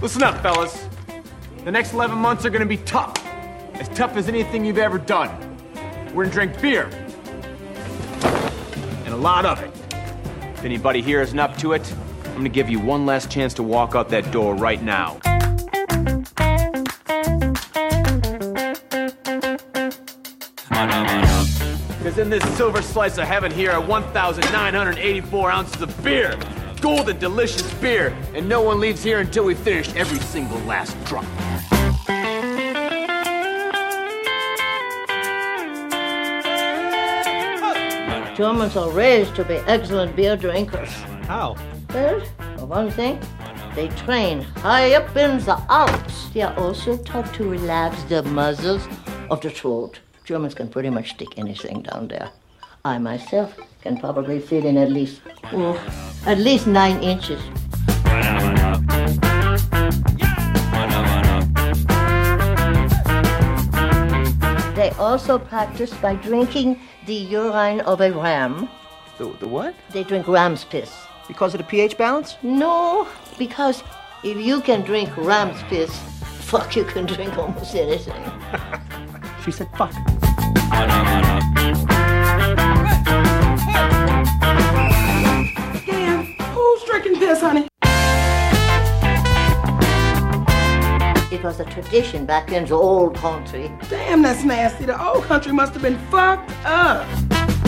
Listen up, fellas. The next 11 months are gonna be tough. As tough as anything you've ever done. We're gonna drink beer. And a lot of it. If anybody here isn't up to it, I'm gonna give you one last chance to walk out that door right now. Because in this silver slice of heaven here are 1,984 ounces of beer. Golden, delicious beer. And no one leaves here until we finish every single last drop. Germans are raised to be excellent beer drinkers. How? Well, for one thing, they train high up in the Alps. They are also taught to relax the muscles of the throat. Germans can pretty much stick anything down there. I myself can probably fit in at least, oh, at least nine inches. They also practice by drinking the urine of a ram. The, the what? They drink ram's piss. Because of the pH balance? No, because if you can drink ram's piss, fuck, you can drink almost anything. She said fuck. Damn, who's drinking this, honey? It was a tradition back in the old country. Damn, that's nasty. The old country must have been fucked up.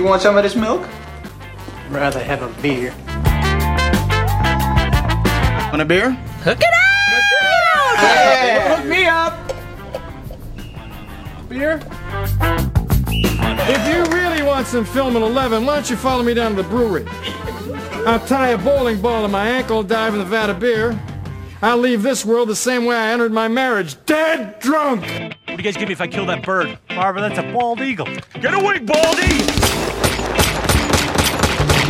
You want some of this milk? Rather have a beer. Want a beer? Hook me up! Beer? If you really want some film at 11, why don't you follow me down to the brewery? I'll tie a bowling ball to my ankle, dive in the vat of beer. I'll leave this world the same way I entered my marriage, dead drunk! What do you guys give me if I kill that bird? Barbara, that's a bald eagle. Get away, Baldy!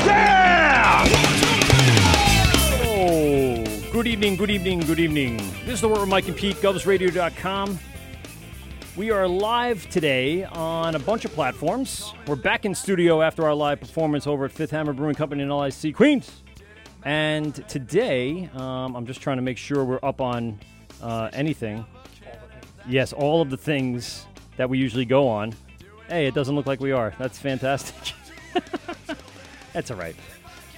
Yeah! Oh, good evening, good evening, good evening. This is the word with Mike and Pete, GovsRadio.com. We are live today on a bunch of platforms. We're back in studio after our live performance over at Fifth Hammer Brewing Company in LIC, Queens. And today, um, I'm just trying to make sure we're up on uh, anything. Yes, all of the things that we usually go on. Hey, it doesn't look like we are. That's fantastic. That's all right.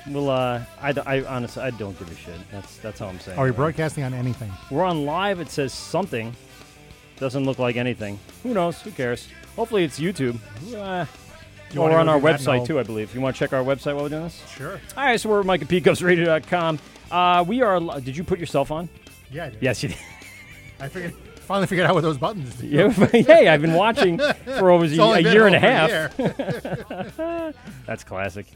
Well, uh, I, I honestly I don't give a shit. That's that's all I'm saying. Are we broadcasting on anything? We're on live. It says something. Doesn't look like anything. Who knows? Who cares? Hopefully, it's YouTube. Uh, wanna or go on our do that and website I'll- too, I believe. You want to check our website while we're doing this? Sure. All right, so we're at MikeandPeteGovsRadio.com. Uh, we are. li- Did you put yourself on? Yeah, I did. Yes, you did. I figured, finally figured out what those buttons do. Yeah, hey, I've been watching for over It's a, only a been year and a over half. year. That's classic.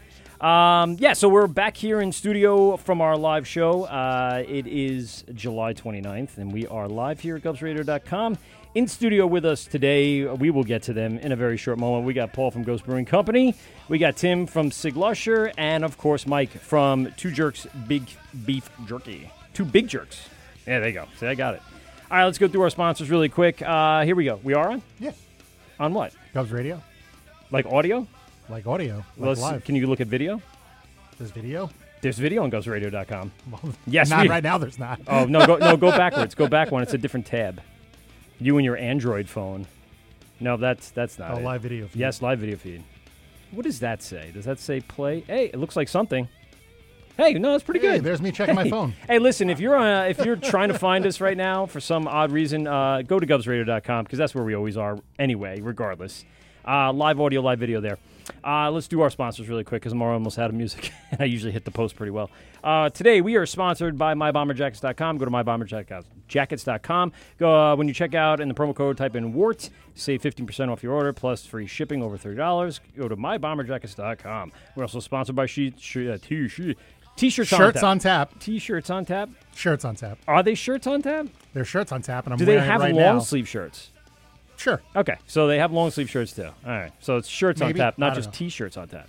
Um, yeah, so we're back here in studio from our live show. Uh, it is July 29th, and we are live here at GubsRadio.com. In studio with us today, we will get to them in a very short moment. We got Paul from Ghost Brewing Company, we got Tim from Sig Lusher, and of course Mike from Two Jerks Big Beef Jerky. Two Big Jerks. Yeah, there you go. See, I got it. All right, let's go through our sponsors really quick. Uh, here we go. We are on yeah. on what? Cubs radio, Like audio? like audio, like Let's- live. Can you look at video? There's video. There's video on GhostRadio.com. Well, Yes, Not we- right now. There's not. Oh no, go, no, go backwards. Go back one. It's a different tab. You and your Android phone. No, that's that's not. Oh, it. live video feed. Yes, live video feed. What does that say? Does that say play? Hey, it looks like something. Hey, no, that's pretty Hey, good. there's me checking my phone. Hey, listen, if you're uh, if you're trying to find us right now for some odd reason, uh, go to gubsradio.com because that's where we always are anyway, regardless. Uh, live audio, live video there. Uh, let's do our sponsors really quick because I'm almost out of music. I usually hit the post pretty well. Uh, today we are sponsored by mybomberjackets.com. Go to mybomberjackets.com. Go uh, when you check out in the promo code, type in WART, save 15% off your order plus free shipping over thirty dollars. Go to mybomberjackets.com. We're also sponsored by she, she, uh, t- she, t-shirts on Shirts tap. on tap. T-shirts on tap. Shirts on tap. Are they shirts on tap? There's shirts on tap, and I'm Do they wearing have it right long now. sleeve shirts? Sure. Okay, so they have long sleeve shirts too. All right, so it's shirts Maybe. on tap, I not don't just know. t-shirts on tap.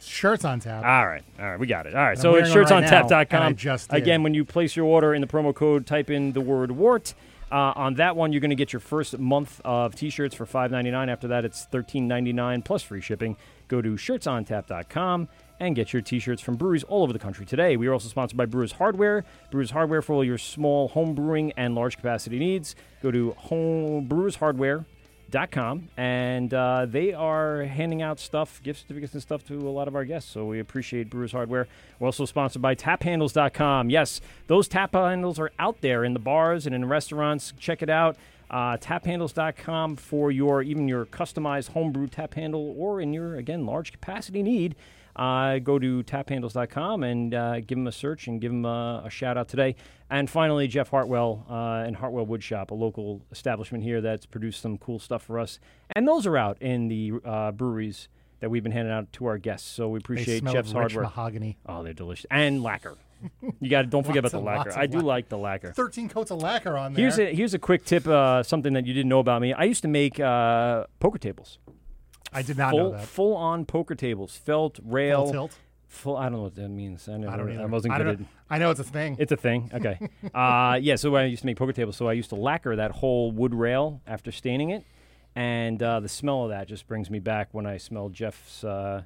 Shirts on tap. All right, all right, we got it. All right, I'm so wearing it's them shirts on right now, and I tap.com. just did. Again, when you place your order in the promo code, type in the word wart. Uh, on that one, you're going to get your first month of t-shirts for $5.99. After that, it's $13.99 plus free shipping. Go to shirtsontap.com and get your t-shirts from breweries all over the country today. We are also sponsored by Brewers Hardware. Brewers Hardware for all your small home brewing and large capacity needs. Go to home, brewershardware.com and uh, they are handing out stuff, gift certificates and stuff to a lot of our guests. So we appreciate Brewers Hardware. We're also sponsored by taphandles.com. Yes, those tap handles are out there in the bars and in restaurants. Check it out uh, taphandles.com for your even your customized homebrew tap handle or in your again large capacity need uh, go to taphandles.com and uh, give them a search and give them a, a shout out today and finally jeff hartwell uh, and hartwell woodshop a local establishment here that's produced some cool stuff for us and those are out in the uh, breweries that we've been handing out to our guests so we They appreciate smell of jeff's rich hard work mahogany. oh they're delicious and lacquer you got to don't forget Lots about the and lacquer lots of i do lacquer. like the lacquer Thirteen coats of lacquer on there. Here's a here's a quick tip. Uh, something that you didn't know about me. I used to make uh, poker tables. I did not know Full that. full on poker tables, felt rail. Full tilt? Full. I don't know what that means. I, never, I don't either. wasn't I, good don't at. know. I know it's a thing. It's a thing. Okay. uh, yeah. So I used to make poker tables. So I used to lacquer that whole wood rail after staining it, and uh, the smell of that just brings me back when I smell Jeff's. Uh,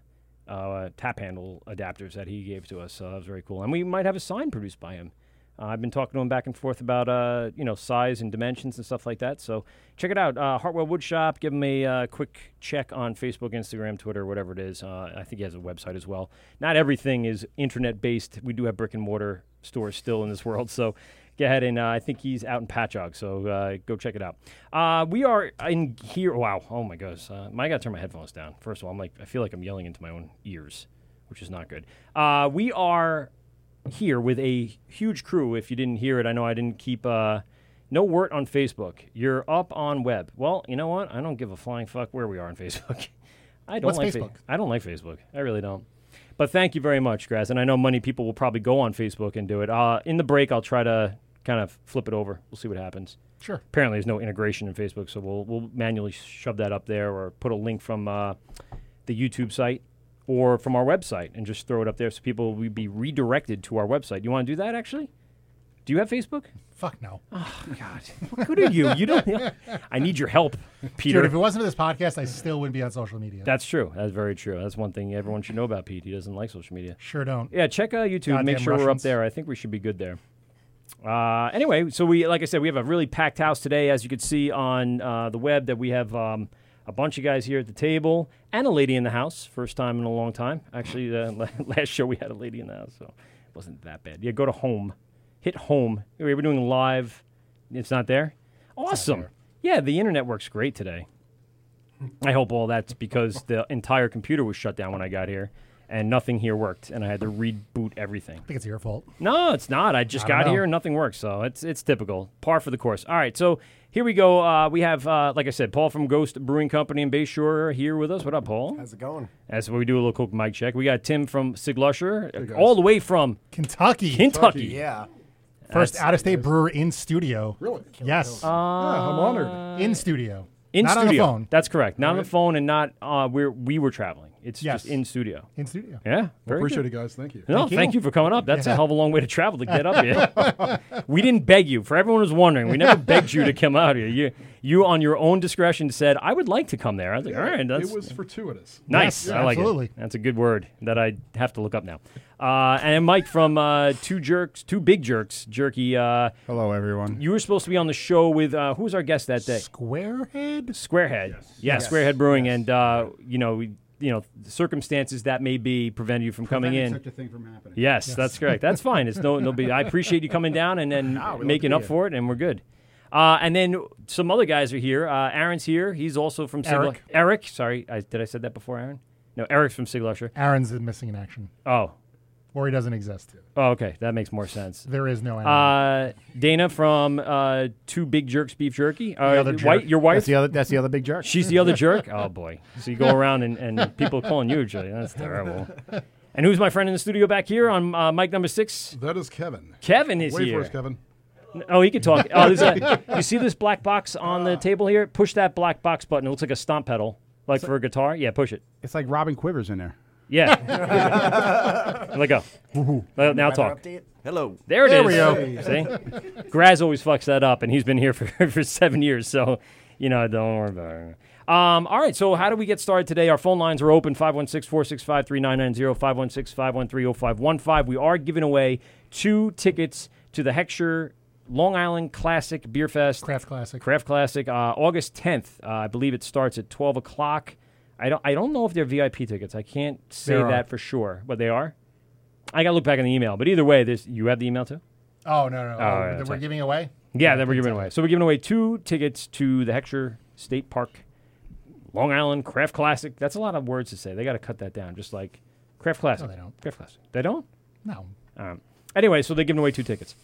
uh, tap handle adapters that he gave to us. So that was very cool. And we might have a sign produced by him. Uh, I've been talking to him back and forth about uh, you know size and dimensions and stuff like that. So check it out, uh, Hartwell Woodshop. Give him a uh, quick check on Facebook, Instagram, Twitter, whatever it is. Uh, I think he has a website as well. Not everything is internet based. We do have brick and mortar stores still in this world. So go ahead and uh, I think he's out in Patchogue. So uh, go check it out. Uh, we are in here. Wow. Oh my gosh. Uh, I got to turn my headphones down. First of all, I'm like I feel like I'm yelling into my own ears, which is not good. Uh, we are here with a huge crew. If you didn't hear it, I know I didn't keep uh, no word on Facebook. You're up on web. Well, you know what? I don't give a flying fuck where we are on Facebook. I don't What's like Fa- Facebook? I don't like Facebook. I really don't. But thank you very much, Grass. And I know many people will probably go on Facebook and do it. Uh, in the break, I'll try to kind of flip it over. We'll see what happens. Sure. Apparently, there's no integration in Facebook, so we'll we'll manually shove that up there or put a link from uh, the YouTube site or from our website and just throw it up there so people will be redirected to our website. You want to do that actually? Do you have Facebook? Fuck no. Oh, God, what good are you? You don't. I need your help, Peter. Dude, if it wasn't for this podcast, I still wouldn't be on social media. That's true. That's very true. That's one thing everyone should know about Pete. He doesn't like social media. sure don't. Yeah, check uh, YouTube. Make Goddamn sure we're up Russians. there. I think we should be good there. Uh, anyway, so we, like I said, we have a really packed house today, as you could see on uh, the web. That we have um, a bunch of guys here at the table and a lady in the house. First time in a long time. Actually, the la- last show we had a lady in the house, so it wasn't that bad. Yeah, go to home, hit home. We were doing live. It's not there. Awesome. Yeah, the internet works great today. I hope all that's because the entire computer was shut down when I got here, and nothing here worked, and I had to reboot everything. I think it's your fault. No, it's not. I just I don't got know. here and nothing works, so it's it's typical, par for the course. All right, so here we go. Uh, we have, uh, like I said, Paul from Ghost Brewing Company in Bayshore here with us. What up, Paul? How's it going? That's what we do a little quick mic check. We got Tim from Sig Lusher, all the way from Kentucky, Kentucky. Yeah. first out-of-state brewer in studio. Really? Yes, yeah, I'm honored. in studio. Uh, in not studio. on the phone. That's correct. Not on the phone and not uh, where we were traveling. It's Yes. just in studio. in studio. Yeah, very good. Appreciate it, guys. Thank you. No, thank Thank you. you. for coming up. That's a hell of a long way to travel to get up here. we didn't beg you. For everyone who's wondering, we never begged you to come out here. You, you on your own discretion said, "I would like to come there." I was like, "All right, that's it was fortuitous. nice. Yes, I like absolutely. it. That's a good word that I have to look up now." Uh, and Mike from uh, Two Jerks, Two Big Jerks, Jerky. Uh, Hello, everyone. you were supposed to be on the show with uh, who was our guest that day? Squarehead. Squarehead. Yeah, Squarehead Brewing, and uh, you know, we, you know, circumstances that may be prevent you from coming in. Such a thing from happening. Yes, that's correct. That's fine. It's no, no big. I appreciate you coming down and then making up for it, and we're good. Uh, and then some other guys are here. Uh, Aaron's here. He's also from Sig- Eric. Eric, sorry, I, did I said that before, Aaron? No, Eric's from Siglusher. Aaron's missing in action, Oh, or he doesn't exist. oh, okay, that makes more sense. There is no Aaron. Uh, Dana from uh, Two Big Jerks Beef Jerky. Uh, other wi- jerk. your wife. That's the other. That's the other big jerk. She's the other jerk. Oh boy! So you go around and, and people calling you a jerk. That's terrible. And who's my friend in the studio back here on uh, mic number six? That is Kevin. Kevin is Wait here. for us, Kevin. Oh, he can talk. Oh, there's a, you see this black box on the table here? Push that black box button. It looks like a stomp pedal, like for a guitar. Yeah, push it. It's like Robin Quivers in there. Yeah. Let go. Now- now talk. Hello. There it is. See, Graz always fucks that up, and he's been here for, for seven years, so you know, don't worry about it. Um, all right, so how do we get started today? Our phone lines are open 516 465 3990, 516 513 0515. We are giving away two tickets to the Heckscher Long Island Classic Beer Fest. Craft Classic. Craft Classic, uh, August 10th. Uh, I believe it starts at 12 o'clock. I don't, I don't know if they're VIP tickets. I can't say There are. that for sure, but they are. I got to look back in the email, but either way, there's, you have the email too? Oh, no, no. no. Oh, yeah, that that's we're right. giving away? Yeah, that we're giving away. So we're giving away two tickets to the Heckscher State Park, Long Island Craft Classic. That's a lot of words to say. They got to cut that down. Just like Craft Classic. they don't. Craft Classic. They don't. No. Um, anyway, so they're giving away two tickets.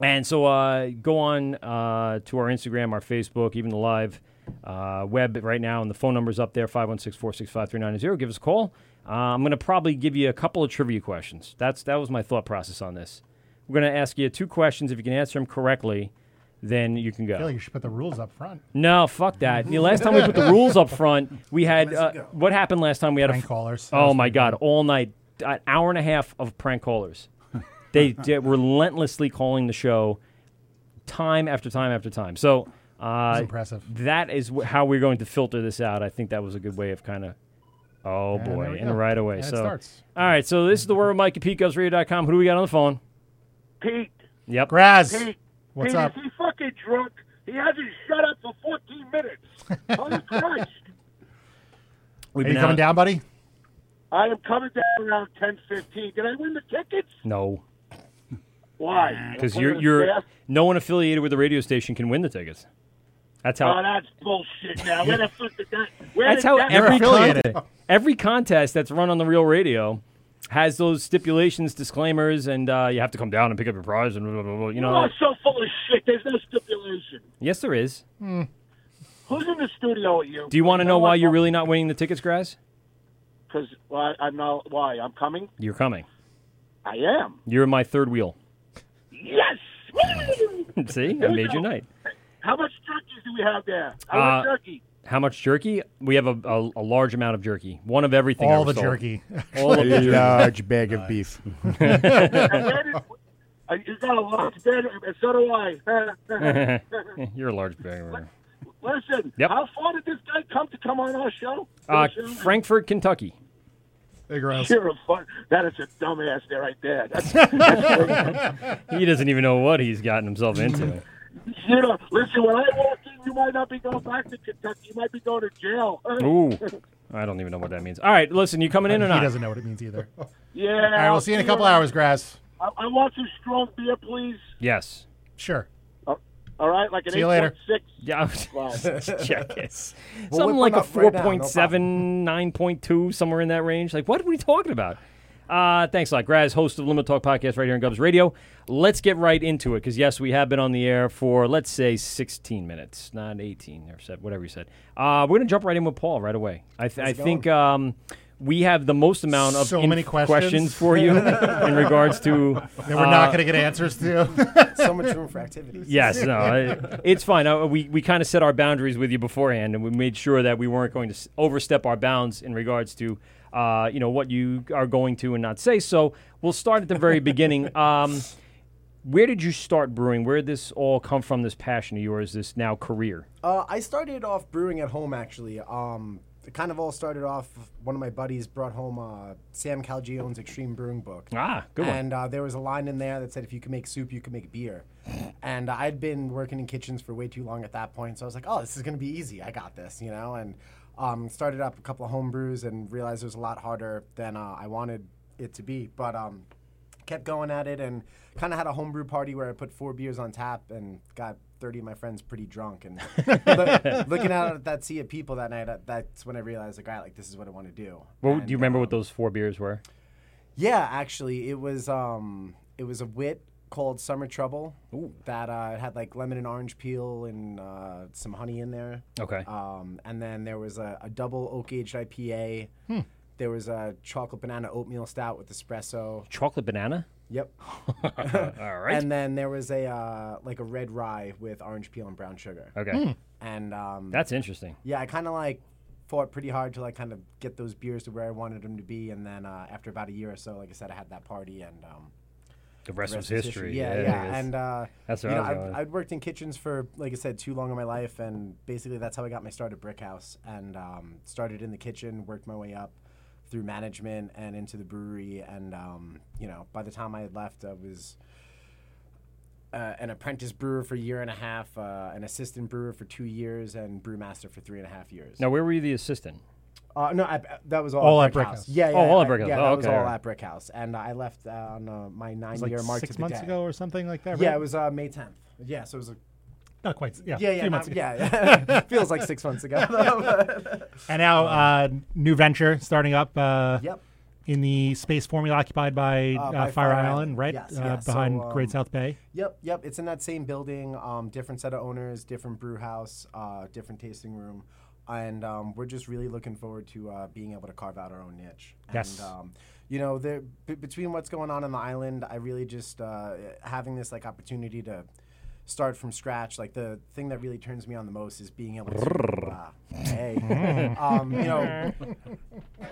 And so uh, go on uh, to our Instagram, our Facebook, even the live uh, web right now, and the phone number's up there 516 465 3990. Give us a call. Uh, I'm going to probably give you a couple of trivia questions. That's That was my thought process on this. We're going to ask you two questions. If you can answer them correctly, then you can go. I feel like you should put the rules up front. No, fuck that. The last time we put the rules up front, we had uh, what happened last time? We had Prank a, callers. Oh my god, all night, an hour and a half of prank callers. they did relentlessly calling the show, time after time after time. So uh, That's impressive. That is wh- how we're going to filter this out. I think that was a good way of kind of. Oh And there boy! we And go. right away. And it so starts. all right. So this is the word of Mike at PeteGovsRadio.com. Who do we got on the phone? Pete. Yep. Graz. Pete. Pete, Is he fucking drunk? He hasn't shut up for 14 minutes. Holy Are Christ. We've you been coming out- down, buddy? I am coming down around 10:15. Did I win the tickets? No, Why? because I'm you're playing you're fast? no one affiliated with the radio station can win the tickets. That's how. Oh, that's bullshit. Now where the fuck did that? Where That's did how that come every from? contest, every contest that's run on the real radio has those stipulations, disclaimers, and uh, you have to come down and pick up your prize and blah, blah, blah, you You know. are so full of shit. There's no stipulation. yes, there is. Hmm. Who's in the studio with you? Do you want to know why you're really not winning the tickets, Grass? Because why I'm not. Why I'm coming? You're coming. I am. You're my third wheel. Yes. See, I There we made go. your night. How much turkeys do we have there? I Uh, want turkey. How much jerky? We have a, a, a large amount of jerky. One of everything. All I the sold. jerky. All of the A jerky. large bag of beef. And where did- uh, you got a lot better, and so do I. You're a large bagger. Listen, Yep. how far did this guy come to come on our show? Uh, Frankfurt, Kentucky. Hey, You're a fun. That is a dumbass there, right there. That's, He doesn't even know what he's gotten himself into. you know, listen. When I walk in, you might not be going back to Kentucky. You might be going to jail. Ooh, I don't even know what that means. All right, listen, you coming in or he not? doesn't know what it means either. All yeah. right, we'll see you in a couple hours, Graz. I, I want some strong beer, please. Yes. Sure. All right, like an See you later. 8.6. Yeah. Wow. Check it. We'll whip Something like one a up right now, no 4.7, 9.2, somewhere in that range. Like, what are we talking about? Uh, thanks a lot, Graz, host of Limit Talk podcast right here on Gubs Radio. Let's get right into it because, yes, we have been on the air for, let's say, 16 minutes, not 18 or said, whatever you said. Uh, we're going to jump right in with Paul right away. I, th- How's I it think um, we have the most amount of So inf- many questions. for you in regards to. That we're not uh, going to get answers to. so much room for activities. Yes, no, I- it's fine. I, we we kind of set our boundaries with you beforehand, and we made sure that we weren't going to s- overstep our bounds in regards to, uh, you know, what you are going to and not say. So we'll start at the very beginning. Um, where did you start brewing? Where did this all come from? This passion of yours, this now career. Uh, I started off brewing at home actually. Um, it kind of all started off. One of my buddies brought home uh, Sam Calgione's Extreme Brewing book. Ah, good one. And uh, there was a line in there that said, "If you can make soup, you can make beer." and I'd been working in kitchens for way too long at that point, so I was like, "Oh, this is going to be easy. I got this," you know. And um, started up a couple of home brews and realized it was a lot harder than uh, I wanted it to be. But um, kept going at it and kind of had a homebrew party where I put four beers on tap and got 30 of my friends pretty drunk. And loo- looking out at that sea of people that night, uh, that's when I realized, like, all right, like, this is what I want to do. Well, do you remember what those four beers were? Yeah, actually, it was um, it was a wit called Summer Trouble that uh, had like lemon and orange peel and uh, some honey in there. Okay. Um, and then there was a, a double oak aged IPA. Hmm. There was a chocolate banana oatmeal stout with espresso. Chocolate banana. Yep. all right. And then there was a uh, like a red rye with orange peel and brown sugar. Okay. Hmm. And um, That's interesting. Yeah, I kind of like fought pretty hard to like kind of get those beers to where I wanted them to be, and then uh, after about a year or so, like I said, I had that party, and um, The rest was is history. Yeah, Yeah, yeah. it is. And uh, That's what you I know, was I'd, going with. I'd worked in kitchens for, like I said, too long in my life, and basically that's how I got my start at Brick House. And um, started in the kitchen, worked my way up through management and into the brewery. And um, you know, by the time I had left, I was uh, an apprentice brewer for a year and a half, uh, an assistant brewer for two years, and brewmaster for three and a half years. Now, where were you the assistant? Uh, no, I, that was all, All at at Brick Brick House. House. Yeah, yeah, Oh, all I- at Brick House. Yeah, Oh, that was okay, all alright. at Brick House, and I left uh, on uh, my It nine-year was like mark six to the months day. ago or something like that. Yeah, right? it was uh, May 10th. Yeah, so it was a Not quite. Yeah, yeah, a few yeah, months not- ago. yeah, yeah. Feels like six months ago. though. and now, uh, new venture starting up. Uh, Yep. In the space formula occupied by, Uh, uh, by Fire, Fire Island, Island. right Yes, uh, yeah, so, behind Great um, South Bay. Yep, yep. It's in that same building. Um, different set of owners, different brew house, uh, different tasting room, and um, we're just really looking forward to uh, being able to carve out our own niche. Yes. And, um, you know, there, b- between what's going on on the island, I really just uh, having this like opportunity to start from scratch. Like the thing that really turns me on the most is being able to, uh, hey, um, you know,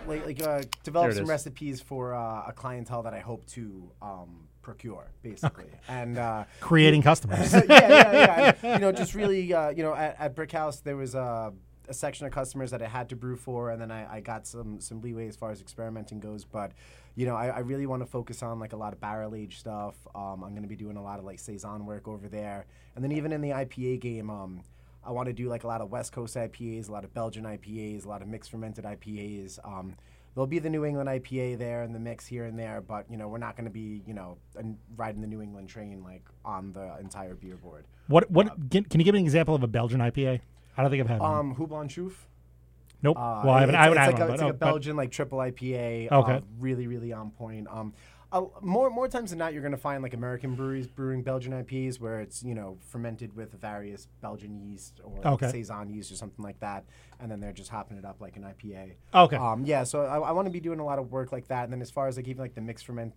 like, like uh, There develop it some is. recipes for uh, a clientele that I hope to um, procure, basically, and uh, Creating customers. yeah, yeah, yeah. And, you know, just really, uh, you know, at, at Brick House there was a, a section of customers that I had to brew for, and then I, I got some some leeway as far as experimenting goes. But you know, I, I really want to focus on like a lot of barrel age stuff. Um, I'm going to be doing a lot of like saison work over there, and then even in the IPA game. Um, I want to do like a lot of West Coast IPAs, a lot of Belgian IPAs, a lot of mixed fermented IPAs. Um, there'll be the New England IPA there and the mix here and there, but you know we're not going to be you know an- riding the New England train like on the entire beer board. What? What? can can you give me an example of a Belgian IPA? I don't think I've had one. Um, Houblon Chouf. Nope. Uh, well, I haven't. it's, I haven't it's had like one. a, but, it's like oh, a but- Belgian like triple IPA. Okay. uh, really, really on point. Um, uh, more more times than not, you're going to find like American breweries brewing Belgian IPAs where it's you know fermented with various Belgian yeast or like, Okay. saison yeast or something like that, and then they're just hopping it up like an IPA. Okay. Um, yeah. So I, I want to be doing a lot of work like that, and then as far as like even like the mixed ferment.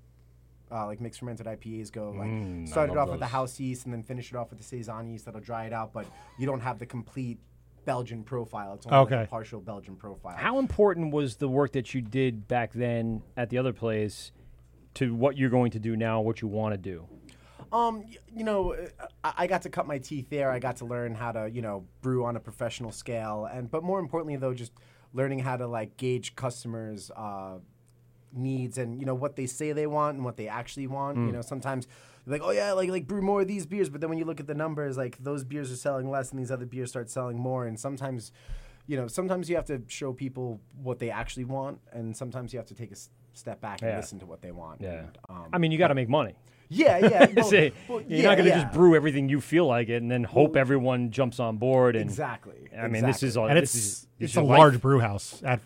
Uh, like mixed fermented IPAs go, like Mm, I start it love off with the those. house yeast and then finish it off with the saison yeast that'll dry it out, but you don't have the complete Belgian profile. It's only like, a Okay. partial Belgian profile. How important was the work that you did back then at the other place to what you're going to do now, what you want to do? Um, y- you know, uh, I, I got to cut my teeth there. I got to learn how to, you know, brew on a professional scale, and but more importantly though, just learning how to like gauge customers' uh, needs and you know what they say they want and what they actually want. You Mm. know, sometimes like oh yeah, like like brew more of these beers, but then when you look at the numbers, like those beers are selling less and these other beers start selling more, and sometimes. You know, sometimes you have to show people what they actually want, and sometimes you have to take a s- step back and Yeah. listen to what they want. Yeah. And, um, I mean, you got to make money. Yeah, yeah, well, See, well, you're yeah, not going to yeah. just brew everything you feel like it and then hope everyone jumps on board. And, Exactly, I mean, this is all. and this it's is, this it's is a your life. large brew house. At,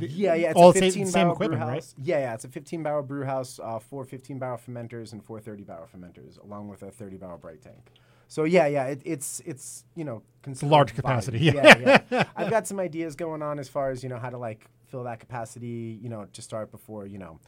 Yeah, yeah. It's all a same- 15 same, barrel equipment, brew right? house. Yeah, yeah. It's a 15 barrel brew house, uh, four 15 barrel fermenters and four 30 barrel fermenters, along with a 30 barrel bright tank. So uh, yeah, yeah. It, it's it's you know considerable large volume. capacity, yeah. Yeah, yeah. I've got some ideas going on as far as you know how to like fill that capacity. You know to start before you know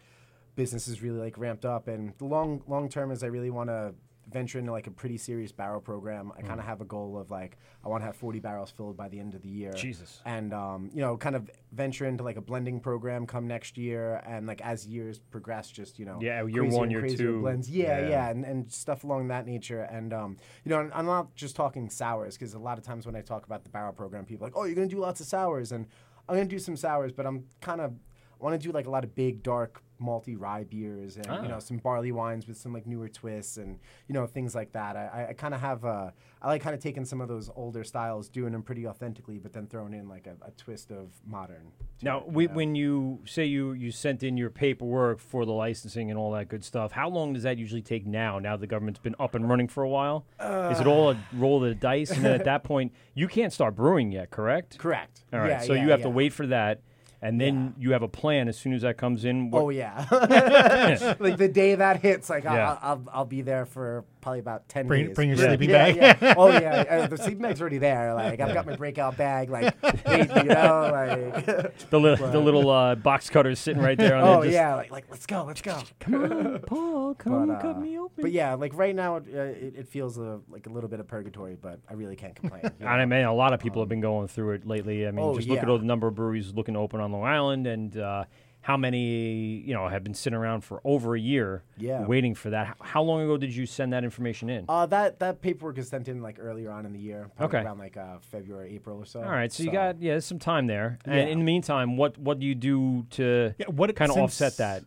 business is really like ramped up and the long long term is I really want to venture into like a pretty serious barrel program. I Mm. kind of have a goal of like I want to have 40 barrels filled by the end of the year. Jesus. And um, you know, kind of venture into like a blending program come next year, and like as years progress, just you know, Yeah, year crazier one, and year crazier two. blends. Yeah, Yeah. yeah, and, and stuff along that nature. And um, you know, and I'm not just talking sours because a lot of times when I talk about the barrel program, people are like, oh, you're gonna do lots of sours, and I'm gonna do some sours, but I'm kind of want to do like a lot of big dark malty rye beers and Ah. you know some barley wines with some like newer twists and you know things like that. I, I- I kind of have uh, I like kind of taking some of those older styles, doing them pretty authentically, but then throwing in like a, a twist of modern. Now, we, when you say you, you sent in your paperwork for the licensing and all that good stuff, how long does that usually take now? Now the government's been up and running for a while, is Uh. it all a roll of the dice? And then at that point, you can't start brewing yet, correct? Correct. All right, Yeah, so yeah, you have to yeah. wait for that, and then you have a plan as soon as that comes in. what- Oh yeah, like the day that hits, like I'll- Yeah. I'll, I'll, I'll be there for probably about ten Bring- days. bring your Yeah, sleeping yeah, bag. yeah. Oh yeah, uh, the sleeping bag's already there. Like I've got my breakout bag, like waiting, you know, like The, li- the But- little uh, box cutters sitting right there. On oh there just- yeah, like, like let's go, let's go. Come on, Paul, come cut me open. But yeah, like right now, it, uh, it, it feels a, like a little bit of purgatory, but I really can't complain. you And I know? Um, mean, a lot of people have been going through it lately. I mean, Oh, just look at yeah. all the number of breweries looking to open on Long Island, and uh, how many you know have been sitting around for over a year Yeah. waiting for that. How- How long ago did you send that information in? Uh, that that paperwork is sent in like earlier on in the year, probably Okay. around like uh, February, April or so. All right, so, you got yeah, there's some time there. And Oh, Yeah. in the meantime, what what do you do to what- kind of since- offset that?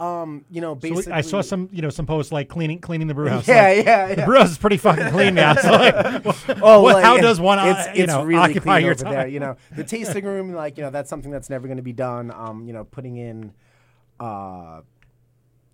Um, you know, So basically, we- I saw some, you know, some posts like cleaning cleaning the brew house. Yeah, Like, yeah, yeah. The brew house is pretty fucking clean now. So like, oh, oh, well, how yeah, does one, uh, It's, you it's know, really occupy clean your over time? there. You know, the tasting room, like you know, that's something that's never going to be done. Um, you know, putting in, uh,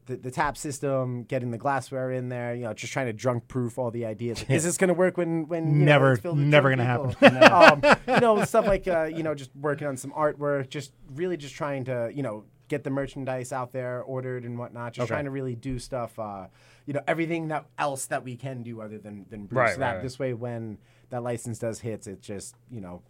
the, the tap system, getting the glassware in there. You know, just trying to drunk proof all the ideas. Is this going to work when when you know, Never- it's filled with never drunk gonna people? happen. um, you know, stuff like uh, you know, just working on some artwork, just really just trying to you know get the merchandise out there ordered and whatnot. Just Okay. trying to really do stuff. Uh, you know, everything that else that we can do other than than brew. Right, so that right, right. this way when that license does hits, it just you know.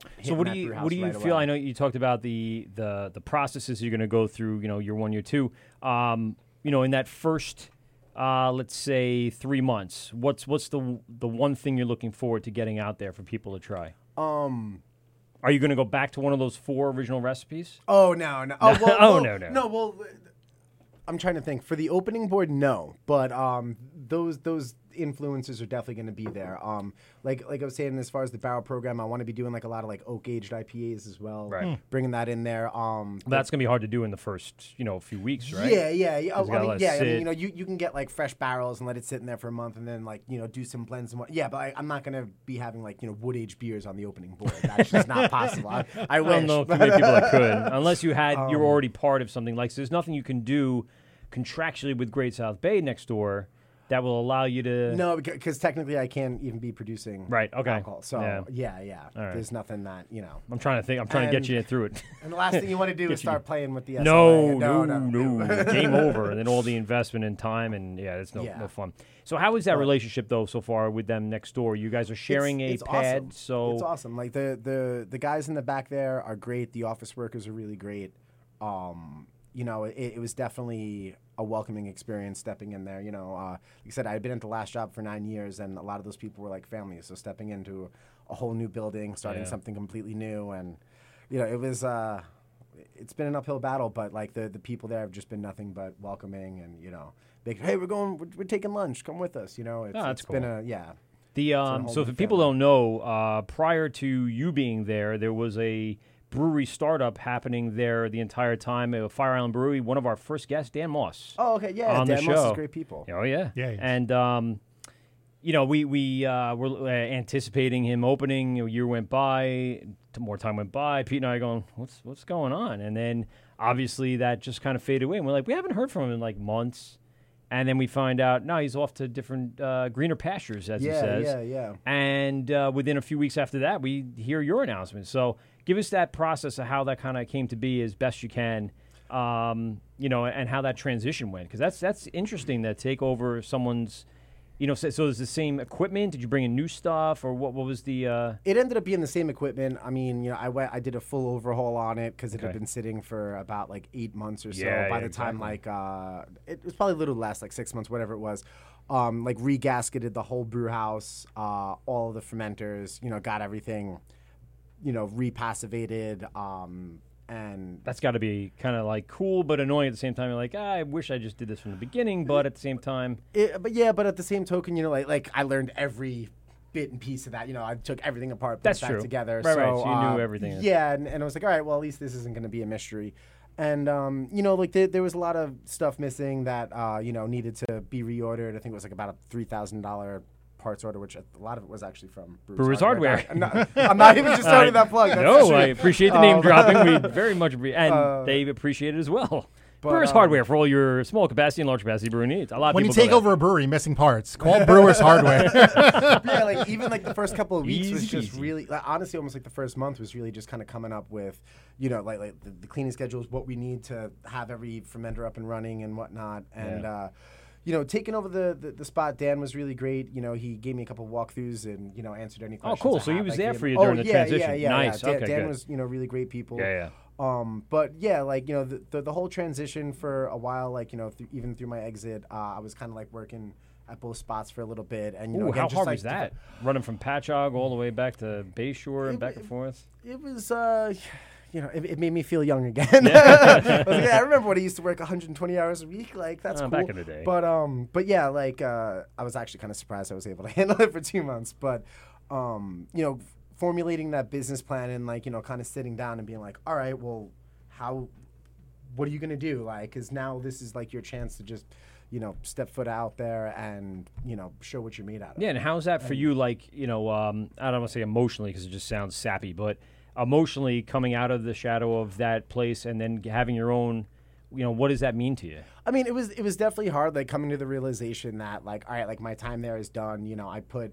So hitting what that do you brew what house do you right feel? away. I know you talked about the the the processes you're going to go through. You know, year one, year two. Um, you know, in that first, uh, let's say three months, what's what's the the one thing you're looking forward to getting out there for people to try? Um. Are you going to go back to one of those four original recipes? Oh no no. Oh, well, oh well, no no no. Well, I'm trying to think for the opening board. No, but um, those those influences are definitely going to be there. Um, like like I was saying, as far as the barrel program, I want to be doing like a lot of like oak aged IPAs as well. Right. Hmm. Bringing that in there. Um. Well, that's going to be hard to do in the first you know few weeks, right? Yeah, yeah, yeah. It's Oh, gotta I mean, let it yeah. I mean, sit. you know, you, you can get like fresh barrels and let it sit in there for a month, and then like you know do some blends and what. Yeah, but I, I'm not gonna be having like you know wood aged beers on the opening board. That's just not possible. I, I, I wish. don't know if but- too many people that could, unless you had you're Um, already part of something like. So there's nothing you can do contractually with Great South Bay next door that will allow you to. No, because technically I can't even be producing Right, okay. alcohol. So Yeah. yeah, yeah. All right. There's nothing that you know. I'm trying to think. I'm trying to get you And- through it. And the last thing you want to do Get is you- start playing with the SLA. No, no, no, no, Game over. And then all the investment and time, and yeah, it's no, Yeah. no fun. So how is that relationship though so far with them next door? You guys are sharing It's- a it's pad, awesome. so it's awesome. Like the the the guys in the back there are great. The office workers are really great. Um, you know, it, it was definitely a welcoming experience stepping in there. You know, uh, like I said, I had been at the last job for nine years, and a lot of those people were like family. So stepping into a whole new building, starting Yeah. something completely new, and you know, it was. Uh, it's been an uphill battle, but like the, the people there have just been nothing but welcoming and you know, big. Hey, we're going, we're, we're taking lunch. Come with us. You know, it's, Ah, that's it's been cool. a yeah. The It's a um, whole so new if people don't know, uh, prior to you being there, there was a brewery startup happening there the entire time. A Fire Island Brewery. One of our first guests, Dan Moss. Oh, okay, yeah, on the Dan Moss is show. great people. Oh yeah, Yeah, he is. And um, you know, we we uh, were uh, anticipating him opening. A year went by, t- more time went by. Pete and I are going, what's what's going on? And then obviously that just kind of faded away. And we're like, we haven't heard from him in like months. And then we find out, no, he's off to different uh, greener pastures, as he Yeah, says. yeah, yeah. And uh, within a few weeks after that, we hear your announcement. So give us that process of how that kind of came to be as best you can, um, you know, and how that transition went. Because that's that's interesting to take over someone's, you know. So, so is the same equipment? Did you bring in new stuff, or what? What was the? Uh, It ended up being the same equipment. I mean, you know, I went, I did a full overhaul on it because it had Okay. been sitting for about like eight months or so. Yeah, By yeah, the time like exactly. uh, it was probably a little less, like six months, whatever it was. Um, like regasketed the whole brew house, uh, all of the fermenters. You know, got everything, you know, repassivated. Um, and that's got to be kind of like cool, but annoying at the same time. You're like, ah, I wish I just did this from the beginning, but at the same time, It, but yeah, but at the same token, you know, like like I learned every bit and piece of that. You know, I took everything apart, put That's it back true. together. Right, so, right, so you uh, knew everything. Yeah, and, and I was like, all right, well, at least this isn't going to be a mystery. And um, you know, like there, there was a lot of stuff missing that uh, you know needed to be reordered. I think it was like about a three thousand dollar parts order, which a lot of it was actually from Brewers Hardware. I'm not, I'm not even just starting I- that plug. That's no, true. I appreciate the name Um, dropping. We very much appreciate, and uh, they appreciate it as well. but, Brewers um, Hardware for all your small capacity and large capacity brew needs. A lot of When you people go take there. over a brewery, missing parts, call Brewers Hardware. yeah, like even like the first couple of weeks was Easy, just easy. really like, honestly almost like the first month was really just kind of coming up with, you know, like like the, the cleaning schedules, what we need to have every fermenter up and running and whatnot, and. Yeah. Uh, you know, taking over the, the, the spot, Dan was really great. You know, he gave me a couple walkthroughs and you know answered any questions. Oh, cool. I So he had. was Like, there he- for you oh, during the yeah, Yeah, transition. yeah, Nice. Yeah. Dan, Okay, Dan good. was you know really great people. Yeah, yeah. Um, but yeah, like you know, the, the, the whole transition for a while, like you know, th- even through my exit, uh, I was kind of like working at both spots for a little bit, and you know, Ooh, again, how just, hard like, was that? Running from Patchogue all the way back to Bayshore and It back w- and forth. It was, uh, you know, it, it made me feel young again. I was like, yeah, I remember when I used to work 120 hours a week. Like that's Uh, cool. back in the day. But um, but yeah, like uh, I was actually kind of surprised I was able to handle it for two months. But um, you know, formulating that business plan and like you know, kind of sitting down and being like, all right, well, how, what are you gonna do? Like, because now this is like your chance to just, you know, step foot out there and you know, show what you're made out of. Yeah, and how's that for you? Like, you know, um, I don't want to say emotionally because it just sounds sappy, but emotionally coming out of the shadow of that place and then having your own, you know, what does that mean to you? I mean, it was it was definitely hard, like coming to the realization that, like, all right, like my time there is done. You know, I put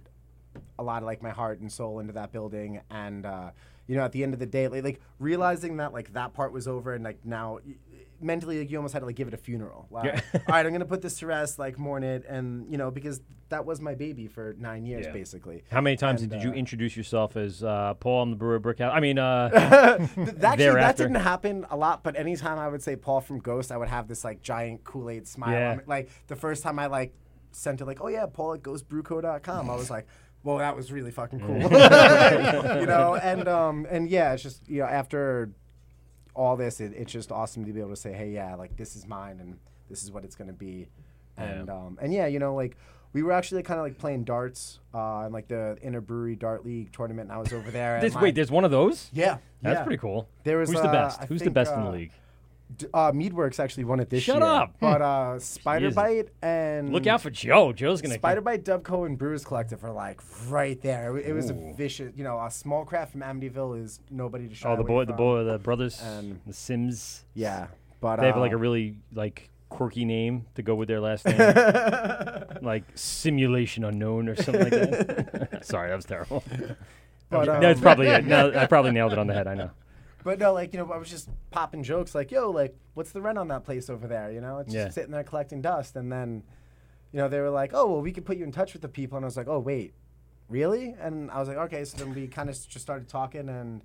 a lot of like my heart and soul into that building, and uh, you know, at the end of the day, like, like realizing that like that part was over, and like now y- mentally, like you almost had to like give it a funeral. Like, Yeah. all right, I'm gonna put this to rest, like mourn it, and you know, because that was my baby for nine years, Yeah. basically. How many times And, did uh, you introduce yourself as uh, Paul? I'm the brewer, brick house. I mean, uh, Th- that actually, that thereafter? didn't happen a lot, but anytime I would say Paul from Ghost, I would have this like giant Kool Aid smile. Yeah. on me. Like the first time I like sent it, like, oh yeah, Paul at ghostbrewco.com. I was like, well, that was really fucking cool. Mm. Yeah. you know, and um, and yeah, it's just you know after all this, it, it's just awesome to be able to say, hey, yeah, like this is mine and this is what it's gonna be, and Yeah. um, and yeah, you know, like. We were actually kind of like playing darts uh, in like the Interbrewery Dart League tournament, and I was over there. and, There's- like- wait, there's one of those? Yeah, That's yeah. pretty cool. There was Who's the uh, best? I Who's the think, best in the uh, league? D- uh, Meadworks actually won it this Shut year. up. But uh, Spider Jeez. Bite and Look out for Joe. Joe's gonna- Spider Bite, Dubco, and Brewers Collective are like right there. It, wa- it was Ooh. a vicious, you know, a small craft from Amityville is nobody to shy Oh, the away boy, the from. boy, the brothers, And- the Sims. Yeah, but, they have like uh, a really like quirky name to go with their last name, like Simulation Unknown or something like that. Sorry, that was terrible. But, um, That's probably it. No, I probably nailed it on the head. I know. But no, like you know, I was just popping jokes like, "Yo, like, what's the rent on that place over there?" You know, it's Yeah. just sitting there collecting dust, and then, you know, they were like, "Oh, well, we could put you in touch with the people," and I was like, "Oh, wait, really?" And I was like, "Okay." So then we kind of just started talking, and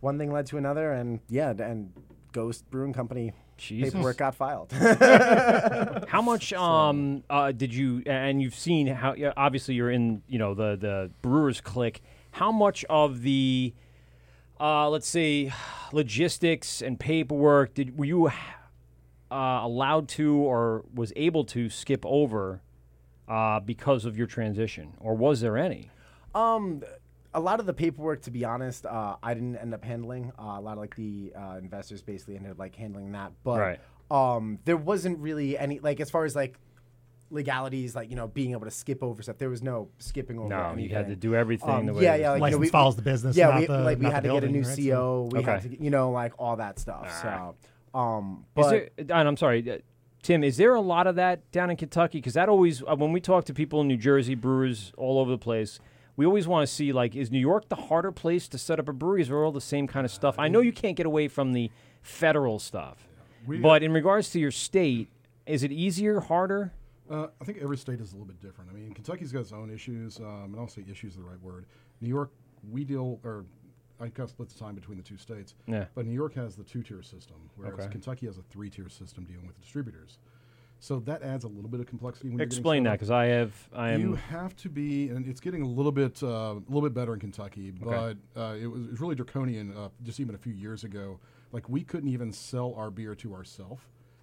one thing led to another, and yeah, th- and Ghost Brewing Company Jesus. paperwork got filed. how much um uh, did you and you've seen how yeah, obviously you're in you know the the brewers click how much of the uh, let's say logistics and paperwork did were you uh, allowed to or was able to skip over uh, because of your transition or was there any Um, a lot of the paperwork, to be honest, uh, I didn't end up handling. Uh, a lot of like the uh, investors basically ended up like handling that, but Right. um, there wasn't really any like as far as like legalities, like you know being able to skip over stuff. There was no skipping over. No, you had anything. to do everything Um, the way yeah, it yeah. was Like, you know, License we- follows the business, Yeah, not we, the- like we not had the to get a new building, right? CO. We had Okay. to, you know, like all that stuff. So, um, but is there, and I'm sorry, uh, Tim. Is there a lot of that down in Kentucky? Because that always, uh, when we talk to people in New Jersey, brewers all over the place, we always want to see like, is New York the harder place to set up a brewery? Is it all the same kind of stuff? I know you can't get away from the federal stuff, We- uh, but in regards to your state, is it easier, harder? Uh, I think every state is a little bit different. I mean, Kentucky's got its own issues. Um, and I don't say issues is the right word. New York, we deal, or I kind of split the time between the two states. Yeah. But New York has the two tier system, whereas Okay. Kentucky has a three tier system dealing with distributors. So that adds a little bit of complexity. When Explain you're that, because getting set up. I have, I am. You have to be, and it's getting a little bit, uh, a little bit better in Kentucky, Okay. but uh, it, was, it was really draconian. Uh, just even a few years ago, like we couldn't even sell our beer to ourselves.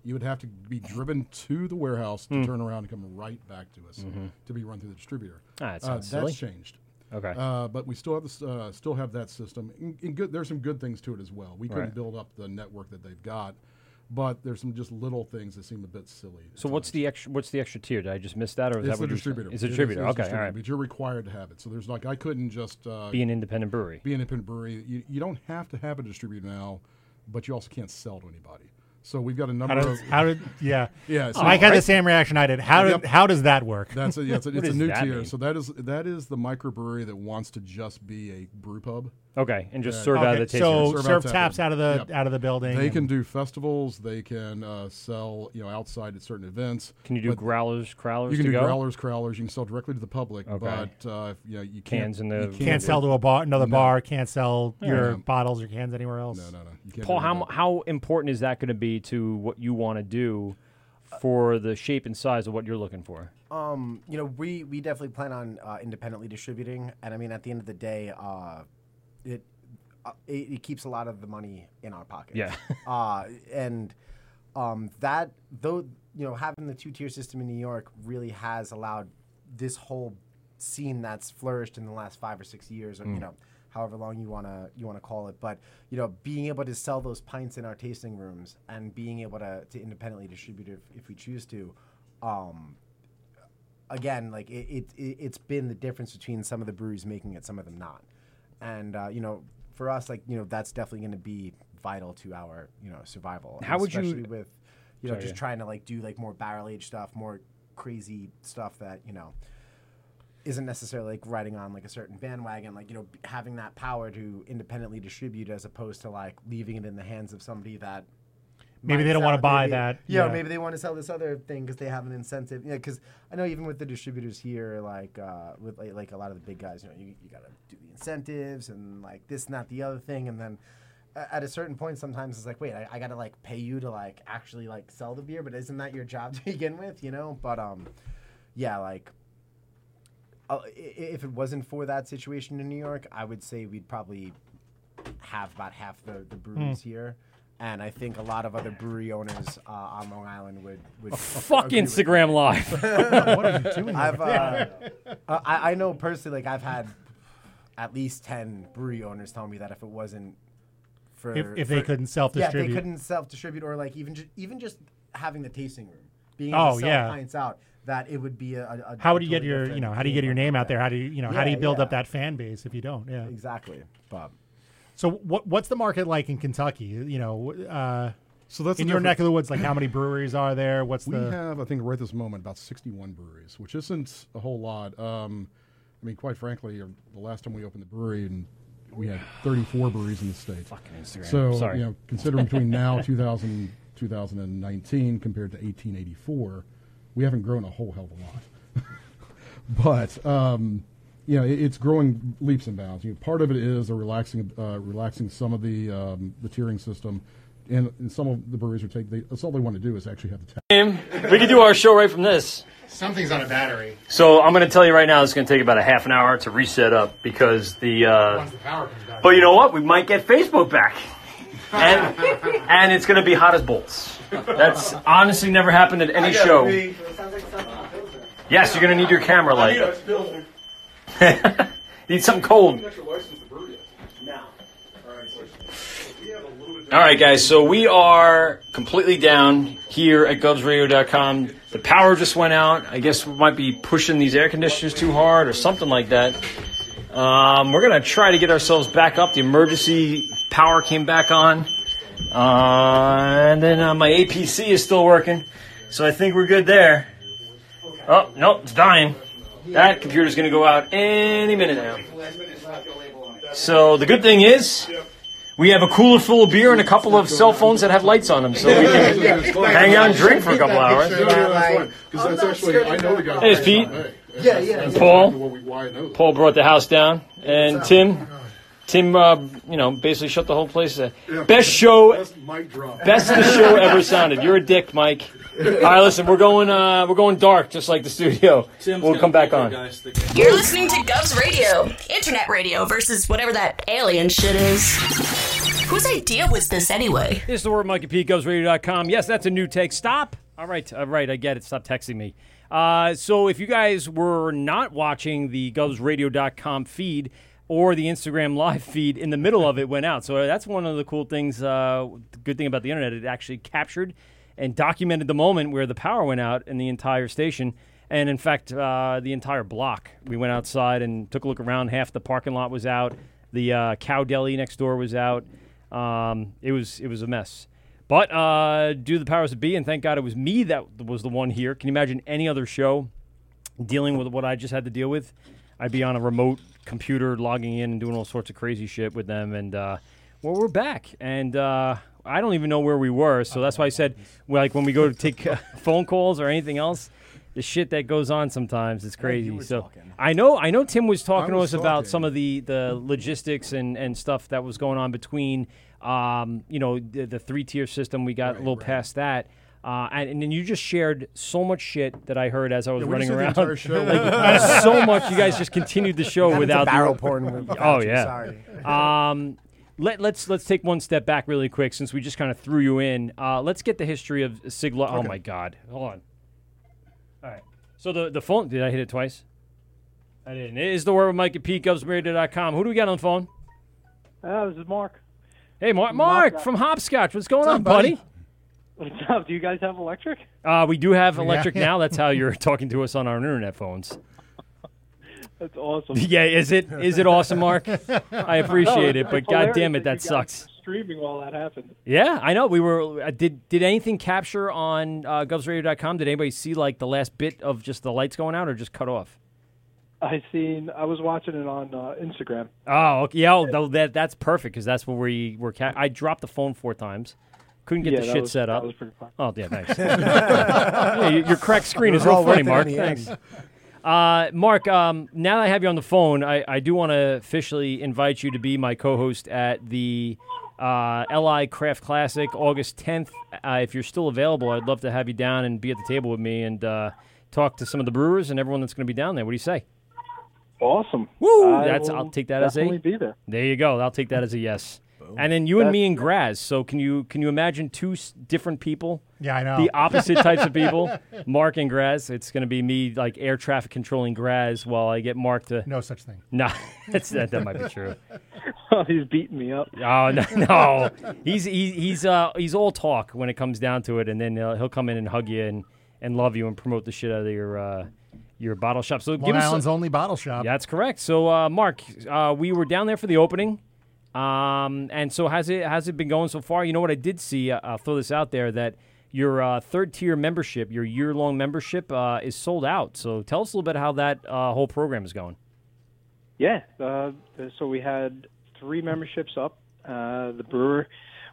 You would have to be driven to the warehouse to Hmm. turn around and come right back to us Mhm. to be run through the distributor. Ah, that Uh, sounds silly. That's changed. Okay. Uh, but we still have this, uh, still have that system. In, in good, there's some good things to it as well. We couldn't Right. build up the network that they've got, but there's some just little things that seem a bit silly. so what's the extra? What's the extra tier? Did I just miss that, or is It's that the what you're saying? distributor. It's a It is- distributor. it is okay, all distributor, right. But you're required to have it. So there's like I couldn't just uh, Be an independent brewery. Be an independent brewery. You, you don't have to have a distributor now, but you also can't sell to anybody. So we've got a number How did, of how did yeah? yeah. So Mike had the same reaction I did. How did, Yep. how does that work? That's a, yeah, it's a, it's a new tier. So that is that is the microbrewery that wants to just be a brew pub. Okay, and just serve out of the tasting so out serve tap taps room. out of the- out of the building They can and- do festivals. They can uh, sell you know outside at certain events. Can you do but growlers, crowlers? You can to do go? growlers, crowlers. You can sell directly to the public, Okay. but uh, if- yeah, you can't, Cans in the- you can't, sell to a bar, another bar. Can't sell Yeah. your Yeah. bottles or cans anywhere else. No, no, no. You can't Paul, do how, mu- how important is that going to be to what you want to do for the shape and size of what you're looking for? Um, you know, we we definitely plan on uh, independently distributing, and I mean, at the end of the day, uh, it uh, it, it keeps a lot of the money in our pocket. Yeah. uh, and um, that though you know having the two tier system in New York really has allowed this whole scene that's flourished in the last five or six years, or you Mm. know however long you wanna you wanna call it. But you know being able to sell those pints in our tasting rooms and being able to to independently distribute if, if we choose to. Um, again, like it, it, it, it's been the difference between some of the breweries making it, some of them not. And uh, you know, for us, like you know, that's definitely going to be vital to our you know survival. And How would you- especially with you know Sorry, just yeah. trying to like do like more barrel aged stuff, more crazy stuff that you know isn't necessarily like riding on like a certain bandwagon like you know b- having that power to independently distribute as opposed to like leaving it in the hands of somebody that Maybe might they don't sell wanna it. buy Maybe- that. yeah, Yeah. maybe they want to sell this other thing because they have an incentive. Yeah, because I know even with the distributors here, like uh, with like, like a lot of the big guys, you know, you, you gotta do the incentives and like this and that, the other thing, and then a- at a certain point, sometimes it's like, wait, I, I gotta like pay you to like actually like sell the beer, but isn't that your job to begin with, you know? But um, yeah, like uh, i- i- if it wasn't for that situation in New York, I would say we'd probably have about half the, the breweries Hmm. here. And I think a lot of other brewery owners uh, on Long Island would would Fuck agree with Instagram me. Live. What are you doing I've, over uh, there? uh, I, I know personally, like I've had at least ten brewery owners tell me that if it wasn't for If- if they for- couldn't yeah, if self-distribute. they couldn't self distribute, or like even ju- even just having the tasting room, being Oh, able to sell yeah. pints out, that it would be a. a a How would you get totally your, you different know, how do you get game your on name that. out there? How do you, you know, how do you Yeah, build yeah. up that fan base if you don't? Yeah. Exactly, Bob. So what what's the market like in Kentucky? You know, uh, so that's in the your difference- neck of the woods. Like, how many breweries are there? What's we the have, I think, right this moment, about 61 breweries, which isn't a whole lot. Um, I mean, quite frankly, uh, the last time we opened the brewery, and we had 34 breweries in the state. Fucking Instagram. So, Sorry. you know, considering between now 2000, 2019 compared to 1884, we haven't grown a whole hell of a lot but um, you know, it, it's growing leaps and bounds. You know, part of it is they're relaxing, uh, relaxing some of the um, the tiering system, and, and some of the breweries are taking. They, that's all they want to do is actually have the tap. we could do our show right from this. Something's on a battery. So I'm going to tell you right now, it's going to take about a half an hour to reset up because the. Uh, but you know what? We might get Facebook back, and and it's going to be hot as bolts. That's honestly never happened at any show. Yes, you're going to need your camera light. need something cold. All right, guys. So we are completely down here at GovsRadio.com. The power just went out. I guess we might be pushing these air conditioners too hard or something like that. Um, we're gonna try to get ourselves back up. The emergency power came back on, uh, and then uh, my APC is still working, so I think we're good there. Oh nope, it's dying. That computer's gonna go out any minute now. So the good thing is, we have a cooler full of beer and a couple of cell phones that have lights on them, so we can hang out and drink for a couple hours. Because that's actually, I know the guy. There's Pete. Yeah, yeah. And Paul. Paul brought the house down, and Oh Tim. Tim, uh, you know, basically shut the whole place. down. Best show, Mic drop. best the show ever sounded. You're a dick, Mike. All right, listen, we're going, uh, we're going dark, just like the studio. we'll come back on. You're listening to Gov's Radio, internet radio versus whatever that alien shit is. Whose idea was this anyway? This is the word Mike at PeteGovsRadio.com. Yes, that's a new take. Stop. All right, all right, I get it. Stop texting me. Uh, so if you guys were not watching the GovsRadio.com feed or the Instagram live feed in the middle of it went out. So that's one of the cool things, uh, the good thing about the internet. It actually captured and documented the moment where the power went out in the entire station. And in fact, uh, the entire block. We went outside and took a look around. Half the parking lot was out. The uh, cow deli next door was out. Um, it was it was a mess. But uh, do the powers that be, and thank God it was me that was the one here. Can you imagine any other show dealing with what I just had to deal with? I'd be on a remote computer logging in and doing all sorts of crazy shit with them. And uh, well, we're back, and uh, I don't even know where we were. So that's why I said, well, like when we go to take uh, phone calls or anything else, the shit that goes on sometimes is crazy. So I know, I know, Tim was talking to us was about some of the the logistics and and stuff that was going on between, um, you know, the, the three tier system. We got a little past that. Uh, and, and then you just shared so much shit that I heard as I was Yeah, we running just did the around. entire show. Like, there's so much. You guys just continued the show Got into without the- barrel porn with- Oh without you, yeah. sorry. Um, Let, let's let's take one step back really quick since we just kind of threw you in. Uh, let's get the history of Sigla. Oh Okay. my God! Hold on. All right. So the the phone. Did I hit it twice? I didn't. It is the word with Mike at PeteGubsRadio.com. Who do we got on the phone? Uh, this is Mark. Hey, Mark. Mark, Mark, uh, from Hopscotch. What's going What's on, up, buddy? What's up? Do you guys have electric? Uh, we do have Yeah. electric now. That's how you're talking to us on our internet phones. That's awesome. Yeah, is it is it awesome, Mark? I appreciate No, it, it's but god damn hilarious it, that you guys sucks. were Streaming while that happened. Yeah, I know. We were. Uh, did did anything capture on uh, govsradio.com? Did anybody see like the last bit of just the lights going out or just cut off? I seen. I was watching it on uh, Instagram. Oh, okay. yeah, oh, tho- that that's perfect because that's where we were. Ca- I dropped the phone four times. Couldn't get Yeah, the that shit was- set that up. was pretty fun. Oh yeah, thanks. yeah, your, your cracked screen is real funny, Mark. Thanks. Uh, Mark, um, now that I have you on the phone, I, I do want to officially invite you to be my co-host at the uh, LI Craft Classic August 10th. Uh, if you're still available, I'd love to have you down and be at the table with me and uh, talk to some of the brewers and everyone that's going to be down there. What do you say? Awesome. Woo! I That's I'll will take that as a. definitely be there. you go. I'll take that as a yes. And then you and me and Graz. So can you can you imagine two s- different people? Yeah, I know. the opposite types of people. Mark and Graz. It's going to be me like air traffic controlling Graz while I get Mark to. No such thing. No, that's, that that might be true. Oh, he's beating me up. Oh no, no. he's he, he's uh he's all talk when it comes down to it, and then uh, he'll, he'll come in and hug you and, and love you and promote the shit out of your uh, your bottle shop. So Long give us Island's only bottle shop. Yeah, that's correct. So, uh, Mark, uh, we were down there for the opening, um, and so has it has it been going so far? You know what I did see. Uh, I'll throw this out there that your uh, third tier membership, your year long membership, uh, is sold out. So tell us a little bit how that uh, whole program is going. Yeah. Uh, so we had three memberships up. Uh, the brewer,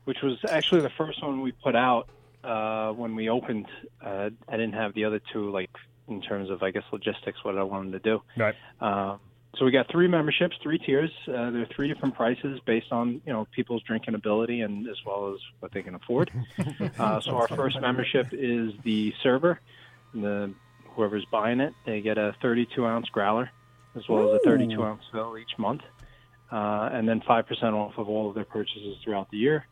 which was actually the first one we put out uh, when we opened. Uh, I didn't have the other two, like in terms of I guess logistics, what I wanted to do. Right. Um, so we got three memberships, three tiers. Uh, there are three different prices based on you know people's drinking ability and as well as what they can afford. Uh, so our first membership is the server. The whoever's buying it, they get a 32 ounce growler, as well as a 32 Ooh. ounce fill each month, uh, and then five percent off of all of their purchases throughout the year.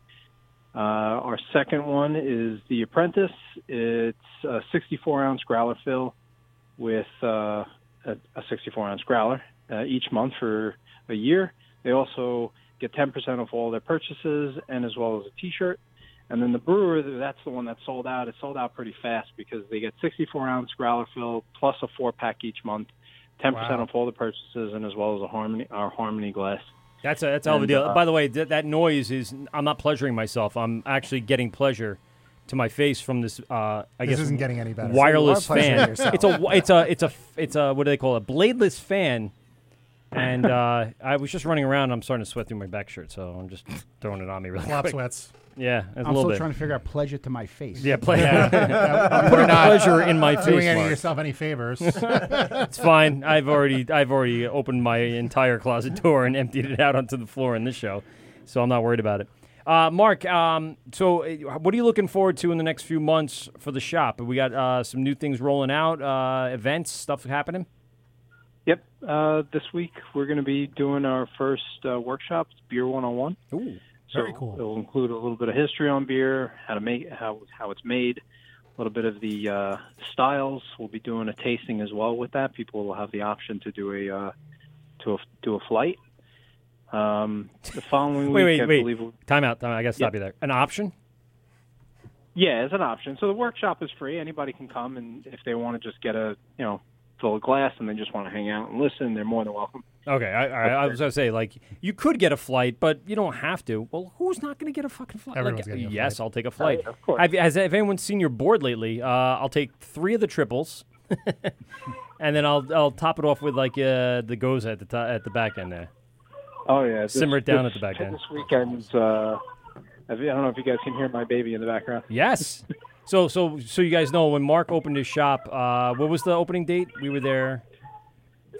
Uh, our second one is the apprentice. It's a 64 ounce growler fill with uh, a, a 64 ounce growler uh, each month for a year. They also get 10% off all their purchases and as well as a t-shirt. And then the brewer, that's the one that sold out. It sold out pretty fast because they get 64 ounce growler fill plus a four pack each month, 10% Wow. off all the purchases and as well as a harmony, our harmony glass. That's a that's a hell of a And, deal. uh, By the way, th- that noise is I'm not pleasuring myself. I'm actually getting pleasure to my face from this. Uh, I This guess isn't getting any better. Wireless You are pleasuring fan. yourself. It's a wi- it's a it's a f- it's a what do they call it? Bladeless fan. And uh, I was just running around. I'm starting to sweat through my back shirt, so I'm just throwing it on me really Flop quick. sweats. Yeah, a I'm little still bit. trying to figure out pleasure to my face. Yeah, play. Yeah. I'm putting We're not pleasure in my doing face. any Mark. yourself any favors. it's fine. I've already I've already opened my entire closet door and emptied it out onto the floor in this show, so I'm not worried about it. Uh, Mark, um, so uh, what are you looking forward to in the next few months for the shop? We got uh, some new things rolling out, uh, events, stuff happening. Yep. Uh, this week we're going to be doing our first uh, workshop, it's Beer 101. Ooh, so very cool. It'll include a little bit of history on beer, how to make how how it's made, a little bit of the uh, styles. We'll be doing a tasting as well with that. People will have the option to do a uh, to a do a flight. Um, the following Wait, week, wait, I wait. believe. We'll, Time out. Time out. I got to stop Yeah. you there. An option? yeah, as an option. So the workshop is free. Anybody can come, and if they want to just get a you know fill a glass and they just want to hang out and listen, they're more than welcome. Okay, I, all right, I was gonna say like you could get a flight, but you don't have to. Well, who's not gonna get a fucking flight? Everyone's like, getting a yes, flight. I'll take a flight. yeah, of course. Have, has have anyone seen your board lately? Uh, I'll take three of the triples, and then I'll I'll top it off with like uh, the goes at the to- at the back end there. Oh yeah, this- simmer it down this- at the back end. This weekend's. Uh, I don't know if you guys can hear my baby in the background. Yes. So so so you guys know when Mark opened his shop, uh, what was the opening date? We were there.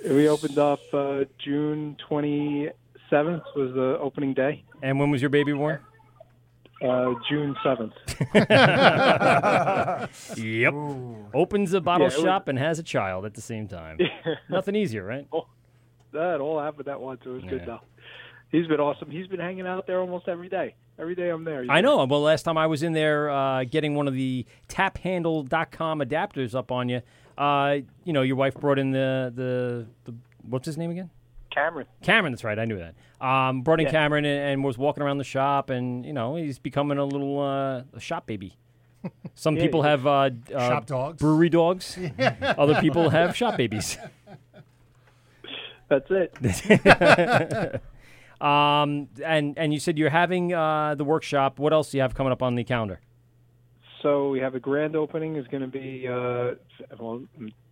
We opened up uh, June 27th was the opening day. And when was your baby born? Uh, June 7th. yep. Opens a bottle Yeah, it was- shop and has a child at the same time. Nothing easier, right? That all happened at once. It was Yeah. good though. he's been awesome. He's been hanging out there almost every day. Every day I'm there. I know. Well, last time I was in there uh, getting one of the taphandle.com adapters up on you, uh, you know, your wife brought in the, the, the what's his name again? Cameron. Cameron, that's right. I knew that. Um, brought in Yeah. Cameron and, and was walking around the shop, and, you know, he's becoming a little uh, a shop baby. Some Yeah, people yeah. have uh, d- uh, Shop dogs. brewery dogs. Other people have shop babies. That's it. um, and and you said you're having uh, the workshop. What else do you have coming up on the calendar? So we have a grand opening is going to be. Uh, well,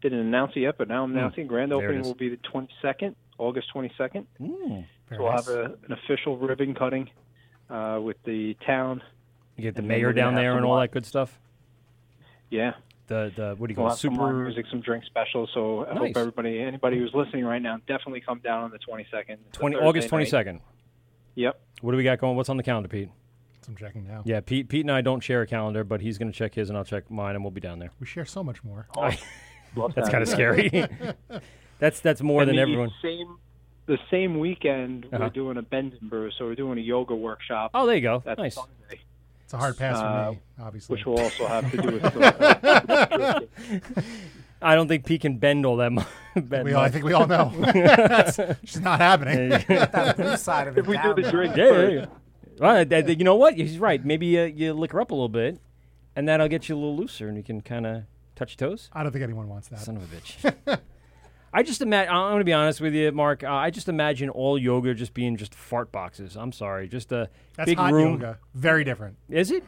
didn't announce it yet, but now I'm Hmm. announcing. Grand There it opening is. will be the 22nd, August 22nd. very so we'll nice. have a, an official ribbon cutting uh, with the town. You get the And then mayor we're gonna down have there some and all li- that good stuff. Yeah. The the what do you We'll call it? have some live super music, some drink specials. So I Nice. hope everybody, anybody who's listening right now, definitely come down on the 22nd. It's a twenty Thursday August night. twenty second. Yep. What do we got going? What's on the calendar, Pete? I'm checking now. Yeah, Pete. Pete and I don't share a calendar, but he's going to check his and I'll check mine, and we'll be down there. We share so much more. Oh, Love that's that. kind of scary. that's that's more And than the everyone. Same, the same weekend Uh-huh. we're doing a bend and brew, so we're doing a yoga workshop. Oh, there you go. That's Nice. Sunday. It's a hard pass for Uh, me, obviously. Which will also have to do with. the- I don't think Pete can bend all that much. We all- I think we all know. That's just not happening. That blue side of it If we do the down. drink yeah, yeah, first. yeah. Well, that- that- you know what? He's right. Maybe uh, you lick her up a little bit, and that'll get you a little looser, and you can kind of touch your toes. I don't think anyone wants that. Son of a bitch. I just imagine. I'm going to be honest with you, Mark. Uh, I just imagine all yoga just being just fart boxes. I'm sorry, just a That's big hot room. yoga. Very different. Is it?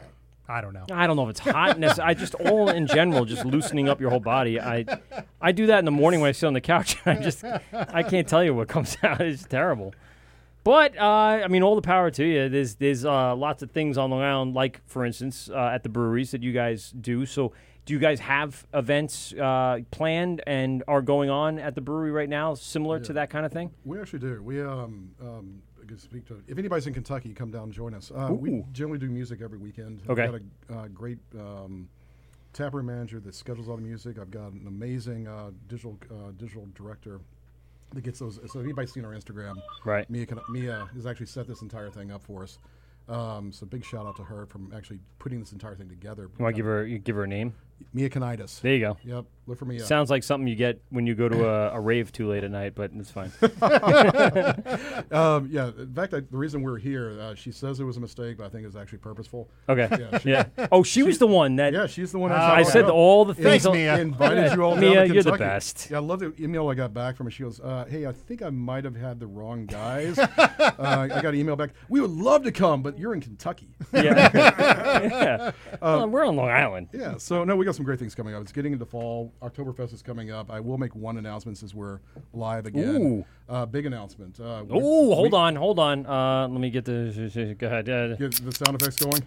I don't know. I don't know if it's hotness. I just all in general, just loosening up your whole body. I I do that in the morning when I sit on the couch. I just I can't tell you what comes out. It's terrible. But uh, I mean, all the power to you. There's there's uh, lots of things on the ground, like for instance uh, at the breweries that you guys do. So do you guys have events uh, planned and are going on at the brewery right now, similar to that kind of thing? We actually do. We um, um, I can speak to if anybody's in Kentucky, come down and join us. Uh, we Ooh. generally do music every weekend. Okay. I've got a uh, great um, taproom manager that schedules all the music. I've got an amazing uh, digital uh, digital director that gets those. So if anybody's seen our Instagram, Right. Mia can, Mia has actually set this entire thing up for us. Um, so big shout out to her from actually putting this entire thing together. You want to give her you give her a name? Mia Kanitis. There you go. Yep, look for Mia. Sounds like something you get when you go to a, a rave too late at night, but it's fine. um, yeah, in fact, I, the reason we're here, uh, she says it was a mistake, but I think it was actually purposeful. Okay. Yeah. she- Oh, she, was the one that. Ah, Yeah, she's the one. I said all the things. on- Invited you all. down to Mia, you're the Kentucky. best. Yeah, I love the email I got back from her. She goes, uh, "Hey, I think I might have had the wrong guys." uh, I got an email back. We would love to come, but you're in Kentucky. Um, Yeah. Yeah. Well, we're on Long Island. Yeah. So no, we got some great things coming up. It's getting into fall. Oktoberfest is coming up. I will make one announcement since we're live again. Uh, big announcement. Uh, we- Oh, hold we- on, hold on. Uh, let me get the. Go ahead. Uh, Get the sound effects going.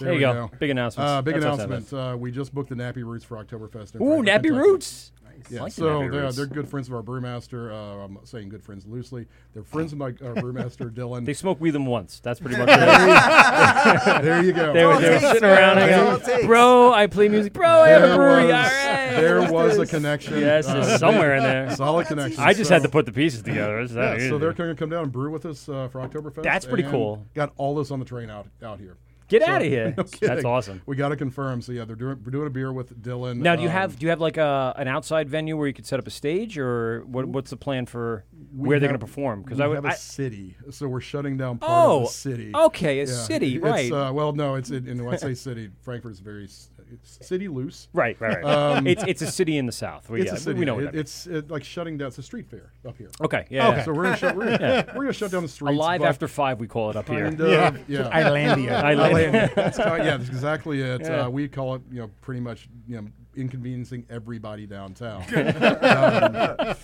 There you we go. Big announcements. Uh, big That's what I said. announcement. Uh, we just booked the Nappy Roots for Oktoberfest. in Ooh, Franklin, Nappy Kentucky. Roots. Nice. Yeah, I like the so Nappy they're, Roots. they're good friends of our brewmaster. Uh, I'm saying good friends loosely. They're friends of my uh, brewmaster, Dylan. They smoked with them once. That's pretty much There it. you- there you go. They were, they were All it sitting takes, around. man. All and it going, takes. Bro, I play music. Bro, I have a There Oh, brewery. was- All right. there was a connection. Yes, Uh, it's somewhere in there. Solid connection. I just So- had to put the pieces together. It's that yeah, easy. so they're going to come down and brew with us uh, for Oktoberfest. That's pretty and cool. Got all this on the train out out here. Get outta here. no That's kidding. awesome. We got to confirm. So yeah, they're doing we're doing a beer with Dylan. Now, do you um, have do you have like a an outside venue where you could set up a stage, or what, what's the plan for we where they're going have- to perform? we I would have a I- city, so we're shutting down part Oh, of the city. okay, a city, It's, right. uh, well, no, it's it, and when I say city, Frankfurt's very s- it's city loose. Right, right, right. It's- it's a city in the South. We- um, it's yeah, a city. we know what It- that it's uh, like shutting down. It's a street fair up here. Okay, yeah, Okay. yeah. So we're gonna, shut, we're, gonna, Yeah. we're gonna shut down the streets. Alive but after five, we call it up here. kind Yeah. Of, yeah. Islandia. Islandia. Islandia. That's kind- yeah, that's exactly it. Yeah. Uh, we call it, you know, pretty much, you know, inconveniencing everybody downtown. Um,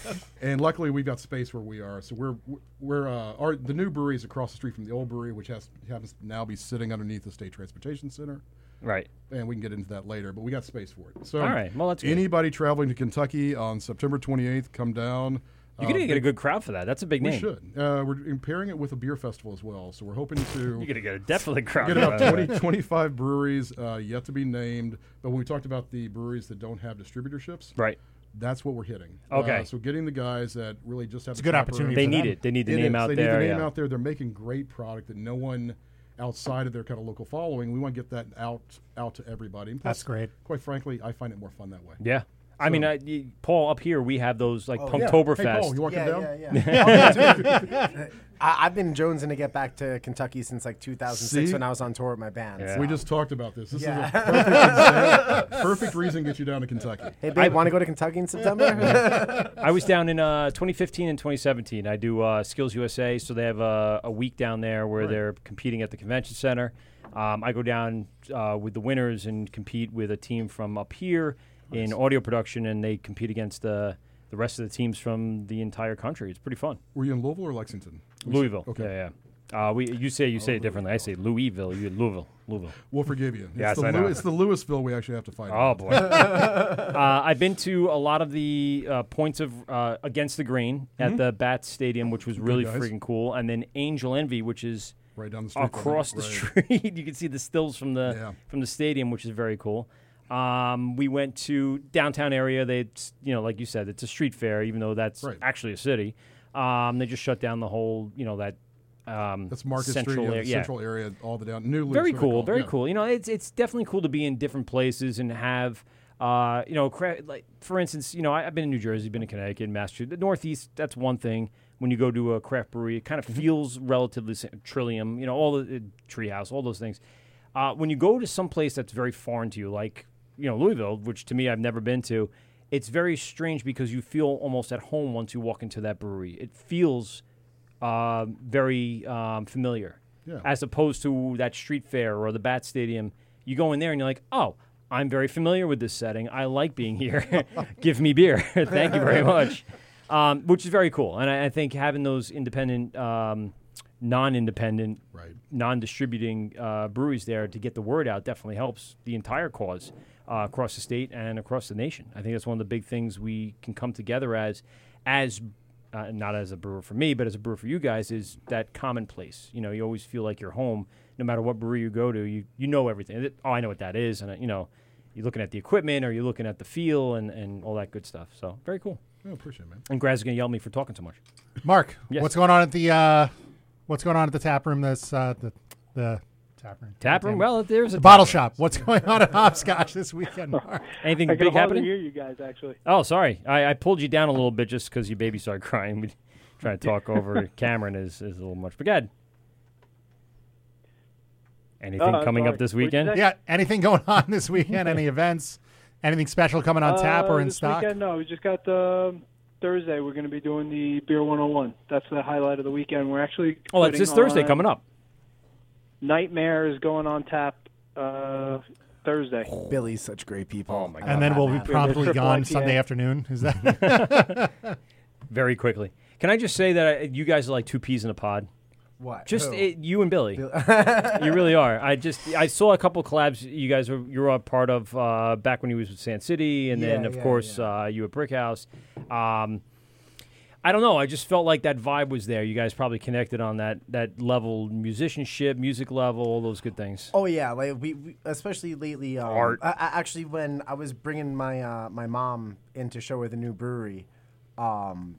and luckily, we've got space where we are. So we're we're uh, our the new brewery is across the street from the old brewery, which has happens to now be sitting underneath the state transportation center. Right. And we can get into that later, but we got space for it. So All right. Well, that's good. anybody traveling to Kentucky on September 28th, come down. Uh, You're gonna get a good crowd for that. That's a big um, we name. should. Uh, we're pairing it with a beer festival as well, so we're hoping to. You're gonna get a definitely crowd Get for about that. 20, 25 breweries uh, yet to be named, but when we talked about the breweries that don't have distributorships, Right. That's what we're hitting. Okay. Uh, so getting the guys that really just have It's the a good proper- opportunity They for need them. it. They need the It name is. out they there, Need the name yeah. out there. They're making great product that no one outside of their kind of local following. We want to get that out out to everybody. And plus, That's great. Quite frankly, I find it more fun that way. Yeah. I mean, I, y- Paul, up here we have those like Oh, yeah. Pumptoberfest. Hey, Paul, you walking Yeah, Oh, yeah, yeah. I, I've been jonesing to get back to Kentucky since like 2006 See? when I was on tour with my band. We just talked about this. This is Yeah. a perfect, example- perfect reason to get you down to Kentucky. Hey, babe, want to go to Kentucky in September? I was down in uh, 2015 and 2017. I do uh, Skills USA, so they have uh, a week down there where Right. they're competing at the convention center. Um, I go down uh, with the winners and compete with a team from up here in audio production, and they compete against the the rest of the teams from the entire country. It's pretty fun. Were you in Louisville or Lexington? Louisville. Okay. Yeah, yeah. Uh, we you say you say it differently. I say Louisville. You Louisville. Louisville. We'll forgive you. It's Yes, the I Lew- know. it's the Louisville we actually have to fight. Oh boy! uh, I've been to a lot of the uh, points of uh, against the grain Mhm. at the Bats Stadium, which was Good really guys. freaking cool, and then Angel Envy, which is Right down the street from across it, the right. street. you can see the stills from the Yeah. from the stadium, which is very cool. Um, we went to downtown area. They, it's, you know, like you said, it's a street fair, even though that's Right. actually a city. Um, they just shut down the whole, you know, that. Um, That's Market central Street, yeah, area. the central area, all the down. New very cool, very cool. You know, it's it's definitely cool to be in different places and have, uh, you know, cra- like for instance, you know, I, I've been in New Jersey, been in Connecticut, Massachusetts, the Northeast. That's one thing. When you go to a craft brewery, it kind of feels relatively sa- Trillium, you know, all the uh, Treehouse, all those things. Uh, when you go to some place that's very foreign to you, like you know Louisville, which to me I've never been to, it's very strange because you feel almost at home once you walk into that brewery. It feels uh, very um, familiar Yeah. as opposed to that street fair or the bat stadium you go in there and you're like oh i'm very familiar with this setting i like being here give me beer thank you very much um, which is very cool and I, I think having those independent um, non-independent non-distributing uh, breweries there to get the word out definitely helps the entire cause uh, across the state and across the nation i think that's one of the big things we can come together as as uh, not as a brewer for me, but as a brewer for you guys, is that commonplace. You know, you always feel like you're home, no matter what brewery you go to. You you know everything. Th- Oh, I know what that is, and uh, you know, you're looking at the equipment or you're looking at the feel and and all that good stuff. So very cool. I appreciate it, man. And Graz is gonna yell at me for talking too much. Mark, Yes. what's going on at the uh, what's going on at the tap room? This uh, the the tap room. Tap room? Well, there's a the bottle tap room. shop. What's going on at Hopscotch this weekend, Mark? Anything I big can hardly happening? hear you guys, actually. Oh, sorry, I, I pulled you down a little bit just because your baby started crying. We trying to talk over Cameron is is a little much. But God, anything Uh, coming sorry. up this What'd you weekend? say? Yeah, anything going on this weekend? Any events? Anything special coming on tap Uh, or in this stock? Weekend, no, we just got the Thursday. We're going to be doing the Beer 101. That's the highlight of the weekend. We're actually Oh, it's putting this Thursday on- coming up. Nightmare is going on tap uh, Thursday. Oh. Billy's such great people. Oh my and then we'll be promptly gone Sunday afternoon. Is that? very quickly. Can I just say that I, you guys are like two peas in a pod? What? Just Who? it, you and Billy. you really are. I just I saw a couple collabs you guys were you were a part of uh, back when he was with San City, and then Yeah, of yeah, course Uh, you at Brick House. Um, I don't know. I just felt like that vibe was there. You guys probably connected on that that level, musicianship, music level, all those good things. Oh yeah, like we, we especially lately. Um, Art. I, I- actually, when I was bringing my uh, my mom into show with a new brewery, um,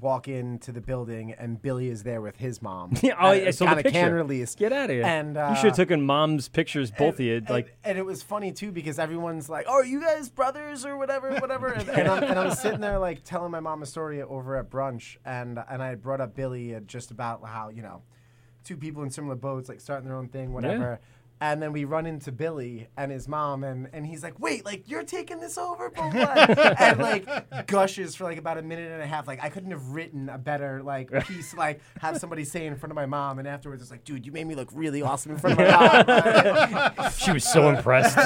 walk into the building and Billy is there with his mom. Yeah, oh, And yeah, I saw the got a can picture. release. Get out of here! And uh, you should have taken mom's pictures, both of you. Like And it was funny too because everyone's like, "Oh, are you guys brothers or whatever, whatever." And, and I'm, and I was sitting there like telling my mom a story over at brunch, and and I had brought up Billy uh, just about how you know, two people in similar boats like starting their own thing, whatever. And then we run into Billy and his mom, and, and he's like, "Wait, like you're taking this over, blah, blah, blah." and like gushes for like about a minute and a half. Like I couldn't have written a better like piece. Like have somebody say in front of my mom, and afterwards it's like, "Dude, you made me look really awesome in front of my mom." she was so impressed.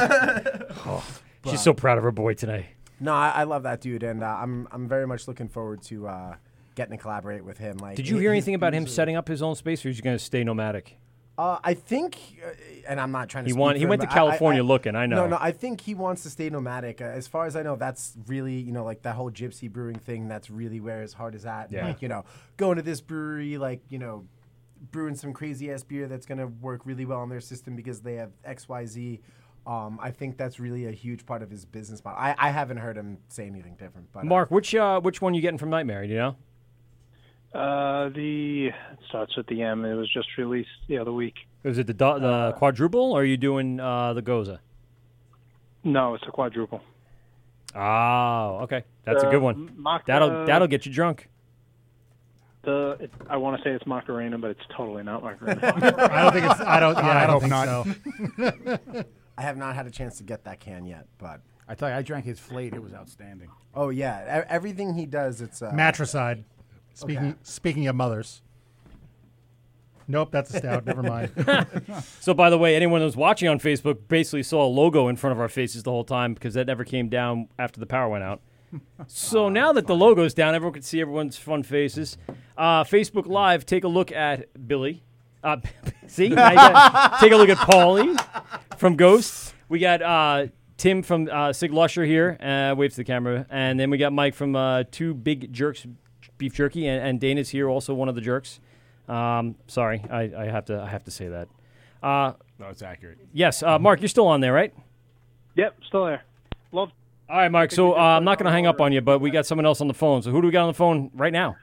Oh, But- she's so proud of her boy today. No, I, I love that dude, and uh, I'm I'm very much looking forward to uh, getting to collaborate with him. Like, Did you he- hear he's- anything about him he's a- setting up his own space, or is he going to stay nomadic? Uh, I think, uh, and I'm not trying to. He speak want- for he him, went to but I- I- California I- looking, I know. No, no, I think he wants to stay nomadic. Uh, as far as I know, that's really you know like that whole gypsy brewing thing. That's really where his heart is at. Yeah. Like you know, going to this brewery, like you know, brewing some crazy ass beer that's gonna work really well on their system because they have X Y Z. Um, I think that's really a huge part of his business model. I, I haven't heard him say anything different, but Mark, which uh, which one you getting from Nightmare? Do you know? Uh, the it starts with the M. It was just released the other week. Is it the, do- Uh, the quadruple, or are you doing uh, the Goza? No, it's a quadruple. Oh, okay, that's a Uh, good one. Mach- uh, that'll that'll get you drunk. The it, I want to say it's Macarena, but it's totally not Macarena. I don't think it's- I don't- yeah, I don't think so. I have not had a chance to get that can yet, but I tell you, I drank his flate. It was outstanding. oh yeah, e- everything he does, it's uh, Matricide. Speaking speaking of mothers. Nope, that's a stout. Never mind. so, by the way, anyone that was watching on Facebook basically saw a logo in front of our faces the whole time because that never came down after the power went out. So now that the logo's down, everyone can see everyone's fun faces. Uh, Facebook Live, take a look at Billy. Uh, see, Now you got- take a look at Paulie from Ghosts. We got uh, Tim from uh, Sig Lusher here, uh, waves to the camera, and then we got Mike from uh, Two Big Jerks Beef Jerky, and, and Dana's here, also one of the jerks. Um, sorry, I, I have to I have to say that. Uh, No, it's accurate. Yes, uh, Mark, you're still on there, right? Yep, still there. Love. All right, Mark. So uh, I'm not going to hang up on you, but we got someone else on the phone. So who do we got on the phone right now?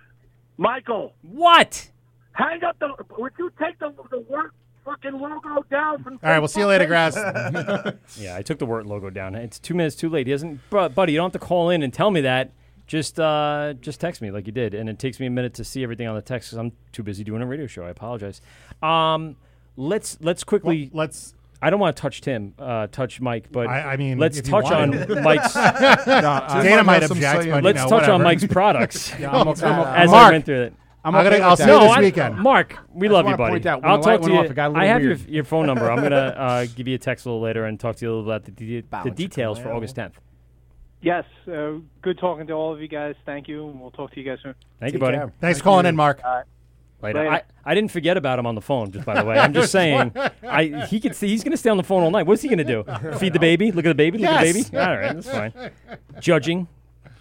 Michael. What? Hang up the. Would you take the, the work fucking logo down from. All right, we'll see you later, Graz. All Yeah, I took the word logo down. It's two minutes too late. He doesn't, but buddy, you don't have to call in and tell me that. Just uh, just text me like you did, and it takes me a minute to see everything on the text because I'm too busy doing a radio show. I apologize. Um, let's let's quickly let's. I don't want to touch Tim, uh, touch Mike, but I- I mean, let's if you touch on want to. Mike's. No, I- Dana might Let's object, but, you let's know, touch on whatever. Mike's products. Yeah, I'm okay with that. as I Mark, went through it. I'm okay I'm gonna- with I'll that. see you No, this I- weekend. Mark, we I just love you, wanna buddy. point out when I'll the light talk to went you. off, it got a little I have weird. your, your phone number. I'm gonna uh, give you a text a little later and talk to you a little about the, de- the Bounce details for around. August 10th. Yes, uh, good talking to all of you guys. Thank you, and we'll talk to you guys soon. Thank you, buddy. Thanks for calling in, Mark. All right. Later. Later. I, I didn't forget about him on the phone. Just by the way, I'm just saying. I he could see, he's gonna stay on the phone all night. What's he gonna do? Feed the baby? Look at the baby? Look at the Yes. baby? All right, that's fine. Judging.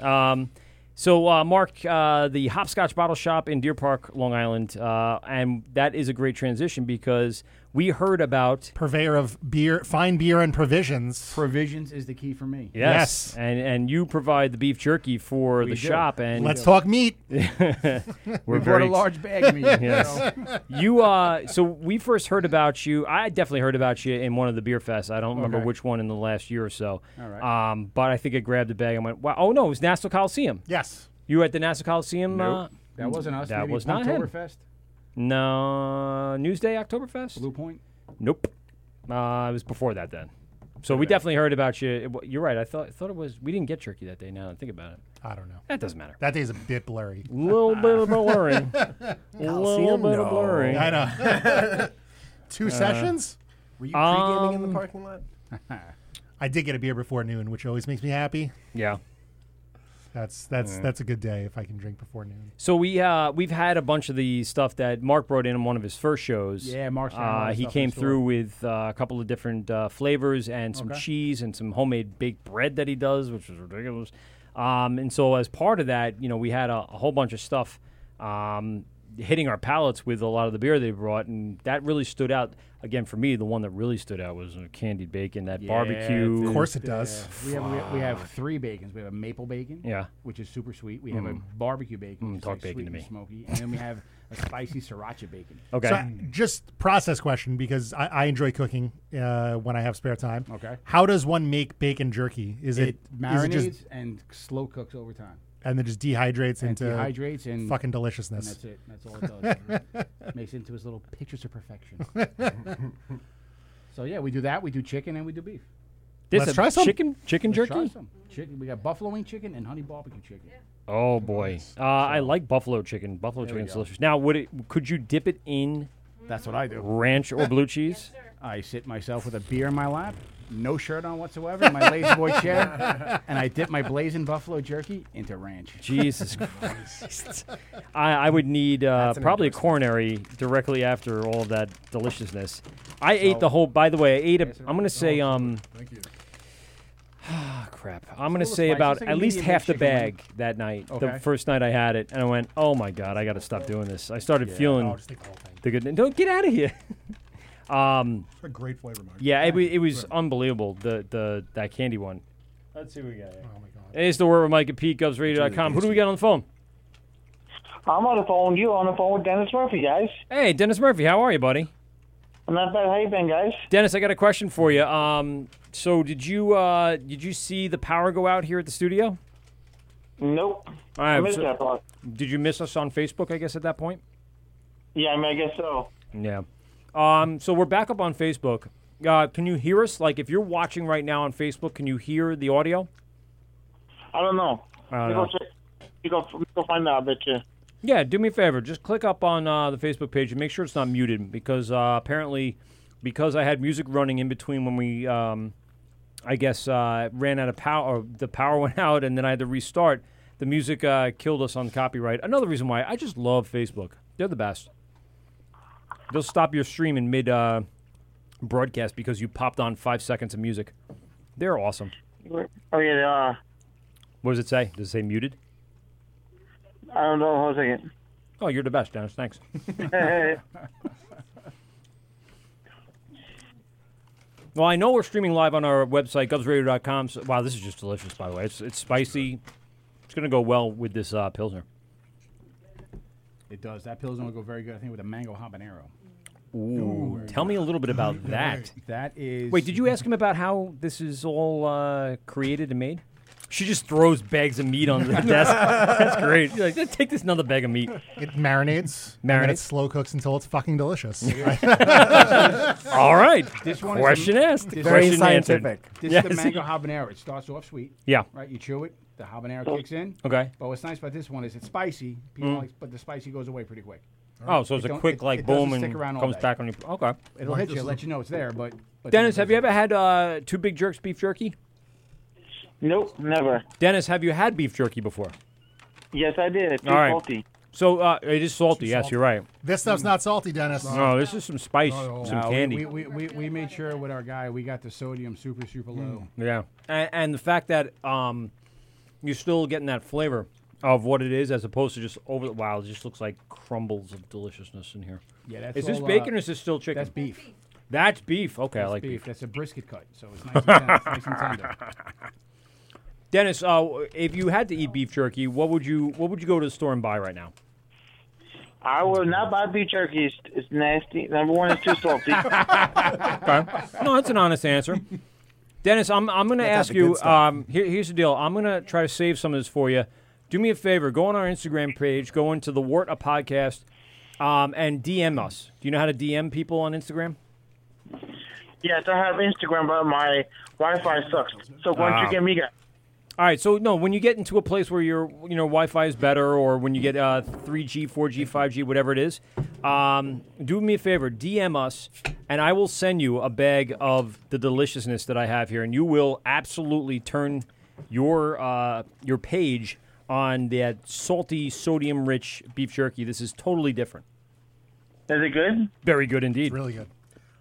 Um, so uh, Mark, uh, the Hopscotch Bottle Shop in Deer Park, Long Island, uh, and that is a great transition because we heard about Purveyor of beer, fine beer and provisions. Provisions is the key for me. Yes. And and you provide the beef jerky for We the do. shop and Let's talk meat. We're We brought very a large bag of meat, you yes. know. You uh so we first heard about you. I definitely heard about you in one of the beer fests. I don't remember Okay. which one in the last year or so. All right. Um but I think I grabbed a bag and went, "Wow, oh no, it was Nassau Coliseum." Yes. You were at the Nassau Coliseum Nope. uh, That wasn't us. That Maybe was not him. Punktoberfest? No, Newsday Oktoberfest? Blue Point? Nope. Uh, it was before that then. So we definitely heard about you. It wa- You're right. I thought thought it was we didn't get jerky that day. Now that I think about it. I don't know. That doesn't matter. That day's a bit blurry. Little bit of blurry. Little bit of blurry. I know. Two Uh, sessions. Were you pre-gaming in the parking lot? I did get a beer before noon, which always makes me happy. Yeah. That's that's Yeah. that's a good day if I can drink before noon. So we uh, we've had a bunch of the stuff that Mark brought in on one of his first shows. Yeah, Mark's had a lot Uh, of he stuff came in store. through with uh, a couple of different uh, flavors and some Okay. cheese and some homemade baked bread that he does, which is ridiculous. Um, and so as part of that, you know, we had a, a whole bunch of stuff um, hitting our palates with a lot of the beer they brought, and that really stood out. Again, for me, the one that really stood out was uh, candied bacon, that barbecue. Of course it does. We have, we, we have three bacons. We have a maple bacon, Yeah. which is super sweet. We have Mm. a barbecue bacon, Mm, which is talk like bacon sweet to and me. smoky, and then we have a spicy sriracha bacon. So I- just process question because I, I enjoy cooking uh, when I have spare time. Okay. How does one make bacon jerky? Is it, is it marinates just and slow cooks over time? and then just dehydrates And into dehydrates and fucking and deliciousness? that's it. That's all it does. Makes it into his little pictures of perfection. so yeah, we do that. We do chicken and we do beef. This Let's a try some. chicken- chicken Let's try jerky? some. Chicken. We got buffalo wing chicken and honey barbecue chicken. Oh boy, uh, I like buffalo chicken. Buffalo There we chicken's go. delicious. Now, would it? Could you dip it in? That's what I do. Ranch or blue cheese? I sit myself with a beer in my lap, no shirt on whatsoever, in my lazy boy chair, and I dip my blazing buffalo jerky into ranch. Jesus Christ! I, I would need uh, That's an probably a coronary directly after all of that deliciousness. I So- Oh, ate the whole. By the way, I ate. A, I'm going to say. Um, Thank you. Ah, crap. a I'm going to little say spicy. about It's like a at least medium-rare half the chicken wing. bag that night. Okay. The first night I had it, and I went, "Oh my god, I got to stop doing this." I started Yeah. feeling Oh, just take the whole the good. Don't get out of here. Um, It's a great flavor, Mike. Yeah, it, wa- it was unbelievable. The the that candy one. Let's see what we got. Oh Uh, my god. It's the word with Mike at PeteGubsRadio.com. Who do we got on the phone? I'm on the phone. You on the phone with Dennis Murphy, guys? Hey, Dennis Murphy. How are you, buddy? Not bad. How you been, guys? Dennis, I got a question for you. Um, so did you uh, did you see the power go out here at the studio? Nope. All I right, missed so- that part. Did you miss us on Facebook? I guess at that point. Yeah, I, mean, I guess so. Yeah. Um, so we're back up on Facebook. Uh, can you hear us? Like, if you're watching right now on Facebook, can you hear the audio? I don't know. I you, don't know. Go check, you go, you go find out, I bet you. Yeah, do me a favor. Just click up on uh, the Facebook page and make sure it's not muted because uh, apparently, because I had music running in between when we, um, I guess, uh, ran out of power, the power went out, and then I had to restart. The music uh, killed us on copyright. Another reason why I just love Facebook. They're the best. They'll stop your stream in mid uh, broadcast because you popped on five seconds of music. They're awesome. Oh, yeah, they are. What does it say? Does it say muted? I don't know. Hold on a second. Oh, you're the best, Dennis. Thanks. Oh, Well, I know we're streaming live on our website, gubsradio.com. So, wow, this is just delicious, by the way. It's, it's spicy. It's going to go well with this uh, Pilsner. It does. That pills will go very good. I think with a mango habanero. Ooh. Tell me a little bit about that. That is. Wait, did you ask him about how this is all uh, created and made? She just throws bags of meat on the desk. That's great. You're like, take this another bag of meat. It marinates. and then Marinates. it slow cooks until it's fucking delicious. All right. This one Question is the- asked. this- Question answered. This is the Yes. mango habanero. It starts off sweet. Yeah. Right. You chew it. The Oh. habanero kicks in. Okay. But what's nice about this one is it's spicy. People Mm. like, but the spicy goes away pretty quick. Oh, so It it's a don't- quick, it- like, it doesn't boom stick and around all comes day. back on your. Okay. It'll hit you, let you know it's there, but. but Dennis, have you ever had uh, two big jerks beef jerky? Nope, never. Dennis, have you had beef jerky before? Yes, I did. It's All right. salty. So uh, it is salty. Yes, you're right. This stuff's not salty, Dennis. No, this is some spice, some No, Oh, we- candy. We, we, we, we made sure with our guy we got the sodium super super low. Yeah, and, and the fact that um, you're still getting that flavor of what it is, as opposed to just over the wow, it just looks like crumbles of deliciousness in here. Yeah, that's is this all, uh, bacon or is this still chicken? that's beef. That's beef. Okay, That's I like beef. beef. That's a brisket cut, so it's nice and tender. nice and tender. Dennis, uh, w- if you had to eat beef jerky, what would you what would you go to the store and buy right now? I will not buy beef jerky. It's, it's nasty. Number one, it's too salty. Okay. No, that's an honest answer. Dennis, I'm, I'm going to That's not ask the good you. stuff. Um, here, here's the deal. I'm going to try to save some of this for you. Do me a favor. Go on our Instagram page. Go into the Wart a podcast, um, and DM us. Do you know how to DM people on Instagram? yes, I have Instagram, but my Wi-Fi sucks. So why don't Ah. you get me guys? All right. So no, when you get into a place where your you know Wi-Fi is better, or when you get uh, 3G, 4G, 5G, whatever it is, um, do me a favor. DM us, and I will send you a bag of the deliciousness that I have here, and you will absolutely turn your uh, your page on that salty, sodium-rich beef jerky. This is totally different. Is it good? Very good indeed. really good.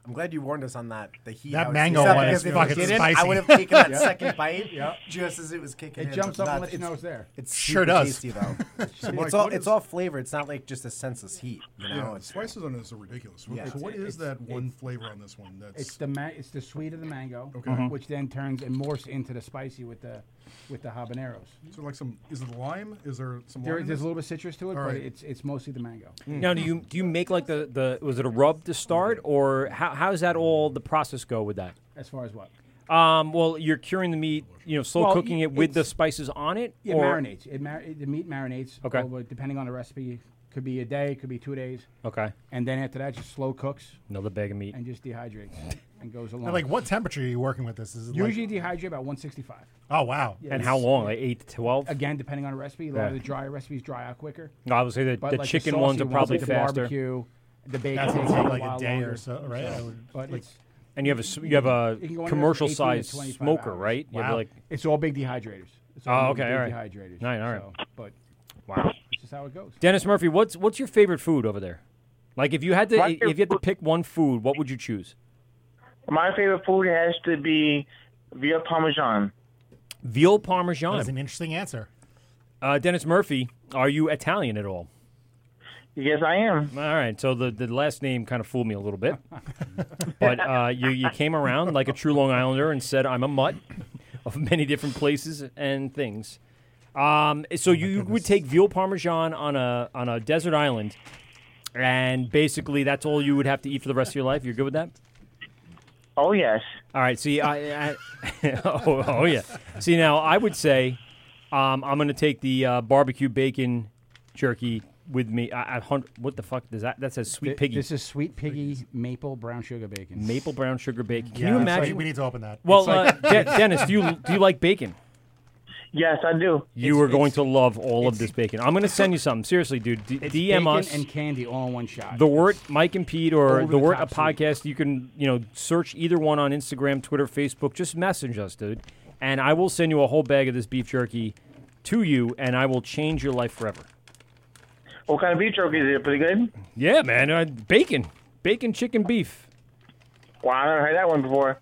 I'm glad you warned us on that. The heat. That how it mango sneaks up, one because is if fucking it didn't, I spicy. would have taken that Yeah. second bite Yeah. just as it was kicking It in. jumps It's up and not- lets you know it's there. It's Sure super does. tasty though. Mike, it's all what it's is- all flavor. It's not like just a senseless heat. You know, Yeah, it's spices on this are ridiculous. Yeah. So what It's- is it's- that one flavor on this one? That's It's the ma- it's the sweet of the mango, Okay. Mm-hmm. Mhm. which then turns and morphs into the spicy with the with the habaneros. so like some. Is it lime? Is there some? There- lime in there's this? a little bit of citrus to it, All but right. it's it's mostly the mango. Mm. Now, do you do you make like the, the was it a rub to start, or how how does that all the process go with that? As far as what? Um, well, you're curing the meat, you know, slow Well, cooking y- it with the it's- spices on it. It or- marinates. It mar- it- the meat marinates. Okay. over- depending on the recipe, could be a day, could be two days. Okay. And then after that, just slow cooks Another bag of meat. and just dehydrates and goes along. And like, what temperature are you working with this? Is it Usually dehydrate about 165. Like, oh wow. And how long? Like eight to twelve. Again, depending on the recipe, a lot of Yeah. the drier recipes dry out quicker. No, I would say the- But, the like, chicken saucy ones are probably like faster. The barbecue, the bacon That's gonna takes take, a like, a while day or longer. so, right? I would- but like- it's And you have a s- you have a it can go anywhere from commercial 18 to size 25 smoker, hours. right? You have like it's all big dehydrators. It's oh, all okay, big all right, Dehydrators. Nine, all right. So, but wow, that's just how it goes. Dennis Murphy, what's what's your favorite food over there? Like if you had to My if you had to pick one food, what would you choose? My favorite food has to be veal parmesan. Veal parmesan. That's an interesting answer. Uh, Dennis Murphy, are you Italian at all? Yes, I am. All right. So the, the last name kind of fooled me a little bit. but uh, you, you came around like a true Long Islander and said, I'm a mutt of many different places and things. Um, so you would take veal parmesan on a, on a desert island, and basically that's all you would have to eat for the rest of your life. You're good with that? Oh, yes. All right. See, I, I oh, oh, yeah. See, now I would say um, I'm going to take the uh, barbecue bacon jerky with me. I, I hun- what the fuck does that? That says sweet Th- piggy. This is sweet piggy maple brown sugar bacon. maple brown sugar bacon. Can Yeah, you it's imagine? like- we need to open that. Well, It's like- uh, De- Dennis, do you do you like bacon? Yes, I do. You are going to love all of this bacon. I'm going to send you something. Seriously, dude. D- DM bacon us and candy all in one shot. the word Mike and Pete or Over the the word a top podcast. You can you know search either one on Instagram, Twitter, Facebook. Just message us, dude, and I will send you a whole bag of this beef jerky to you, and I will change your life forever. What kind of beef jerky is it? Pretty good? Yeah, man. Uh, bacon, bacon, chicken, beef. Wow, I never heard that one before.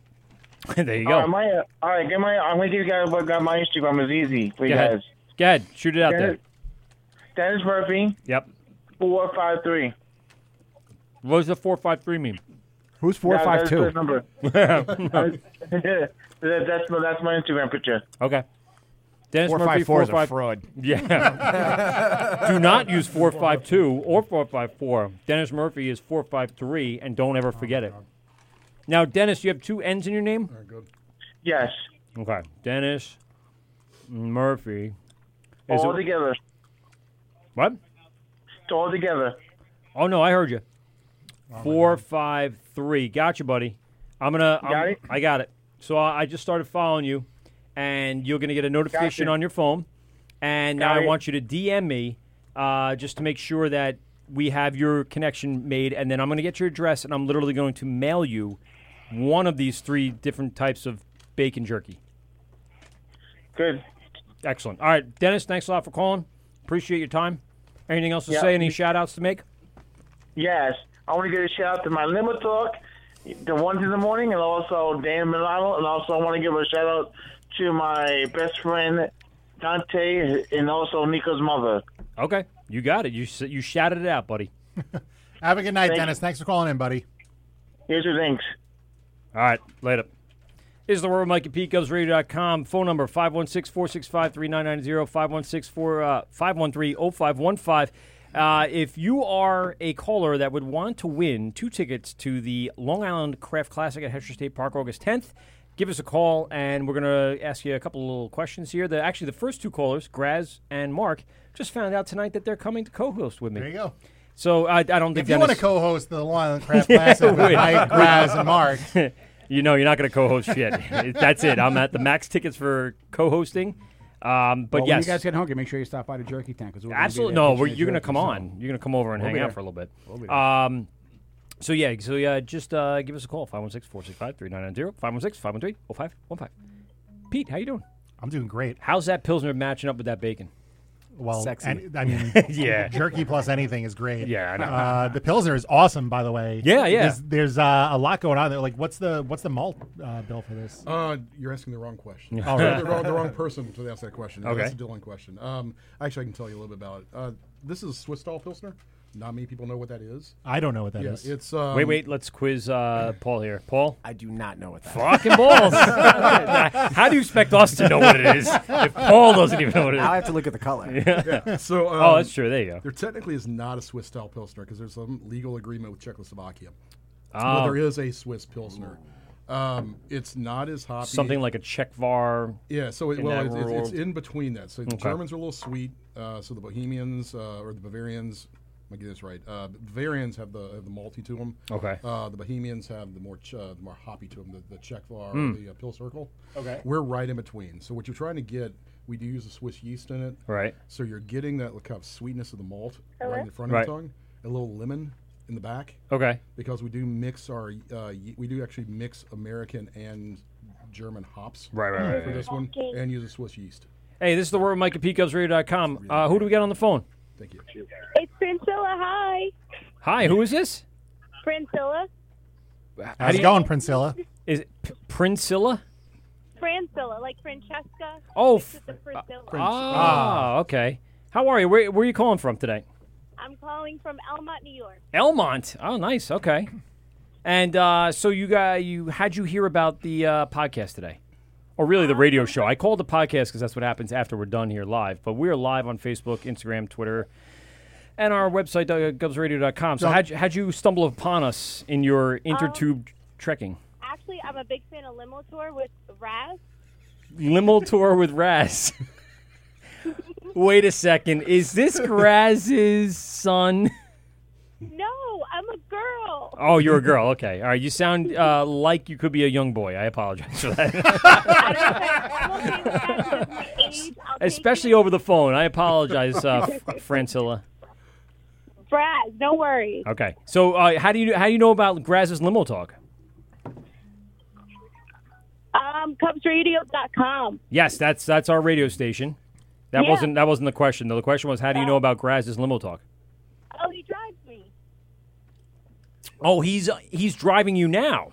there you All go. right, my, uh, all right, get my, I'm going to give you guys what got my Instagram. is easy for you Go guys. ahead. Go ahead. Shoot it out there. Dennis, Dennis Murphy. Yep. 453. What does the four five three mean? Who's That- that's the number. That- that's, my, that's my Instagram picture. okay. Dennis Four Murphy five four is a five- fraud. Yeah. Do not use four five two or four five four. Dennis Murphy is four five three, and don't ever forget it. Now, Dennis, you have two N's in your name. Yes. Okay, Dennis Murphy. Is all it- together. What? It's all together. Oh no, I heard you. Four five three. Got you, buddy. I'm gonna. I'm- got it? I got it. So I, I just started following you, and you're gonna get a notification Gotcha. on your phone. And Got now I it. want you to DM me uh, just to make sure that we have your connection made, and then I'm gonna get your address, and I'm literally going to mail you one of these three different types of bacon jerky. Good. Excellent. All right, Dennis. Thanks a lot for calling. Appreciate your time. Anything else to Yeah. say? Any shout outs to make? Yes. I want to give a shout out to my limo talk, the ones in the morning, and also Dan Milano. And also, I want to give a shout out to my best friend, Dante, and also Nico's mother. Okay, you got it. You s- you shouted it out, buddy. Have a good night, Thank- Dennis. Thanks for calling in, buddy. Here's your thanks. All right, later. This is the word Mike at PeteGubsRadio.com. Phone number 516 465 3990 uh, 513 0515. Uh, If you are a caller that would want to win two tickets to the Long Island Craft Classic at Hester State Park August 10th, give us a call and we're going to ask you a couple of little questions here. The, actually, the first two callers, Graz and Mark, just found out tonight that they're coming to co host with me. There you go. So I, I don't think If you want to Dennis- co-host the Long Island Craft Classic with Mike, Graz, and Mark, you know, you're not going to co-host shit. That's it. I'm at the max tickets for co-hosting. Um, but Well, when yes, you guys get hungry, make sure you stop by the jerky tank. 'cause we're gonna be absolutely. there No, pitching we're, the you're going to jerky, come so- on. You're going to come over and We'll hang be out there. for a little bit. We'll be there. Um, so yeah, so yeah, just uh, give us a call 516-465-3990, 516-513-0515. Pete, how you doing? I'm doing great. How's that pilsner matching up with that bacon? Well, Sexy. any- I mean, Yeah. jerky plus anything is great. Yeah, I know. Uh, the Pilsner is awesome, by the way. Yeah, yeah. There's, there's uh, a lot going on there. Like, what's the what's the malt uh, bill for this? Uh, you're asking the wrong question. All right. the, wrong, the wrong person to ask that question. Okay. That's a Dylan question. Um, actually, I can tell you a little bit about it. Uh, this is Swiss style Pilsner. Not many people know what that is. I don't know what that yeah, is. It's um, wait, wait. Let's quiz uh, Paul here. Paul, I do not know what that Fucking balls! How do you expect us to know what it is if Paul doesn't even know what it is? Now I have to look at the color. Yeah. Yeah. So, um, oh, that's true. There you go. There technically is not a Swiss style Pilsner because there's some legal agreement with Czechoslovakia. Oh. But there is a Swiss Pilsner. Um, it's not as hoppy. Something like a Czech var. Yeah, so it, in well, that it's, it's, it's world. in between that. So the Okay. Germans are a little sweet. Uh, so the Bohemians uh, or the Bavarians, am I getting this right? Uh, the Bavarians have the have the malty to them. Okay. Uh, the Bohemians have the more ch- uh, the more hoppy to them, the, the Czech var, or Mm. the uh, Pill Circle. Okay. We're right in between. So what you're trying to get, we do use the Swiss yeast in it. Right. So you're getting that kind of sweetness of the malt right Hello? in the front Right. of your tongue, a little lemon in the back. Okay. Because we do mix our, uh, ye- we do actually mix American and German hops. Right, right, right, For right. this one, and use a Swiss yeast. Hey, this is the word Mike at PeteGubsRadio.com. Uh, who do we got on the phone? Thank you. It's Priscilla. Hi, Hi, who is this? Priscilla. How do How's it you- going, Princilla? Is it P- Princilla? Francilla, like Francesca. Oh, This is the Priscilla. Ah. Ah, okay. How are you? Where, where are you calling from today? I'm calling from Elmont, New York. Elmont. Oh, nice. Okay. And uh, so you got you how'd you hear about the uh, podcast today, or really the radio show? I called the podcast because that's what happens after we're done here live. But we're live on Facebook, Instagram, Twitter, and our website uh, gubsradio.com. So Don't- how'd you, how'd you stumble upon us in your intertube trekking? Actually, I'm a big fan of Limo Tour with Raz. Limo tour with Raz. Wait a second. Is this Raz's son? No, I'm a girl. Oh, you're a girl. Okay. All right. You sound uh, like you could be a young boy. I apologize for that. Especially over the phone. I apologize, uh, F- Francilla. Raz, no worries. Okay. So, uh, how do you how do you know about Graz's limo talk? Um, CubsRadio.com. Yes, that's that's our radio station. That Yeah. wasn't that wasn't the question. though. The question was how do you know about Graz's limo talk? Oh, he drives me. Oh, he's he's driving you now.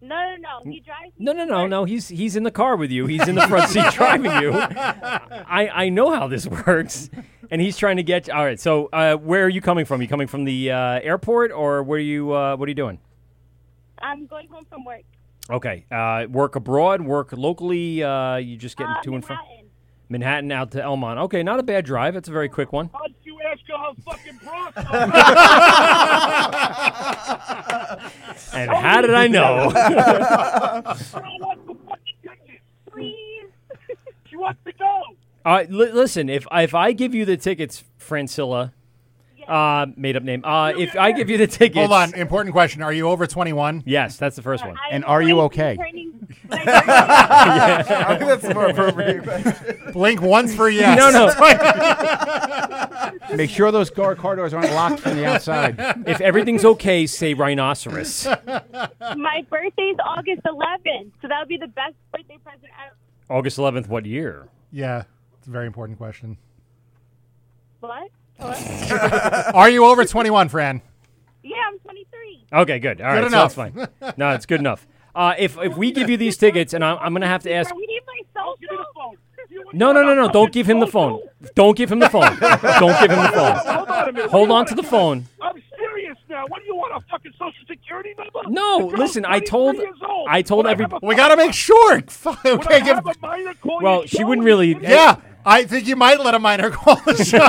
No, no, no. He drives me. No, no, no, no. He's he's in the car with you. He's in the front seat driving you. I, I know how this works, and he's trying to get. All right. So uh, where are you coming from? You coming from the uh, airport, or where you? Uh, what are you doing? I'm going home from work. Okay. Uh, work abroad. Work locally. Uh, you just getting Uh, to and from Manhattan out to Elmont. Okay, not a bad drive. It's a very quick one. How'd you ask her how fucking Bronx? And how did I know? She wants to fucking take it. Please. She wants to go. All right, Uh, li- listen, if if I give you the tickets, Francilla, uh, made up name. Uh, if I give you the tickets, Hold on. Important question. Are you over 21? Yes, that's the first one. And are you okay? I think that's a more appropriate question. Blink once for yes. No, no. Make sure those car corridors aren't locked from the outside. if everything's okay, say rhinoceros. My birthday's August 11th, so that would be the best birthday present ever. August 11th, what year? Yeah, it's a very important question. What? Are you over 21, Fran? Yeah, I'm 23. Okay, good. All right, Good so enough. that's fine. No, it's good enough. Uh, if if we give you these tickets, and I'm, I'm gonna have to ask. Bro, we need my social. No, no, no, no! Don't give him the phone. Don't give him the phone. Don't give him the Hold on a minute. What do phone. Hold you on to wanna the phone. I'm serious now. What do you want? A fucking social security number? No, The girl's listen. I 23 told. years old. I told Would every. have a We got to make sure. Fuck, we Would can't I give- have a minor call you Well, she wouldn't really. Yeah, I think you might let a minor call the show.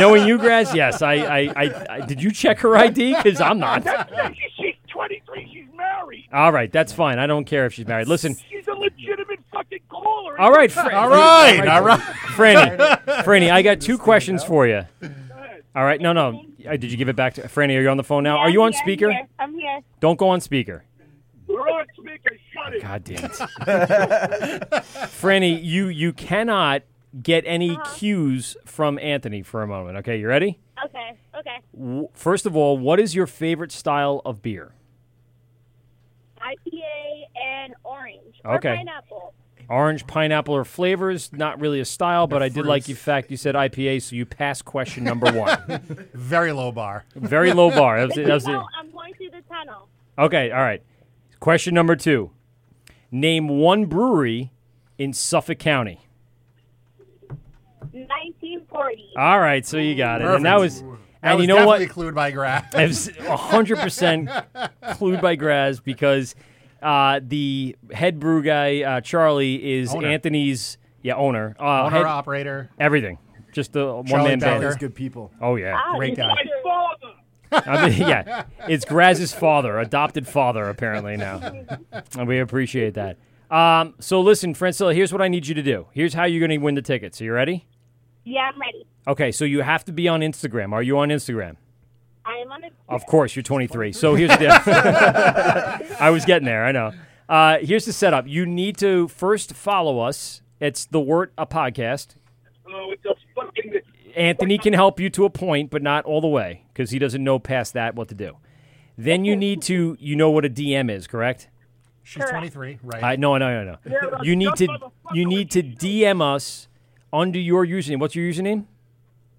Knowing you, Graz, yes. I, I, I, I did you check her ID? Because I'm not. That's not- she- she's 23. She's married. All right, that's fine. I don't care if she's married. Listen. She's a legitimate fucking caller. All right, Fran- Franny, Franny, I got two questions for you. All right, no, no. Uh, Did you give it back to Franny? Are you on the phone now? are you on speaker? I'm here. Don't go on speaker. We're on speaker. Shut it. God damn it. Franny, you you cannot get any Uh-huh. cues from Anthony for a moment. Okay, you ready? Okay, okay. W- First of all, what is your favorite style of beer? IPA and orange. Okay. Or pineapple. Orange, pineapple, or flavors? Not really a style, but I did like the fact you said IPA, so you pass question number one. Very low bar. Very low bar. That was it, that If was you it. know, I'm going through the tunnel. Okay, all right. Question number two Name one brewery in Suffolk County. 1940. All right, so you got it. And that was, Perfect. and That was you know what? definitely clued by Graz. I was 100% clued by Graz because uh, the head brew guy, uh, Charlie, is Owner. Anthony's yeah owner. Uh, Owner, head- operator. Everything. Just the one Charlie man band. Baker. He's good people. Oh, yeah. Great guy. Ah, My father. I mean, yeah, it's Graz's father, adopted father, apparently now. And we appreciate that. Um, so listen, Francilla, here's what I need you to do. Here's how you're going to win the tickets. Are you ready? Yeah, I'm ready. Okay, so you have to be on Instagram. Are you on Instagram? I am on a. Of course, you're 23. So here's the deal. I was getting there. I know. Uh, here's the setup. You need to first follow us. It's the Wort a podcast. Oh, it's a fucking. Anthony can help you to a point, but not all the way because he doesn't know past that what to do. Then you need to, you know what a DM is, correct? She's 23, right? I no, no, no, Yeah, no. but You need dumb to, you need to DM us under your username. What's your username?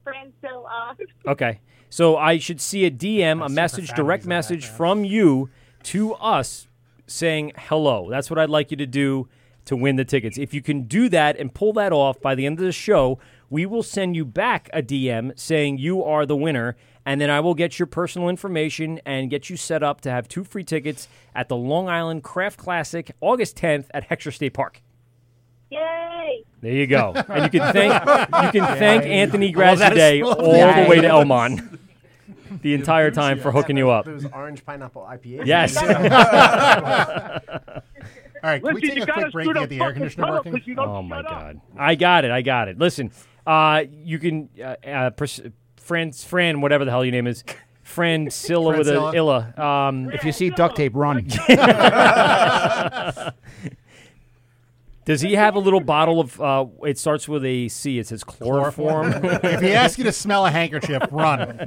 Francilla. Okay. So I should see a DM, a message, direct message from you to us saying hello. That's what I'd like you to do to win the tickets. If you can do that and pull that off by the end of the show, we will send you back a DM saying you are the winner. And then I will get your personal information and get you set up to have two free tickets at the Long Island Craft Classic August 10th at Hector State Park. Yay! There you go. And you can thank you can thank Yeah. Anthony Well, that Graziadei is- all the way to Yeah. Elmon the entire time for hooking you up. Those orange pineapple IPAs. Yes. All right, can we Listen, take you a quick gotta break shoot and a get the air fucking conditioner tunnel working? 'cause you Oh my god! I got it! I got it! Listen, uh, you can uh, uh, pers- Fran, Fran, whatever the hell your name is, Fran Silla with a Francilla. illa. Um, If you see duct tape, run. Does he have a little bottle of? Uh, it starts with a C. It says chloroform. if he asks you to smell a handkerchief, run.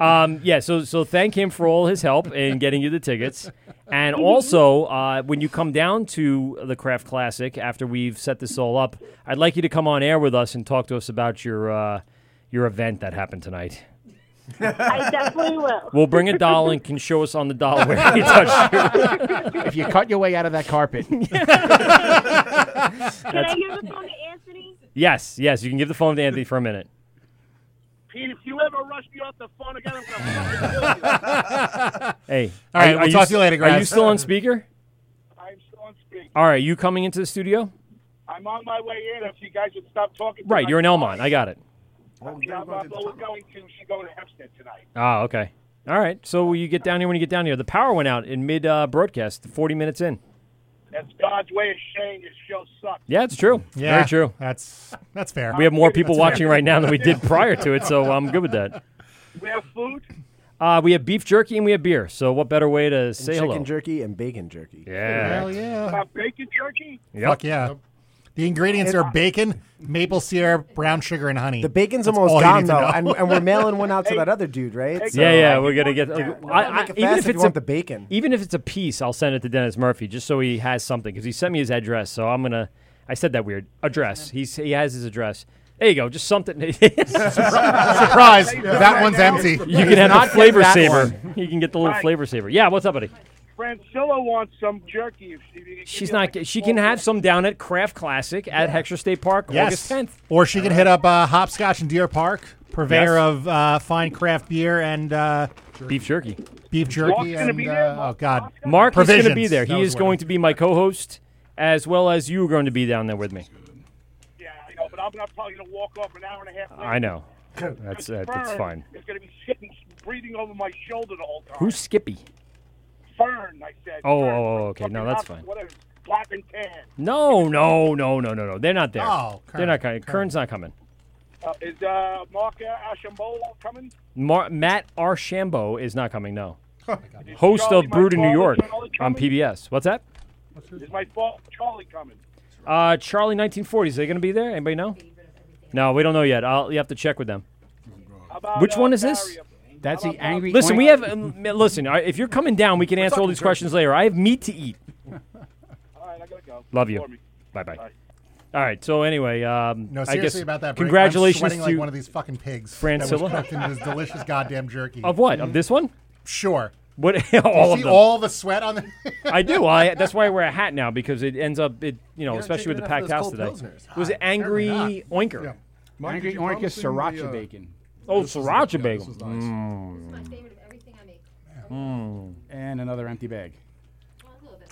Um, yeah, so so thank him for all his help in getting you the tickets, and also uh, when you come down to the Craft Classic after we've set this all up, I'd like you to come on air with us and talk to us about your uh, your event that happened tonight. I definitely will. We'll bring a doll and can show us on the doll where he touched you. If you cut your way out of that carpet. Can I That's- give the phone to Anthony? yes, yes, you can give the phone to Anthony for a minute. Pete, if you ever rush me off the phone again, I'm going to fucking kill you. Hey, All right, are- we'll are talk to you later, Are you guys. still on speaker? I'm still on speak. All right, you coming into the studio? I'm on my way in. If you guys would stop talking. Right, tonight. you're in Elmont. I got it. Yeah, but we're going to, she's going to Hempstead tonight. Oh, okay. All right. So you get down here when you get down here. The power went out in mid uh, broadcast, 40 minutes in. That's God's way of saying this show sucks. Yeah, it's true. Yeah, Very true. That's that's fair. We have more people That's watching fair. right now than we did prior to it, so I'm good with that. We have food. Uh, we have beef jerky and we have beer. So what better way to say chicken hello? jerky and bacon jerky. Yeah. Hell yeah. About Uh, bacon jerky. Fuck yeah. The ingredients are bacon, maple syrup, brown sugar, and honey. The bacon's almost gone though, and, and we're mailing one out to that other dude, right? So- yeah, yeah, we're gonna get. I, I, Make it even fast if if you it's want the a, bacon. even if it's a piece, I'll send it to Dennis Murphy just so he has something because he sent me his address. So I'm gonna. I said that weird address. He's he has his address. There you go. Just something. Surprise. That one's empty. You can have Not the flavor that saver. one. You can get the little flavor saver. Yeah. What's up, buddy? Francilla wants some jerky. If she, She's not. She can have some down at Craft Classic at Hector State Park, Yes. August 10th. Or she can hit up uh, Hopscotch and Deer Park, purveyor Yes. of uh, fine craft beer and uh, beef jerky. Beef Mark's jerky. gonna And, be uh, oh, God. Mark is going to be Provisions. there. That He was is the word. going to be my co-host, as well as you are going to be down there with me. you know, but I'm not probably going to walk off an hour and a half. Later. I know. That's that, that's Fern fine. Is going to be sitting, breathing over my shoulder the whole time. Who's Skippy? Fern? I said. Oh, Fern, oh, oh, like okay. No, fucking that's Hopscotch, fine. Whatever. Black and tan. No, no, no, no, no, no. They're not there. Oh, Kern. They're not coming. Kern's not coming. Uh, is uh, Mark Ashambola coming? Mar- Matt Archambault is not coming. No. Oh Is Host Charlie of Brewed in New Marcella York Charlie on coming? PBS. What's that? Is my fault Charlie coming? Uh, Charlie 1940s. Are they going to be there? Anybody know? No, we don't know yet. I'll, you have to check with them. Which one is this? That's the angry. Listen, oink. we have. Um, listen, all right, if you're coming down, we can answer all these questions later. I have meat to eat. Love you. Bye bye. All right. So anyway, um, No, I seriously guess about that. Break. congratulations I'm sweating to like one of these fucking pigs. Fran that was Silla? cooked into this delicious goddamn jerky. Of what? Of this one? Sure. What? You all of see them. all the sweat on the. I do. I that's why I wear a hat now because it ends up it you know especially with the packed drinking enough house of today. those It cold was angry oinker. Mike, Angry did you Oink is promise me sriracha the, uh, bacon. Oh, this is- yeah, sriracha this bagel. is nice. Mm. Mm. And another empty bag.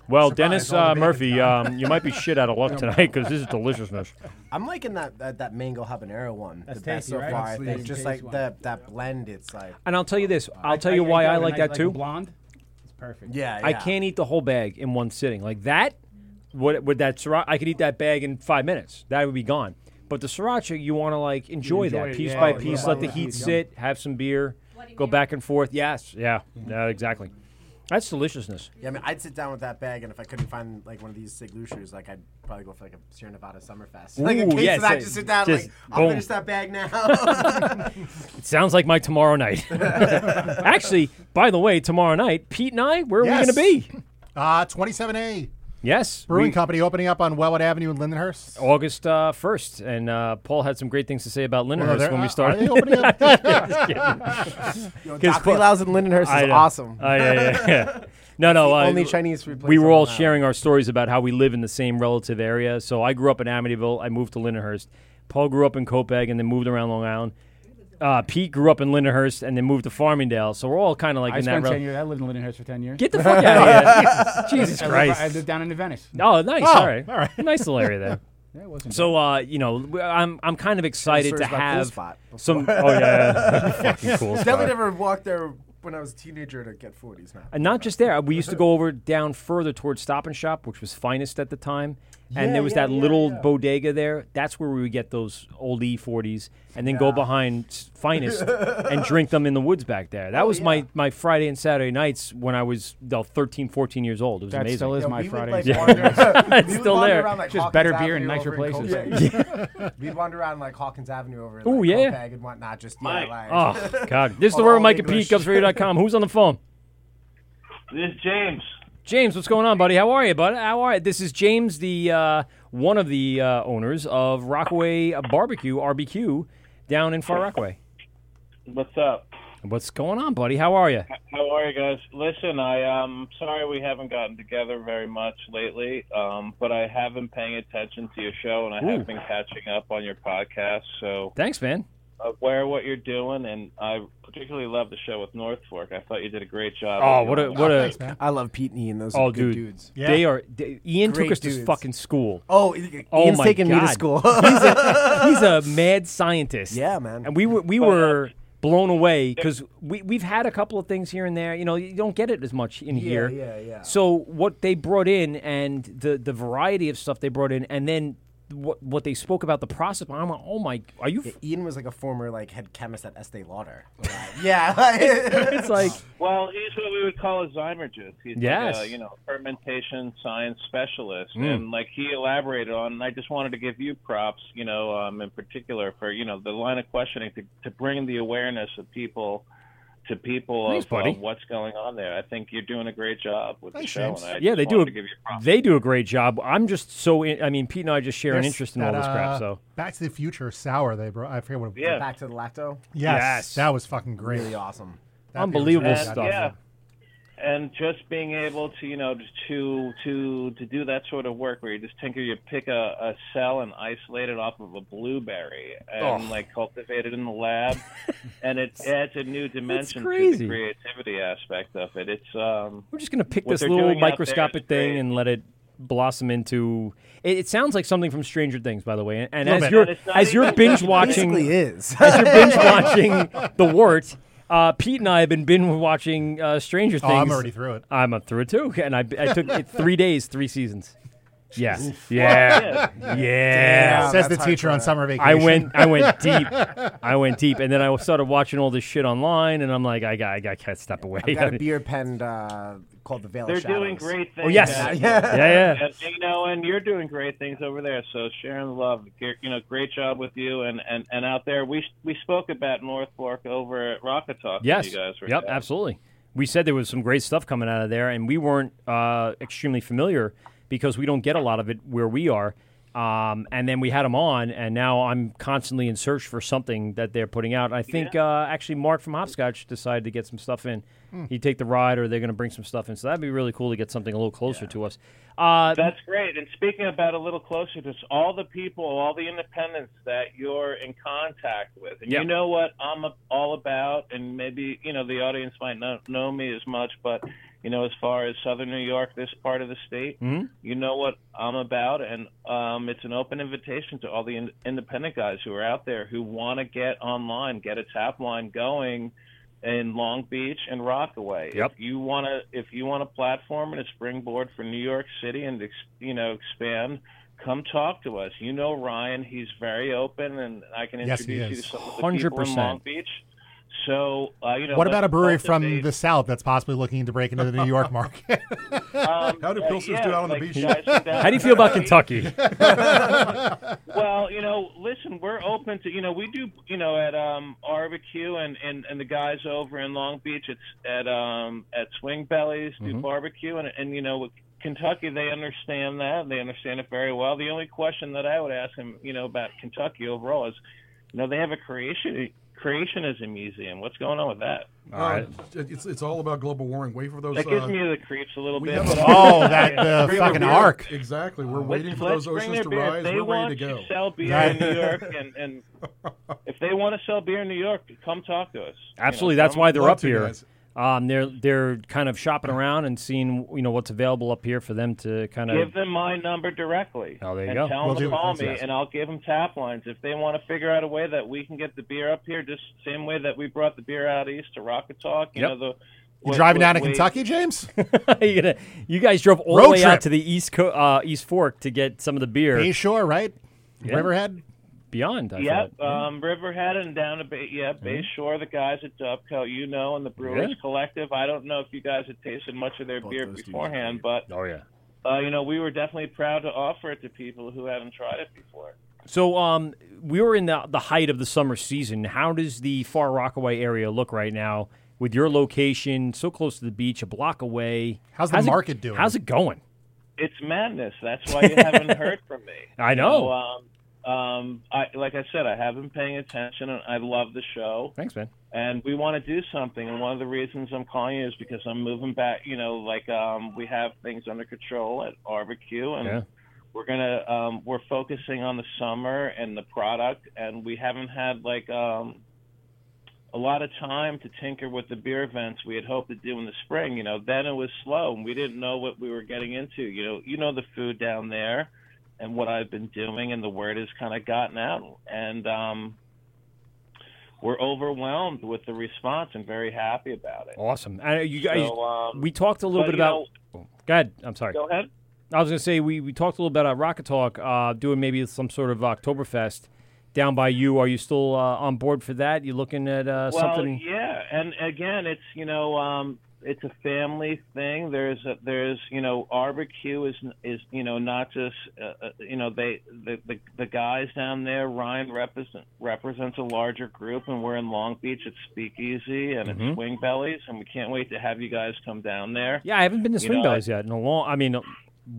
Well, Surprise, Dennis all the uh, bacon. Murphy, um, you might be shit out of luck tonight because Ah. this is deliciousness. I'm liking that that, that mango habanero one. That's the best tasty, so right? far. I That's think the just tasty like one. that that blend. It's like And I'll tell you this. I'll tell I- you I why got I a like nice, that too. a blonde. It's perfect. Yeah, I can't eat the whole bag in one sitting. Like that, what with that sriracha, I could eat that bag in five minutes. That would be gone. But the sriracha, you want to like enjoy, enjoy that it, piece yeah, by yeah, piece. yeah. let the Yeah. heat Yeah. sit. Have some beer. Go back and forth. Yes. Yeah. Yeah. Exactly. That's deliciousness. yeah, I mean, I'd sit down with that bag, and if I couldn't find like one of these Sig Luchers, like I'd probably go for like a Sierra Nevada Summerfest. like a Ooh, case yes, of that, uh, just sit down. just like, I'll boom. finish that bag now. It sounds like my tomorrow night. Actually, by the way, tomorrow night, Pete and I, where are we going to be? Uh, 27A. Yes, Brewing we- Company opening up on Wellwood Avenue in Lindenhurst. August uh, 1st, and uh, Paul had some great things to say about Lindenhurst they're- when are- we are started. they opening up? Just kidding. Yo, 'Cause Doc Paul- Lelou's in Lindenhurst is I know. awesome. I- yeah, yeah, yeah. No, no. The uh, only Chinese food place We were on all the sharing our stories about how we live in the same relative area. So I grew up in Amityville. I moved to Lindenhurst. Paul grew up in Copeg and then moved around Long Island. Uh, Pete grew up in Lindenhurst and then moved to Farmingdale. So we're all kind of like I in spent that. ten rel- years. I lived in Lindenhurst for ten years. Get the fuck out of here! Jesus I lived- Christ! I lived down in Venice. Oh, nice. Oh, all right, all right. nice little area there. Yeah, it wasn't so uh, you know, w- I'm I'm kind of excited searched to my cool have spot before. some. Oh yeah, fucking cool. Definitely spot. never walked there when I was a teenager to get foodies now. And not just there. uh, We used to go over down further towards Stop and Shop, which was finest at the time. And Yeah, there was yeah, that yeah, little yeah. bodega there. That's where we would get those old E40s and then go behind s- Finest and drink them in the woods back there. That was my, my Friday and Saturday nights when I was uh, 13, 14 years old. It was That amazing. still is Yeah, my we would, Friday like, and Yeah. wander- it's we would still wander there. around, like, Just Hawkins better beer and Avenue nicer over in places. Copenhagen. We'd wander around like Hawkins Avenue over. in, Ooh, like, yeah. Copenhagen and whatnot. Just Mike. yeah, like, Oh, God. This is the All word with Mike and Pete, English. GubsRadio.com. Who's on the phone? This is James. James, what's going on, buddy? How are you, bud? How are you? This is James, the uh, one of the uh, owners of Rockaway Barbecue RBQ down in Far Rockaway. What's up? What's going on, buddy? How are you? How are you guys? Listen, I um sorry we haven't gotten together very much lately, um, but I have been paying attention to your show and I Ooh. have been catching up on your podcast. So uh, Thanks, man. aware of what you're doing, and I particularly love the show with North Fork. I thought you did a great job. Oh, with what a your- what a! I love Pete and Ian. Those oh, are good dude, dudes. They Yeah. are. They, Ian took Great us to dudes. fucking school. Oh, I- oh Ian's my taking me to God. school. he's, a, he's a mad scientist. Yeah, man. And we were uh, we were blown away because we we've had a couple of things here and there. You know, you don't get it as much in Yeah, here. yeah, yeah. So what they brought in and the the variety of stuff they brought in, and then. What, what they spoke about the process? I'm like, oh my! Are you? Yeah, Ian was like a former like head chemist at Estee Lauder. yeah, like- it's like Well, he's what we would call a zymergist. He's like Yes. a, you know, fermentation science specialist, Mm. and like he elaborated on. And I just wanted to give you props, you know, um, in particular for you know the line of questioning to, to bring the awareness of people to people Thanks, of buddy. uh, what's going on there. I think you're doing a great job with Thanks, the show. James. And I yeah, just they do. wanted A, to give you props. they do a great job. I'm just so. In, I mean, Pete and I just share an There's interest in that, all this crap. uh, So Back to the Future sour they brought. I forget what. it- Back to the lacto. Yes, Yes. that was fucking great. Really awesome. That beer was Unbelievable really stuff. good. Yeah. And just being able to, you know, to to to do that sort of work where you just tinker, you pick a, a cell and isolate it off of a blueberry and Oh. like cultivate it in the lab, and it adds a new dimension to crazy. the creativity aspect of it. It's um, we're just gonna pick what this they're little doing out there is microscopic great. thing and let it blossom into. It, it sounds like something from Stranger Things, by the way. And, and Little as bit. you're And it's not as you're even- binge watching, Basically is. as you're binge watching The Wart. Uh, Pete and I have been binge watching uh, Stranger Oh, Things. I'm already through it. I'm uh, through it too, and I, I took it three days, three seasons. Yeah, Oof. yeah, yeah. Damn, says the That's teacher on hardcore. summer I vacation. went, I went deep, I went deep, and then I started watching all this shit online, and I'm like, I got, I, got, I can't step away. I've got a beer penned uh, called the Veil they're of Shadows. doing great things. Oh, yes. out Yeah. there. Yeah, yeah. And, you know, and you're doing great things over there. So sharing the love, you know, great job with you and and, and out there. We we spoke about North Fork over at Rocket Talk. when yes, you guys were yep, there. absolutely. We said there was some great stuff coming out of there, and we weren't uh, extremely familiar because we don't get a lot of it where we are. Um, and then we had them on, and now I'm constantly in search for something that they're putting out. I think uh, actually Mark from Hopscotch decided to get some stuff in. Hmm. He'd take the ride, or they're going to bring some stuff in. So that'd be really cool to get something a little closer to us. Uh, That's great. And speaking about a little closer, just all the people, all the independents that you're in contact with, and Yeah. you know what I'm a- all about, and maybe you know the audience might not know me as much, but you know as far as Southern New York, this part of the state, Hmm? you know what I'm about, and um, it's an open invitation to all the in- independent guys who are out there who want to get online, get a tap line going in Long Beach and Rockaway. Yep. If you want to, if you want a platform and a springboard for New York City and ex, you know expand, come talk to us. You know Ryan, he's very open, and I can Yes, he introduce you is. to some of the people in 100%. Long Beach. So uh, you know, what about let's a brewery from cultivate- the south that's possibly looking to break into the New York market? Um, How do uh, Pilsners yeah, do out on the like beach? guys from down How do you feel about Kentucky? Kentucky? well, you know, listen, we're open to you know we do you know at um barbecue and and and the guys over in Long Beach it's at um at Swing Bellies do Mhm. Mm-hmm. barbecue and and you know Kentucky, they understand that. They understand it very well. The only question that I would ask them, you know, about Kentucky overall is, you know, they have a creation creationism museum. What's going on with that? All right. Uh, It's, it's all about global warming. Wait for those. That gives uh, me the creeps a little we bit. have a- Oh, that, uh, We have a fucking beer- arc. Exactly. We're Let's- waiting for let's those bring oceans their to beer. If rise. They We're want ready to go. sell beer in New York, and, and if they want to sell beer in New York, come talk to us. Absolutely, You know, that's why they're come- up here. Um, they're they're kind of shopping around and seeing you know what's available up here for them to kind of Give them my number directly. Oh, there you and go. Tell We'll them do to it. call That's me, awesome. and I'll give them tap lines if they want to figure out a way that we can get the beer up here, just same way that we brought the beer out east to Rocket Talk. You Yep. know the. You what- driving what down to ways- Kentucky, James? you, gonna, you guys drove all the Road way trip. out to the East Co- uh, East Fork to get some of the beer. Bay Shore, right? Riverhead? beyond. I Yep, thought. Mm-hmm. um, Riverhead and down to Bay, yeah, Bay Shore. The guys at Dubco, you know, and the Brewers Yeah. Collective. I don't know if you guys had tasted much of their beer beforehand, but oh yeah, uh, you know, we were definitely proud to offer it to people who haven't tried it before. So um, we were in the the height of the summer season. How does the Far Rockaway area look right now with your location so close to the beach, a block away? How's the it- market doing? How's it going? It's madness. That's why you haven't heard from me. I You know. um, um, I like I said, I have been paying attention, and I love the show. Thanks, man. and we want to do something. And one of the reasons I'm calling you is because I'm moving back. You know, like um, we have things under control at Barbecue, and Yeah. we're gonna um, we're focusing on the summer and the product, and we haven't had like um, a lot of time to tinker with the beer events we had hoped to do in the spring. You know, then it was slow, and we didn't know what we were getting into. You know, you know the food down there. And what I've been doing, and the word has kind of gotten out, and um, we're overwhelmed with the response and very happy about it. Awesome. I, you guys, So, um, we talked a little but, bit you about. Oh. go ahead. I'm sorry. Go ahead. I was going to say we, we talked a little bit about Rocket Talk uh, doing maybe some sort of Oktoberfest down by you. Are you still uh, on board for that? You looking at uh, well, something? yeah, and again, it's you know, um, it's a family thing. There's a, there's you know, barbecue is is you know not just uh, uh, you know they the, the the guys down there. Ryan represent, represents a larger group, and we're in Long Beach at Speakeasy and Mhm. at Swing Bellies, and we can't wait to have you guys come down there. Yeah, I haven't been to You Swing know, Bellies yet in a long. I mean, uh,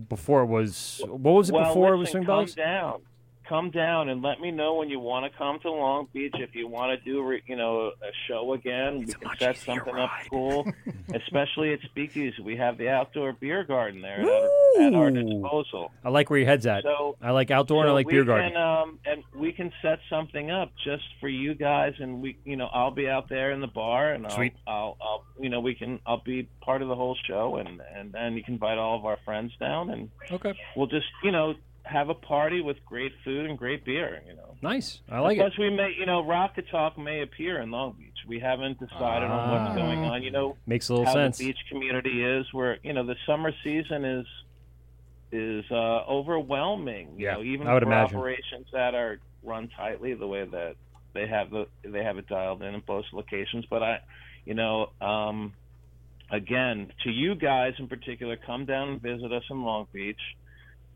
before it was what was it well, before it was listen, Swing Bellies? Come down, come down, and let me know when you want to come to Long Beach. If you want to do, re, you know, a show again, we can set something up cool. Especially at Speakeasy, we have the outdoor beer garden there at our, at our Ooh. disposal. I like where your head's at. So- I like outdoor and I So like we beer garden. Can, um, and we can set something up just for you guys, and we, you know, I'll be out there in the bar, and I'll, Sweet. I'll, I'll, you know, we can, I'll be part of the whole show, and and and you can invite all of our friends down, and okay, we'll just, you know, have a party with great food and great beer, you know. nice. I like Plus, it. we may, you know, Rocket Talk may appear in Long Beach. We haven't decided on Ah. what's going on. You know, Makes a little how sense. the beach community is. Where you know the summer season is is uh, overwhelming. You Yeah, know, even I would for imagine. operations that are run tightly the way that they have the they have it dialed in in both locations. But I, you know, um, again to you guys in particular, come down and visit us in Long Beach,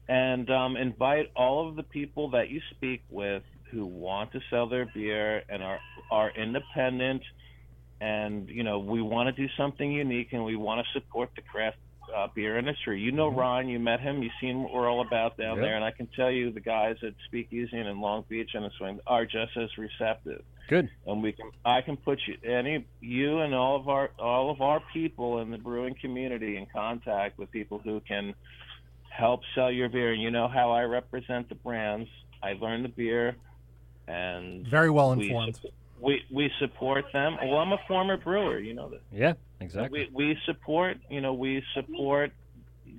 and um, invite all of the people that you speak with who want to sell their beer and are are independent and you know we want to do something unique and we want to support the craft uh, beer industry. You know Ron, you met him, you've seen what we're all about down Yeah. there, and I can tell you the guys at Speakeasy and in Long Beach and in Swing are just as receptive. Good. And we can, I can put you, any you and all of our all of our people in the brewing community in contact with people who can help sell your beer. And you know how I represent the brands. I learn the beer, and Very well we informed. we we support them. Well, I'm a former brewer, you know this. Yeah, exactly. We we support, you know, we support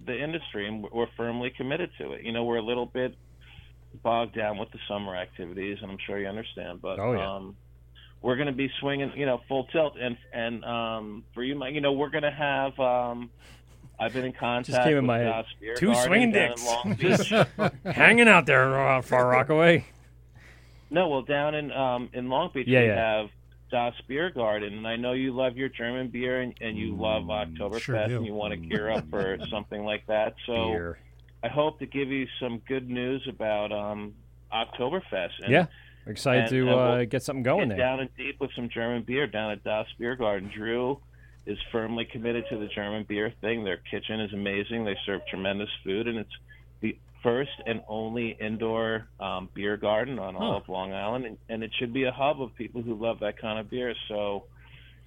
the industry, and we're firmly committed to it. You know, we're a little bit bogged down with the summer activities, and I'm sure you understand. But Oh, yeah. um, we're going to be swinging, you know, full tilt, and and um, for you, Mike, you know, we're going to have. Um, I've been in contact Just came with in my head. God's Beer Two Garden swinging down in dicks, Long just Beach. hanging out there, uh, Far Rockaway. No, well, down in um, in Long Beach, Yeah, we yeah. have Das Beer Garden, and I know you love your German beer, and, and you love Oktoberfest, do. and you want to gear up for something like that. So Beer. I hope to give you some good news about um, Oktoberfest. And, Yeah, we're excited and- to and we'll uh, get something going get there. Down and deep with some German beer down at Das Beer Garden. Drew is firmly committed to the German beer thing. Their kitchen is amazing. They serve tremendous food, and it's the first and only indoor um, beer garden on all Huh. of Long Island, and, and it should be a hub of people who love that kind of beer. So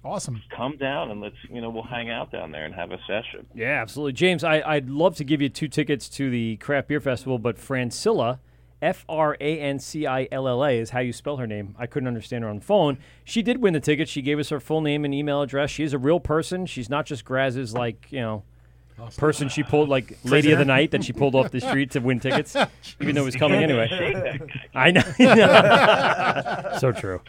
Awesome. come down and let's you know we'll hang out down there and have a session. Yeah, absolutely. James, I, I'd love to give you two tickets to the Craft Beer Festival, but Francilla, F R A N C I L L A is how you spell her name. I couldn't understand her on the phone. She did win the ticket. She gave us her full name and email address. She is a real person. She's not just Graz's, like, you know, person she pulled, like, lady of Prisoner. the night that she pulled off the street to win tickets, even though it was coming anyway. I know. so true.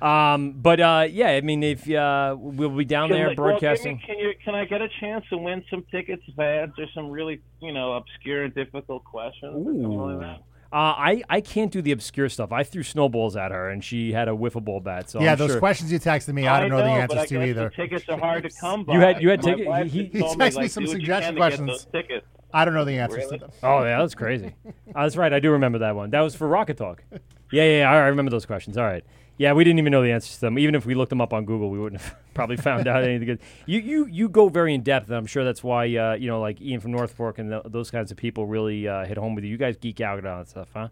Um, but uh, yeah, I mean, if uh, we'll be down Can there I- well, give broadcasting. me- can, you, can I get a chance to win some tickets if I answer some really you know obscure and difficult questions? or something like that? Uh, I, I can't do the obscure stuff. I threw snowballs at her, and she had a wiffle ball bat. So yeah, I'm those sure- questions you texted me, I don't know, the Oh, but answers I to guess either. The tickets are hard to come by. You had- you had My ticket- wife he- just he told texted me like, some do what you suggestion can to get questions. those tickets. I don't know the answers Really? to them. Oh yeah, that was crazy. oh, that's right. I do remember that one. That was for Rocket Talk. Yeah, yeah, yeah. I I remember those questions. All right. Yeah, we didn't even know the answers to them. Even if we looked them up on Google, we wouldn't have probably found out anything. Good. You, you, you go very in depth. And I'm sure that's why uh, you know, like Ian from North Fork and th those kinds of people really uh, hit home with you. You guys geek out on that stuff, huh?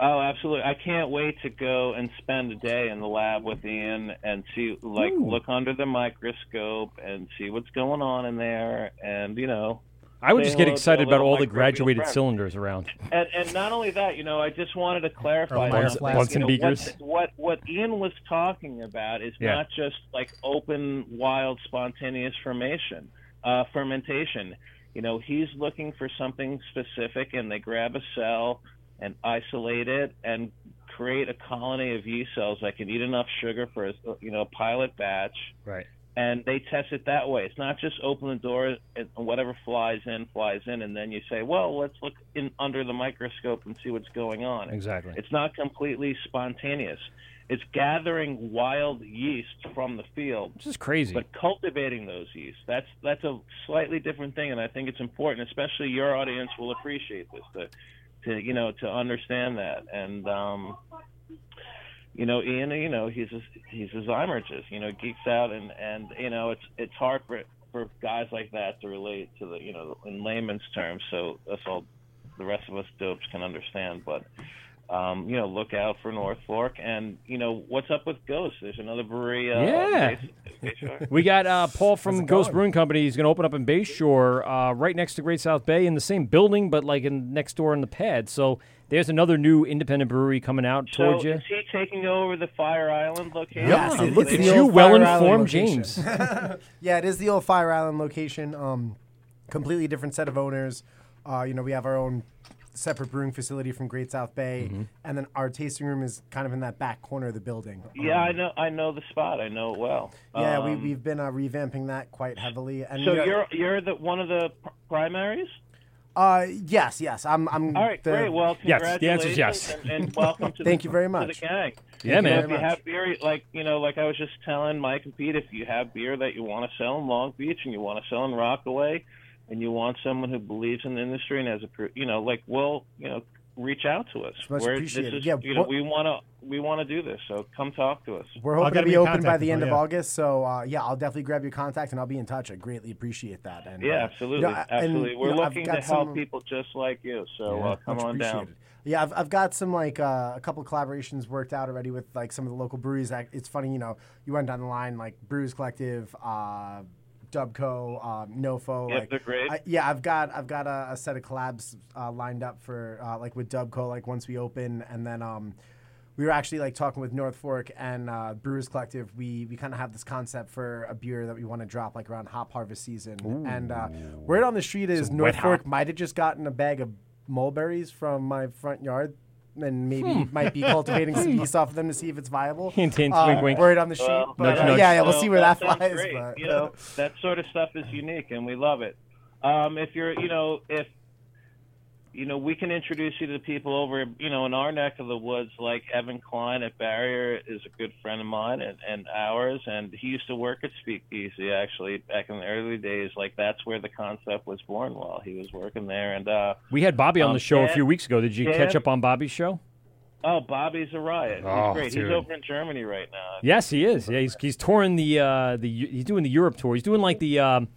Oh, absolutely! I can't wait to go and spend a day in the lab with Ian and see, like, Ooh. look under the microscope and see what's going on in there, and you know. I would say just get hello to excited a about little all the microbial graduated friend. cylinders around. And, and not only that, you know, I just wanted to clarify Or that, Bunsen- like, Bunsen you know, beakers. What, what what Ian was talking about is Yeah. not just like open, wild, spontaneous formation, uh, fermentation. You know, he's looking for something specific, and they grab a cell and isolate it and create a colony of yeast cells that can eat enough sugar for a you know pilot batch Right. and they test it that way. It's not just open the door and whatever flies in flies in, and then you say, "Well, let's look in under the microscope and see what's going on." Exactly. It's not completely spontaneous. It's gathering wild yeast from the field. This is crazy. But cultivating those yeast, that's that's a slightly different thing and I think it's important, especially your audience will appreciate this to to you know, to understand that. And um you know, Ian, you know, he's a, he's a zymergist, you know, geeks out and and you know, it's it's hard for for guys like that to relate to the, you know, in layman's terms, so that's all the rest of us dopes can understand, but um, you know, look out for North Fork, and you know what's up with Ghost. There's another brewery. Uh, Yeah. based- sure. We got uh, Paul from Ghost Brewing Company. He's going to open up in Bay Shore, uh, right next to Great South Bay, in the same building, but like in next door in the pad. So there's another new independent brewery coming out So towards you. is he taking over the Fire Island location? Yes, Yeah, it- look It's at the you, old well Fire informed Island location. James. yeah, it is the old Fire Island location. Um, completely different set of owners. Uh, you know, we have our own separate brewing facility from Great South Bay, Mm-hmm. Mhm. and then our tasting room is kind of in that back corner of the building. Yeah, I know. I know the spot. I know it well. Yeah, Um, we, we've been uh, revamping that quite heavily. And so you know- you're you're the one of the pr- primaries. Uh, yes, yes. I'm. I'm. All right, the- great. Well, congratulations and, and welcome to Thank the, you very to much. the gang. Yeah, You know, man. If you have beer, like you know, like I was just telling Mike and Pete, if you have beer that you want to sell in Long Beach and you want to sell in Rockaway, and you want someone who believes in the industry and has a, pr- you know, like, well, you know, reach out to us. much We're- appreciated. This is, Yeah, you know, what- we want to we want to do this, so come talk to us. We're hoping to be open by the end of August, so uh, yeah, I'll definitely grab your contact and I'll be in touch. I greatly appreciate that. And, Yeah, uh, absolutely, you know, I- and, absolutely. you We're know, I've looking to got help some- people just like you, so Yeah. uh, come Much on down. appreciated. Yeah, I've, I've got some like uh, a couple collaborations worked out already with like some of the local breweries. Like, It's funny, you know, you went down the line like Brews Collective, uh, Dubco, um, Nofo. Yep, like, they're great. I- yeah, I've got I've got a, a set of collabs uh, lined up for uh, like with Dubco, like once we open, and then um, we were actually like talking with North Fork and uh, Brewers Collective. We we kind of have this concept for a beer that we want to drop like around hop harvest season, and uh, word on the street is Some North wet Fork might have just gotten a bag of mulberries from my front yard. And maybe Hmm. might be cultivating some Hmm. yeast off of them to see if it's viable. Hint, hint, Uh, wink, wink. Word on the sheet. Well, but, Nudge, uh, nudge. Yeah, yeah, we'll So see where that, sounds flies. great. But. You know, that sort of stuff is unique, and we love it. Um, if you're, you know, if you know, we can introduce you to the people over, you know, in our neck of the woods. Like Evan Klein at Barrier is a good friend of mine and, and ours, and he used to work at Speakeasy actually back in the early days. Like that's where the concept was born while he was working there. And uh, We had Bobby on um, the show a Dan- few weeks ago. Did you Dan- catch up on Bobby's show? Oh, Bobby's a riot. He's Oh, great. dude. He's over in Germany right now. Yes, he is. Yeah, he's he's touring the uh, the Eu- he's doing the Europe tour. He's doing like the um,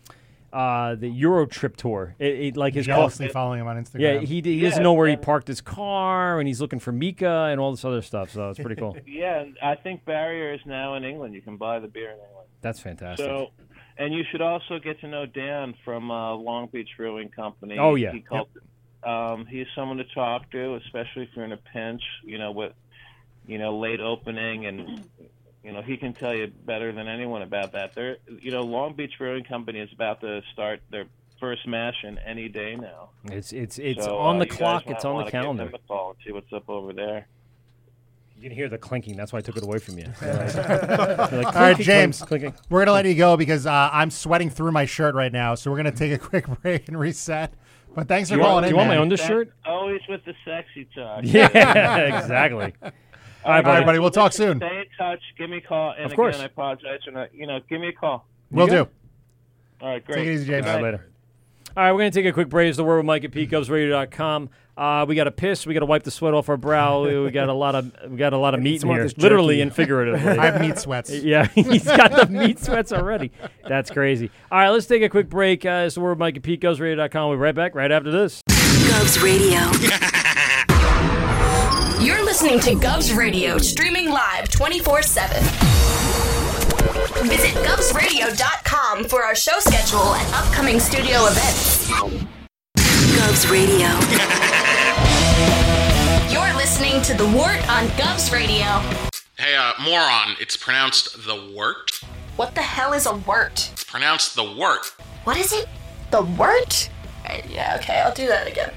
uh, the Euro trip tour. It, it- like his Jealously following him on Instagram. Yeah, he, he Yeah, doesn't know where he parked his car, and he's looking for Mika and all this other stuff. So it's pretty cool. Yeah, and I think Barrier is now in England. You can buy the beer in England. That's fantastic. So, and you should also get to know Dan from uh, Long Beach Brewing Company. Oh, yeah. he called, um, he's someone to talk to, especially if you're in a pinch. You know, with you know late opening, and you know he can tell you better than anyone about that. They're you know Long Beach Brewing Company is about to start their first mash in any day now. It's it's it's So, on uh, the you guys clock. might It's on wanna the give them calendar. a call and see what's up over there. You can hear the clinking. That's why I took it away from you. All right, James, we're going to let you go because uh, I'm sweating through my shirt right now. So we're going to take a quick break and reset. But thanks for You want- calling in. do you want my man. This shirt? Always with the sexy talk. Yeah, exactly. All All right, buddy. We'll talk soon. Stay in touch. Give me a call. And Of course. again, I apologize for not, you know, give me a call. Will do. All right, great. Take it easy, James. Good All right, night. later. All right, we're going to take a quick break. It's the word with Mike at PeteGubsRadio.com. Uh, we got to piss. We got to wipe the sweat off our brow. We got a lot of we got a lot of meat in more of here, this jerky. literally and figuratively. I have meat sweats. Yeah, he's got the meat sweats already. That's crazy. All right, let's take a quick break. Uh, it's the word with Mike at PeteGubsRadio.com. We'll be right back right after this. Govs Radio. You're listening to Govs Radio, streaming live 24 7. Visit govsradio.com for our show schedule and upcoming studio events. Govs Radio. You're listening to The Wart on Govs Radio. Hey, uh, moron, it's pronounced the wort. What the hell is a wart? It's pronounced the wort. What is it? The wart? Uh, yeah, okay, I'll do that again.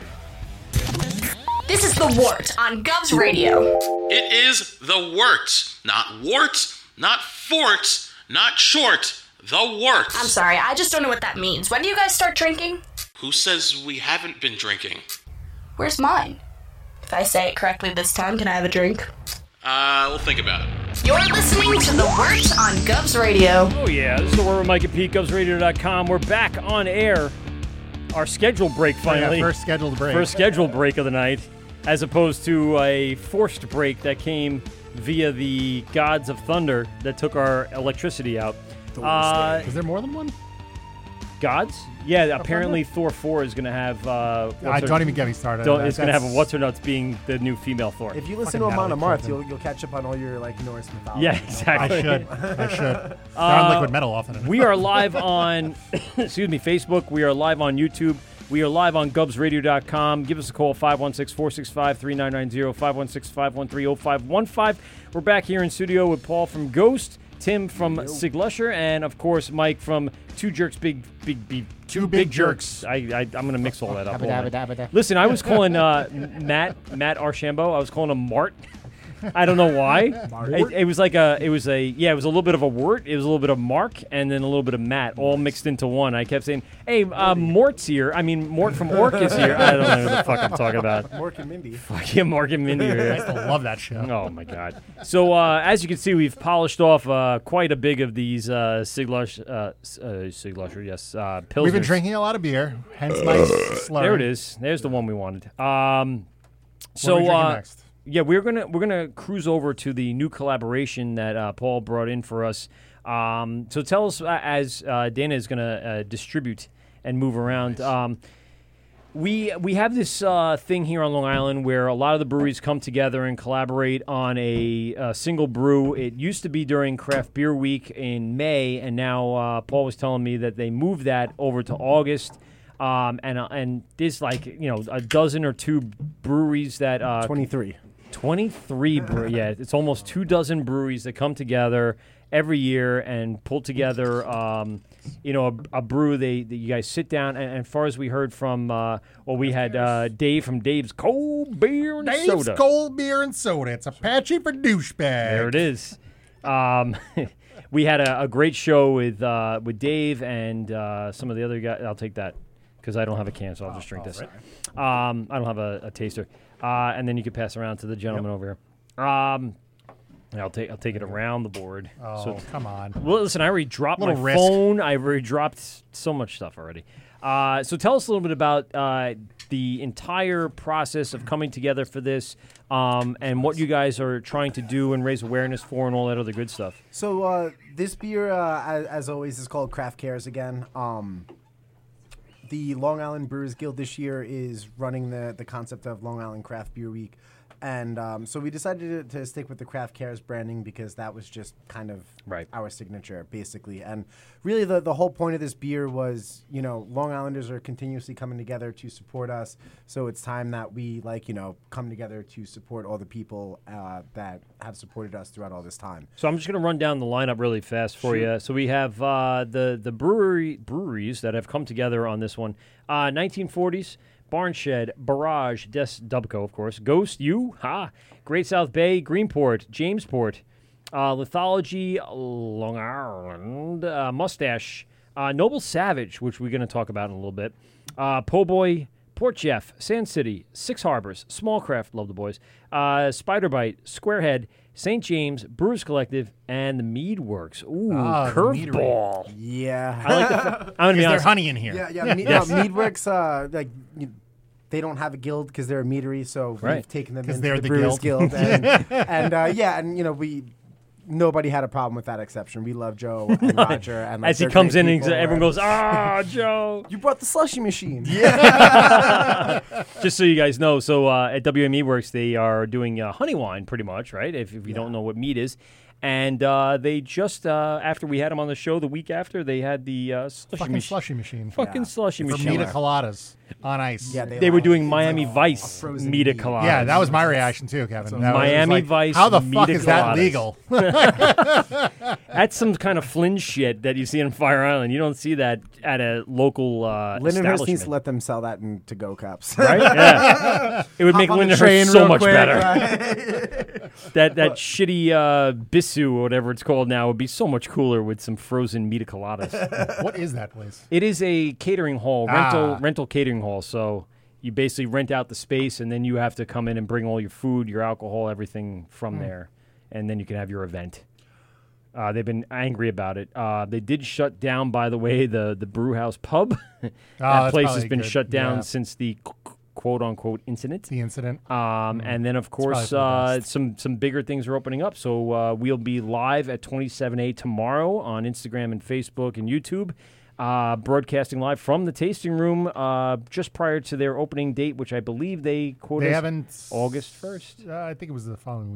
This is The Wart on Govs Radio. It is the wort. Not warts, not forts, not short. The wort. I'm sorry, I just don't know what that means. When do you guys start drinking? Who says we haven't been drinking? Where's mine? If I say it correctly this time, can I have a drink? Uh, we'll think about it. You're listening to The Wart on Govs Radio. Oh, yeah. This is the word with Mike at PeteGubsRadio.com. We're back on air. Our scheduled break finally. first scheduled break. First scheduled break of the night, as opposed to a forced break that came via the Gods of Thunder that took our electricity out. Uh, is there more than one? gods? Yeah, apparently Thor 4 is going to have. Uh, what's Uh, her- don't even get me started on Don't- that. it's going to have That's- What's Her Nuts being the new female Thor. If you listen Fucking to Amon Natalie Amarth, Portman. you'll, you'll catch up on all your like Norse mythology. Yeah, exactly. They're Uh, on We are live on, excuse me, Facebook. We are live on YouTube. We are live on gubsradio.com. Give us a call, 516 465 3990, 516 513 0515. We're back here in studio with Paul from Ghost, Tim from Sig Lusher, and of course, Mike from Two Jerks Big, Big, Big, Two Big Jerks. I, I, I'm going to mix all that up. Hold on. Abba-dabba-dabba-da. Listen, I was calling uh, Matt, Matt Archambault, I was calling him Mart. I don't know why. Mart? It, it was like a, it was a, yeah, it was a little bit of a wort. It was a little bit of Mark and then a little bit of Matt, all mixed into one. I kept saying, "Hey, uh, Mort's here." I mean, Mort from Orc is here. I don't know what the fuck I'm talking about. Mork and Mindy. Fuck yeah, Mark and Mindy. Are I used to love that show. Oh my god. So uh, as you can see, we've polished off uh, quite a big of these uh, Siglush, uh, S- uh, Siglusher, yes, uh, pills. We've been drinking a lot of beer, hence my slur. Uh, There it is. There's the one we wanted. Um, so are we drinking uh, next? yeah, we're gonna we're gonna cruise over to the new collaboration that uh, Paul brought in for us. Um, so tell us uh, as uh, Dana is gonna uh, distribute and move around. Um, we we have this uh, thing here on Long Island where a lot of the breweries come together and collaborate on a, uh single brew. It used to be during Craft Beer Week in May, and now uh, Paul was telling me that they moved that over to August. Um, and uh, and there's like you know a dozen or two breweries that uh, 23. 23 brew yeah it's almost two dozen breweries that come together every year and pull together um, you know a, a brew they that you guys sit down and, and as far as we heard from uh, well we had uh, dave from dave's cold beer and Dave's soda cold beer and soda. It's Apache for douchebag. there it is. Um, we had a, a great show with uh, with Dave and uh, some of the other guys. I'll take that because I don't have a can, so I'll just Oh, drink this. Um, I don't have a, a taster, uh, and then you can pass around to the gentleman over here. Um, and I'll take I'll take it around the board. Oh, come on. Well, listen, I already dropped my Little risk. phone. I already dropped so much stuff already. Uh, so tell us a little bit about uh, the entire process of coming together for this, um, and what you guys are trying to do and raise awareness for, and all that other good stuff. So uh, this beer, uh, as, as always, is called Craft Cares again. Um, the Long Island Brewers Guild this year is running the the concept of Long Island Craft Beer Week, and um, so we decided to, to stick with the Craft Cares branding because that was just kind of our signature, basically. And really, the the whole point of this beer was, you know, Long Islanders are continuously coming together to support us, so it's time that we like, you know, come together to support all the people uh, that have supported us throughout all this time. So I'm just going to run down the lineup really fast for Sure. you. So we have uh, the the brewery breweries that have come together on this one. Uh, 1940s Barn Shed, Barrage, Des Dubco, of course, Ghost, you, ha, Great South Bay, Greenport, Jamesport, uh, Lithology, Long Island, uh, Mustache, uh, Noble Savage, which we're going to talk about in a little bit, uh, Po' Boy, Port Jeff, Sand City, Six Harbors, Smallcraft, love the boys, uh, Spiderbite, Squarehead, St. James, Brewers Collective, and the Mead Works. Ooh, Ah, the meadery. curveball. Yeah. I like the fa- I'm gonna be Is there honest. honey in here? Yeah, yeah. Me- Yes. no, Meadworks, uh, like you, they don't have a guild because they're a meadery, so Right. we've taken them 'Cause into they're the, the Brewers guild. Guild, and, and, uh, yeah, and you know we. Nobody had a problem with that exception. We love Joe and Roger. And like, As he they're comes great in, and people, everyone and- goes, "Ah, Joe, you brought the slushy machine." Just so you guys know, so uh, at WME Works, they are doing uh, honey wine pretty much, right? If, if you don't know what mead is. And uh, they just, uh, after we had them on the show the week after, they had the uh, slushy Fucking mach- slushy machine. Fucking Yeah. slushy For machine. Mita coladas on ice. Yeah, they, were doing Miami Vice Mita Colada. Yeah, that was my reaction too, Kevin. That was- it was Miami like, Vice. How the fuck Mita is Coladas. that legal? That's some kind of Flynn shit that you see on Fire Island. You don't see that at a local uh, Lindenhurst needs establishment. to let them sell that in to-go cups. Right? Yeah. It would Hop make on the Lindenhurst train so real much quick. better. Right. that that shitty uh, bisu or whatever it's called now would be so much cooler with some frozen mita coladas. what is that place? It is a catering hall, rental Ah. rental catering hall. So you basically rent out the space, and then you have to come in and bring all your food, your alcohol, everything from Hmm. there, and then you can have your event. Uh, they've been angry about it. Uh, they did shut down, by the way, the the brew house pub. that Ah, that's place has probably been good. shut down Yeah. since the quote unquote incident. The incident. Mm. Um, and then of course probably for uh, the some some bigger things are opening up. So uh, we'll be live at 27A tomorrow on Instagram and Facebook and YouTube. Uh, broadcasting live from the tasting room uh, just prior to their opening date, which I believe they quoted They haven't August first. Uh, I think it was the following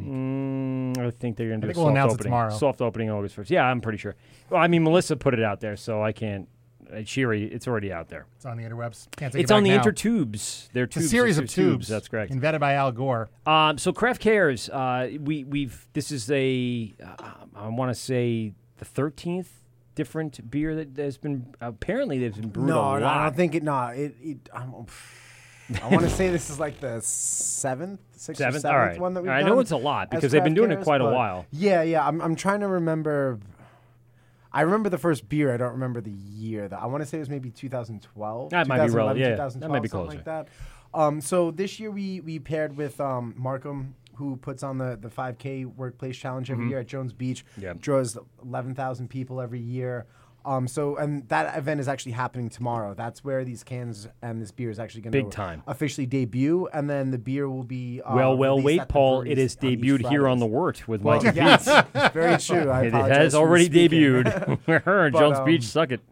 week. Mm, I think they're going to do I a think we'll soft announce it opening. tomorrow. Soft opening August first. Yeah, I'm pretty sure. Well, I mean, Melissa put it out there, so I can't. uh, She already, it's already out there. It's on the interwebs. Can't take It's it on the back now. intertubes. They're It's tubes. A series They're of tubes, tubes. that's correct. Invented by Al Gore. Um, so Craft Cares, uh, we we've this is a uh, I want to say the thirteenth different beer that has been apparently that's been brewed no, a lot. no, I don't think it. No, it. it I'm, I want to say this is like the seventh, sixth, or Seventh? seventh All right. one that we've I done know it's a lot as because they've been craft doing it beers, quite a but- while. Yeah, yeah. I'm, I'm trying to remember. I remember the first beer. I don't remember the year. Though. I want to say it was maybe 2012. That might be relevant, 2011, yeah, yeah. That 2012, might be something Like that. Um, so this year we we paired with um, Markham, who puts on the the 5K workplace challenge every Mhm. year at Jones Beach. Yep. Draws 11,000 people every year. Um, so and that event is actually happening tomorrow. That's where these cans and this beer is actually going to Big time. officially debut, and then the beer will be uh, well, well, released wait, at the Paul. It breweries is on each debuted here Friday. on the Wort with Well, Mike Mike yes, Beats. very true. I it apologize has for already speaking. debuted. But, Jones um, Beach, suck it.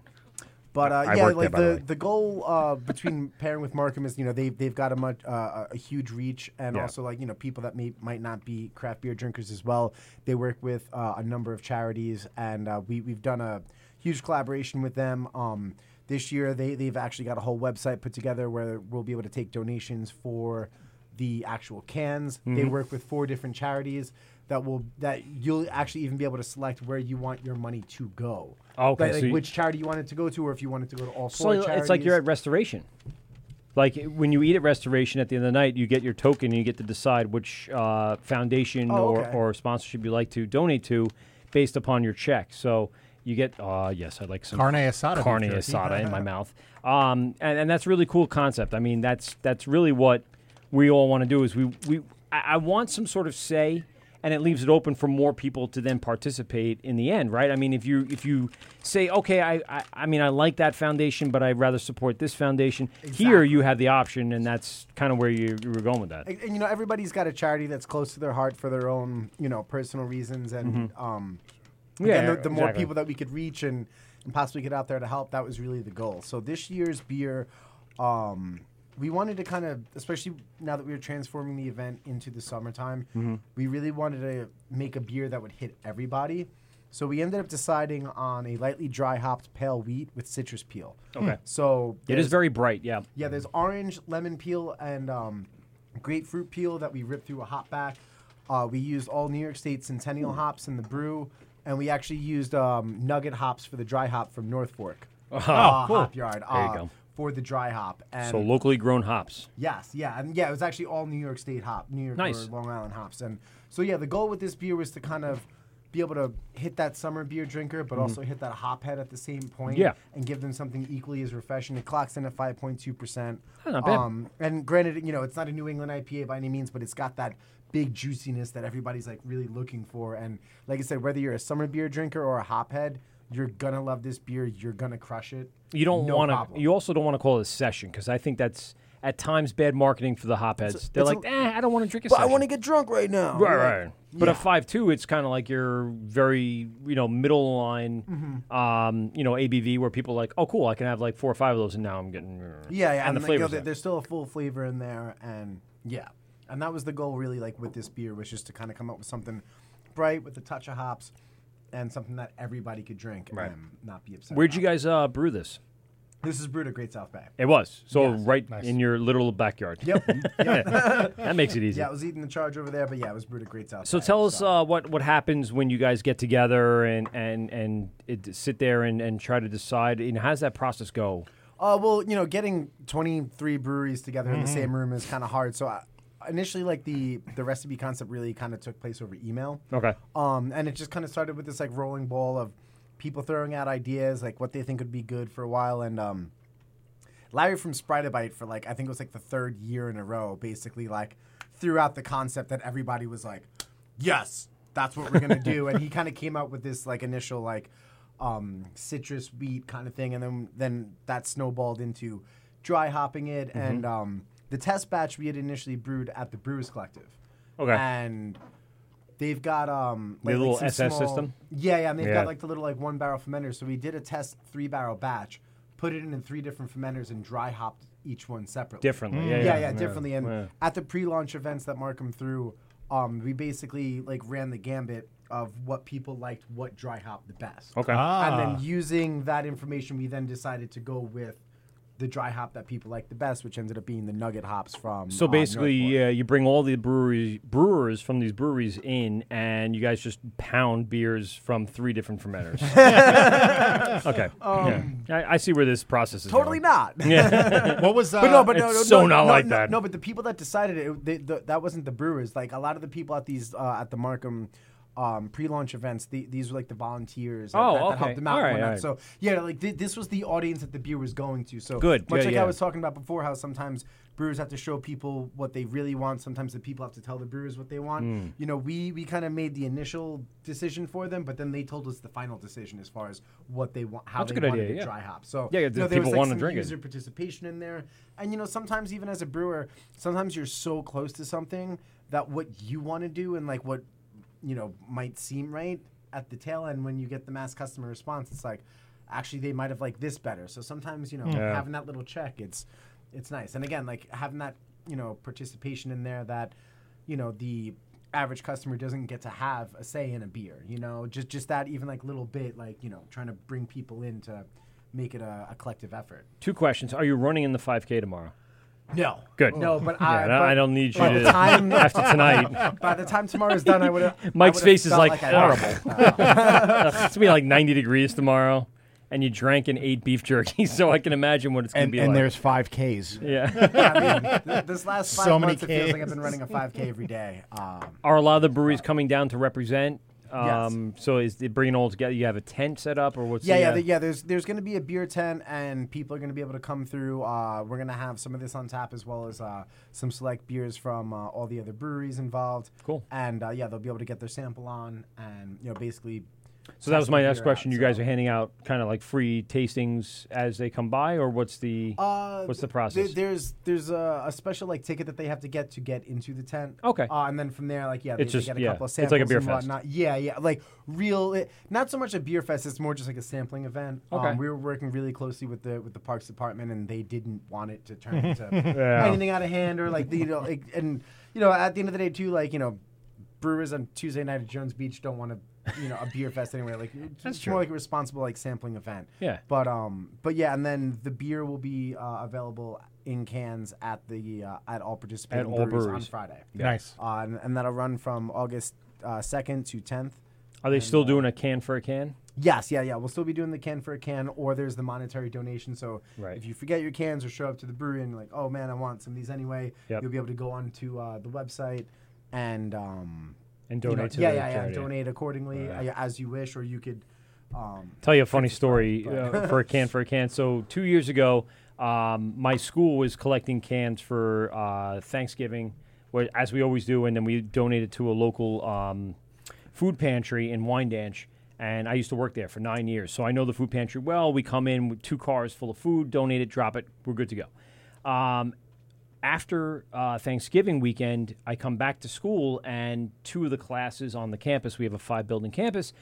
But uh, I yeah, worked there, like by the the, way. the goal uh, between pairing with Markham is you know they they've got a much uh, a huge reach and Yeah. also like you know people that may might not be craft beer drinkers as well. They work with uh, a number of charities and uh, we we've done a huge collaboration with them. Um, this year they they've actually got a whole website put together where we'll be able to take donations for the actual cans. They Mhm. work with four different charities. That will that you'll actually even be able to select where you want your money to go. Okay, like, so like you- which charity you wanted to go to, or if you wanted to go to all So four charities. it's like you're at restoration. Like when you eat at restoration at the end of the night, you get your token and you get to decide which uh, foundation Oh, or, okay. or sponsorship you like to donate to based upon your check. So you get, uh, yes, I'd like some Carne asada carne beef jerky. asada in my mouth. Um, and, and that's really cool concept. I mean, that's that's really what we all want to do is we, we I, I want some sort of say and it leaves it open for more people to then participate in the end, right? I mean, if you if you say, okay, I I, I mean, I like that foundation, but I'd rather support this foundation. Here, you have the option, and that's kind of where you, you were going with that. And, and, you know, everybody's got a charity that's close to their heart for their own, you know, personal reasons. And um, Mm-hmm. Yeah, again, the, the more exactly. people that we could reach and, and possibly get out there to help, that was really the goal. So this year's beer, um, we wanted to kind of, especially now that we were transforming the event into the summertime, Mm-hmm. Mhm. we really wanted to make a beer that would hit everybody. So we ended up deciding on a lightly dry hopped pale wheat with citrus peel. Okay. So It is there's- very bright, yeah. yeah, there's orange, lemon peel, and um, grapefruit peel that we ripped through a hop back. Uh, we used all New York State Centennial hops in the brew, and we actually used um, nugget hops for the dry hop from North Fork. Oh, uh, cool. Hop yard. There you uh, go. For the dry hop. And so locally grown hops. Yes, yeah, and yeah, it was actually all New York State hop, New York Nice. or Long Island hops, and so yeah, the goal with this beer was to kind of be able to hit that summer beer drinker, but Mhm. also hit that hop head at the same point, Yeah. and give them something equally as refreshing. It clocks in at five point two percent. Um, Oh, not bad. And granted, you know, it's not a New England IPA by any means, but it's got that big juiciness that everybody's like really looking for. And like I said, whether you're a summer beer drinker or a hop head, you're gonna love this beer. You're gonna crush it. You don't No want problem. to. You also don't want to call it a session because I think that's at times bad marketing for the hopheads. They're it's like, a- eh, I don't want to drink a But I session. want to get drunk right now. Right, Like, right. But a five two, it's kind of like your very you know middle line, Mm-hmm. um, you know ABV where people are like, oh cool, I can have like four or five of those, and now I'm getting Yeah, yeah. and the like, you know, flavors. there- there's still a full flavor in there, and yeah, and that was the goal really, like with this beer, was just to kind of come up with something bright with a touch of hops, and something that everybody could drink Right. and not be upset. Where'd you guys uh, brew this? about. This is brewed at Great South Bay. It was so Yes. right Nice. in your literal backyard. Yep. yep. that makes it easy. Yeah, I was eating the charge over there, but yeah, it was brewed at Great South. So Bay. tell us uh, what what happens when you guys get together and and and it, sit there and, and try to decide. You know, how does that process go? Uh, well, you know, getting 23 breweries together in the Mhm. same room is kind of hard. So I, initially, like the the recipe concept really kind of took place over email. Okay. Um, and it just kind of started with this like rolling ball of people throwing out ideas, like what they think would be good for a while, and um, Larry from Spritebite for like I think it was like the third year in a row, basically like threw out the concept that everybody was like, yes, that's what we're gonna do, and he kind of came out with this like initial like um, citrus wheat kind of thing, and then then that snowballed into dry hopping it, and Mhm. um, the test batch we had initially brewed at the Brewers Collective, Okay. and they've got um The little SS system? yeah, yeah, and they've Yeah. got like the little like one barrel fermenters. So we did a test three barrel batch, put it in in three different fermenters, and dry hopped each one separately. Differently, Mm. yeah, yeah, yeah, yeah. differently. And Yeah. at the pre-launch events that Markham threw, um, we basically like ran the gambit of what people liked, what dry hopped the best. Okay. And Ah. then using that information, we then decided to go with the dry hop that people liked the best, which ended up being the nugget hops from. So uh, basically, uh, you bring all the breweries, brewers from these breweries in, and you guys just pound beers from three different fermenters. okay, Um, yeah. I, I see where this process is. Totally going. not. Yeah. But no, but no, It's no, so no, not no, like no, that. No, but the people that decided it, they, the, that wasn't the brewers. Like a lot of the people at these uh, at the Markham. Um, pre-launch events. The, these were like the volunteers that, Oh, that, that okay. helped them out. and All right, whatnot. all right. So yeah, like thi- this was the audience that the beer was going to. So Good, Much yeah, like yeah. I was talking about before, how sometimes brewers have to show people what they really want. Sometimes the people have to tell the brewers what they want. Mm. You know, we we kind of made the initial decision for them, but then they told us the final decision as far as what they want, how That's a they good wanted idea, to yeah. dry hop. So Yeah, yeah, you the know, there was, people like, wanna some drink it. user participation in there. And you know, sometimes even as a brewer, sometimes you're so close to something that what you want to do and like what you know might seem right at the tail end when you get the mass customer response, it's like actually they might have liked this better. So sometimes you know Yeah. having that little check, it's it's nice. And again, like having that you know participation in there that you know the average customer doesn't get to have a say in a beer you know just just that even like little bit like you know trying to bring people in to make it a, a collective effort Two questions: Are you running in the 5K tomorrow? No. Good. No, but Yeah, I. and but I don't need you by the to time- after tonight. By the time tomorrow's done, I would have. Mike's face is like, horrible. it's it's gonna be like 90 degrees tomorrow, and you drank and ate beef jerky, so I can imagine what it's gonna And, be and like. there's five Ks. Yeah. this last five So many months, it feels Ks. like I've been running a 5K every day. Um, Are a lot of the breweries coming down to represent? Um, So is it bringing all together? You have a tent set up, or what's Yeah, the, yeah, uh, the- yeah. There's there's going to be a beer tent, and people are going to be able to come through. Uh, we're going to have some of this on tap, as well as uh, some select beers from uh, all the other breweries involved. Cool. And uh, yeah, they'll be able to get their sample on, and you know, basically. So that was my test next the beer question. you guys are handing out kind of like free tastings as they come by, or what's the Uh, what's the th- process? there's there's a, a special like ticket that they have to get to get into the tent. Okay. Uh, and then from there, like yeah, they, It's they just- get a yeah, couple of it's like a samples beer and fest. whatnot. Yeah, yeah, like real. It, not so much a beer fest. It's more just like a sampling event. Okay. Um, we were working really closely with the with the parks department, and they didn't want it to turn into Yeah. anything out of hand or like the, you know like, and you know at the end of the day too like you know brewers on Tuesday night at Jones Beach don't want to you know a beer fest anyway like it's That's more true. like a responsible like sampling event. Yeah. But um, but yeah, and then the beer will be uh, available in cans at the uh, at all participating At all breweries, on breweries. Friday. Yeah. Nice. Uh, and, and that'll run from August uh, second to tenth. are they still doing a can for a can? Yes, yeah, yeah. We'll still be doing the can for a can, or there's the monetary donation. So Right. if you forget your cans or show up to the brewery and you're like, oh man, I want some of these anyway, Yep. you'll be able to go onto uh, the website and um, And you know, donate to yeah, the yeah, yeah, charity. donate accordingly Right. uh, as you wish, or you could. Um, Tell you a funny story but- uh, for a can for a can. So two years ago, um, my school was collecting cans for uh, Thanksgiving, where, as we always do, and then we donated to a local um, food pantry in Wyandanch. And I used to work there for nine years, so I know the food pantry well. We come in with two cars full of food, donate it, drop it, we're good to go. Um, after uh, Thanksgiving weekend, I come back to school, and two of the classes on the campus, we have a five building campus,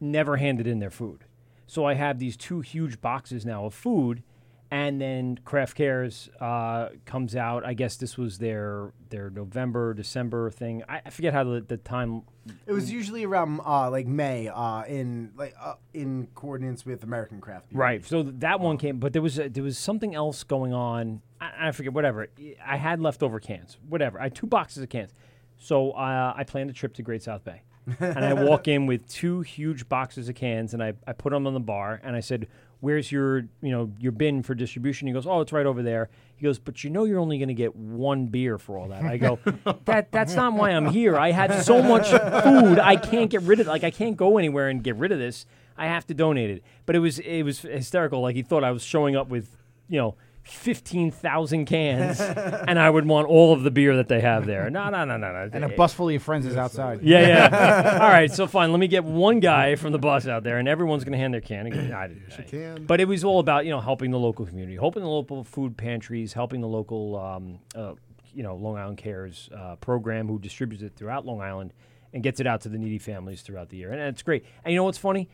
never handed in their food. So I have these two huge boxes now of food, and then Craft Cares uh, comes out. I guess this was their their November December thing. I, I forget how the, the time. It was usually around uh, like May uh, in like uh, in coordinates with American craft beer. Right. So th- that one came, but there was a, there was something else going on. I, I forget whatever. I- I had leftover cans, whatever. I had two boxes of cans. So uh, I planned a trip to Great South Bay, and I walk in with two huge boxes of cans, and I, I put them on the bar, and I said, "Where's your you know your bin for distribution?" He goes, "Oh, it's right over there." He goes, "But you know you're only going to get one beer for all that." I go, "That that's not why I'm here. I had so much food. I can't get rid of like I can't go anywhere and get rid of this. I have to donate it. But it was it was hysterical. Like he thought I was showing up with, you know, fifteen thousand cans, and I would want all of the beer that they have there. No, no, no, no, no. And a bus full of your friends is outside. Yeah, yeah. all right, so fine. Let me get one guy from the bus out there, and everyone's going to hand their can. And go, I didn't Yes, you can. But it was all about you know helping the local community, helping the local food pantries, helping the local um, uh, you know Long Island Cares uh, program who distributes it throughout Long Island and gets it out to the needy families throughout the year, and it's great. And you know what's funny?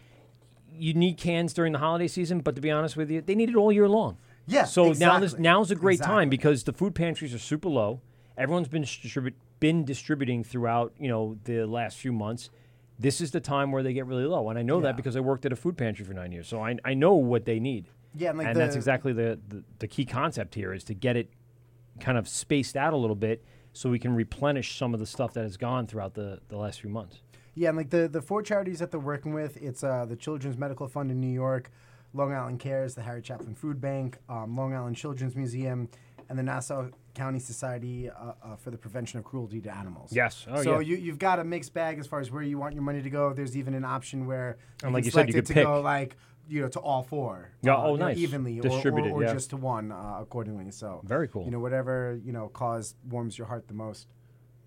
You need cans during the holiday season, but to be honest with you, they need it all year long. Yeah, So now this exactly. now's a great Exactly. time because the food pantries are super low. Everyone's been distribu- been distributing throughout you know the last few months. This is the time where they get really low, and I know that because I worked at a food pantry for nine years, so I, I know what they need. Yeah, and like that's the- exactly the, the the key concept here is to get it kind of spaced out a little bit so we can replenish some of the stuff that has gone throughout the the last few months. Yeah, and like the the four charities that they're working with, it's uh, the Children's Medical Fund in New York, Long Island Cares, the Harry Chaplin Food Bank, um, Long Island Children's Museum, and the Nassau County Society uh, uh, for the Prevention of Cruelty to Animals. Yes. Oh, so yeah. you you've got a mixed bag as far as where you want your money to go. There's even an option where And can like you said, you select it could to pick. go like you know to all four. Yeah, uh, oh, you know, nice. Evenly or- Distributed, or, or yeah. just to one uh, accordingly. So Very cool. You know whatever you know cause warms your heart the most.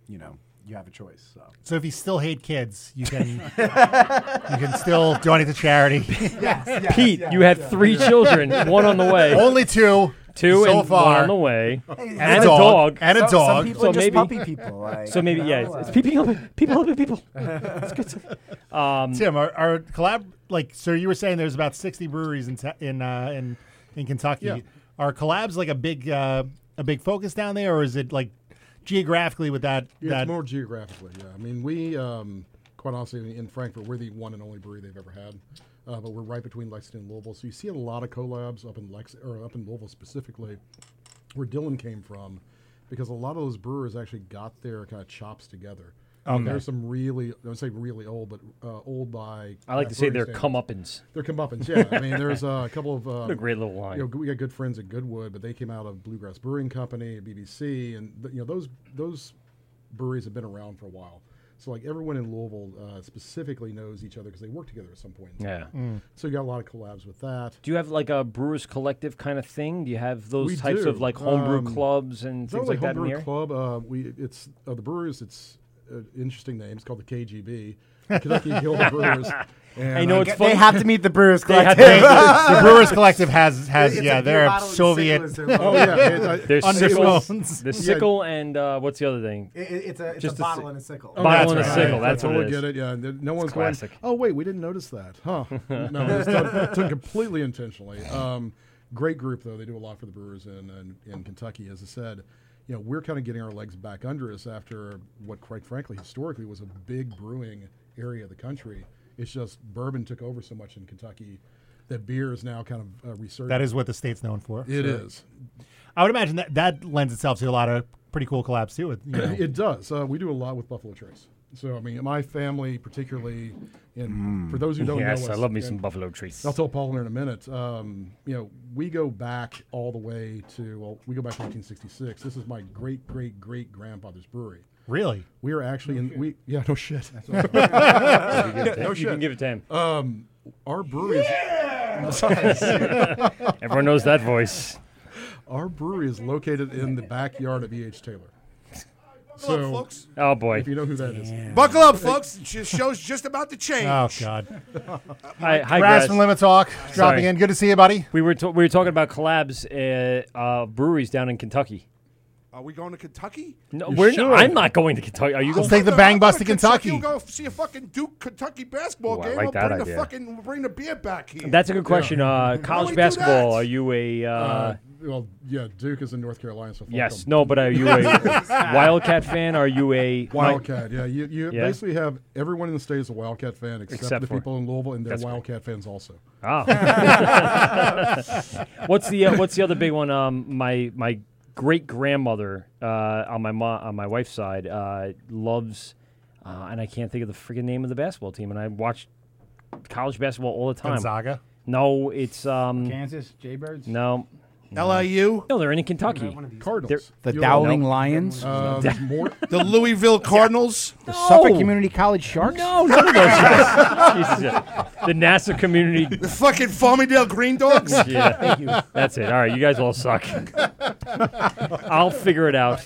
You know you have a choice. So. So if you still hate kids, you can you can still donate to charity. Yes, yes, Pete, you had three children, one on the way. Only two. Two so and far. one on the way, And, a dog. And a So- dog. some people So are just maybe- puppy people, like, so maybe, you yeah, know, it's- it's like- people helping- people helping people. It's good to- um, Tim, are, are collab like so? You were saying there's about 60 breweries in te- in uh, in in Kentucky. Yeah. Are collabs like a big uh, a big focus down there, or is it like geographically with that Yeah, that it's more geographically. Yeah, I mean, we um, quite honestly in Frankfurt, we're the one and only brewery they've ever had, uh, but we're right between Lexington and Louisville, so you see a lot of collabs up in Lex or up in Louisville specifically, where Dylan came from, because a lot of those brewers actually got their kind of chops together. Okay. There's some really, I would say really old, but uh, old by. I like craft to say brewery they're standards. comeuppance. They're comeuppance, yeah. I mean, there's uh, a couple of What um, a great little line. You know, we got good friends at Goodwood, but they came out of Bluegrass Brewing Company, BBC, and th- you know those those breweries have been around for a while. So like everyone in Louisville uh, specifically knows each other because they work together at some point. in Yeah. time. Mm. So you got a lot of collabs with that. Do you have like a brewers collective kind of thing? Do you have those We types do. of like homebrew Um, clubs and it's not things really like that in homebrew here? Club, uh, we it's uh, the brewers. It's an interesting name. It's called the KGB, Kentucky Guild of Brewers. I know it's They funny- have to meet the Brewers They have to Collective. meet- the Brewers Collective has- has- It's a yeah, beer they're bottle and Soviet- sickle is their oh yeah, it- I- There's it was- sickles, the Yeah, sickle, and uh, what's the other thing? It- it- it's a- it's a the bottle si- Oh, and a sickle. Bottle and a right. sickle. I That's what totally it is. get it. Yeah, th- no It's one's classic. going. Oh wait, we didn't notice that, huh? no, it was done, done completely intentionally. Um, great group though. They do a lot for the Brewers in, in in Kentucky. As I said, you know we're kind of getting our legs back under us after what, quite frankly, historically was a big brewing area of the country. It's just bourbon took over so much in Kentucky that beer is now kind of uh, resurgent. That is what the state's known for. It is. Sure. I would imagine that that lends itself to a lot of pretty cool collabs too. With, you know. It does. Uh, we do a lot with Buffalo Trace. So I mean, my family particularly, and Mm. for those who don't Yes, know, I us, love me and some Buffalo Trace. I'll tell Paul here in a minute. Um, you know, we go back all the way to well, we go back to 1866. This is my great great great grandfather's brewery. Really? We are actually in we yeah no shit. You can give it to him. no You shit. can give it to him. Um, our brewery. Is, Everyone knows that voice. Our brewery is located in the backyard of E.H. Taylor. Come on, folks. Oh boy! If you know who that is. Buckle up, folks. The show's just about to change. Oh, God. Hi, hi Grass Grass. from Limit Talk, dropping in. Good to see you, buddy. We were t- we were talking about collabs at uh, breweries down in Kentucky. Are we going to Kentucky? No, we're not, I'm not going to Kentucky. Are you Let's going take the bang bus to We'll Kentucky. go see a fucking Duke Kentucky basketball Ooh, I game. like I'll that bring the idea. fucking bring the beer back here. That's a good question. Uh, we college do basketball. that? Are you a uh, Uh, well, yeah, Duke is in North Carolina. So fuck yes? them. No, but are you a Wildcat fan? Are you a Wildcat? Yeah, you, you Yeah. basically have everyone in the state is a Wildcat fan except, Except the for- people in Louisville, and they're That's great. Wildcat fans also. Ah. what's the uh, what's the other big one? Um, my my great grandmother uh, on my mo- on my wife's side uh, loves, uh, and I can't think of the freaking name of the basketball team. And I watch college basketball all the time. Gonzaga? No, it's um, Kansas Jaybirds? No. LIU? No, they're in Kentucky. Cardinals. They're- The Nope. Dowling Lions? No. Uh, the Louisville Cardinals? The Suffolk Community College Sharks? No, none of those. Jesus, yeah. The NASA community The fucking Farmingdale Green Dogs? yeah, that's it. All right, you guys all suck. I'll figure it out.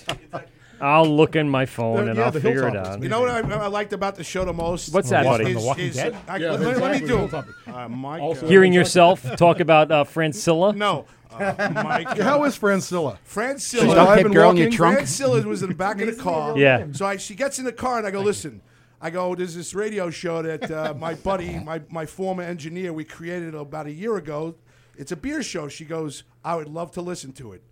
I'll look in my phone and Yeah, I'll the figure it Hilltoppers. out. You know what I, I liked about the show the most? What's that, Is- buddy? is- The Walking is- Dead? I- Yeah, let, the let me exactly do it. Hilltoppers. Uh, my God. Hearing yourself talk about uh, Francilla? No. Uh, my God. How is Francilla? Francilla. She's alive and walking? Francilla was in the back of the car. Yeah. So I, she gets in the car and I go, listen. I go, there's this radio show that uh, my buddy, my, my former engineer, we created about a year ago. It's a beer show. She goes, I would love to listen to it.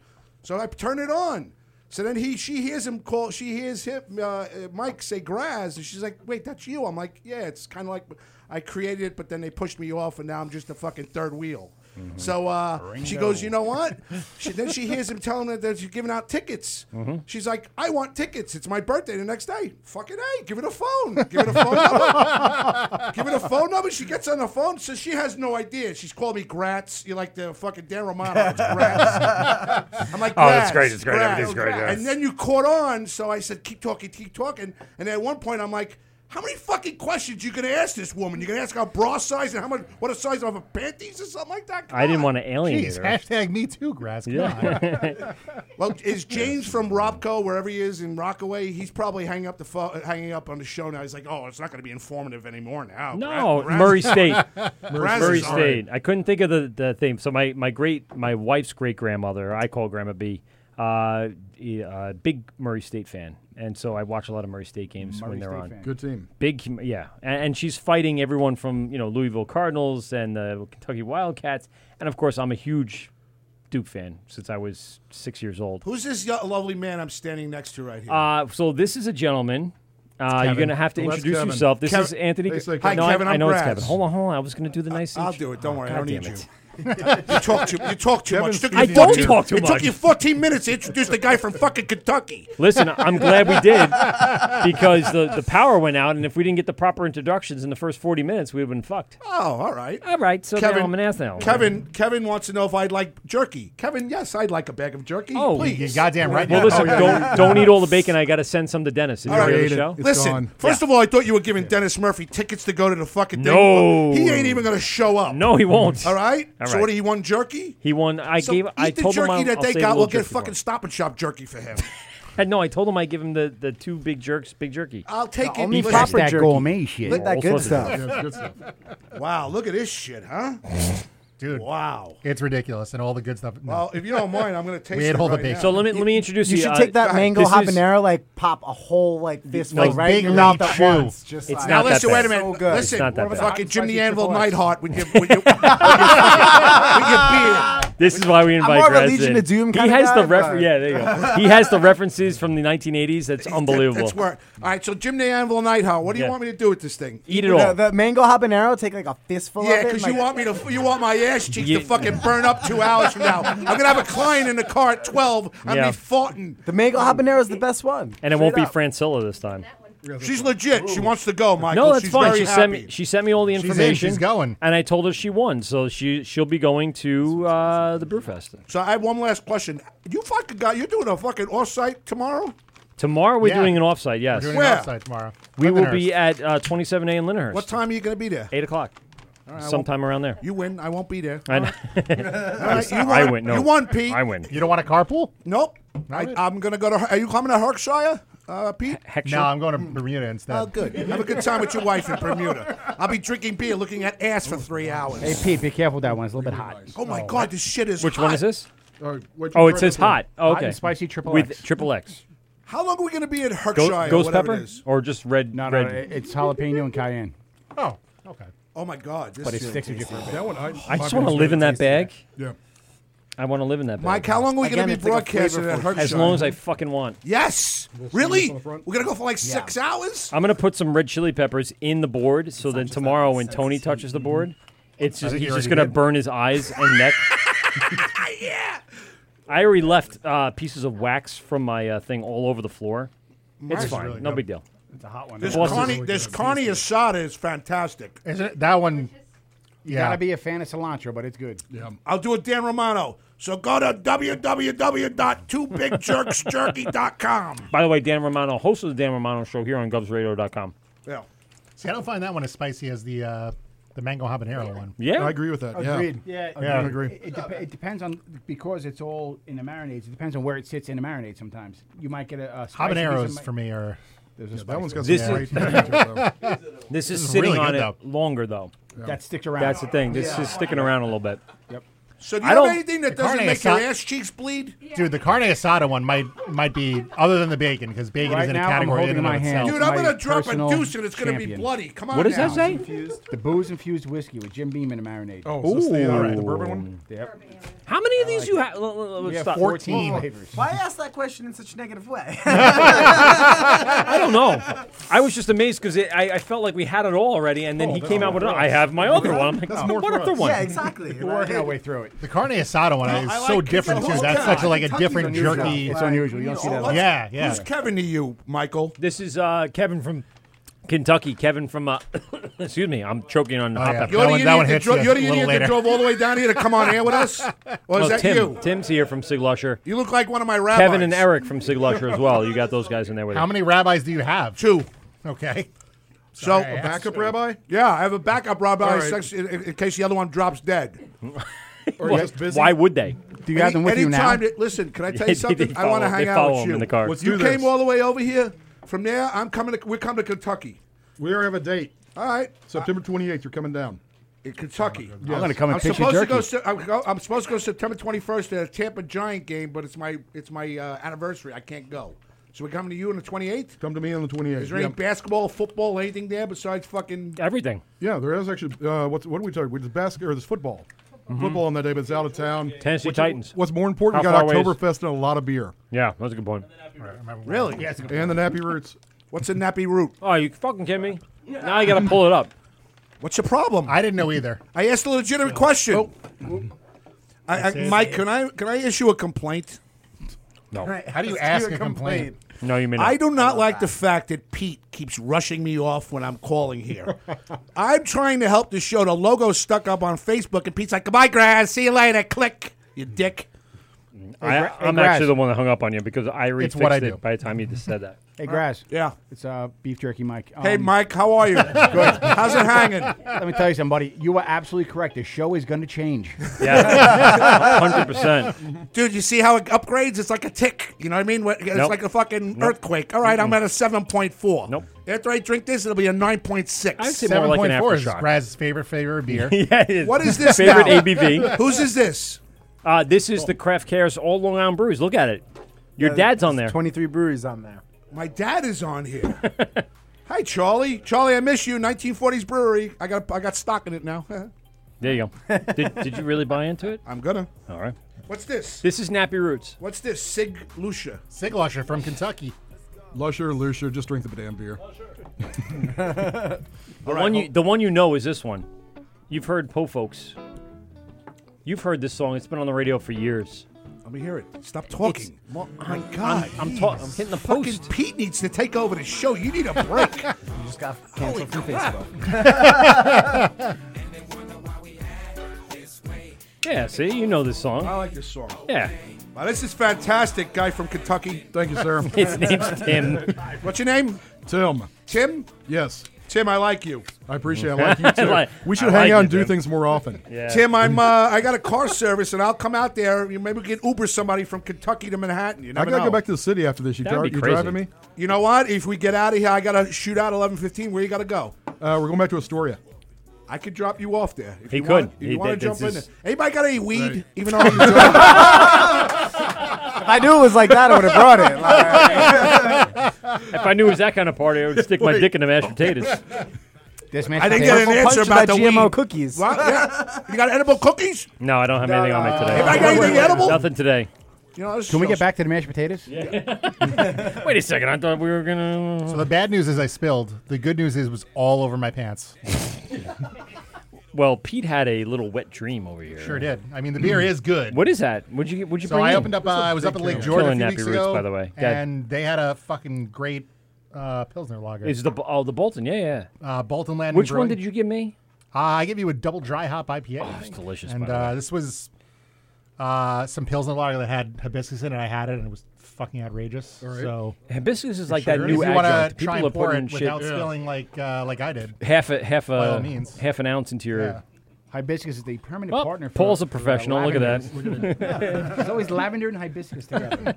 So I turn it on. So then he, she hears him call. She hears him, uh, uh, Mike say "Graz," and she's like, "Wait, that's you." I'm like, "Yeah, it's kind of like I created it, but then they pushed me off, and now I'm just a fucking third wheel." So uh, she Ringo. goes, "You know what?" she, then she hears him telling her that she's giving out tickets. Mhm. She's like, "I want tickets. It's my birthday the next day. Fucking hey, give it a phone. Give it a phone number. give it a phone number." She gets on the phone, so she has no idea. She's called me Gratz. You're like the fucking Dan Romano. It's Gratz. I'm like, Oh, "Gratz, that's great. It's great. Gratz, Everything's great, Gratz." yeah. And then you caught on, so I said, "Keep talking, keep talking." And then at one point, I'm like. How many fucking questions you gonna ask this woman? You gonna ask her bra size and how much, what a size of her panties or something like that? I didn't want to alienate Jeez, her. hashtag me too, Grass. Come Yeah. on. Well, is James from Robco, wherever he is in Rockaway? He's probably hanging up the phone, hanging up on the show now. He's like, "Oh, it's not going to be informative anymore now." No, Raz- Murray State. Raz is Murray all right. State. I couldn't think of the, the theme. So my, my great my wife's great grandmother, I call Grandma B, uh, e- uh, big Murray State fan, and so I watch a lot of Murray State games Murray when they're State on. fan. Good team. Big, hum- yeah, and, and she's fighting everyone from you know Louisville Cardinals and the Kentucky Wildcats, and of course I'm a huge Duke fan since I was six years old. Who's this yo- lovely man I'm standing next to right here? Uh, so this is a gentleman. Uh, you're Kevin. going to have to Well, that's introduce Kevin. yourself. This Kev- is Anthony. They say No, Kevin. Hi, Kevin, I, I I'm know it's Brad. Kevin. Hold on, hold on. I was going to do the nice. I'll do it. Don't worry. I don't God damn need it. you talk too. You talk too Devin's much. Took I you don't 14 talk too It took much. you 14 minutes to introduce the guy from fucking Kentucky. Listen, I'm glad we did because the, the power went out, and if we didn't get the proper introductions in the first 40 minutes, we would have been fucked. Oh, all right. All right. So now I'm an ass now. Kevin, Kevin wants to know if I'd like jerky. Kevin, yes, I'd like a bag of jerky. Oh, please. you're goddamn right. Well, now. listen, Oh, yeah. don't, don't eat all the bacon. I got to send some to Dennis. Did you hear the show? Listen, first of all, I thought you were giving Dennis Murphy tickets to go to the fucking thing. No. He ain't even going to show up. No, he won't. All right? All So right. what, he won jerky? He won. I So gave. eat I the told him jerky I'll, that I'll they save a got. little We'll get jerky for fucking Stop and Shop jerky for him. him. no, I told him I give him the, the two big jerks, big jerky. I'll take The it. only Listen. proper That's that jerky. gourmet shit. All sorts of stuff. Yeah, good stuff. Wow, look at this shit, huh? Dude. Wow. It's ridiculous and all the good stuff. No. Well, if you don't mind, I'm going to taste We it ate all the right bacon. now. So let me let me introduce you. You should uh, take that this mango is- habanero, like pop a whole like fistful Like right in big your mouth leech at chew. once. Just It's like, not Now listen, that wait bad. a minute. So good. Listen, It's not that what bad. fucking Jim Spicy the Anvil Chipotle. Nighthawk with your, with your, with your beer. This is why we invite more of a Reds Legion in. of Doom he kinda has the guy, refer- but- Yeah, there you go. He has the references from the 1980s. That's unbelievable. That's where. All right, so Jim the Anvil Nighthawk. What do you Yeah. want me to do with this thing? Eat it all. The, the mango habanero, take like a fistful Yeah, of it. because like- you want me to, you want my ass cheeks Yeah. to fucking burn up two hours from now. I'm gonna have a client in the car at twelve. I'm gonna Yeah. be farting. The mango habanero is the best one. and it won't be Francilla this time. She's legit. She wants to go, Michael. no, that's She's fine. Very She happy. sent me. She sent me all the She's in. information. She's going. And I told her she won, so she she'll be going to uh, the Brewfest So I have one last question. You fucking got. You're doing a fucking offsite tomorrow. tomorrow. We're Yeah. doing an offsite. Yes, We're doing an Where? offsite tomorrow. We will Lindenhurst. be at uh, 27A in Lindenhurst. What time are you gonna be there? Eight o'clock. All right, I Sometime around there. won't- You win. I won't be there. I know. All right, you I won. win. No, You won, Pete. I win. You don't want a carpool? Nope. I, I'm gonna go to. Are you coming to Herkshire, uh, Pete? No, I'm going to Bermuda instead. Oh, good. Have a good time with your wife in Bermuda. I'll be drinking beer, looking at ass for three hours. Hey, Pete, be careful with that one. It's a little bit hot. Oh my God, this shit is. Which one is hot. this? Oh, it says hot. Oh, Hot okay. and spicy triple with X. triple X. How long are we gonna be in Herkshire? Go- or Ghost whatever pepper It is? or just red? No, no, red. it- it's jalapeno and cayenne. Oh, okay. Oh my God, this But it shit sticks with you is for a hot. bit. That one I- I just want to live in that bag. Yeah. I want to live in that bag. Mike, how long are we going to be broadcasting at Herkshire? As long as I fucking want. Yes. really? We're going to go for like six hours? I'm gonna put some red chili peppers in the board, so then tomorrow when Tony touches the board, it's I just think he's you just already gonna did. burn his eyes and neck. yeah. I already left uh, pieces of wax from my uh, thing all over the floor. It's Mine's fine, really no good. big deal. It's a hot This carne, this carne asada is fantastic. Is it that one? You gotta be a fan of cilantro, but it's good. Yeah. I'll do it, Dan Romano. So go to www.twobigjerksjerky.com. By the way, Dan Romano, host of the Dan Romano Show here on GovsRadio.com. Yeah. See, I don't find that one as spicy as the uh, the mango habanero one. Yeah. I agree with that, yeah. Agreed. Yeah, Yeah. It, it, dep- it depends on because it's all in the marinades. It depends on where it sits in the marinade. Sometimes you might get a, a spicy piece of Habaneros ma- for me are. There's a Yeah, spice to it. This is, this is sitting really on good, it though. longer though. Yeah. That sticks around. That's the thing. This Yeah. is sticking around a little bit. Yep. So do I you have don't- anything that the doesn't carne make your asa- ass cheeks bleed? Dude, the carne asada one might might be other than the bacon because bacon Right is in a now, I'm category holding in and my of hand. itself. Dude, I'm my gonna drop a personal deuce and it's gonna be champion. bloody. Come on What does that now. say? Infused- The booze infused whiskey with Jim Beam in the marinade. Oh, is this the, uh, Ooh. the bourbon one? Yep. How many of these you have? L- l- l- We have stop. 14 Oh, flavors. Why ask that question in such a negative way? I don't know. I was just amazed because I, I felt like we had it all already, and then he came out with another. I have my other one. I'm like, That's oh, more what for other us. one? Yeah, exactly. We're working our way through it. The carne asada one is so different Oh, too. That's such a, like a different jerky. Yeah, yeah. Kevin to you, Michael? This is uh, Kevin from Kentucky. Kevin from. Uh, excuse me, I'm choking on Oh, hot yeah. pepper. You're the That one- that idiot one that hits Dro- you're the idiot that drove all the way down here to come on air with us? Or is Oh, that Tim. you? Tim's here from Siglusher. You look like one of my rabbis. Kevin and Eric from Siglusher as well. You got those guys in there with How you. many rabbis do you have? Two. Okay. So Sorry, I asked. rabbi? Yeah, I have a backup rabbi All right. sex- in, in case the other one drops dead. Or What? just busy? Why would they? Do you have them with you now? anytime That, listen, can I tell They- you they something? I follow- want to they hang out follow with him you. in the car. Let's you do came this. all the way over here. From there, I'm coming. To, we're coming to Kentucky. We already have a date. All right, September 28th. You're coming down. In Kentucky. Yes. I'm gonna come and I'm pitch you supposed to jerky. go. se- I'm, go- I'm supposed to go September 21st to a Tampa Giant game, but it's my it's my uh, anniversary. I can't go. So we're coming to you on the 28th. Come to me on the 28th. Is there any yeah. basketball, football, anything there besides fucking everything? Yeah, there is actually. Uh, what's, what are we talking? We just basket or this football? Mhm. Football on that day, but it's out of town. Tennessee What's- Titans. What's more important? How we got far away is- Oktoberfest and a lot of beer. Yeah, that's a good point. Really? And the nappy roots. What's a nappy root? Oh, you fucking kidding me? Now you got to pull it up. What's your problem? I didn't know either. Oh. I asked a legitimate question. I, That's I, it. Mike, can I can I issue a complaint? No. How do you ask a complaint? No, you may I do not like the fact that Pete keeps rushing me off when I'm calling here. I'm trying to help the show. The logo's stuck up on Facebook, and Pete's like, "Goodbye, Graz. See you later. Click, you dick." I, I'm actually the one that hung up on you because I already It's fixed what I it do. by the time you just said that. Hey, Graz. Yeah. It's uh, beef jerky, Mike. Hey, Mike, how are you? Good. How's it hanging? Let me tell you something, buddy. You are absolutely correct. The show is going to change. Yeah. 100%. Dude, you see how it upgrades? It's like a tick. You know what I mean? What- It's Nope. like a fucking Nope. earthquake. All right, I'm Mm-mm. at a 7.4. Nope. After I drink this, it'll be a 9.6. I'd say more like an 7.4 is aftershock. Graz's favorite favorite beer. yeah, it is. What is this Favorite now? ABV. Whose is this? Uh, this is the Craft Cares All Long Island Breweries. Look at it. Your Yeah, dad's on there. there's 23 breweries on there. My dad is on here. Hi, Charlie. Charlie, I miss you. 1940s brewery. I got I got stock in it now. There you go. did, did you really buy into it? I'm gonna. All right. What's this? This is Nappy Roots. What's this? Sig Lucia. Sig Lusher from Kentucky. Lusher, Lusher, just drink the damn beer. Oh, the one you the one you know is this one. You've heard Po Folks. You've heard this song. It's been on the radio for years. Let me hear it. Stop talking. My I'm- God. I'm- I'm ta- I'm hitting the Fucking Pete needs to take over the show. You need a break. you just got canceled from Facebook. Yeah, see, you know this song. I like this song. Yeah. Wow, this is fantastic, guy from Kentucky. Thank you, sir. His name's Tim. What's your name? Tim. Tim? Yes. Tim, I like you. I appreciate it. I like you too. Like- we should I hang like out you, and do Tim. things more often. Tim, I'm uh, I got a car service, and I'll come out there. You maybe we can Uber somebody from Kentucky to Manhattan. You I never gotta know. go back to the city after this. You, That'd dri- be you crazy. driving me? You know what? If we get out of here, I gotta shoot out eleven fifteen. Where you gotta go? Uh, we're going back to Astoria. I could drop you off there. If He you could. Want, if He you want did. to jump in This there. is- Anybody got any weed? Right. Even though I'm enjoying it? If I knew it was like that, I would have brought it. if I knew it was that kind of party, I would stick my dick in the mashed potatoes. This mashed I didn't get an potatoes- answer about the weed. What? Yeah. You got edible cookies? No, I don't have anything on me today. If I got anything edible? Nothing today. You know, this Can we shows- get back to the mashed potatoes? Wait a second. I thought we were gonna. So the bad news is I spilled. The good news is it was all over my pants. Well, Pete had a little wet dream over here. Hmm. Sure did. I mean, the beer is good. What is that? Would you get- what'd you so bring I in? opened up. Uh, I was up at Lake Georgia a Killing few Nappy weeks Roots, ago, by the way. God. and they had a fucking great uh, pilsner lager. Is the oh the Bolton? Yeah, yeah. uh, Bolton Land? Which one did you give me? Uh, I gave you a double dry hop IPA. Oh, it's delicious. And by the uh, this was uh, some pilsner lager that had hibiscus in it. I had it, and it was fucking outrageous. All right. So Hibiscus is For like that new If you wanna adjunct. try People and are pour putting it shit- without Yeah. spilling like uh, like I did. half a half By all a means. half an ounce into your. Yeah. Hibiscus is the permanent Well, partner. For, Paul's a for, uh, professional. Look at lavenders. that. Yeah. There's always lavender and hibiscus together.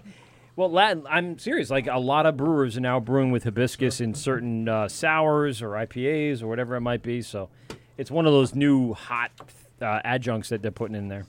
Well, Latin, I'm serious. Like a lot of brewers are now brewing with hibiscus in certain uh, sours or IPAs or whatever it might be. So it's one of those new hot uh, adjuncts that they're putting in there.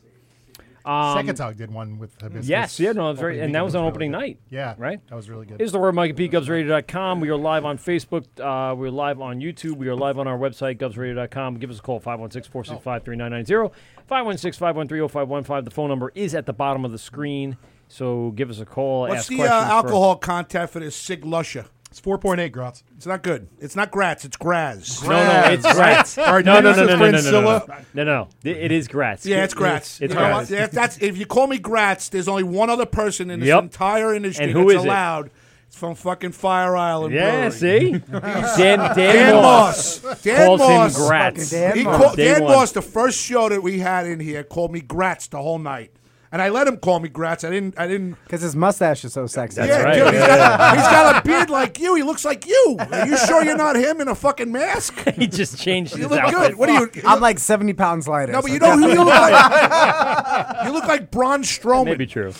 Um, Second Dog did one with hibiscus. Yes, yeah, no, it was very, Opening and that weekend was on really opening good. night. Yeah, right. That was really good. Is the word Mike at PeteGubsRadio.com. We are live on Facebook. Uh, we are live on YouTube. We are live on our website, GubsRadio.com. Give us a call, 516 465 3990. 516 513 0515. The phone number is at the bottom of the screen. So give us a call. What's ask the uh, questions for- alcohol content for this Sig Lusha? It's 4.8 Graz. It's not good. It's not Gratz. It's Graz. No, no, it's Gratz. All right, no, no, this no, is no, no, no, no, no, Francilla. no, no. It is Gratz. Yeah, it's Gratz. It's You know Gratz. what? Yeah, that's, if you call me Gratz, there's only one other person in this Yep. entire industry And who that's is it? allowed. It's from fucking Fire Island. Yeah, Brewery. see? Dan- Dan Moss. Moss Dan calls him Moss. Gratz. Dan He Moss. called- Day Dan one. Moss, the first show that we had in here, called me Gratz the whole night. And I let him call me Gratz. I didn't. I didn't. Because his mustache is so sexy. yeah, dude, he's got, a, he's got a beard like you. He looks like you. Are you sure you're not him in a fucking mask? he just changed You look good. What are you? I'm like 70 pounds lighter. No, but so you know who you look definitely- like. You look like Braun Strowman. Maybe true.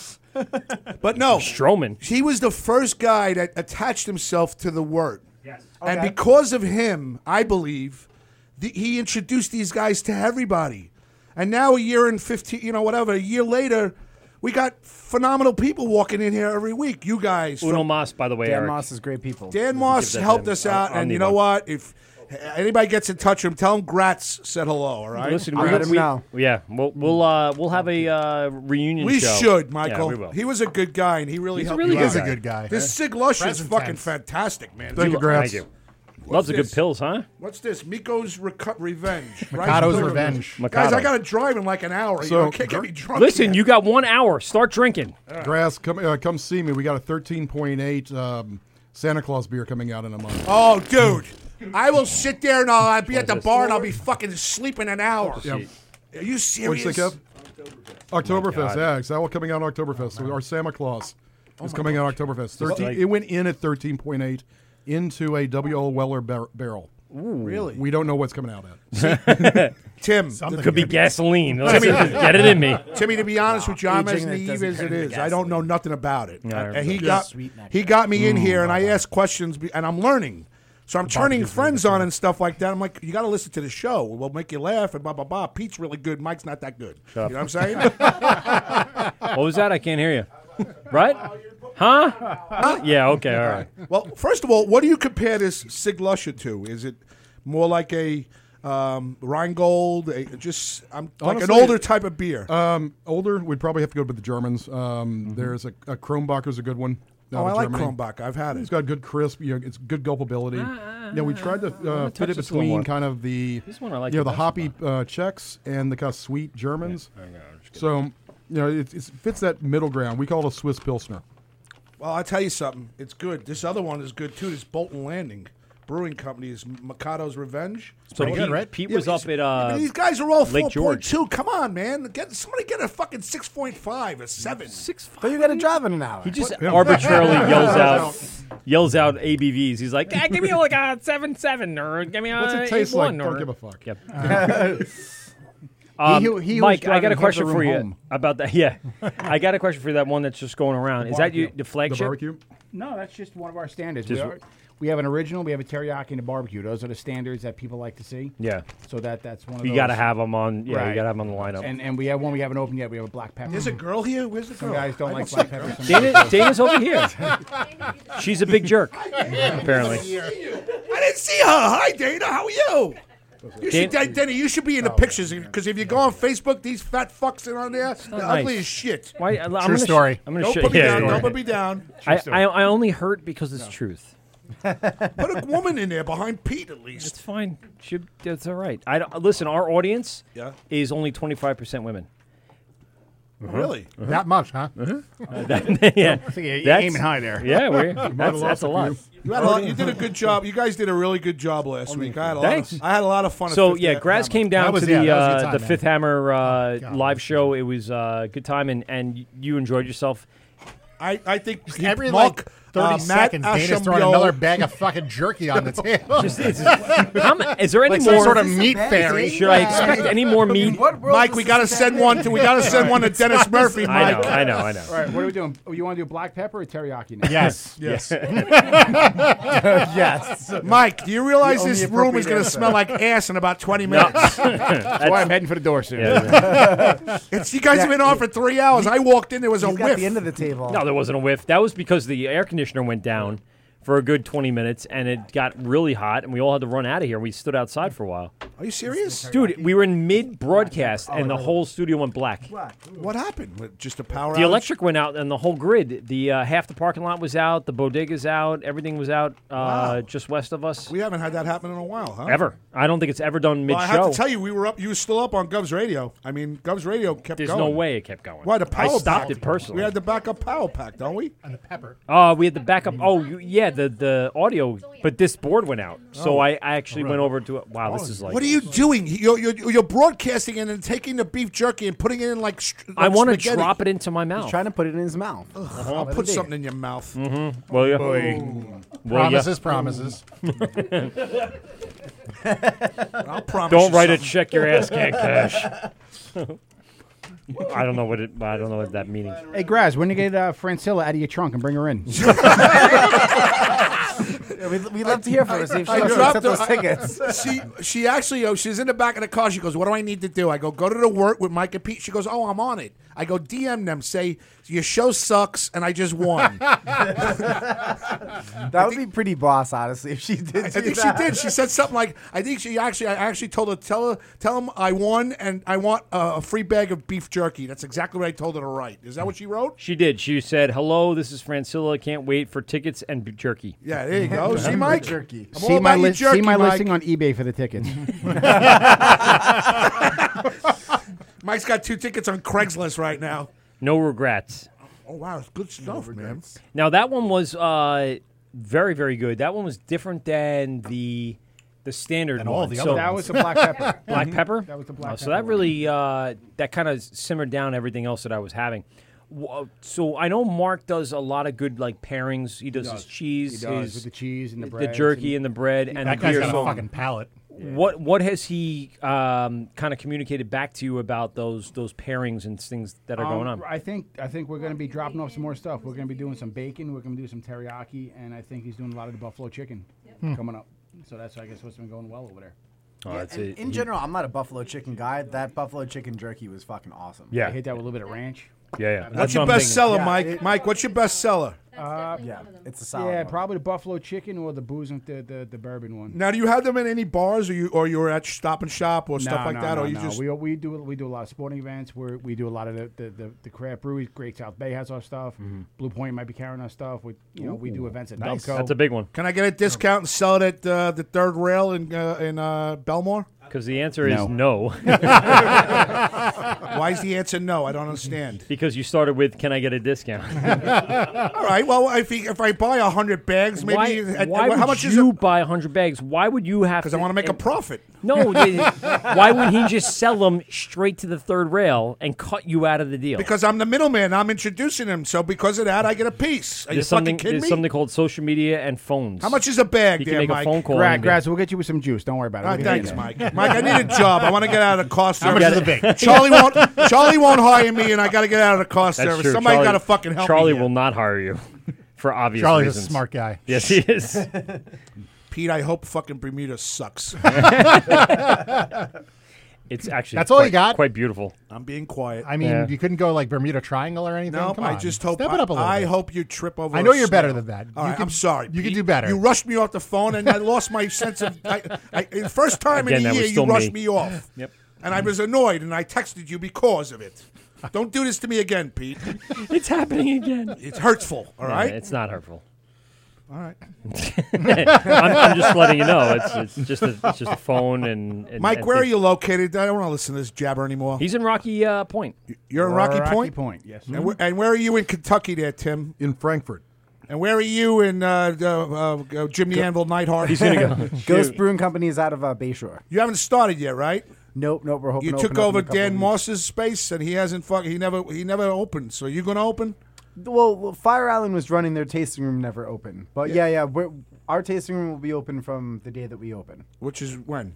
But no, Strowman. He was the first guy that attached himself to the word. Yes. And Okay. because of him, I believe the, he introduced these guys to everybody. And now a year and 15, you know, whatever, a year later, we got phenomenal people walking in here every week. You guys. from- Uno Moss, by the way. Dan Eric. Moss is great people. Dan Moss Give that helped to him. us out. I'll- I'll and need you know one. what? If anybody gets in touch with him, tell him Gratz said hello, all right? Listen, we, we, Yeah, we'll we'll uh, we'll have a uh, reunion. We show. should, Yeah, Michael. we will. He was a good guy, and he really He's a helped. really you good out. guy. He's a good guy. This Sig Lush is Present fucking tense. fantastic, man. Thank you, Gratz. Thank you. Loves the What's good this? pills, huh? What's this? Miko's recu- Revenge. Mikado's Rice- Revenge. Guys, Mikado. I got to drive in like an hour. you know, I can't get me drunk. Listen, you got one hour. Start drinking. Grass, come uh, come see me. We got a 13.8 um, Santa Claus beer coming out in a month. Oh, dude. I will sit there and I'll, I'll be at the bar and I'll be fucking sleeping an hour. Yeah. Are you serious? What's it, Kev? Oktoberfest, God. yeah, it's all coming out on Oktoberfest. Our Santa Claus Oh is my coming God. out Oktoberfest. Just 13, like- it went in at 13.8 into a W.O. Weller bar- barrel. Really? We don't know what's coming out at. Tim, Could be gasoline. Timmy- Get it in me. Timmy, to be honest with you, I'm as Aging that naive doesn't as it turn into is. I don't know nothing about it. Yeah, I and he remember. got Sweet he got me in here, and I asked questions, be- and I'm learning. So I'm turning friends on and stuff like that. I'm like, you got to listen to the show. We'll make you laugh and blah blah blah. Pete's really good. Mike's not that good. Shut up. You know what I'm saying? What was that? I can't hear you. Right? Huh? Yeah, okay, all right. Well, first of all, what do you compare this Sig Lusher to? Is it more like a um, Rheingold? A, just I'm, like an Honestly, older type of beer. Mm-hmm. Um, older, we'd probably have to go with the Germans. Um, There's a, a Kronbacker's a good one. out Oh, of I like Germany. Kronbacher. I've had it. It's got good crisp. You know, it's good gulpability. Ah, yeah, we tried to I'm uh, gonna fit ah, touch it this a little between more. kind of the This one I like you know, the the best hoppy uh, Czechs and the kind of sweet Germans. so you know, it, it fits that middle ground. We call it a Swiss Pilsner. Well, I'll tell you something. It's good. This other one is good too. This Bolton Landing Brewing Company is Mikado's Revenge. It's So pretty Pete, Pete was Yeah, up at uh, I mean, these guys are all Lake four point George. two. Come on, man! Get somebody get a fucking six point five, a seven, six But you got to drive in an hour. He just arbitrarily yells out, yells out ABVs. He's like, "Ah, give me like a seven seven or give me a What's it taste eight one like? or Don't give a fuck. Yep. Uh, Um, He who- he who's Mike, I driving got a half question the for room you home. about that. Yeah, I got a question for you, that one that's just going around. Is that you, the flagship? No, that's just one of our standards. Just we, are- we have an original, we have a teriyaki and a barbecue. Those are the standards that people like to see. Yeah. So that that's one of You got gotta have 'em on- yeah, you gotta have 'em on the lineup. And and we have one we haven't opened yet. We have a black pepper. There's a girl here. Where's the Some girl? guys don't I like see black her. pepper. Dana, Dana's over here. She's a big jerk, apparently. I didn't see her. Hi, Dana. How are you? You should, Dan- Dan- Dana, you should be in the pictures because if you go on Facebook, these fat fucks are on there. They're nice. ugly as shit. Why- I'm gonna sh- I'm gonna don't sh- put me yeah, down. yeah, Don't yeah. put me down. I, I, I only hurt because it's truth. put a woman in there behind Pete at least. It's fine. She, that's all right. I don't, listen. Our audience Yeah. Oh, is only twenty five percent women. Really? That much, huh? Uh, that- yeah. I think you're That's- aiming high there. Yeah, we're, You might have that's, lost that's a a lot. few. You, had a Oh, lot- you did a good job. You guys did a really good job last week. I had a lot. Thanks. Of, I had a lot of fun. at So 50 yeah, at Graz Hammer. came down to the uh, the Fifth Hammer uh, live show. It was a uh, good time, and and you enjoyed yourself. I, I think he- every, Mark, like, 30 uh, Matt seconds, Dana's throwing Ashambiol- another bag of fucking jerky on the table. Just- it's- how ma- is there any Like some more sort of meat fairy? Should I expect any more meat? Mike, we got to send one to. We got to send one to Dennis Murphy. I know, Mike. I know, I know. All right, what are we doing? Oh, you want to do black pepper or teriyaki now? Yes. Yes. yes. Mike, do you realize The only this room is appropriate going to answer. smell like ass in about 20 No. minutes? That's why I'm heading for the door soon. Yeah, it's, you guys have been on for three hours. I walked in, there was a whiff. of the table. No, there wasn't a whiff. That was because the air conditioner went down for a good 20 minutes and it got really hot and we all had to run out of here. We stood outside for a while. Are you serious? Dude, we were in mid broadcast Oh, and the whole studio went black. What happened? What, Just a power The outage? electric went out and the whole grid. The uh, half the parking lot was out, the bodega's out, everything was out uh, just west of us. We haven't had that happen in a while, huh? Ever. I don't think it's ever done mid Well, I show. have to tell you, we were up. You were still up on Gov's radio. I mean, Gov's radio kept There's going. no way it kept going. Why the I power? stopped pack. it personally. We had the backup power pack, don't we? And the pepper. Uh, we had the backup. Oh, you, yeah, the, the audio, but this board went out. So Oh. I, I actually went over to it. Wow, this is like. what are you doing? You're, you're, you're broadcasting and then taking the beef jerky and putting it in like. str- like I want to spaghetti. drop it into my mouth. He's trying to put it in his mouth. I'll Let it put be. something in your mouth. Mm-hmm. Well, yeah. Promises, promises. I'll promise. Don't you write a something. check your ass can't cash. I don't know what it. I don't know what that means. Hey, Graz, when you get uh, Francilla out of your trunk and bring her in? we, we love to hear from her. See if she I wants to dropped accept those tickets. her. I- she she actually oh she's in the back of the car. She goes, "What do I need to do?" I go, "Go to the work with Mike and Pete." She goes, "Oh, I'm on it." I go DM them, say your show sucks, and I just won. That would be pretty boss, honestly, if she did. I do think she that. did. She said something like, "I think she actually, I actually told her, tell her, tell him I won, and I want uh, a free bag of beef jerky." That's exactly what I told her to write. Is that what she wrote? She did. She said, "Hello, this is Francilla. Can't wait for tickets and b- jerky." Yeah, there you go. See, Mike? Jerky. I'm all See about my, your list. see jerky, my Mike. listing on eBay for the tickets. Mike's got two tickets on Craigslist right now. No regrets. Oh wow, it's good stuff, man. Now that one was uh, very, very good. That one was different than the the standard And one. all the other so, That ones. was the black pepper. black Mm-hmm. Mhm. pepper. That was the Oh, black So pepper that really uh, that kind of simmered down everything else that I was having. W- uh, So I know Mark does a lot of good like pairings. He does, his does. cheese, He does, his, with the cheese and the the breads jerky and, and- the bread, and That the guy's beer. got a So fucking palate. What what has he um, kind of communicated back to you about those those pairings and things that are Um, going on? I think I think we're going to be dropping off some more stuff. We're going to be doing some bacon. We're going to do some teriyaki, and I think he's doing a lot of the buffalo chicken Hmm. coming up. So that's I guess what's been going well over there. Yeah, and in general, I'm not Oh, a buffalo chicken guy. That buffalo chicken jerky was fucking awesome. Yeah. I hit that with a little bit of ranch. Yeah, What's your best seller, Mike? it- Mike, what's your best seller? Uh, yeah, it's a solid Yeah, one. probably the buffalo chicken or the booze and the, the, the bourbon one. Now, do you have them in any bars, or you or you're at Stop and Shop or stuff No, like no, that, no, or you no. just we, we do we do a lot of sporting events. Where we do a lot of the the, the, the craft breweries. Great South Bay has our stuff. Mm-hmm. Blue Point might be carrying our stuff. We you know we do Ooh. events at Nice. Dubco. That's a big one. Can I get a discount and sell it at uh, the third rail in uh, in uh, Belmore? Because the answer is No. no. Why is the answer no? I don't understand. Because you started with, "Can I get a discount?" All right. Well, if he, if I buy hundred bags, maybe why? at- why how would much you is it? buy hundred bags? Why would you have? Because I wanna make a profit. No. they- why would he just sell them straight to the third rail and cut you out of the deal? Because I'm the middleman. I'm introducing him. So because of that, I get a piece. Are you there's fucking something kidding there's me? something called social media and phones. How much is a bag You there, can make Mike? a phone call. Grad, and get- grads, we'll get you with some juice. Don't worry about it. All right, We'll get you thanks, there. Mike. Mike, I need a job. I want to get out of the car How service. much is the bag? Charlie won't. Charlie won't hire me, and I got to get out of the car That's service. true. Somebody Charlie- got to fucking help Charlie me. here. will not hire you for obvious Charlie's a reasons. smart guy. Yes, he is. Pete, I hope fucking Bermuda sucks. It's actually That's all quite, you got? Quite beautiful. I'm being quiet. I mean, you couldn't go like Bermuda Triangle or anything. No, Come I on. just hope. Step it up a little. I bit. hope you trip over. I know a you're better snail. than that. All You right, can- I'm sorry. you can Pete. do better. You rushed me off the phone, and I lost my sense of. I, I, the first time Again, in a that year was you still rushed me. me off. Yep. And I was annoyed, and I texted you because of it. Don't do this to me again, Pete. it's happening again. It's hurtful. All Yeah, right. it's not hurtful. All right. I'm, I'm just letting you know. It's, it's just a, it's just a phone and, and Mike, and where are things. you located? I don't want to listen to this jabber anymore. He's in Rocky uh, Point. You're in Rocky, Rocky Point. Point, yes. And, where, and where are you in Kentucky, there, Tim? In Frankfurt. And where are you in uh, uh, uh, Jim the Anvil Nightheart? Ghost Brewing Company is out of uh, Bayshore. You haven't started yet, right? Nope, nope. We're hoping You to took open up in over a couple Dan weeks. Moss's space, and he hasn't fuck. He never. He never opened. So you gonna open? Well, well, Fire Island was running their tasting room, never open. But yeah, yeah, we're, our tasting room will be open from the day that we open. Which is when?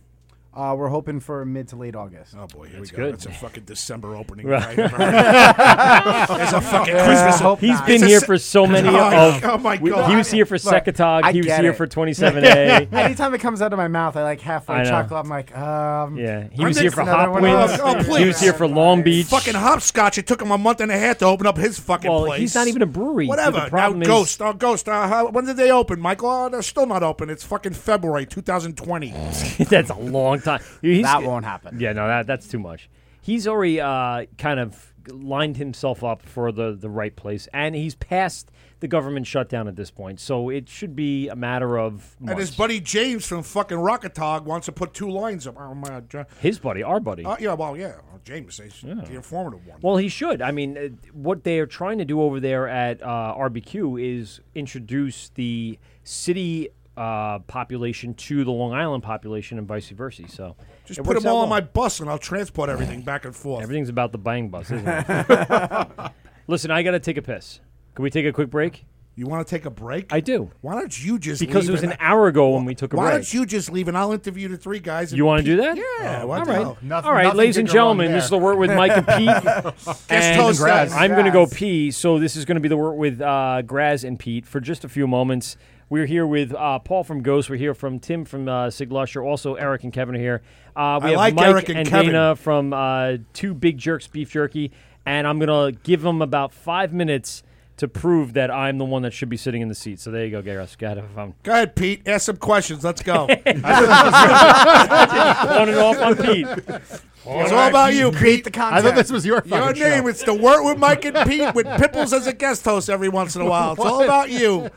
Uh, we're hoping for mid to late August. Oh boy, here That's we go. good. That's a fucking December opening. Right. Right. There's a fucking Yeah, Christmas. I hope He's not. been It's a here se- for so many Oh, of. oh my we- God. He was here for Look, Secatog. I He was get here it. for 27A. Anytime it comes out of my mouth, I like halfway I know. chuckle. I'm like, um, Yeah, he I'm was here just for another one of Hopkins. Oh, those things. he was here for Long Beach. Fucking hopscotch! It took him a month and a half to open up his fucking Well, place. he's not even a brewery, so Whatever. the problem now, is- Ghost. Oh, Ghost. Uh, how, when did they open, Michael? Oh, they're still not open. It's fucking February 2020. that's a long time. He's- That won't happen. Yeah, no, that that's too much. He's already uh, kind of lined himself up for the the right place, and he's past the government shutdown at this point. So it should be a matter of And his months. buddy James from fucking Rocketog wants to put two lines up. Oh my god. his buddy, our buddy. Uh, yeah, well, yeah, well, James, he's the informative one. Well, he should. I mean, uh, what they are trying to do over there at uh, RBQ is introduce the city uh, population to the Long Island population and vice versa. So Just it put works them all out on well. my bus, and I'll transport everything back and forth. Everything's about the buying bus, isn't it? Listen, I got to take a piss. Can we take a quick break? You want to take a break? I do. Why don't you just because leave it was and an hour ago when we took a Why break. don't you just leave, and I'll interview the three guys. and You want to Pete- do that? Yeah. all Oh, What the right. hell? all right, ladies and gentlemen, this is the word with Mike and Pete. Guest and host, Graz. uh, I'm going to go pee, so this is going to be the word with uh, Graz and Pete for just a few moments. We're here with uh, Paul from Ghost. We're here from Tim from uh, Sig Lusher. Also, Eric and Kevin are here. Uh, we I have like Mike Eric and Kevin. Dana from uh, Two Big Jerks Beef Jerky. and I'm gonna give them about five minutes to prove that I'm the one that should be sitting in the seat. So there you go, Gareth. Got it. Um, Go ahead, Pete. Ask some questions. Let's go. On and off on Pete. It's all about you. Create Pete. the content. I thought this was your your fucking name. show. It's the word with Mike and Pete with Pipples as a guest host every once in a while. It's all What? about you.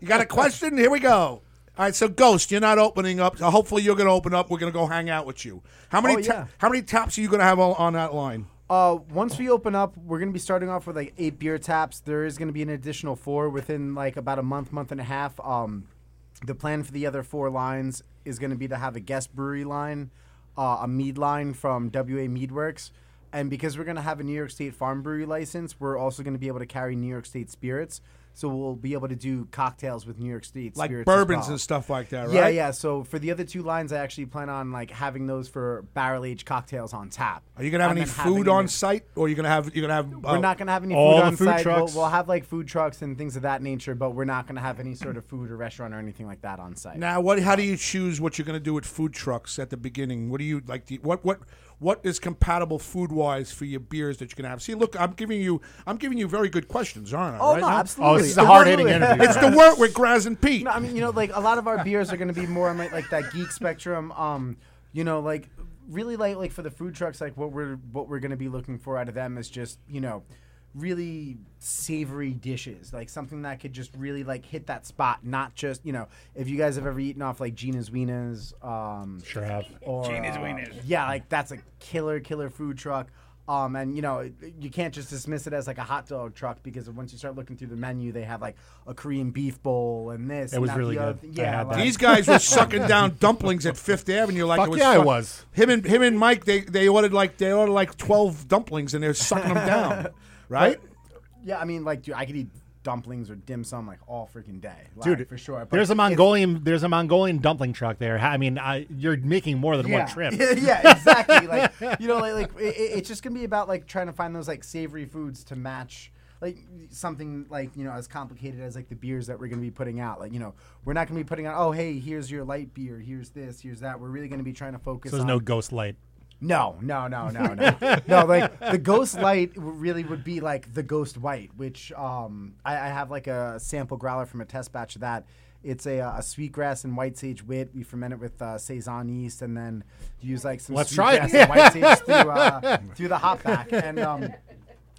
You got a question? Here we go. All right, so Ghost, you're not opening up. So hopefully, you're going to open up. We're going to go hang out with you. How many? Oh, ta- yeah. how many taps are you going to have on, on that line? Uh, once we open up, we're gonna be starting off with like eight beer taps. There is gonna be an additional four within like about a month, month and a half. Um, the plan for the other four lines is gonna be to have a guest brewery line, uh, a mead line from WA Meadworks, and because we're gonna have a New York State farm brewery license, we're also gonna be able to carry New York State spirits. So we'll be able to do cocktails with New York State Like spirits as bourbons well. and stuff like that, Yeah, right? yeah. So for the other two lines, I actually plan on like having those for barrel aged cocktails on tap. Are you going to have And any then having food them- on site, or you're going to have uh, you're going to have? we're not going to have any food on site. We'll- We'll, have like food trucks and things of that nature, but we're not going to have any sort of food or restaurant or anything like that on site. Now, what? How do you choose what you're going to do with food trucks at the beginning? What do you like? Do you- what what what is compatible food wise for your beers that you're going to have? See, look, I'm giving you I'm giving you very good questions, aren't I? Oh, right no, now? absolutely. It's the work- It's the work with Graz and Pete. No, I mean, you know, like a lot of our beers are going to be more on like, like that geek spectrum. Um, you know, like really like like for the food trucks, like what we're what we're going to be looking for out of them is just you know really savory dishes like something that could just really like hit that spot not just you know if you guys have ever eaten off like gina's wienas um sure have or Gina's uh, Wienas. yeah like that's a killer killer food truck um, and you know you can't just dismiss it as like a hot dog truck because once you start looking through the menu, they have like a Korean beef bowl and this. It and was that, really the other- good. Yeah, like- These guys were sucking down dumplings at Fifth Avenue like Fuck it was. yeah, I fuck- was. Him and him and Mike, they, they ordered like they ordered like twelve dumplings and they're sucking them down, right? Yeah, I mean, like, dude, I could eat dumplings or dim sum like all freaking day, like, Dude, for sure. But There's a it's- Mongolian. There's a Mongolian dumpling truck there. I mean, I, you're making more than yeah. one trip. yeah, exactly. Like you know, like, like it, it- it's just gonna be about like trying to find those like savory foods to match like something like you know as complicated as like the beers that we're gonna be putting out. Like you know, we're not gonna be putting out. Oh, hey, here's your light beer. Here's this. Here's that. We're really gonna be trying to focus. So there's on, no ghost light. No, no, no, no, no, no. Like the ghost light w- really would be like the ghost white, which um, I, I have like a sample growler from a test batch of that. It's a, uh, a sweetgrass and white sage wit. We ferment it with uh, saison yeast, and then use like some Let's try it. sweetgrass and white sage through, uh, through the hop back. And um,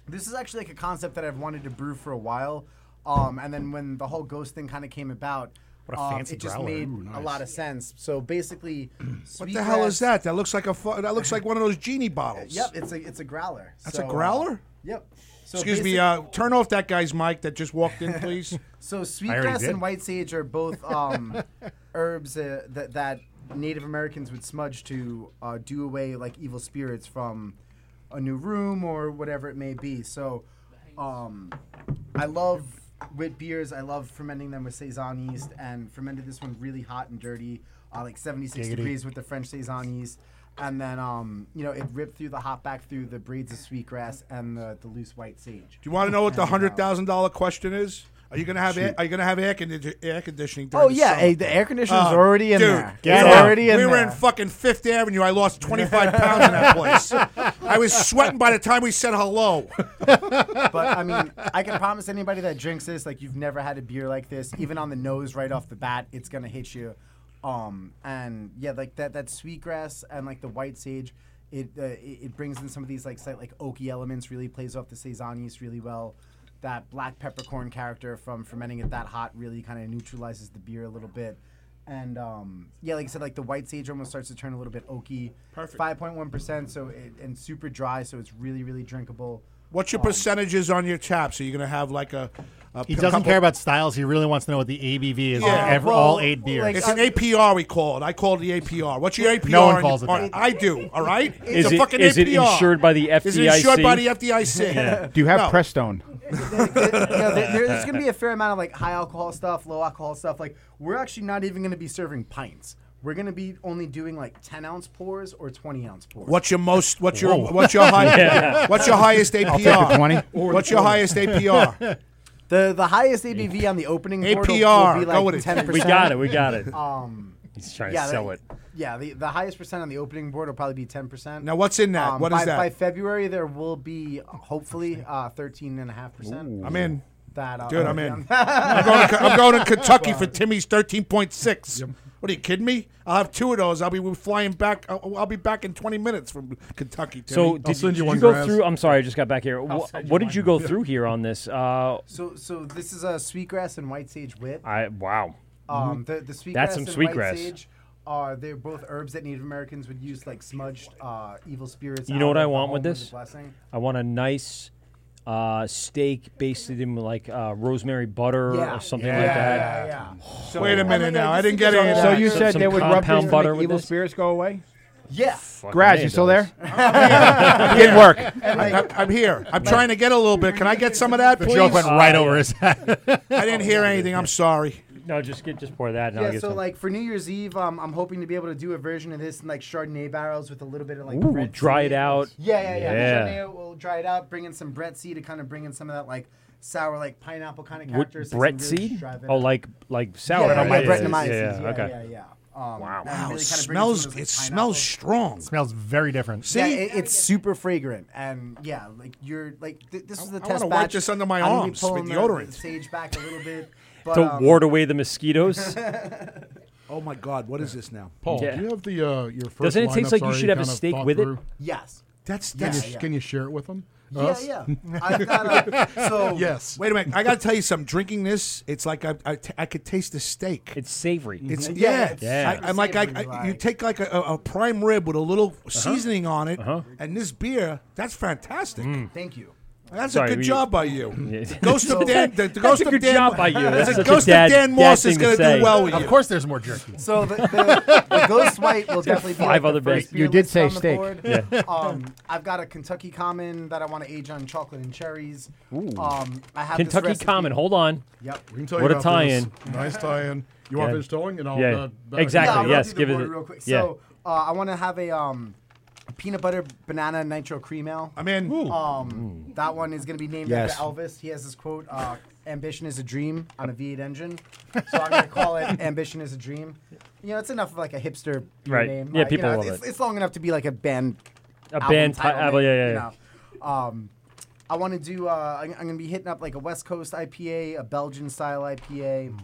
this is actually like a concept that I've wanted to brew for a while. Um, and then when the whole ghost thing kind of came about, What a um, fancy it just growler. made Ooh, a nice. lot of sense. So basically, What the hell sweetgrass- is that? That looks like a fu- that looks like one of those genie bottles. Yep, it's a it's a growler. That's So, a uh, growler. yep. So Excuse me. basic- Uh, turn off that guy's mic that just walked in, please. so sweetgrass and white sage are both um, herbs uh, that that Native Americans would smudge to uh, do away like evil spirits from a new room or whatever it may be. So, um, I love wit beers. I love fermenting them with saison yeast and fermented this one really hot and dirty, uh, like 76 Giggity. degrees with the French saison yeast. And then, um, you know, it ripped through the hop back through the braids of sweetgrass and the, the loose white sage. Do you want to know what the And, uh, hundred thousand dollar question is? Are you gonna have air, Shoot. are you gonna have air, condi- air conditioning? Oh, During the yeah, summer? Uh, hey, the air conditioner's already in dude, there. we It's were- already in We were in there. fucking Fifth Avenue. I lost twenty five pounds in that place. I was sweating by the time we said hello. but I mean, I can promise anybody that drinks this, like you've never had a beer like this, even on the nose right off the bat, it's gonna hit you. Um, and yeah, like that that sweetgrass and like the white sage, it uh, it, it brings in some of these like slight like oaky elements. Really plays off the saison yeast really well. That black peppercorn character from fermenting it that hot really kind of neutralizes the beer a little bit. And um, yeah, like I said, like the white sage almost starts to turn a little bit oaky. Perfect. Five point one percent, so it, and super dry, so it's really really drinkable. What's your Um, percentages on your taps? Are you gonna have like a? a He p- doesn't couple- care about styles. He really wants to know what the ABV is Yeah. on every, all eight beers. it's an APR we call it. I call it the APR. What's your APR? No one on- calls it on- that. I do. All right. Is it's a it- fucking is it APR. insured by the Is it insured FDIC? by the FDIC? Yeah. Do you have No. Prestone? you know, there, there- there's going to be a fair amount of like high alcohol stuff, low alcohol stuff. Like we're actually not even going to be serving pints. We're going to be only doing like 10 ounce pours or 20 ounce pours. What's your most? What's your Whoa. what's your high, Yeah. What's your highest APR? I'll take the 20. What's your highest APR? The the highest ABV on the opening portal APR, will be go like with it. 10%. We got it, we got it. Um, He's trying yeah, to sell the- it. Yeah, the, the highest percent on the opening board will probably be 10%. Now, what's in that? What is by, that? By February, there will be hopefully uh, 13.5%. Ooh. I'm in. That, uh, Dude, I'm in. I'm, going to, I'm I'm going to Kentucky for Timmy's 13.6. What are you kidding me? I'll have two of those. I'll be flying back. I'll, I'll be back in 20 minutes from Kentucky. Timmy. So did, did you go through? I'm sorry, I just got back here. I'll Wha- send you what did one. you go through here on this? Uh, So, so this is a sweetgrass and white sage wit. I wow. mm-hmm. Um, the, the sweetgrass That's some and sweetgrass. white sage are they're both herbs that Native Americans would use like smudged uh, evil spirits. You know out what of I the want home with as a this? blessing. I want a nice uh, steak basted in like uh, rosemary butter Yeah. or something Yeah, like yeah, that. yeah, So- Wait a minute now. I didn't get So- any of so that. you Some- said some they would rub compound this to butter make with evil this? spirits go away? Yeah. Graz, you still there? I'm Didn't work. I'm, I'm here. I'm trying to get a little bit. Can I get some of that, The please? joke went right over his head. I didn't hear anything. I'm sorry. No, just get just pour that. And I'll Yeah, get so some. like for New Year's Eve, um, I'm hoping to be able to do a version of this in like Chardonnay barrels with a little bit of like Ooh, Brett dry C. it out. Yeah, yeah, yeah. Yeah. Chardonnay will dry it out, bring in some Brett seed to kind of bring in some of that like sour, like pineapple kind of What, character. Brett seed? Oh, like like sour. yeah, yeah, Brett Brett seeds. Nehemiah yeah, seeds, yeah, okay. Yeah, yeah. Um, wow. Wow, smells- it smells strong. smells very different. See, it, it's super fragrant, and yeah, like you're like th- this is the I test wanna batch. wipe this under my I'm gonna be arms with pulling the- deodorant. The sage back a little bit. But, to um, ward away the mosquitoes. Oh my God! What is this now, Paul, Yeah. do you have the uh, your first? Doesn't it taste lineups like you already should have a kind of steak thought with it? through? Yes. That's Can, that's you, can you share it with them? Yeah, yeah. I've got a- so- Yes. Wait a minute. I got to tell you something. Drinking this, it's like I, I, t- I could taste the steak. It's savory. It's Mm-hmm. Mhm. yeah. Yeah, it's Yeah. I, am like, I, savory, I- you take like a, a a prime rib with a little seasoning on it, and this beer, that's fantastic. Mm. Thank you. That's Sorry, a good we- job by you. The ghost So- of Dan. The, the That's ghost a of good Dan. job by you. That's the such a ghost dad- of Dan dad Moss is thing to going to say. do well with you. Of course, there's more jerky. So the, the, the Ghost White will definitely be five like other the first bits. beer You did listed say on the steak. board. Yeah. Um, I've got a Kentucky Common that I want to age on chocolate and cherries. Um, I have this Kentucky recipe- Common. Hold on. Yep. We can tell What you a after this. tie-in. Nice tie-in. You Yeah. want to finish telling, and I'll Yeah. uh, back- Exactly, Yeah, I'll yes, do the give it board a- real quick. yeah. So uh, I want to have a um, peanut butter banana nitro cream ale. I'm in. Um, that one is going to be named Yes. after Elvis. He has this quote: uh, "Ambition is a dream on a V8 engine." So I'm going to call it "Ambition is a Dream." You know, it's enough of like a hipster beer Right. name. Yeah, Like, you people know, love it's, it. It's long enough to be like a band. A band ti- title album, name, yeah, yeah, you yeah. know. Um, I want to do. Uh, I'm, I'm going to be hitting up like a West Coast IPA, a Belgian style IPA.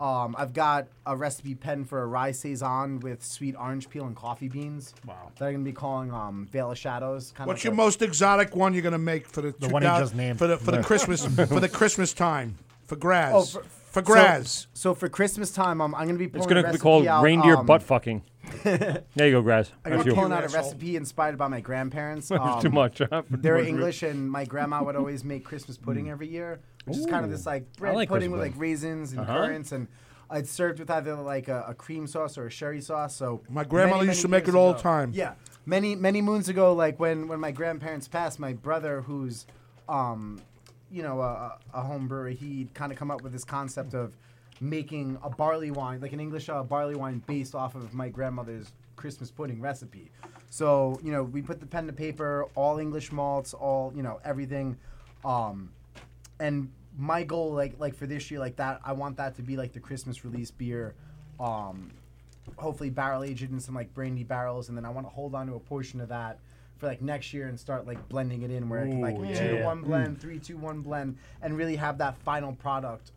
Um, I've got a recipe pen for a rye saison with sweet orange peel and coffee beans. Wow. That I'm going to be calling um, Veil of Shadows. Kind What's of your like- most exotic one you're going to make for the, The one he 2000 just named. for the for the Yeah. Christmas for the Christmas time for Graz Oh, for, so- Graz? So, for Christmas time, um, I'm going to be. It's going gonna be called reindeer butt fucking. there you go, Graz. I'm gonna That's be you. um, pulling out a recipe inspired by my grandparents. That's too much, huh, for They're too much. English, and my grandma would always make Christmas pudding every year, which is kind of this Ooh. like I bread like pudding Christmas with like pudding. raisins and Uh-huh. currants, and it's served with either like a, a cream sauce or a sherry sauce. So My grandma many, used to many make it years all ago- the time. Yeah, many many moons ago, like when when my grandparents passed, my brother who's um, you know, a, a a home brewer, he'd kind of come up with this concept of making a barley wine, like an English uh, barley wine based off of my grandmother's Christmas pudding recipe. So, you know, we put the pen to paper, all English malts, all, you know, everything. Um, and my goal, like, like for this year, like that, I want that to be like the Christmas release beer. Um, hopefully barrel aged in some like brandy barrels, and then I want to hold on to a portion of that for like next year and start like blending it in where it can like Ooh, two to yeah. one blend, three two one blend, and really have that final product,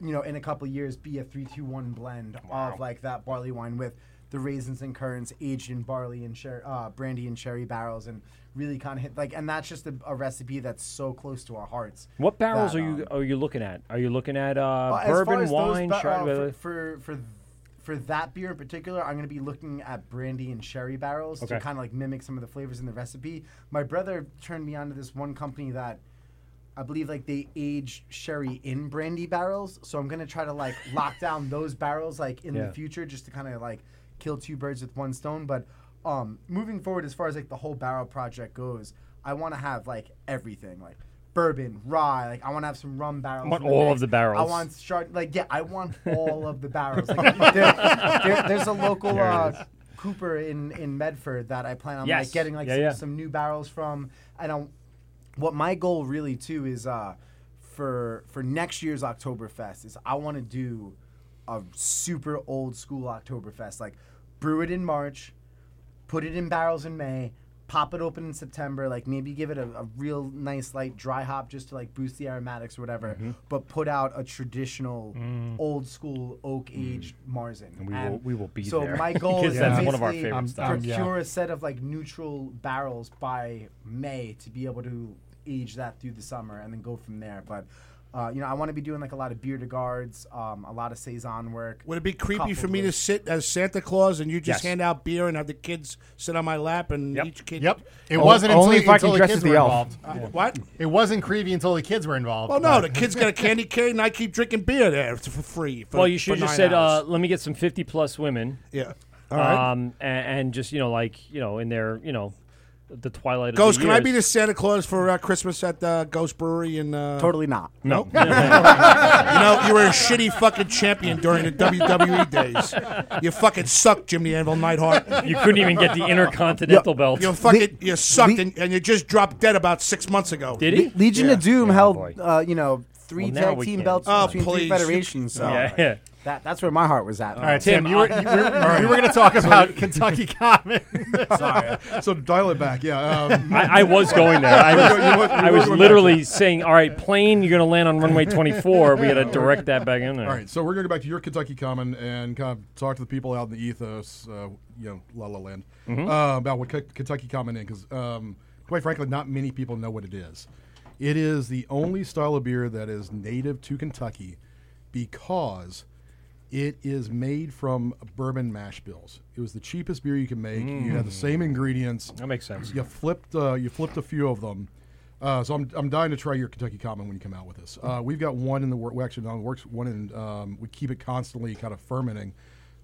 you know, in a couple of years be a three two one blend of like that barley wine with the raisins and currants aged in barley and sher- uh, brandy and sherry barrels and really kind of hit like and that's just a, a recipe that's so close to our hearts What barrels that, are you are you looking at? Are you looking at uh, uh, as far bourbon, as those wine, ba- uh, Chardonnay? for, for for for that beer in particular, I'm going to be looking at brandy and sherry barrels Okay. to kind of like mimic some of the flavors in the recipe. My brother turned me on to this one company that I believe like they age sherry in brandy barrels, so I'm going to try to like lock down those barrels like in Yeah. the future just to kind of like kill two birds with one stone, but um moving forward as far as like the whole barrel project goes, I want to have like everything like bourbon, rye, like I want to have some rum barrels. want in the all mix. of the barrels. I want Chard- like yeah, I want all of the barrels. Like, there- there- there's a local There it uh, Cooper in in Medford that I plan on Yes. like getting like Yeah, some, yeah. some new barrels from. I don't. What my goal really too is uh, for for next year's Oktoberfest is I want to do a super old school Oktoberfest. Like, brew it in March, put it in barrels in May, pop it open in September. Like, maybe give it a, a real nice, light dry hop just to like boost the aromatics or whatever. But put out a traditional, Mm-hmm. Mm. old school oak aged Marzen. And we will- we will be so there. my goal Because is that's to one of our basically favorite I'm- styles. I'm- yeah. Procure a set of like neutral barrels by May to be able to age that through the summer and then go from there. But uh, you know, I want to be doing like a lot of beer to guards, um, a lot of saison work. Would it be creepy for coupled me to with- sit as Santa Claus and you just Yes. hand out beer and have the kids sit on my lap and each kid? Yep. It wasn't until, until the kids were involved. Uh, What? It wasn't creepy until the kids were involved. Well, no, the kids got a candy cane and I keep drinking beer there for for free. For, well, you for should have just nine said, hours. uh, "Let me get some fifty-plus women." Yeah. All right. Um, and, and just you know, like you know, in their you know, the twilight. Ghost, of the can I years. be the Santa Claus for uh, Christmas at uh, Ghost Brewery? And uh... Totally not. No. you know, you were a shitty fucking champion during the WWE days. You fucking sucked, Jim the Anvil Nightheart. You couldn't even get the Intercontinental You- belt. You fucking you sucked and, and you just dropped dead about six months ago. Did Le- Legion of Doom held, uh, you know, three Well, now tag we team can. belts Oh, between please. three federations. So Yeah, yeah. That, that's where my heart was at. All right, Tim, you were, you were, you were going to talk about Kentucky Common. Sorry. So dial it back. Yeah. Um, I, I was going there. I was, I was literally saying, "All right, plane, you're going to land on runway 24." We got to direct that back in there. All Right. right, so we're going to go back to your Kentucky Common and kind of talk to the people out in the ethos, uh, you know, La La Land, Mm-hmm. Mhm. uh, about what K- Kentucky Common is, because um, quite frankly, not many people know what it is. It is the only style of beer that is native to Kentucky because it is made from bourbon mash bills. It was the cheapest beer you can make. You had the Mm. same ingredients. That makes sense. You flipped, uh, you flipped a few of them. Uh, so I'm, I'm dying to try your Kentucky Common when you come out with this. Uh, we've got one in the work. Well, actually, no, it works one in. Um, we keep it constantly kind of fermenting.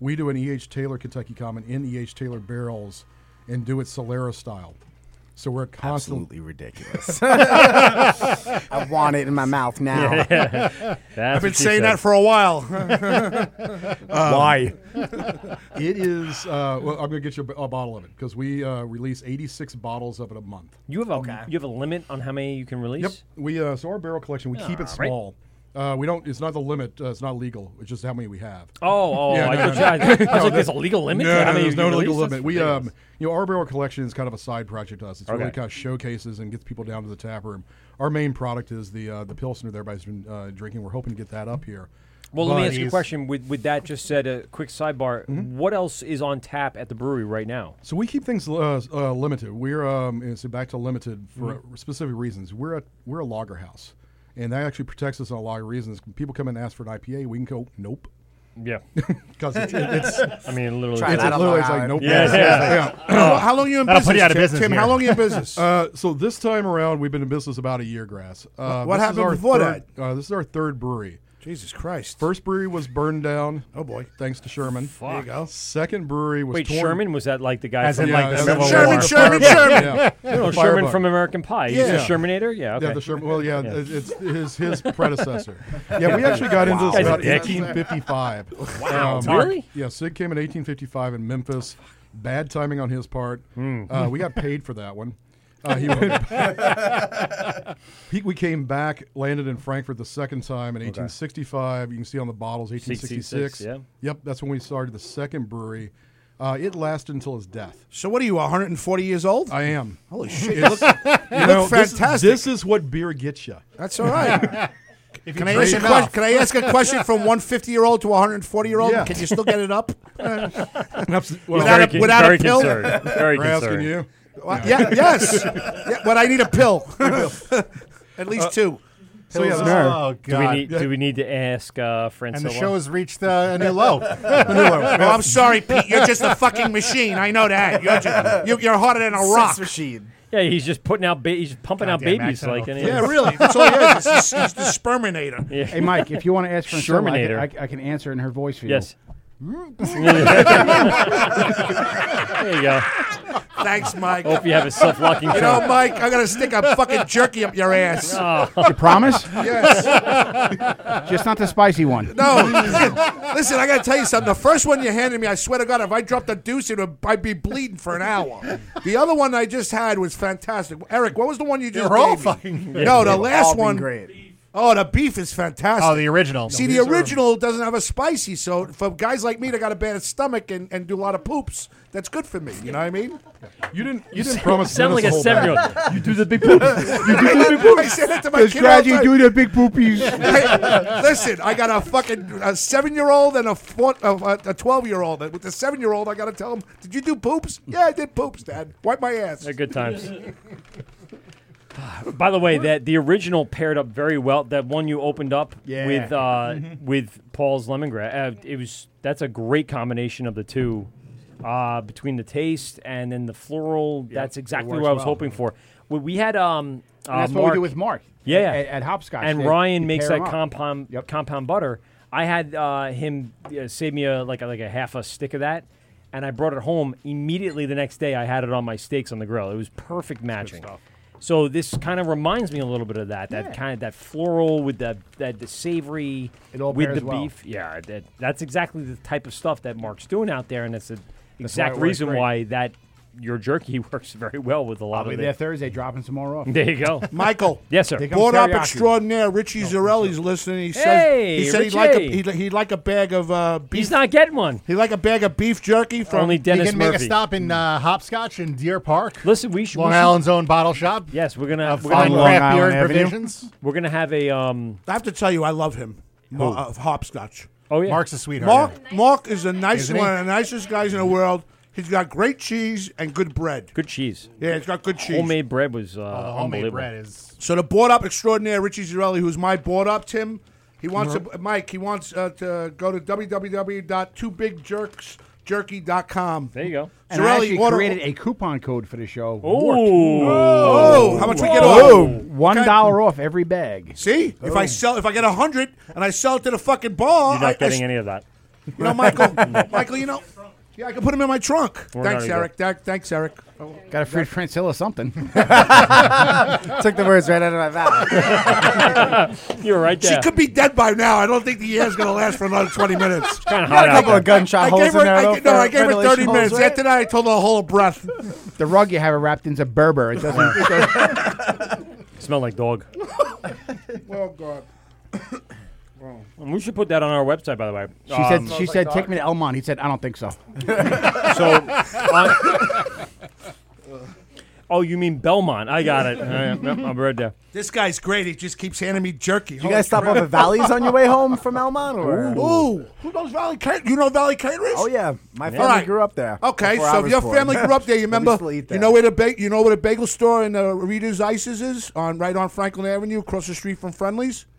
We do an E.H. Taylor Kentucky Common in E.H. Taylor barrels and do it Solera style. So we're constantly absolutely ridiculous. I want it in my mouth now. I've been saying that for a while. Um, it is. Uh, well, I'm gonna get you a, b- a bottle of it because we uh, release 86 bottles of it a month. You have a you have a limit on how many you can release. Yep. We uh, so our barrel collection we keep it All right. small. Uh, we don't. It's not the limit. Uh, it's not legal. It's just how many we have. Oh, oh, I thought you- I was like, there's a legal limit to No, how no, many there's you no can legal release? That's limit. We, um, you know, our barrel collection is kind of a side project to us. It's really Okay. kind of showcases and gets people down to the tap room. Our main product is the uh, the pilsner that everybody's been uh, drinking. We're hoping to get that up here. Well, let me But- ask you a question. With, with that just said, a quick sidebar. What else is on tap at the brewery right now? So we keep things uh, s- uh, limited. We're um, and so back to limited for Mm-hmm. uh, specific reasons. We're a we're a logger house, and that actually protects us on a lot of reasons. When people come in and ask for an IPA, we can go nope. Yeah, because it's, it's. I mean, literally. it's, it's literally it's like nope. Yeah, yeah. How long you in business, Tim? Tim, how long you in business? Uh, so this time around, we've been in business about a year, Grass. Uh, What this is happened our before third- Uh, this is our third brewery. Jesus Christ! First brewery was burned down. Oh boy! Thanks to Sherman. There you go. Second brewery was Wait, torn- Sherman was that like the guy As from in, like, the yeah, Civil Sherman, War. Sherman, Yeah. Sherman, Yeah. You know, Sherman The Firebug. from American Pie. He's Yeah. a Shermanator. Yeah, okay. Yeah, the Sherman. Well, yeah, it's it's his, his predecessor. Yeah. Yeah, we actually got into Guy's this a about dick. 1855. Wow, really? Yeah, Sid came in 1855 in Memphis. Bad timing on his part. Hmm. Uh, we got paid for that one. Uh, he went back. He- we came back, landed in Frankfurt the second time in 1865. You can see on the bottles 1866. 66, yeah. Yep, that's when we started the second brewery. Uh, it lasted until his death. So what are you, 140 years old? I am. Holy shit! You It's- look, you you know, look this is- fantastic. This, is what beer gets you. That's all right. If can you I drink ask a enough. question? Can I ask a question from 150 year old to 140 year old? Yeah. Can you still get it up? very without a, con- without very a pill? concerned. Very We're asking concerned. you. Well, Yeah. yeah. Yes. Yeah, but I need a pill. At least Uh, two. so yeah, Pills. Oh, Do we God. need do we need to ask uh, Francois? And the show has reached uh, a new low. Well, Oh, I'm sorry, Pete. You're just a fucking machine. I know that. You're, just, you- you're harder than a rock. machine. Yeah, he's just putting out. Ba- he's pumping out Goddamn babies accidental. like any. Yeah, really. That's all he is. He's, he's the sperminator. Hey, Mike, if you want to ask for Sherman, I can, Shermanator. I- I can answer in her voice for you. Yes. there you go. Thanks, Mike. Hope you have a self-locking You know, trunk. Mike, I'm gonna stick a fucking jerky up your ass. You promise? Yes. Just not the spicy one. No. Listen, I gotta tell you something. The first one you handed me, I swear to God, if I dropped a deuce, it would, I'd be bleeding for an hour. The other one I just had was fantastic. Eric, what was the one you just They're all gave me? fucking- No, the They've all last been one. great. Oh, the beef is fantastic. Oh, the original. See, No, the these are- original doesn't have a spicy, so for guys like me that got a bad stomach and, and do a lot of poops, that's good for me. You know what I mean? You didn't. You didn't promise Sound Dennis like a whole bag. seven-year-old. You do the big poops. You do the big poops. I said that to my That's kid right, all the you time. do the big poopies. Hey, listen, I got a fucking a seven-year-old and a four, a, a twelve-year-old. With the seven-year-old, I gotta tell him, "Did you do poops? Yeah, I did poops, Dad. Wipe my ass." They're good times. By the way, that the original paired up very well. That one you opened up Yeah. with uh, Mhm. with Paul's lemongrass. Uh, it was that's a great combination of the two, uh, between the taste and then the floral. that's exactly works what I was well. hoping for. We, we had um. And uh, that's what we do with Mark Yeah, at- at Hopscotch. And They- Ryan you makes pair that 'em up. compound compound butter. I had uh, him uh, save me a, like a, like a half a stick of that, and I brought it home immediately. The next day, I had it on my steaks on the grill. It was perfect matching. So this kind of reminds me a little bit of that. That Yeah. kind of that floral with the that the savory It all with pairs the well. beef. Yeah, that, that's exactly the type of stuff that Mark's doing out there, and it's the exact it works reason great. why that your jerky works very well with a lot I'll be of there the. Thursday, dropping some more off. There you go, Michael. Yes, sir. Board op extraordinaire Richie Zarelli's listening. He says Hey, he said he'd like a, Richie. he'd, he'd like a bag of uh, beef. He's not getting one. He'd like a bag of beef jerky from you can make a stop in uh, Hopscotch in Deer Park. Listen, we should. Long we should- Island's own bottle shop. Yes, we're gonna Of we're gonna fine have- craft beer and provisions. We're gonna have a. Um, I have to tell you, I love him. Ma- uh, hopscotch. Oh yeah, Mark's a sweetheart. Mark, Mark is the nicest Isn't he? one of the nicest guys in the world. He's got great cheese and good bread. Good cheese. Yeah, he's got good cheese. Homemade bread was uh, Oh, the homemade unbelievable. bread is- So the board up extraordinaire Richie Zirelli, who's my board up Tim, he wants Mm-hmm. to Mike. He wants uh, to go to www.twobigjerksjerky.com. There you go. And I actually order- created a coupon code for the show. Oh. Wart. Oh, how much we get Whoa. off? One dollar off every bag. See, if Oh. I sell, if I get a hundred and I sell it to the fucking bar, You're not I- I getting s- any of that. You know, Michael, Michael, you know, yeah, I can put him in my trunk. We're Thanks, not Eric. Tha- thanks, Eric. Oh, Got a fruit Francilla something. Took the words right out of my mouth. You're right She could be dead by now. I don't think the air's going to last for another 20 minutes. kinda hot out there. I gave I gave her- I her, gave- no, I gave her 30 minutes. After that, I told her a whole breath. the rug you have it wrapped in's a Berber. It doesn't. it doesn't- Smell like dog. Well, Oh, God. And we should put that on our website, by the way. she said. She said, "Take me to Elmont." He said, "I don't think so." So, on- oh, you mean Belmont? I got it. I, am right there. This guy's great. He just keeps handing me jerky. you guys stop off at Valley's on your way home from Elmont? Or? Ooh. Who knows Valley Caterers? You know Valley Caterers? Oh, yeah. My Yeah. family Alright. grew up there. Okay, before I so if was your born. family grew up there, you But we remember? still eat You there. know where the ba- you know where the bagel store in uh, Reader's Ices is on right on Franklin Avenue, across the street from Friendlies.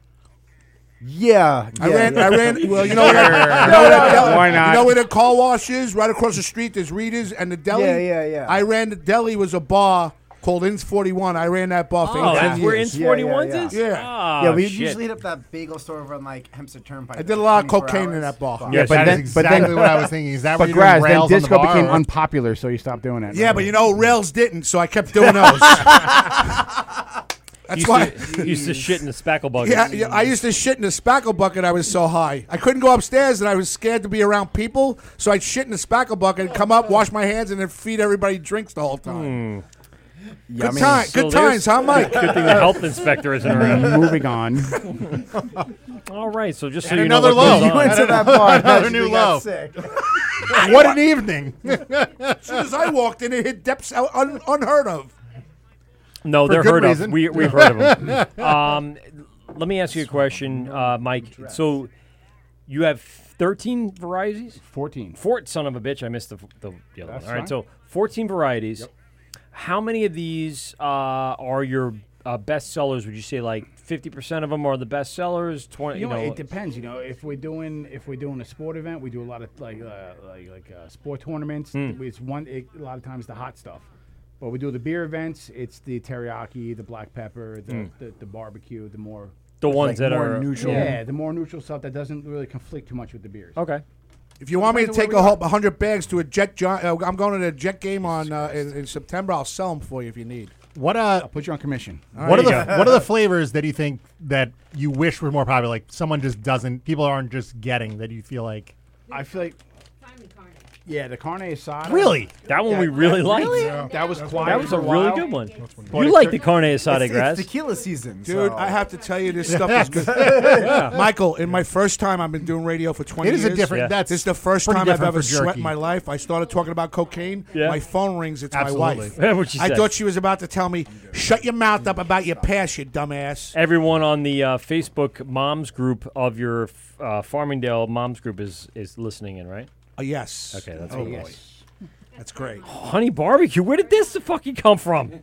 Yeah, I yeah, ran. yeah. I ran. Well, you know, where, that- you know where that deli- Why not? You know where the car wash is? Right across the street. There's Reader's and the deli. Yeah, yeah, yeah. I ran the deli was a bar called Inns Forty One. I ran that bar for Oh, 18 that's years. where Inns yeah, 41 yeah, is? Yeah. Oh, Ah, yeah, we shit. usually hit up that bagel store over on like Hempstead Turnpike. I did a lot of 24 cocaine hours. in that bar. Fuck. Yeah, but that is exactly what I was thinking. Is that where but you're doing Graz, then rails on the disco bar, became or- unpopular, so you stopped doing it. Yeah, but you know, rails didn't, so I kept doing those. That's used why. To, used to shit in the spackle bucket. Yeah, yeah, I used to shit in a spackle bucket. I was so high. I couldn't go upstairs, and I was scared to be around people. So I'd shit in the spackle bucket, and come up, wash my hands, and then feed everybody drinks the whole time. Hmm. Good, Yummy. time, So good times, there's- huh, Mike? Good thing the health inspector isn't around. Moving on. All right, so just so And you know another what goes low. on. You went to that bar. Another new low. What an evening! as soon as I walked in, it hit depths out- un- unheard of. No, For they're good heard reason. of. We, we've heard of them. um, let me ask you a question, uh, Mike. So you have 13 varieties? 14. Fort, son of a bitch. I missed the, the, the other That's one. All right, fine. so 14 varieties. How many of these uh, are your uh, best sellers? Would you say like 50% of them are the best sellers? 20, You know, it depends. You know, if we're doing if we're doing a sport event, we do a lot of like uh, like like uh, sport tournaments. Hmm. It's one it, a lot of times the hot stuff, but we do the beer events. It's the teriyaki, the black pepper, the Hmm. the, the barbecue, the more The ones Like that more are- neutral. Yeah, the more neutral stuff that doesn't really conflict too much with the beers. Okay. If you want me to Depends on take where a we whole 100 bags to a jet, jo- uh, I'm going to the jet game on uh, in, in September. I'll sell them for you if you need. What uh? I'll put you on commission. What are the What are the flavors that you think that you wish were more popular? Like someone just doesn't, people aren't just getting that you feel like. I feel like Yeah, the carne asada. Really? That one we really liked. Really? Yeah. That was That quiet. was for a really while. good one. You like the carne asada, Graz. tequila season, dude. so- I have to tell you, this stuff is good. Yeah. Michael, in my first time, I've been doing radio for twenty. It is a years. different- Yeah. that's This is the first pretty time I've different ever for sweat jerky. in my life. I started talking about cocaine. Yeah. My phone rings. It's Absolutely. my wife. What'd she I say? thought she was about to tell me, "Shut your mouth up about your past, you dumbass." Everyone on the uh, Facebook moms group of your uh, Farmingdale moms group is is listening in, right? Uh, yes. Okay, that's oh, what it boy. was. That's great. Honey barbecue. Where did this fucking come from?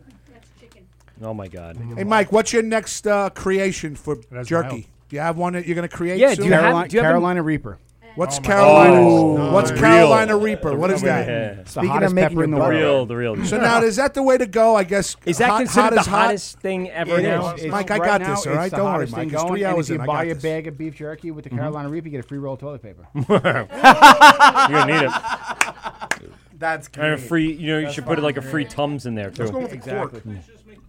Oh my god. Hey, Mike, what's your next uh, creation for jerky? Do you have one that you're going to create? Yeah, soon? do you have- Carolina- do you have Carolina an- Reaper. What's Oh my Carolina? God. What's Nice. Carolina Real. Reaper? What The is real that? thing. Yeah. It's the Speaking hottest of making pepper in the your world. butter. Real, the real. So now is that the way to go? I guess. Is that hot, considered hot the is hot? hottest thing ever It now? is. It's- Mike, I right got now, this, all it's right? the Don't worry, hottest Mike. thing It's going, three and hours if in, you I buy got a this. bag of beef jerky with the Mhm. Carolina Reaper, you get a free roll of toilet paper. You're gonna need it. That's And a great. free, you know, you That's should put it like a fucking free great. Tums in there too. Let's go with the Exactly. cork.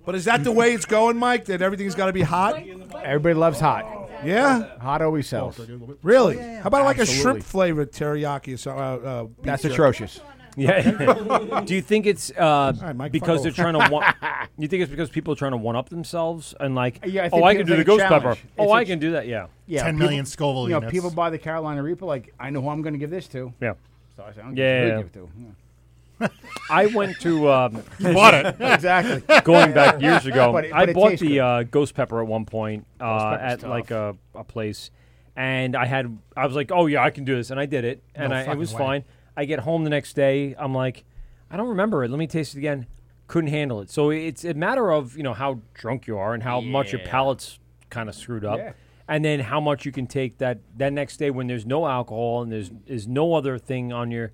But is that the way it's going, Mike? That everything's got to be hot? Everybody loves hot. Yeah, hot always sells. Really? How about like a Absolutely. shrimp flavored teriyaki or something? Uh, uh, beef That's jerky? atrocious. Yeah. Do you think it's uh, All right, Mike, because fuck they're off. trying to? One- you think it's because people are trying to one up themselves and like, Yeah, I think oh, I it can was do like the a ghost challenge. pepper. Oh, It's a I ch- can do that. Yeah. Yeah, 10 people- million Scoville you know, units. People buy the Carolina Reaper like, I know who I'm going to give this to. Yeah. So I said, Yeah, I'm going yeah, to give it to. Yeah. I went to. Um, You bought it. Exactly. Going back years ago, But it- I but it bought tastes the good. uh, ghost pepper at one point uh, pepper's at tough. like a, a place, and I had I was like, oh yeah, I can do this, and I did it, and No I, it fucking was way. fine. I get home the next day, I'm like, I don't remember it. Let me taste it again. Couldn't handle it. So it's a matter of you know how drunk you are and how much your Yeah. palate's kind of screwed up. Yeah. And then how much you can take that that next day when there's no alcohol and there's is no other thing on your.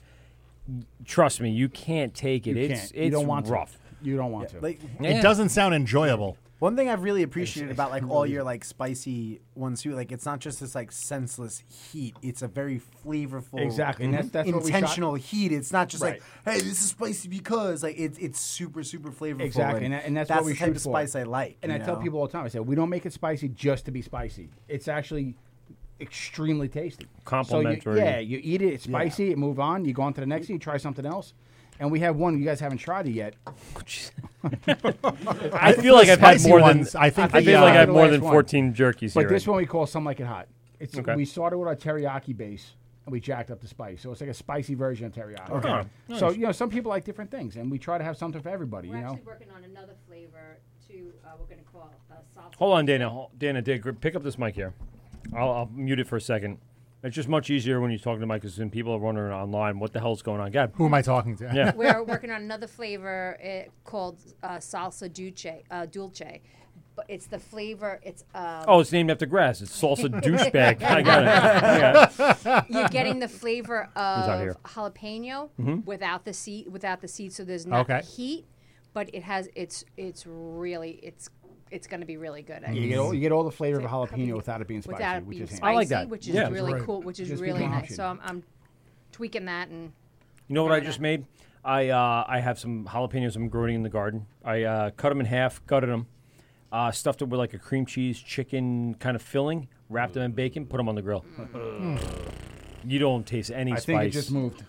Trust me, you can't take it. You it's can't. it's you don't want rough. To. You don't want to. Like, Yeah. doesn't sound enjoyable. One thing I've really appreciated it's about like all really- your like spicy ones too, like it's not just this like senseless heat. It's a very flavorful, Exactly, and that's- that's what we shot- intentional heat. It's not just Right. like, hey, this is spicy because like it's it's super super flavorful. Exactly, and, that- and that's, what we the type shoot of for. spice I like. And you I tell know? people all the time, I say we don't make it spicy just to be spicy. It's actually extremely tasty. So you- Complimentary. yeah, you eat it, it's spicy, it move on. You go on to the next, thing, you try something else. And we have one you guys haven't tried it yet. I feel like I've had more than I, feel like I have more than Last one. 14 jerkies But here. this one we call some like it hot. It's Okay. we started with our teriyaki base and we jacked up the spice, so it's like a spicy version of teriyaki. Okay. Huh, So nice. you know some people like different things, and we try to have something for everybody. We're you know. actually working on another flavor to, uh, we're going to call uh, salsa. Hold on, Dana. Hol- Dana, dig, pick up this mic here. I'll, I'll mute it for a second. It's just much easier when you're talking to mic because then people are wondering online what the hell's going on. God, Who am I talking to? Yeah. We're working on another flavor uh, called uh, salsa duce, uh, dulce. But it's the flavor, it's. Um, Oh, it's named after grass. It's salsa douchebag. I got it. I got it. You're getting the flavor out here. of jalapeno Mhm. without the seed, without the seed. So there's not Okay. heat, but it has. It's it's really it's it's going to be really good. I You get, guess. all, you get all the flavor of jalapeno without it being spicy, without it which being is spicy, handy. which is really cool, which is Just really being an nice. option. So I'm, I'm tweaking that and You know what I just made? I uh, I have some jalapenos I'm growing in the garden. I uh, cut them in half, gutted them, uh, stuffed it with like a cream cheese chicken kind of filling, wrapped them in bacon, put them on the grill. you don't taste any I spice. think it just moved.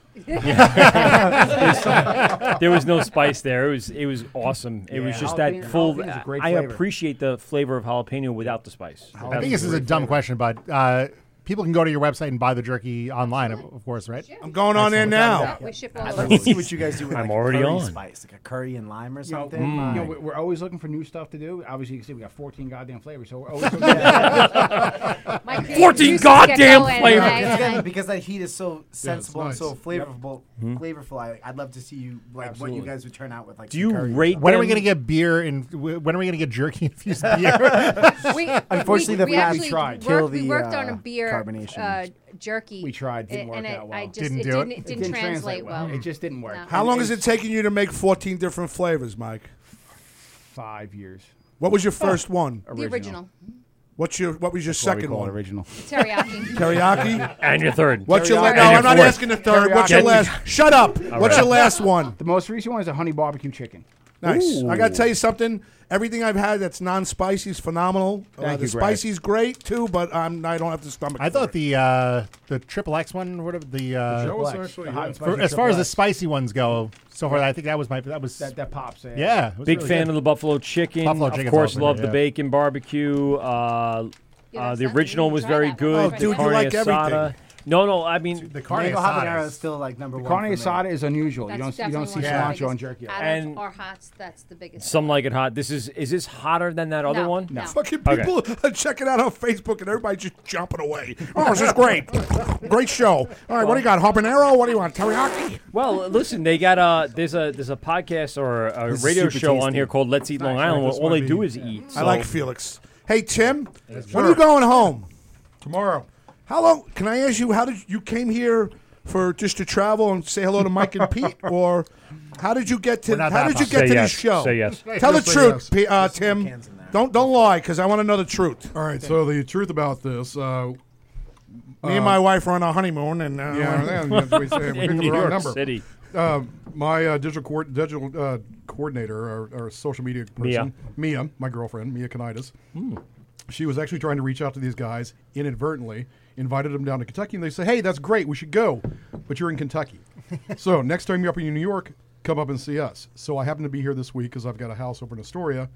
Yeah. there was no spice there. It was it was awesome. It was Yeah. just Jalapeno- that full. jalapeno's a great I flavor. appreciate the flavor of jalapeno without the spice. I think this is a dumb question, but uh, people can go to your website and buy the jerky online, of, of course, right? I'm going on in now. I'd like to see what you guys do with I'm like, a already curry on. spice, like a curry and lime or You know, something. mm. you know, Like, we- we're always looking for new stuff to do. Obviously, you can see we got 14 goddamn flavors, so we're always looking for My creative 14 juices get goddamn going, flavors. and I- It's and I- good because that heat is so sensible nice. and so flavorful. Mhm. Flavorful. I, I'd love to see you like what Absolutely. you guys would turn out with. Like, Do you rate? When are we them? going to get beer and when are we going to get jerky infused beer? we, Unfortunately, the we, we fact actually we tried. Worked, Kill we the, worked on a uh, beer carbonation. Uh, jerky. We tried, didn't and- work and out I- well. I just, Didn't it do it? didn't, It It didn't didn't translate translate well. well. It just didn't work. No. How long It's- is it taking you to make 14 different flavors, Mike? five years. What was your first one? The original. original. What's your What was your That's why we second call it one? original. Teriyaki. Teriyaki. And your third. What's your? la- Teriyaki. No, And your I'm not fourth. asking the third. What's your Teriyaki. last? Shut up. All What's right. your last one? The most recent one is a honey barbecue chicken. Nice. Ooh. I got to tell you something. Everything I've had that's non-spicy is phenomenal. uh, Thank the you, Brad. spicy's great too, but I'm I don't have the stomach. I thought the uh, the triple X one, whatever the, uh, Triple X, the hot and for- spicy as Triple far as the X. spicy ones go. So far, I think that was my that was That- that pops, yeah. Yeah, it was Big really fan good. of the buffalo chicken. Buffalo of chicken's course, awesome, love yeah. the bacon barbecue. Uh, uh, the original was very one. good. Oh, dude, the you carne like asada. everything. No, no, I mean The carne Mango asada habanero is- is still, like, number one Carne asada is unusual. You That's don't you don't see definitely one of cilantro the on biggest- jerky. Adults And- or hots, that's the biggest. Some like it hot. This is is this hotter than that other No, one? no. Fucking Okay. people are checking out on Facebook and everybody's just jumping away. Oh, this is great. great show. All right, what do you got? Habanero? What do you want? Teriyaki? Well, listen, they got a there's a there's a podcast or a This is radio super show on tasty. here called Let's Eat Long Nice, right? Island. where This all they might do be- is eat. I like so- Felix. Hey Tim, when Yes, sir. are you going home? Tomorrow. How long? Can I ask you? How did you came here for just to travel and say hello to Mike and Pete, or how did you get to? We're not How that did you much. get Say to yes. this show? Say yes. Tell the Just say truth, yes. P- uh, Tim. Don't don't lie, because I want to know the truth. All right. So the truth about this. Uh, Me and uh, my wife are on a honeymoon, and uh, yeah, that's what we say. We picked the wrong number. Uh, my uh, digital coor- digital uh, coordinator, our, our social media person, Mia. my girlfriend, Mia Kanidas. Hmm. She was actually trying to reach out to these guys inadvertently, invited them down to Kentucky, and they say, "Hey, that's great, we should go," but you're in Kentucky, so next time you're up in New York, come up and see us. So I happen to be here this week because I've got a house over in Astoria,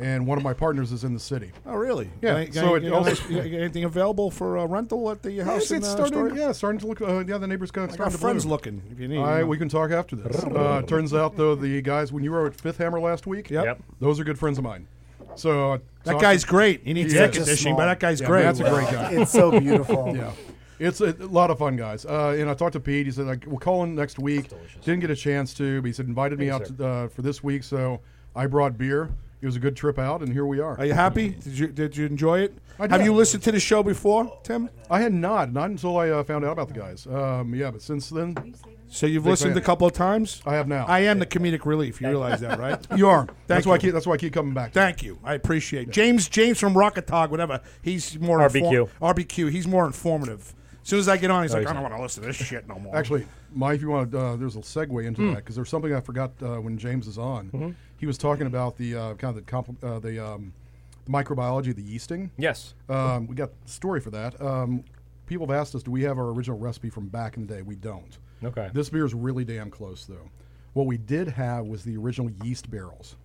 and one of my partners is in the city. Oh, really? Yeah. Can I- can so I- it can I- also. you got anything available for uh, rental at the house Yes, in it's uh, starting, Astoria? yeah, starting to look. Uh, yeah, the neighbors kind of I starting got to friends bloom. looking. If you need, All right, we can talk after this. Uh, turns out though, the guys when you were at Fifth Hammer last week, Yep. Yep. those are good friends of mine. So uh, That talk- guy's great. He needs He air is. conditioning, but that guy's Yeah, great. That's a great guy. It's so beautiful. yeah, it's a, a lot of fun, guys. Uh, and I talked to Pete. He said like, we'll call in next week. Didn't get a chance to, but he said invited me Thanks, out to, uh, for this week, so I brought beer. It was a good trip out, and here we are. Are you happy? Did you did you enjoy it? I Have did. you listened to the show before, Tim? I had not, not until I uh, found out about the guys. Um, yeah, but since then, So you've Big listened fan. a couple of times. I have now. I am the comedic relief. You realize that, right? You are. That's why I you. keep. That's why I keep coming back. Thank you. I appreciate it. James. James from Rocketog, whatever. He's more RBQ. Inform- RBQ. He's more informative. As soon as I get on, he's No, like, he's I don't not. want to listen to this shit no more. Actually, Mike, if you want, to, uh, there's a segue into Hmm. that because there's something I forgot uh, when James is on. Mhm. He was talking about the uh, kind of the, compl- uh, the um, microbiology, the yeasting. Yes. um, we got a story for that. Um, people have asked us, do we have our original recipe from back in the day? We don't. Okay. This beer is really damn close though. What we did have was the original yeast barrels,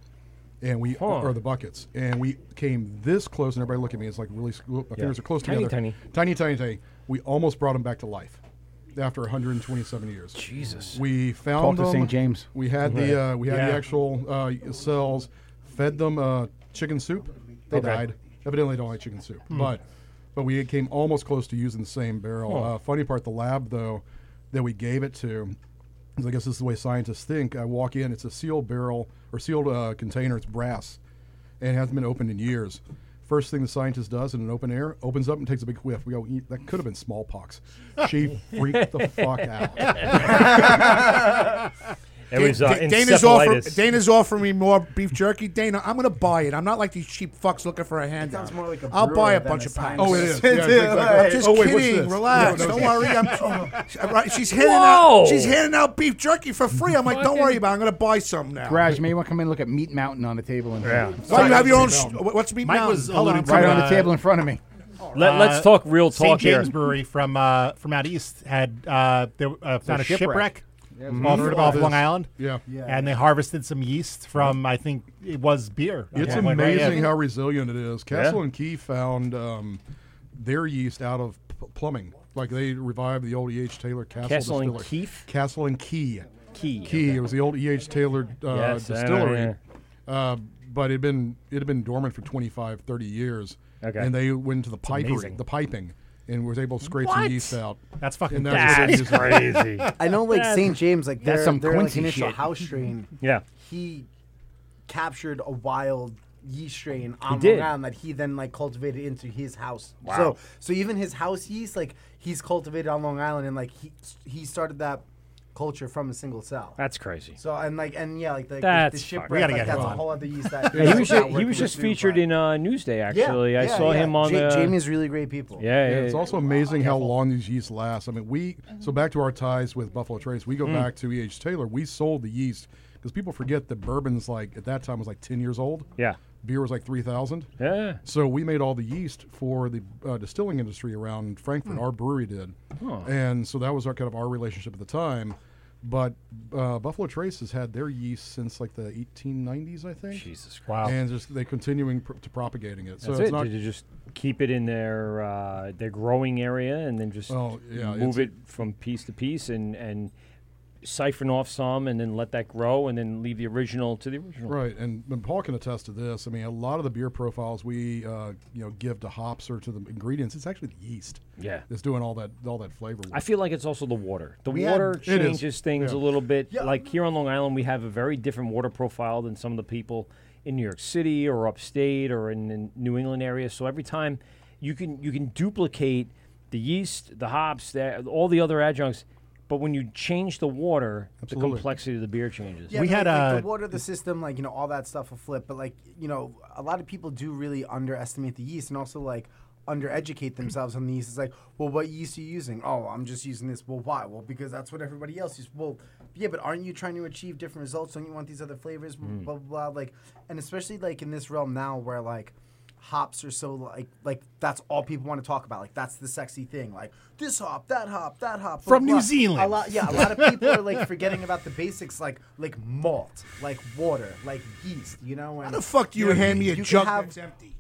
and we Huh. or the buckets, and we came this close. And everybody look at me; it's like really s- my fingers are close Tiny, together, tiny. tiny, tiny, tiny. We almost brought them back to life after 127 years. Jesus. We found Talk them. to St. James. We had the Right. uh, we had Yeah. the actual uh, cells. Fed them uh, chicken soup. They Okay. died. Evidently, they don't like chicken soup, Hmm. but but we came almost close to using the same barrel. Huh. Uh, funny part, the lab though that we gave it to. 'cause I guess this is the way scientists think. I walk in, it's a sealed barrel or sealed uh, container. It's brass, and it hasn't been opened in years. First thing the scientist does in an open air, opens up and takes a big whiff. We go, "Eat, that could have been smallpox. She freaked the fuck out. It was, uh, Dana's offering encephalitis. Dana's offering me more beef jerky. Dana, I'm going to buy it. I'm not like these cheap fucks looking for a handout. sounds more like a I'll buy brewer a than bunch a of packs. scientist. Oh, it is. Yeah, it's exactly- I'm just Oh, wait, what's kidding. this? Relax. No, no, don't no. worry. I'm, I'm right. She's handing Whoa. out. She's handing out beef jerky for free. I'm like, don't worry about. it. I'm going to buy some now. Garage, you may want to come in and look at Meat Mountain on the table. And Yeah. Why do you have your own? s- What's meat Mike now? was Hold on, alluding I'm to, right on the uh, table in front of me. Let- let's talk real talk St. here. James Brewery Uh, from uh, from out east had uh, they, uh, found a shipwreck, shipwreck. Yeah, it's off, heard off about Long this. Island. Yeah. Yeah. and they harvested some yeast from I think it was beer. It's Yeah. amazing Yeah. how resilient it is. Castle Yeah. and Key found um, their yeast out of p- plumbing. Like they revived the old E.H. Taylor Castle, Castle and distillery. Keefe? Castle and Key. Key. Key. It was the old E.H. Taylor uh, Yes, I know, distillery. Uh, but it had been it had been dormant for 25, 30 years. Okay. And they went to the piping, amazing. the piping, and was able to scrape some What? yeast out. That's fucking- And what they That's used. crazy. I know, like That's- St. James, like That's their, some their like, Quincy initial shit. house strain. Yeah. he captured a wild yeast strain He on the did. ground that he then like cultivated into his house. Wow. So, so even his house yeast, like he's cultivated on Long Island, and like he he started that culture from a single cell. That's crazy. So and like and yeah, like the, the, That's the fucked. shipwreck, We gotta like, get that's him a on. whole other yeast that Yeah, he was that just, he working was just with Zoom. featured in uh, Newsday actually. I yeah, saw yeah. him on Ja- the Jamie's really great people. Yeah, yeah, it's yeah. also amazing how long these yeasts last. I mean, we so back to our ties with Buffalo Trace. We go Mm. back to E.H. Taylor. We sold the yeast because people forget that bourbon's like at that time was like ten years old. Yeah. Beer was like three thousand. Yeah. So we made all the yeast for the uh, distilling industry around Frankfurt. Mm. Hmm. Our brewery did, Huh. and so that was our kind of our relationship at the time. But uh, Buffalo Trace has had their yeast since like the 1890s, I think. Jesus Christ. And just they continuing pr- to propagating it. So That's it's it. not Did you just keep it in their uh, their growing area and then just Well, yeah, move it's- it from piece to piece and and siphon off some and then let that grow and then leave the original to the original. Right, and, and Paul can attest to this. I mean, a lot of the beer profiles we uh, you know give to hops or to the ingredients, it's actually the yeast. Yeah. that's doing all that all that flavor. Work. I feel like it's also the water. The We had- water It is. changes things Yeah. a little bit. Like here on Long Island, we have a very different water profile than some of the people in New York City or upstate or in the New England area. So every time you can you can duplicate the yeast, the hops, the, all the other adjuncts, but when you change the water, Absolutely. the complexity of the beer changes. Yeah, we had uh, like, like the water, the system, like you know, all that stuff will flip. But like you know, a lot of people do really underestimate the yeast and also like undereducate themselves on the yeast. It's like, well, what yeast are you using? Oh, I'm just using this. Well, why? Well, because that's what everybody else uses. Well, yeah, but aren't you trying to achieve different results? Don't you want these other flavors? Mm. Blah, blah blah. Like, and especially like in this realm now where like hops are so like like that's all people want to talk about. Like that's the sexy thing. Like this hop, that hop, that hop. blah, From New blah. Zealand. A lot, yeah. A lot of people are like forgetting about the basics, like like malt, like water, like yeast. You know. And, How the fuck do you, know, hand me a you can jug have- that's empty?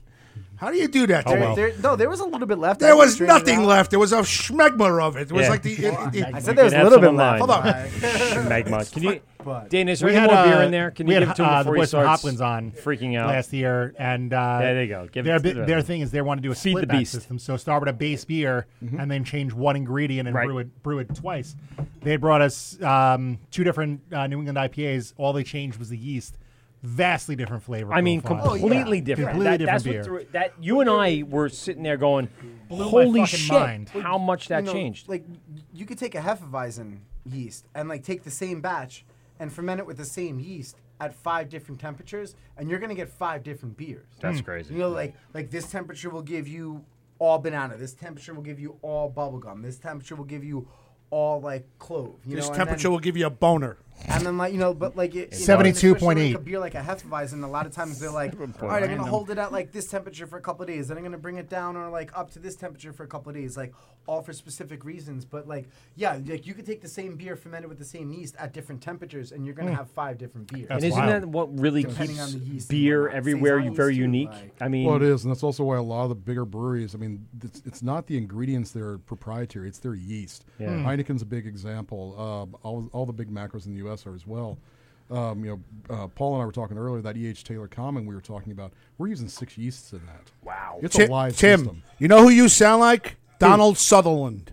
How do you do that? to Oh, there, me? there- no, there was a little bit left. I There was drained it nothing out. left. There was a schmegma of it. It was Yeah. like the. Well, It, it, I said there was a little bit left. Hold on. Magma. Can you, But- Dana, is there We any had, more uh, beer in there? Can you we had, give it to him uh, the before he boys from starts Hoplands on freaking out? last year, and uh, Yeah, there you go. Give it their, to bi- them. their thing is they want to do a Feed the split back beast. Mm-hmm. system, so start with a base beer and then change one ingredient and brew it brew it twice. They had brought us um, two different uh, New England IPAs. All they changed was the yeast. Vastly different flavor. I mean, profile. completely different. Oh, Completely That- different that's what beer. threw it- that you and I were sitting there going, Blew my "Holy fucking shit! mind. How much that you know, changed." Like you could take a hefeweizen yeast and like take the same batch and ferment it with the same yeast at five different temperatures, and you're gonna get five different beers. That's Hmm. Mm. crazy. You know, like like this temperature will give you all banana. This temperature will give you all bubblegum. This temperature will give you all like clove. You This know, and temperature then- will give you a boner. and then like you know, but like it, you know, and 72.8. especially, Like a beer like a Hefeweizen, a lot of times they're like, all right, I'm gonna Random. hold it at like this temperature for a couple of days, then I'm gonna bring it down or like up to this temperature for a couple of days, like all for specific reasons. But like, yeah, like you could take the same beer fermented with the same yeast at different temperatures, and you're gonna Hmm. Mm. have five different beers. and isn't that what really Depending keeps on the yeast and beer whatnot. everywhere Saison very yeast, too, unique? like- I mean, well, it is, and that's also why a lot of the bigger breweries. I mean, it's, it's not the ingredients that are proprietary; it's their yeast. Yeah. Hmm. Heineken's a big example. Um, all, all the big macros in the U.S. are as well. Um, you know, uh, Paul and I were talking earlier that E.H. Taylor Common we were talking about. We're using six yeasts in that. Wow, it's Ti- a live Tim, system. you know who you sound like? Donald Sutherland.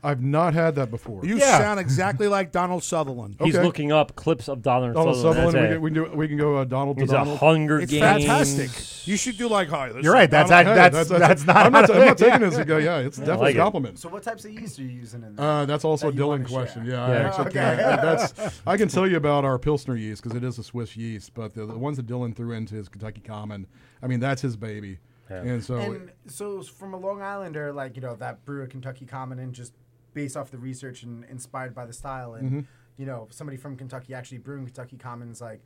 I've not had that before. You Yeah. sound exactly like Donald Sutherland. he's looking up clips of Donald, Donald Sutherland. that's we, it. can, we, can do, we can go uh, Donald He's to a Donald. Hunger It's Games. fantastic. You should do like hi. this You're is right, that's Donald- act- that's- that's not I'm not, out of I'm not it, yeah. taking this. as a go- Yeah, it's I definitely like it. a compliment. So what types of yeast are you using in that? Uh, that's also a that you wanna Dylan question. share? Yeah, I actually can't. I- That's, I can tell you about our Pilsner yeast because it is a Swiss yeast, but the, the ones that Dylan threw into his Kentucky Common, I mean, that's his baby. And so, and so s- from a Long Islander, like you know that brewer Kentucky Common, and just based off the research and inspired by the style, and Mhm. you know somebody from Kentucky actually brewing Kentucky Commons, like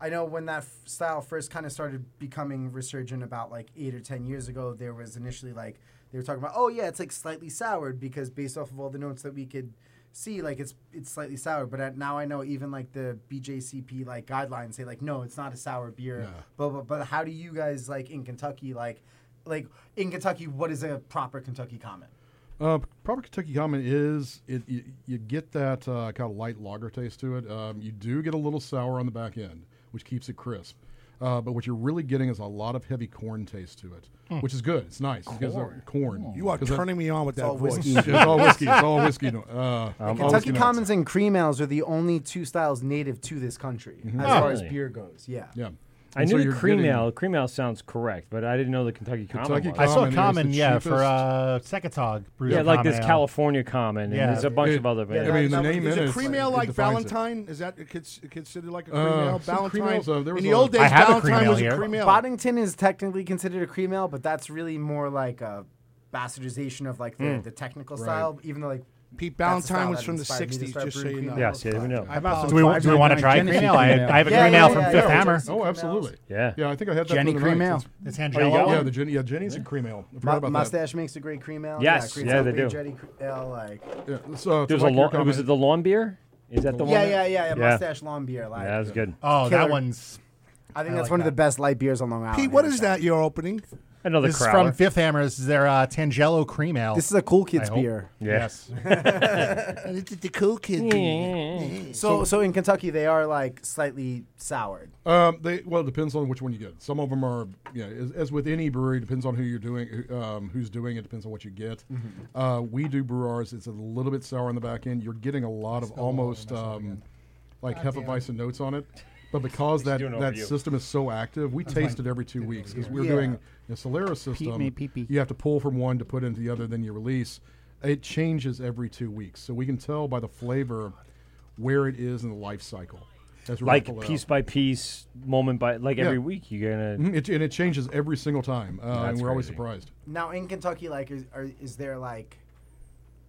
I know when that f- style first kind of started becoming resurgent about like eight or ten years ago, there was initially like they were talking about, oh yeah, it's like slightly soured because based off of all the notes that we could see, like it's it's slightly sour. But at, now I know even like the BJCP like guidelines say like no, it's not a sour beer. But, but but how do you guys like in Kentucky like like in Kentucky, what is a proper Kentucky comment? uh, proper Kentucky Common is it, you, you get that uh, kind of light lager taste to it. Um, you do get a little sour on the back end, which keeps it crisp. Uh, but what you're really getting is a lot of heavy corn taste to it, Hmm. which is good. It's nice. It gives a- Corn. Hmm. corn. Oh. You are 'Cause that- turning me on with that voice. it's all whiskey. It's all whiskey. Um, No, uh, all Kentucky whiskey notes. Commons and cream ales are the only two styles native to this country Mhm. as Oh, far as really? beer goes. Yeah. Yeah. I And so knew you're the cream getting- ale. Cream ale sounds correct, but I didn't know the Kentucky, Kentucky common. was. I saw Common common, is the yeah, for, cheapest. uh, Secatog brews Yeah, a like common this ale. California common, and Yeah. there's a bunch It- of other. yeah. yeah, I mean, the Is name it in it, cream it's ale like- it like defines it. Valentine? Is that cons- considered like a cream Uh, ale? some cream Valentine. ales, uh, there was in the a- old I days, have a Valentine cream ale was here. a cream ale. Boddington is technically considered a cream ale, but that's really more like a bastardization of like the, Mm. Hmm. the technical Right. style, even though like Pete That's the style Ballantyne was that from the inspired me to '60s, start just so brewing you green know. Yes, yeah, we know. I About bought Do we- five do we wanna different try a Genesee green ale? I- I have a Yeah, green yeah, ale from yeah, Fifth yeah. Hammer. Oh, absolutely. Yeah. Yeah, I think I had that. Jenny for the cream night. ale. It's- It's Angelo. Oh, you got it? Yeah, Yeah, the Jenny, yeah, Jenny's a cream ale. I forgot Mu- about that. mustache makes a great cream ale. Yes. cream Yeah, ale, they big do. Jetty cre- ale, like. Yeah, let's, uh, There's a like your long, was comment. it the lawn beer? Is that the one? yeah, that- yeah, yeah, yeah, Mustache long beer. Like, uh, Yeah, that was good. Oh, that Killer. one's- I think I that's like one of that. the best light beers on Long Island. Pete, what is that you're opening? Another this crowler. is from Fifth Hammer. This is their uh, Tangelo Cream Ale. This is a cool kid's I hope. beer. Yes. it's the cool kid. beer. So, so in Kentucky, they are like slightly soured. Um, they well, it depends on which one you get. Some of them are, yeah, as, as with any brewery, depends on who you're doing, who- um, who's doing it. Depends on what you get. Mm-hmm. Uh, we do brew ours. It's a little bit sour on the back end. You're getting a lot of almost um, like hefeweizen notes on it. But because that doing it that over you. system is so active, we That's taste fine. it every two weeks because we're Yeah. doing the Solera system. made pee-pee. You have to pull from one to put into the other, then you release. It changes every two weeks, so we can tell by the flavor where it is in the life cycle. That's like Rifle Ale. piece by piece, moment by like Yeah. every week you're gonna. Mhm, it, and it changes every single time, uh, and we're That's always crazy. surprised. Now in Kentucky, like, is, are, is there like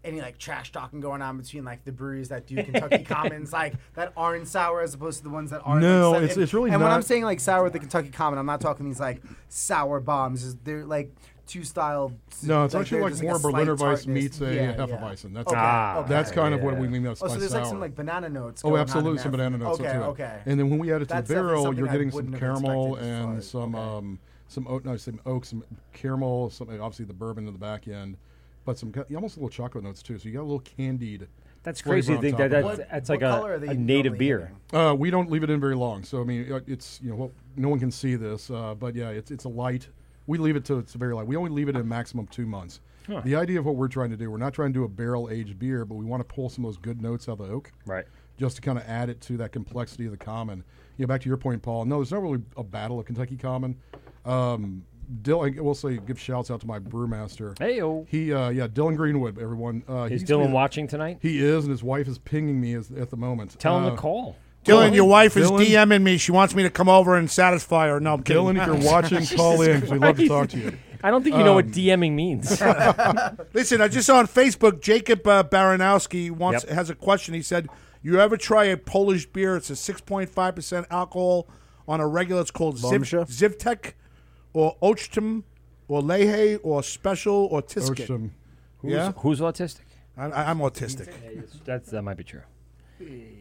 any like trash talking going on between like the breweries that do Kentucky Commons, like that aren't sour as opposed to the ones that aren't? No, like, it's- it's really And when not- I'm saying like sour with the Kentucky Common, I'm not talking these like sour bombs. Is They're like two style. No, it's actually they're like just, more a slight Berliner Weiss tartness. meets a Yeah, yeah. Hefeweizen. That's Okay, ah, okay. that's kind of what we mean by Oh, spice so there's like sour. some like banana notes. Oh, going on in absolutely, there. some banana notes Okay, into it. okay. And then when we add it to That's the definitely barrel, something you're I getting some wouldn't have expected caramel to and some um, some oat, no, some oak, some caramel, some obviously the bourbon in the back end, but some ca- almost little chocolate notes too. So you got a little candied. That's flavor crazy to on think top that of that's, it. that's like a, a native beer. Uh, we don't leave it in very long, so I mean, uh, it's you know, well, no one can see this, uh, but yeah, it's it's a light. We leave it to it's very light. We only leave it in maximum two months. Huh. The idea of what we're trying to do, we're not trying to do a barrel aged beer, but we want to pull some of those good notes out of the oak, right? Just to kind of add it to that complexity of the common. You know, back to your point, Paul. No, there's not really a battle of Kentucky common. Um, Dylan, I will say, give shouts out to my brewmaster. Heyo. He, uh, yeah, Dylan Greenwood. Everyone, uh, Is he's been- Dylan watching tonight? He is, and his wife is pinging me as, at the moment. Tell him to Uh, call. Oh. Dylan, your wife is Dylan- DMing me. She wants me to come over and satisfy her. No, I'm kidding. Dylan, if you're watching, call in. 'cause We'd love to talk to you. I don't think you know what Um, DMing means. Listen, I just saw on Facebook Jacob uh, Baranowski wants Yep. has a question. He said, "You ever try a Polish beer? It's a 6.5 percent alcohol on a regular. It's called Ziv- Bombsha? Zivtek, or Ochtum, or Lehe, or Special, or Tisket. Ochtum. Who's, yeah, who's autistic? I, I- I'm autistic. That's that might be true.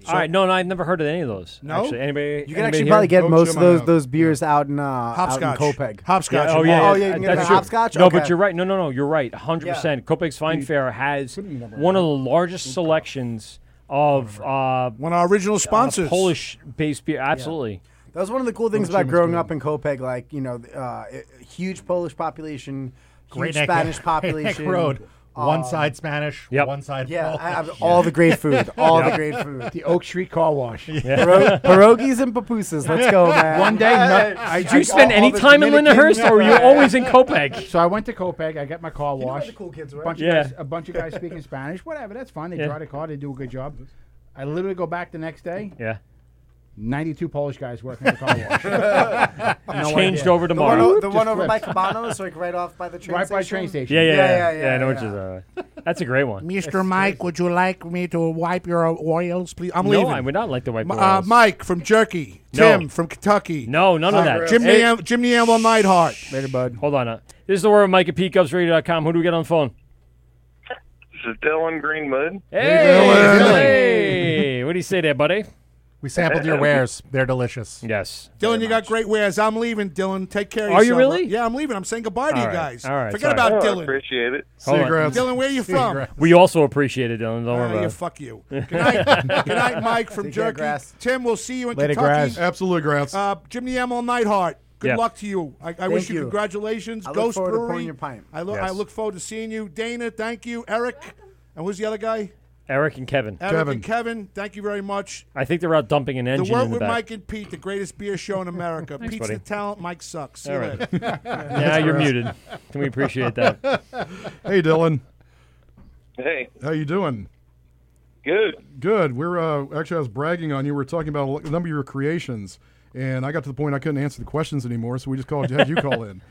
All right, no, no, I've never heard of any of those. No? actually, anybody? You can anybody actually here? probably get most of those those beers out in uh, out in Hopscotch. Copeg. Yeah, oh yeah, Oh yeah, you can get them that's at true. hopscotch. No, Okay. but you're right. No, no, no, you're right. 100. percent Copeg's Fine Fair has one of the largest selections of uh, one of our original sponsors. Polish-based beer. Absolutely. That was one of the cool things Which about was growing good. up in Copeg. Like you know, th- uh, i- huge Polish population, huge Great Neck- Spanish Great Neck population. Road. One um, side Spanish, one side Yeah, Polish. I have all the great food. All the Yep. great food. The Oak Street Car Wash. Pierog- pierogies and papooses. Let's go, man. One day, Hey. no, Did you spend any time in Lindenhurst, or were you always in Copeg? So I went to Copeg. I got my car You know where washed. the cool kids were. Bunch Yeah. of guys, a bunch of guys speaking Spanish. Whatever, that's fine. They Yeah. drive the car. They do a good job. I literally go back the next day. Yeah. 92 Polish guys working at the car wash. No Changed idea. over to The Mara. one o- The Just one over by flipped. Cabanos, like right off by the train Right station. by train station. Yeah, yeah, yeah, yeah, yeah. I know what you're. Uh, that's a great one. Mr. Mike, would you like me to wipe your oils, please? I'm no, leaving. I would not like to wipe. M- your uh, walls. Mike from Jerky. No. Tim from Kentucky. Uh, No, none of that. Jim, Hey. Niam- Jim Niambo Neidhart. Later, bud. Hold on. Uh, this is the word of Mike at PeteGubsRadio.com. Who do we get on the phone? This is Dylan Greenwood. Hey, what do you say there, buddy? We sampled your wares. They're delicious. Yes. Dylan, you got great wares. I'm leaving, Dylan. Take care of Are you yourself. really? Yeah, I'm leaving. I'm saying goodbye to All you right, guys. all right, Forget sorry. about Oh, I Dylan. appreciate it. Hold on. Seagrams. Dylan, where are you from? We also appreciate it, Dylan. Don't worry Ah, about you it. fuck you. Good night, Good night Mike from Take care, Jerky. Grass. Tim, we'll see you in Later, Kentucky. Grass. Absolutely, Grass. Uh, Jim Niemel Nightheart. Good Yeah. luck to you. I, I Thank wish you, you. congratulations. I look Ghost forward to Brewery. pouring your pint. I, look. I Yes. look forward to seeing you. Dana, thank you. Eric. And who's the other guy? Eric and Kevin. Eric and Kevin, thank you very much. I think they're out dumping an engine the work in the with back. Mike and Pete, the greatest beer show in America. Thanks, Pete's buddy. the talent, Mike sucks. See All you right. later. Now you're muted. Can we appreciate that? hey, Dylan. Hey, How you doing? good. Good. We're uh, actually I was bragging on you. We were talking about a l- a number of your creations, and I got to the point I couldn't answer the questions anymore, so we just called you. Had you call in?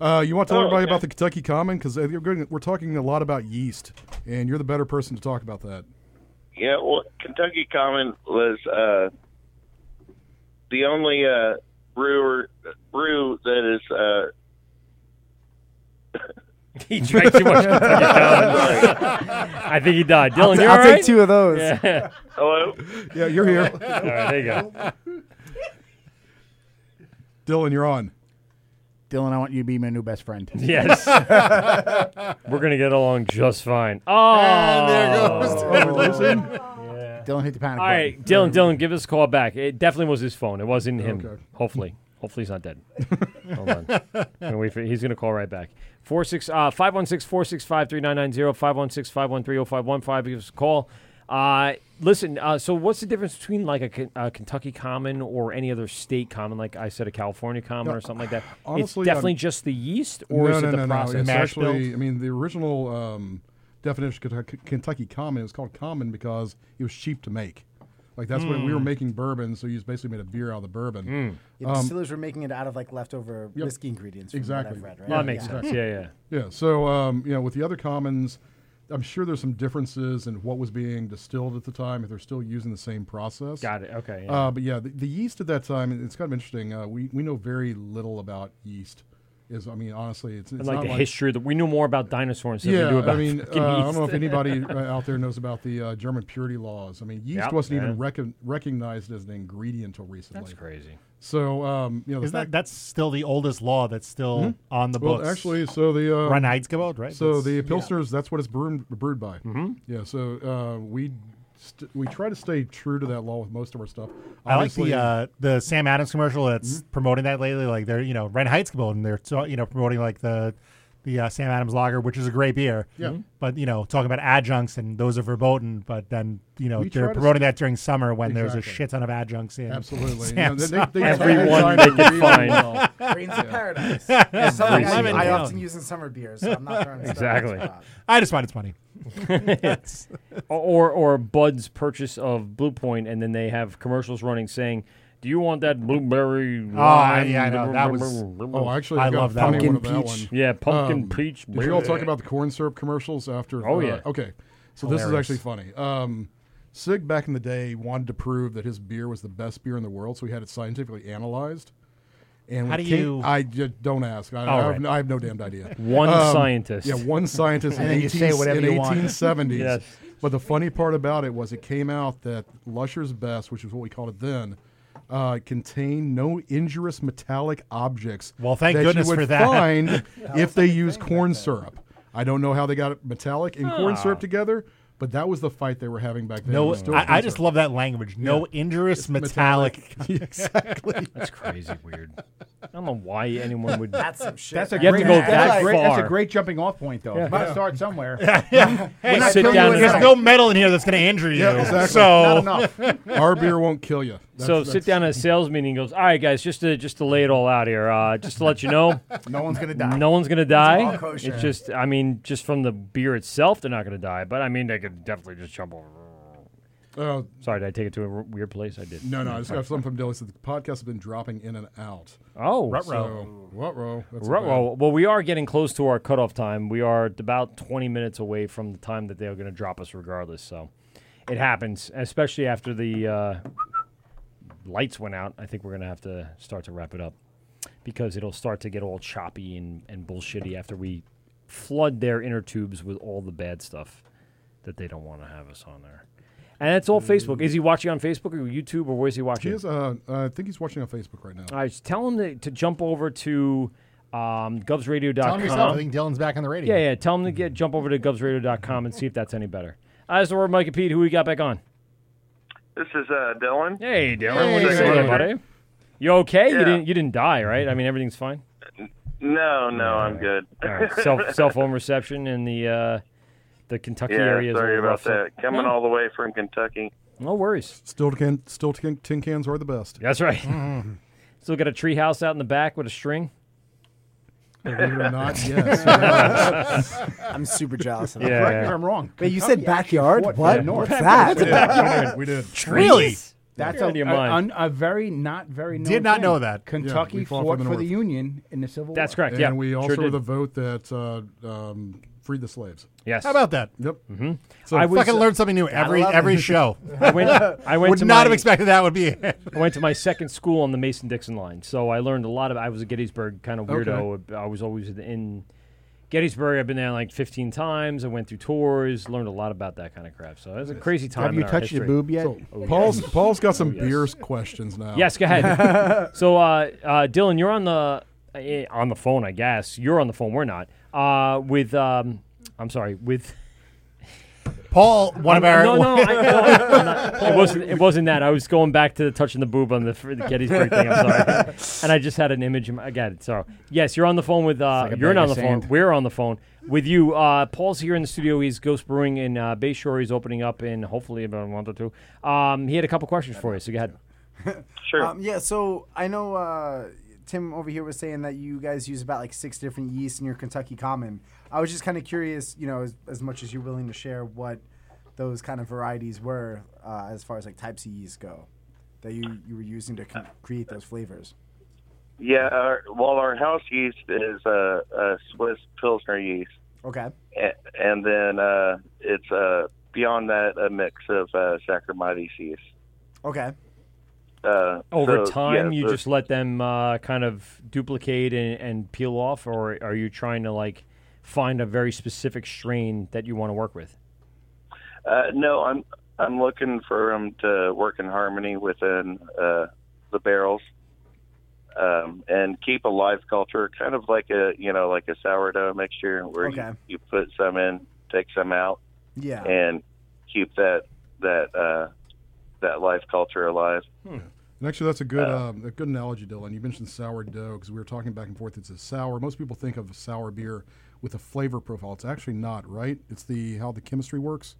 Uh, you want to tell Oh, everybody okay. about the Kentucky Common because we're talking a lot about yeast, and you're the better person to talk about that. Yeah, well, Kentucky Common was uh, the only uh, brewer brew that is. Uh, He drank too much. Kentucky Common. I think he died. Dylan, you all right? Yeah. Hello. Yeah, you're here. All right, there you go. Dylan, you're on. Dylan, I want you to be my new best friend. Yes. We're going to get along just fine. Oh. And there goes Dylan. Dylan hit the panic All right, Dylan, Dylan, give us a call back. It definitely was his phone. It wasn't him. Hopefully. Hopefully he's not dead. Hold on. I'm gonna wait for, he's going to call right back. 46 uh 516 465 3990 516 513 0515 give us a call. Uh, listen, uh, so what's the difference between like a, Ken- a Kentucky common or any other state common like I said a California common No, or something like that? honestly, it's definitely I'm- just the yeast or no, is no, it the no, no. process? It's actually, I mean, the original um, definition of Kentucky- Kentucky Common is called Common because it was cheap to make. Like that's when we Hmm. were Mm. making bourbon, so you just basically made a beer out of the bourbon. Yeah, Um, distillers were making it out of like leftover Yep. whiskey ingredients. From Exactly. What I've read, right? Yeah. So, um, you know, with the other commons, I'm sure there's some differences in what was being distilled at the time, if they're still using the same process. Got it. Okay, yeah. Uh, but yeah, the, the yeast at that time, it's kind of interesting. Uh, we, we know very little about yeast. Is I mean, honestly, it's, it's And like not the history that we knew more about dinosaurs than yeah, we do about I mean, fucking uh, I don't know if yeast. anybody uh, out there knows about the uh, German purity laws. I mean, yeast Yep, wasn't yeah. even recon- recognized as an ingredient until recently. That's crazy. So, um, you know, the Isn't that, fact- that's still the oldest law that's still Mhm. on the well, books? Actually, so the uh, Reinheitsgebot, right? So That's- the yeah. pilsners, that's what it's brewed, brewed by. Mm-hmm. Yeah. So uh, we st- we try to stay true to that law with most of our stuff. I like Obviously- Mm-hmm. the uh, the Sam Adams commercial that's promoting that lately. Like they're you know Ren Heights and they're so, you know promoting like the the uh, Sam Adams Lager, which is a great beer. Yeah. Mhm. But you know talking about adjuncts and those are verboten. But then you know We they're try to promoting s- that during summer when there's a Exactly. shit ton of adjuncts in. Absolutely. Sam's Yeah, they- they- they Lager. tie- Everyone tie they it could really find. well. Grains of Yeah. paradise. Every Something I, single I one. often use in summer beers. So I'm not throwing stuff Exactly. out. I just find it's funny. Yes. or or Bud's purchase of Blue Point, and then they have commercials running saying, "Do you want that blueberry?" Oh, wine?" yeah, I know. That was- Oh, actually, I've got a funny one about that one. Yeah, pumpkin Um, peach. Did you all talk about the corn syrup commercials after? Oh, uh, yeah. Okay, so this is Hilarious. actually funny. Um, Sig back in the day wanted to prove that his beer was the best beer in the world, so he had it scientifically analyzed. And How when do it came- you- I ju- don't ask. I, All I, right. have, no- I have no damned idea. Um, One scientist. Yeah, one scientist. And in then you say 18 whatever in you want. 1870s. Yes. But the funny part about it was it came out that Lusher's Best, which is what we called it then, uh, contained no injurious metallic objects. Well, thank that goodness you would for that. Find if they use corn syrup. I don't know how they got metallic and Ah. corn syrup together, but that was the fight they were having back then. It No, was still I, I corn just syrup. love that language. No Yeah. injurious It's metallic. exactly. That's crazy weird. I don't know why anyone would. That's some shit. That's a you have great- to go that's that a great- far. that's a great jumping off point, though. Yeah. Gotta start somewhere. Yeah. We're hey, not sit killing down. you There's with no that. metal in here that's going to injure you. Yeah, exactly. So Our beer won't kill you. That's- so that's- sit down at a sales meeting and goes, all right, guys, just to just to lay it all out here, uh, just to let you know, No one's gonna die. No one's gonna It's die. all kosher. It's just, I mean, just from the beer itself, they're not gonna die. But I mean, they could definitely just jump over. Oh, Sorry, did I take it to a r- weird place? I did. No, no, I just got something from Dilly. So the podcast has been dropping in and out. Oh, So, Ruh-roh. That's Right, about- well, well, we are getting close to our cutoff time. We are about 20 minutes away from the time that they're going to drop us, regardless. So it happens, especially after the uh, lights went out. I think we're going to have to start to wrap it up because it'll start to get all choppy and, and bullshitty after we flood their inner tubes with all the bad stuff that they don't want to have us on there. And that's all Facebook. Is he watching on Facebook or YouTube or where is he watching? He is, uh, uh, I think he's watching on Facebook right now. All right, so tell him to, to jump over to um, govsradio.com. Tell him yourself. I think Dylan's back on the radio. Yeah, yeah. Tell him to get jump over to govsradio.com and see if that's any better. As the word Mike and Pete, who we got back on? This is uh, Dylan. Hey, Dylan, what do you say, buddy? You okay? You Yeah. didn't you didn't die, right? I mean, everything's fine. No, no, I'm good. All right, self cell phone reception in the uh, the Kentucky yeah, area. is a sorry little about rough, so- that. Coming No. all the way from Kentucky. No worries. Still can, still tin, tin cans are the best. Mm-hmm. That's right. Still got a tree house out in the back with a string. Believe it or not, yes. I'm super jealous of that. Yeah, Correct me yeah. if I'm wrong. Wait, you said Kentucky actually backyard? fought What? the North. What's that? We did. We did. Really? That's You're a, out of your a- mind. un- a very not very known Did not thing. know that. Kentucky Yeah, we fought fought, for the for the North. Union in the Civil War. That's correct. And yeah, we- we sure also were did. the vote that uh, um, freed the slaves. Yes. How about that? Yep. Mm-hmm. So I fucking learn something new every every show. I went. I went Would to not my- have expected that would be. it. I went to my second school on the Mason Dixon line, so I learned a lot of. I was a Gettysburg kind of weirdo. I was always in Gettysburg. I've been there like 15 times. I went through tours, learned a lot about that kind of crap. So it was a crazy time. in our history. So, Oh, Paul's yes. Paul's got some Oh, yes. beers questions now. Yes, go ahead. so, uh, uh, Dylan, you're on the eh, on the phone, I guess. You're on the phone. We're not. Uh, with um, I'm sorry, with Paul, one of our- No, no, I, no, I'm not- it wasn't. It wasn't that. I was going back to the touching the boob on the, for the Gettysburg thing. I'm sorry, and I just had an image. In my, I got it. So, yes, you're on the phone with. Uh, like a you're bag not on of the phone. sand. We're on the phone with you. Uh, Paul's here in the studio. He's Ghost Brewing in uh, Bay Shore. He's opening up in hopefully about a month or two. Um, he had a couple questions for you. So go ahead. Sure. Um, yeah. So I know uh, Tim over here was saying that you guys use about like six different yeasts in your Kentucky Common. I was just kind of curious, you know, as, as much as you're willing to share, what those kind of varieties were uh, as far as like types of yeast go that you, you were using to con- create those flavors. Yeah, our, well, our house yeast is uh, a Swiss Pilsner yeast, Okay. a- and then uh, it's uh, beyond that a mix of uh, Saccharomyces yeast. Okay. Uh, Over so, time, yeah, you so- just let them uh, kind of duplicate and, and peel off, or are you trying to like find a very specific strain that you want to work with? Uh, no, I'm I'm looking for them to work in harmony within uh, the barrels, um, and keep a live culture, kind of like a you know like a sourdough mixture, where Okay. you, you put some in, take some out, Yeah. and keep that that uh, that live culture alive. And actually, that's a good Uh, um, a good analogy, Dylan. You mentioned sourdough because we were talking back and forth. It's a sour. Most people think of sour beer with a flavor profile. It's actually not, right? It's the how the chemistry works.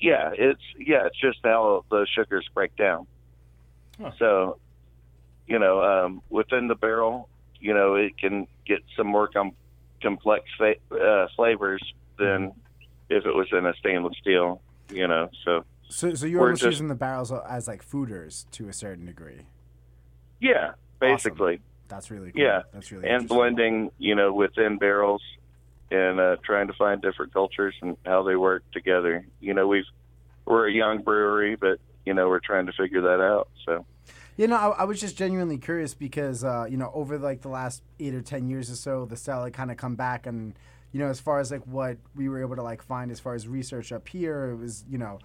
Yeah, it's yeah, it's just how those sugars break down. So, you know, um, within the barrel, you know, it can get some more com- complex fa- uh, flavors than if it was in a stainless steel. You know, so So, so you're We're almost just- using the barrels as like fooders to a certain degree. yeah, basically, That's really cool. yeah, That's really and interesting. blending, you know, within barrels and uh, trying to find different cultures and how they work together. You know, we've we're a young brewery, but you know, we're trying to figure that out. So. You know, I, I was just genuinely curious because uh, you know over like the last eight or ten years or so, the cell had kind of come back, and you know as far as like what we were able to like find as far as research up here, it was you know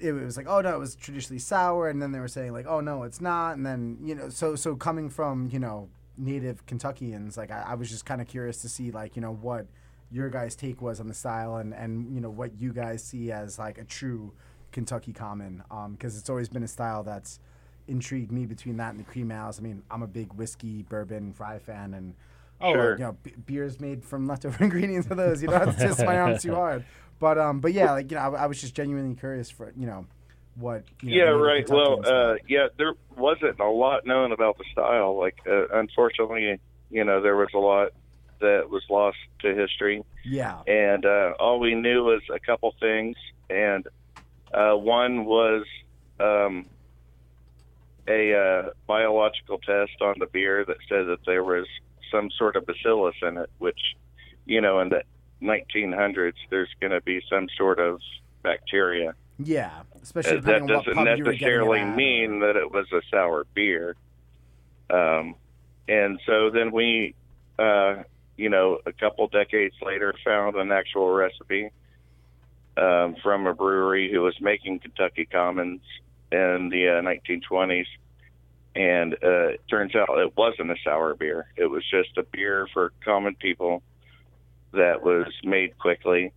it was like oh no, it was traditionally sour, and then they were saying like oh no, it's not, and then you know so so coming from you know native Kentuckians, like I, I was just kind of curious to see like you know what your guys' take was on the style and and you know what you guys see as like a true Kentucky common because it's always been a style that's intrigued me between that and the cream ales. I mean, I'm a big whiskey, bourbon, rye fan, and oh, Sure. you know, b- beers made from leftover ingredients of those. You know, it's just my arms too hard. But um, but yeah, like you know, I, I was just genuinely curious for you know what. You know, yeah, native right. Well, Kentuckians- uh, yeah, there wasn't a lot known about the style. Like, uh, unfortunately, you know, there was a lot that was lost to history, yeah. and uh, all we knew was a couple things, and uh, one was um, a uh, biological test on the beer that said that there was some sort of bacillus in it, which, you know, in the 1900s, there's going to be some sort of bacteria. Yeah, especially Uh, depending that on what doesn't pub you were getting it necessarily at. mean that it was a sour beer. Um, and so then we, uh, you know, a couple decades later, found an actual recipe um, from a brewery who was making Kentucky Commons in the uh, 1920s. And uh, it turns out it wasn't a sour beer. It was just a beer for common people that was made quickly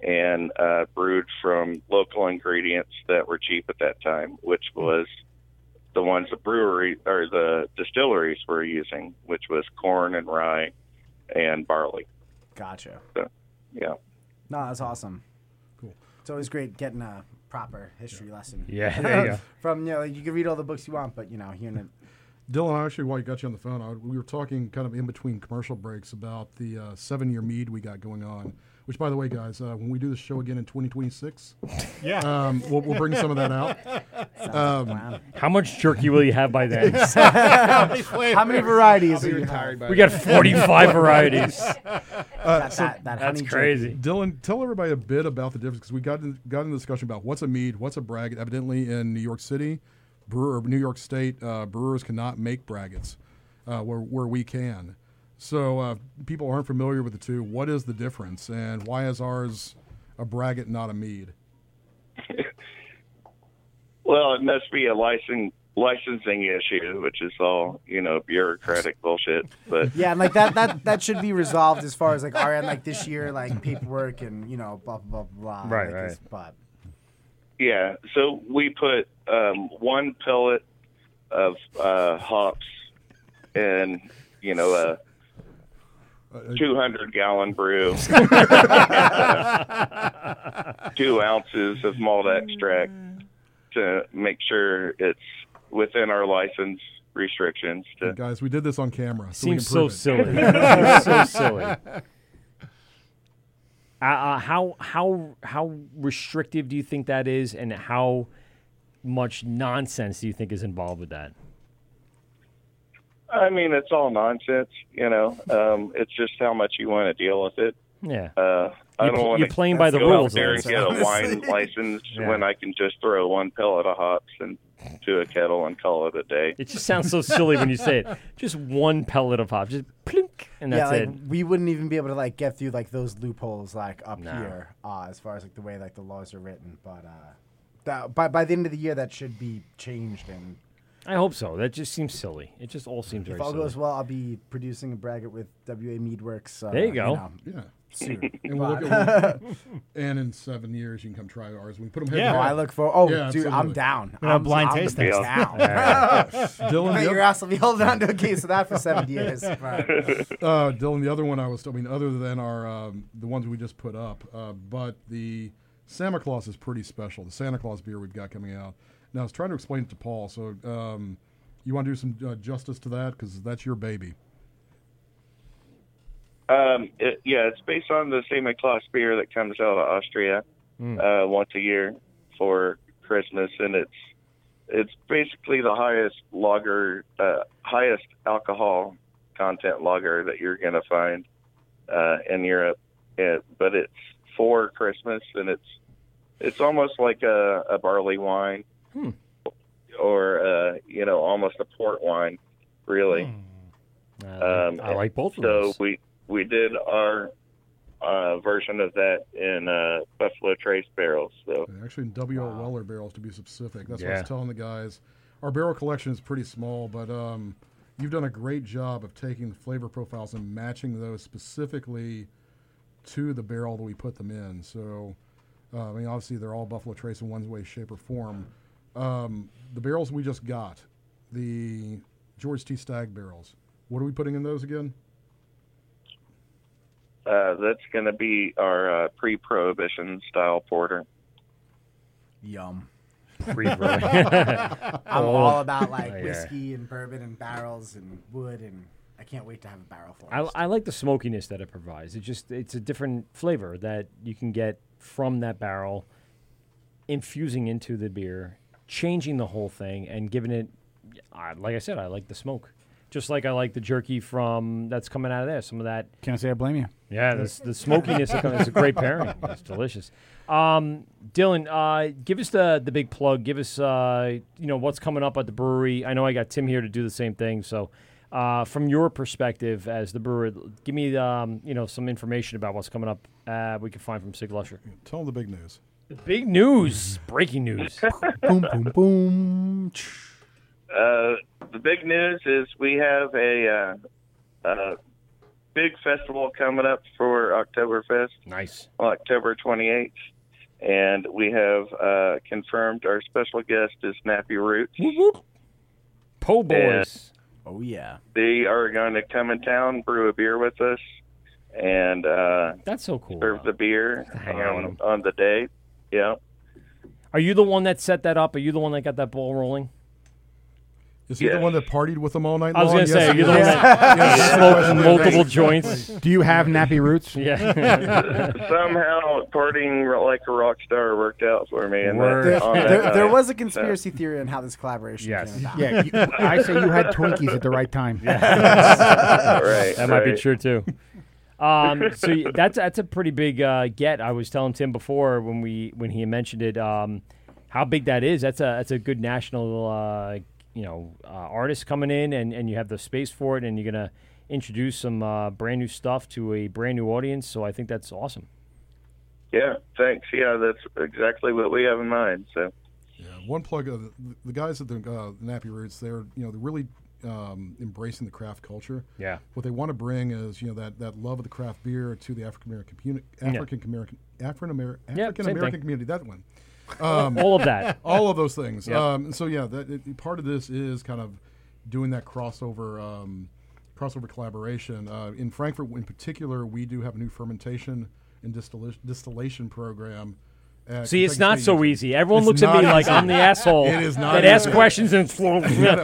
and uh, brewed from local ingredients that were cheap at that time, which was the ones the brewery or the distilleries were using, which was corn and rye and barley. Gotcha. So, yeah. No, that's awesome. Cool. It's always great getting a proper history lesson. Yeah, there you go. From you know, you can read all the books you want, but you know, hearing it Dylan, I actually, while you got you on the phone, I, we were talking kind of in between commercial breaks about the uh, seven-year mead we got going on. Which, by the way, guys, uh, when we do the show again in 2026, Yeah. um, we'll, we'll bring some of that out. Sounds Um, How much jerky will you have by then? How many varieties? I'll be do you retired have? by We got then. 45 varieties. Uh, so- crazy. Dylan, tell everybody a bit about the difference because we got in, got in the discussion about what's a mead, what's a braggot. Evidently, in New York City, brewer or New York State uh, brewers cannot make braggots uh, where where we can. So uh, people aren't familiar with the two. What is the difference, and why is ours a braggot, not a mead? Well, it must be a licen licensing issue, which is all you know bureaucratic bullshit. But Yeah, and like that, that that should be resolved as far as like our end, like this year, like paperwork and you know blah blah blah. blah Right, like right. it's- But Yeah, so we put um, one pellet of uh, hops in, you know, a 200 gallon brew, two ounces of malt extract to make sure it's within our license restrictions. To, Guys, we did this on camera. So Seems we so can prove silly. it. Seems so silly. Uh, uh, how how how restrictive do you think that is, and how much nonsense do you think is involved with that? I mean, it's all nonsense, you know. Um, it's just how much you want to deal with it. Yeah. Uh, I You're don't pl- want you're to playing by the go rules, Out there and honestly. get a wine license Yeah. when I can just throw one pellet of hops into a kettle and call it a day. It just sounds so silly when you say it. Just one pellet of hops, just plink, and that's yeah, like it. we wouldn't even be able to like get through like those loopholes like up No. here uh, as far as like the way like the laws are written. But uh, that by by the end of the year, that should be changed. And I hope so. That just seems silly. It just all seems if very all silly. goes well, I'll be producing a bracket with WA Meadworks. Uh, There you go. know, Yeah. Soon. And we'll look But- at and in seven years you can come try ours. We can put them. Yeah. Oh, I look for- oh, dude, I'm down. We're gonna I'm- blind I'm taste the test. best now. Dylan, the Your ass will be holding on to a case of that for seven years. Right. uh, Dylan, the other one I was, I mean, other than our um, the ones we just put up, uh, but the Santa Claus is pretty special. The Santa Claus beer we've got coming out. Now I was trying to explain it to Paul, so um, you want to do some uh, justice to that because that's your baby. Um, it, yeah, it's based on the same class beer that comes out of Austria Mm. uh, once a year for Christmas, and it's it's basically the highest lager, uh, highest alcohol content lager that you're going to find uh, in Europe. It, but it's for Christmas, and it's it's almost like a, a barley wine, Hmm. or uh, you know, almost a port wine, really. Um, Hmm. I like both of so those. we we did our uh, version of that in uh, Buffalo Trace barrels. So Actually, in W.R. Weller barrels, to be specific. That's what I Yeah. was telling the guys. Our barrel collection is pretty small, but um, you've done a great job of taking the flavor profiles and matching those specifically to the barrel that we put them in. So, uh, I mean, obviously, they're all Buffalo Trace in one way, shape, or form. Um, the barrels we just got, the George T. Stagg barrels, what are we putting in those again? uh, that's going to be our uh, pre-prohibition style porter. Yum. Pre-bourbon. I'm Oh. all about like Oh, yeah. whiskey and bourbon and barrels and wood and I can't wait to have a barrel for I, I like the smokiness that it provides. It just it's a different flavor that you can get from that barrel, infusing into the beer, changing the whole thing, and giving it. I, like I said, I like the smoke, just like I like the jerky from that's coming out of there. Some of that. Can't say I blame you. Yeah, the, the smokiness that comes. It's a great pairing. It's delicious. Um, Dylan, uh, give us the the big plug. Give us uh, you know what's coming up at the brewery. I know I got Tim here to do the same thing. So, uh, from your perspective as the brewer, give me um, you know some information about what's coming up. Uh, we can find from Sig Lusher. Tell them the big news. The big news, breaking news. boom, boom, boom. Uh, the big news is we have a uh, uh, big festival coming up for Oktoberfest. Nice. On October 28th. And we have uh, confirmed our special guest is Nappy Roots. Po Boys. Oh yeah. They are going to come in town, brew a beer with us, and uh, that's so cool. Serve the beer hang out with on, on the day. Yeah. Are you the one that set that up? Are you the one that got that ball rolling? Is he the one that partied with them all night I was long? gonna say, Yes, you're the yes. one that Yes. smoked multiple joints. Do you have nappy roots? Somehow, partying like a rock star worked out for me. And Word. that, on that There- There night, was a so- conspiracy theory on how this collaboration Yes. came about. Yeah, you, I say you had Twinkies at the right time. that might be true too. Um, so y- that's that's a pretty big uh, get. I was telling Tim before when we when he mentioned it, um, how big that is. That's a that's a good national uh, you know uh, artist coming in, and and you have the space for it, and you're gonna introduce some uh, brand new stuff to a brand new audience. So I think that's awesome. Yeah, thanks. Yeah, that's exactly what we have in mind. So, one plug of the, the guys at the uh, Nappy Roots, they're you know they're really um, embracing the craft culture. Yeah. What they want to bring is you know that, that love of the craft beer to the African American community, Yeah. African American, African American, Yeah, African same thing. American community. That one. All of that. Um, All of those things. Yeah. Um, and so yeah, that it, part of this is kind of doing that crossover. Um, Crossover collaboration uh, in Frankfurt, in particular, we do have a new fermentation and distilla- distillation program uh, See, it's Kentucky not State so University. easy. Everyone It's looks at me not like easy. I'm the asshole It is not. that asks questions and flow-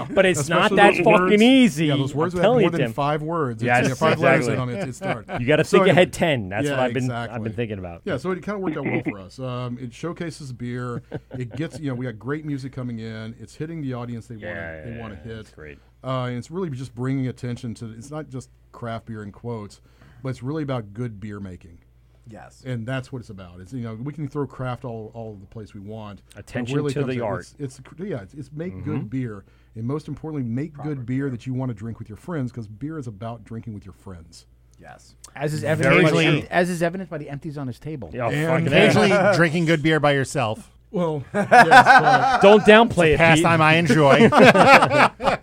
but it's not that those fucking words- easy. Yeah, those words I'm that have telling more you, than Tim. five words. Yes, it's, yeah, five letters exactly. on it. It's start. You gotta So think anyway. ahead 10. That's Yeah, what I've been- I've exactly. been thinking about. Yeah, so it kind of worked out well for us. Um, it showcases beer. It gets you know we got great music coming in. It's hitting the audience they want. They yeah, want to hit. that's great. Uh, and it's really just bringing attention to. It's not just craft beer in quotes, but it's really about good beer making. Yes. and that's what it's about. It's you know we can throw craft all all over the place we want. but it Attention to comes the down- art. it's- it's yeah, it's, it's make Mhm. good beer, and most importantly, make good beer that you want to drink with your friends because beer is about drinking with your friends. Yes, As is Very evident, by true. the, as is evident by the empties on his table. and occasionally drinking good beer by yourself. Well, Don't downplay it's a Pastime I enjoy.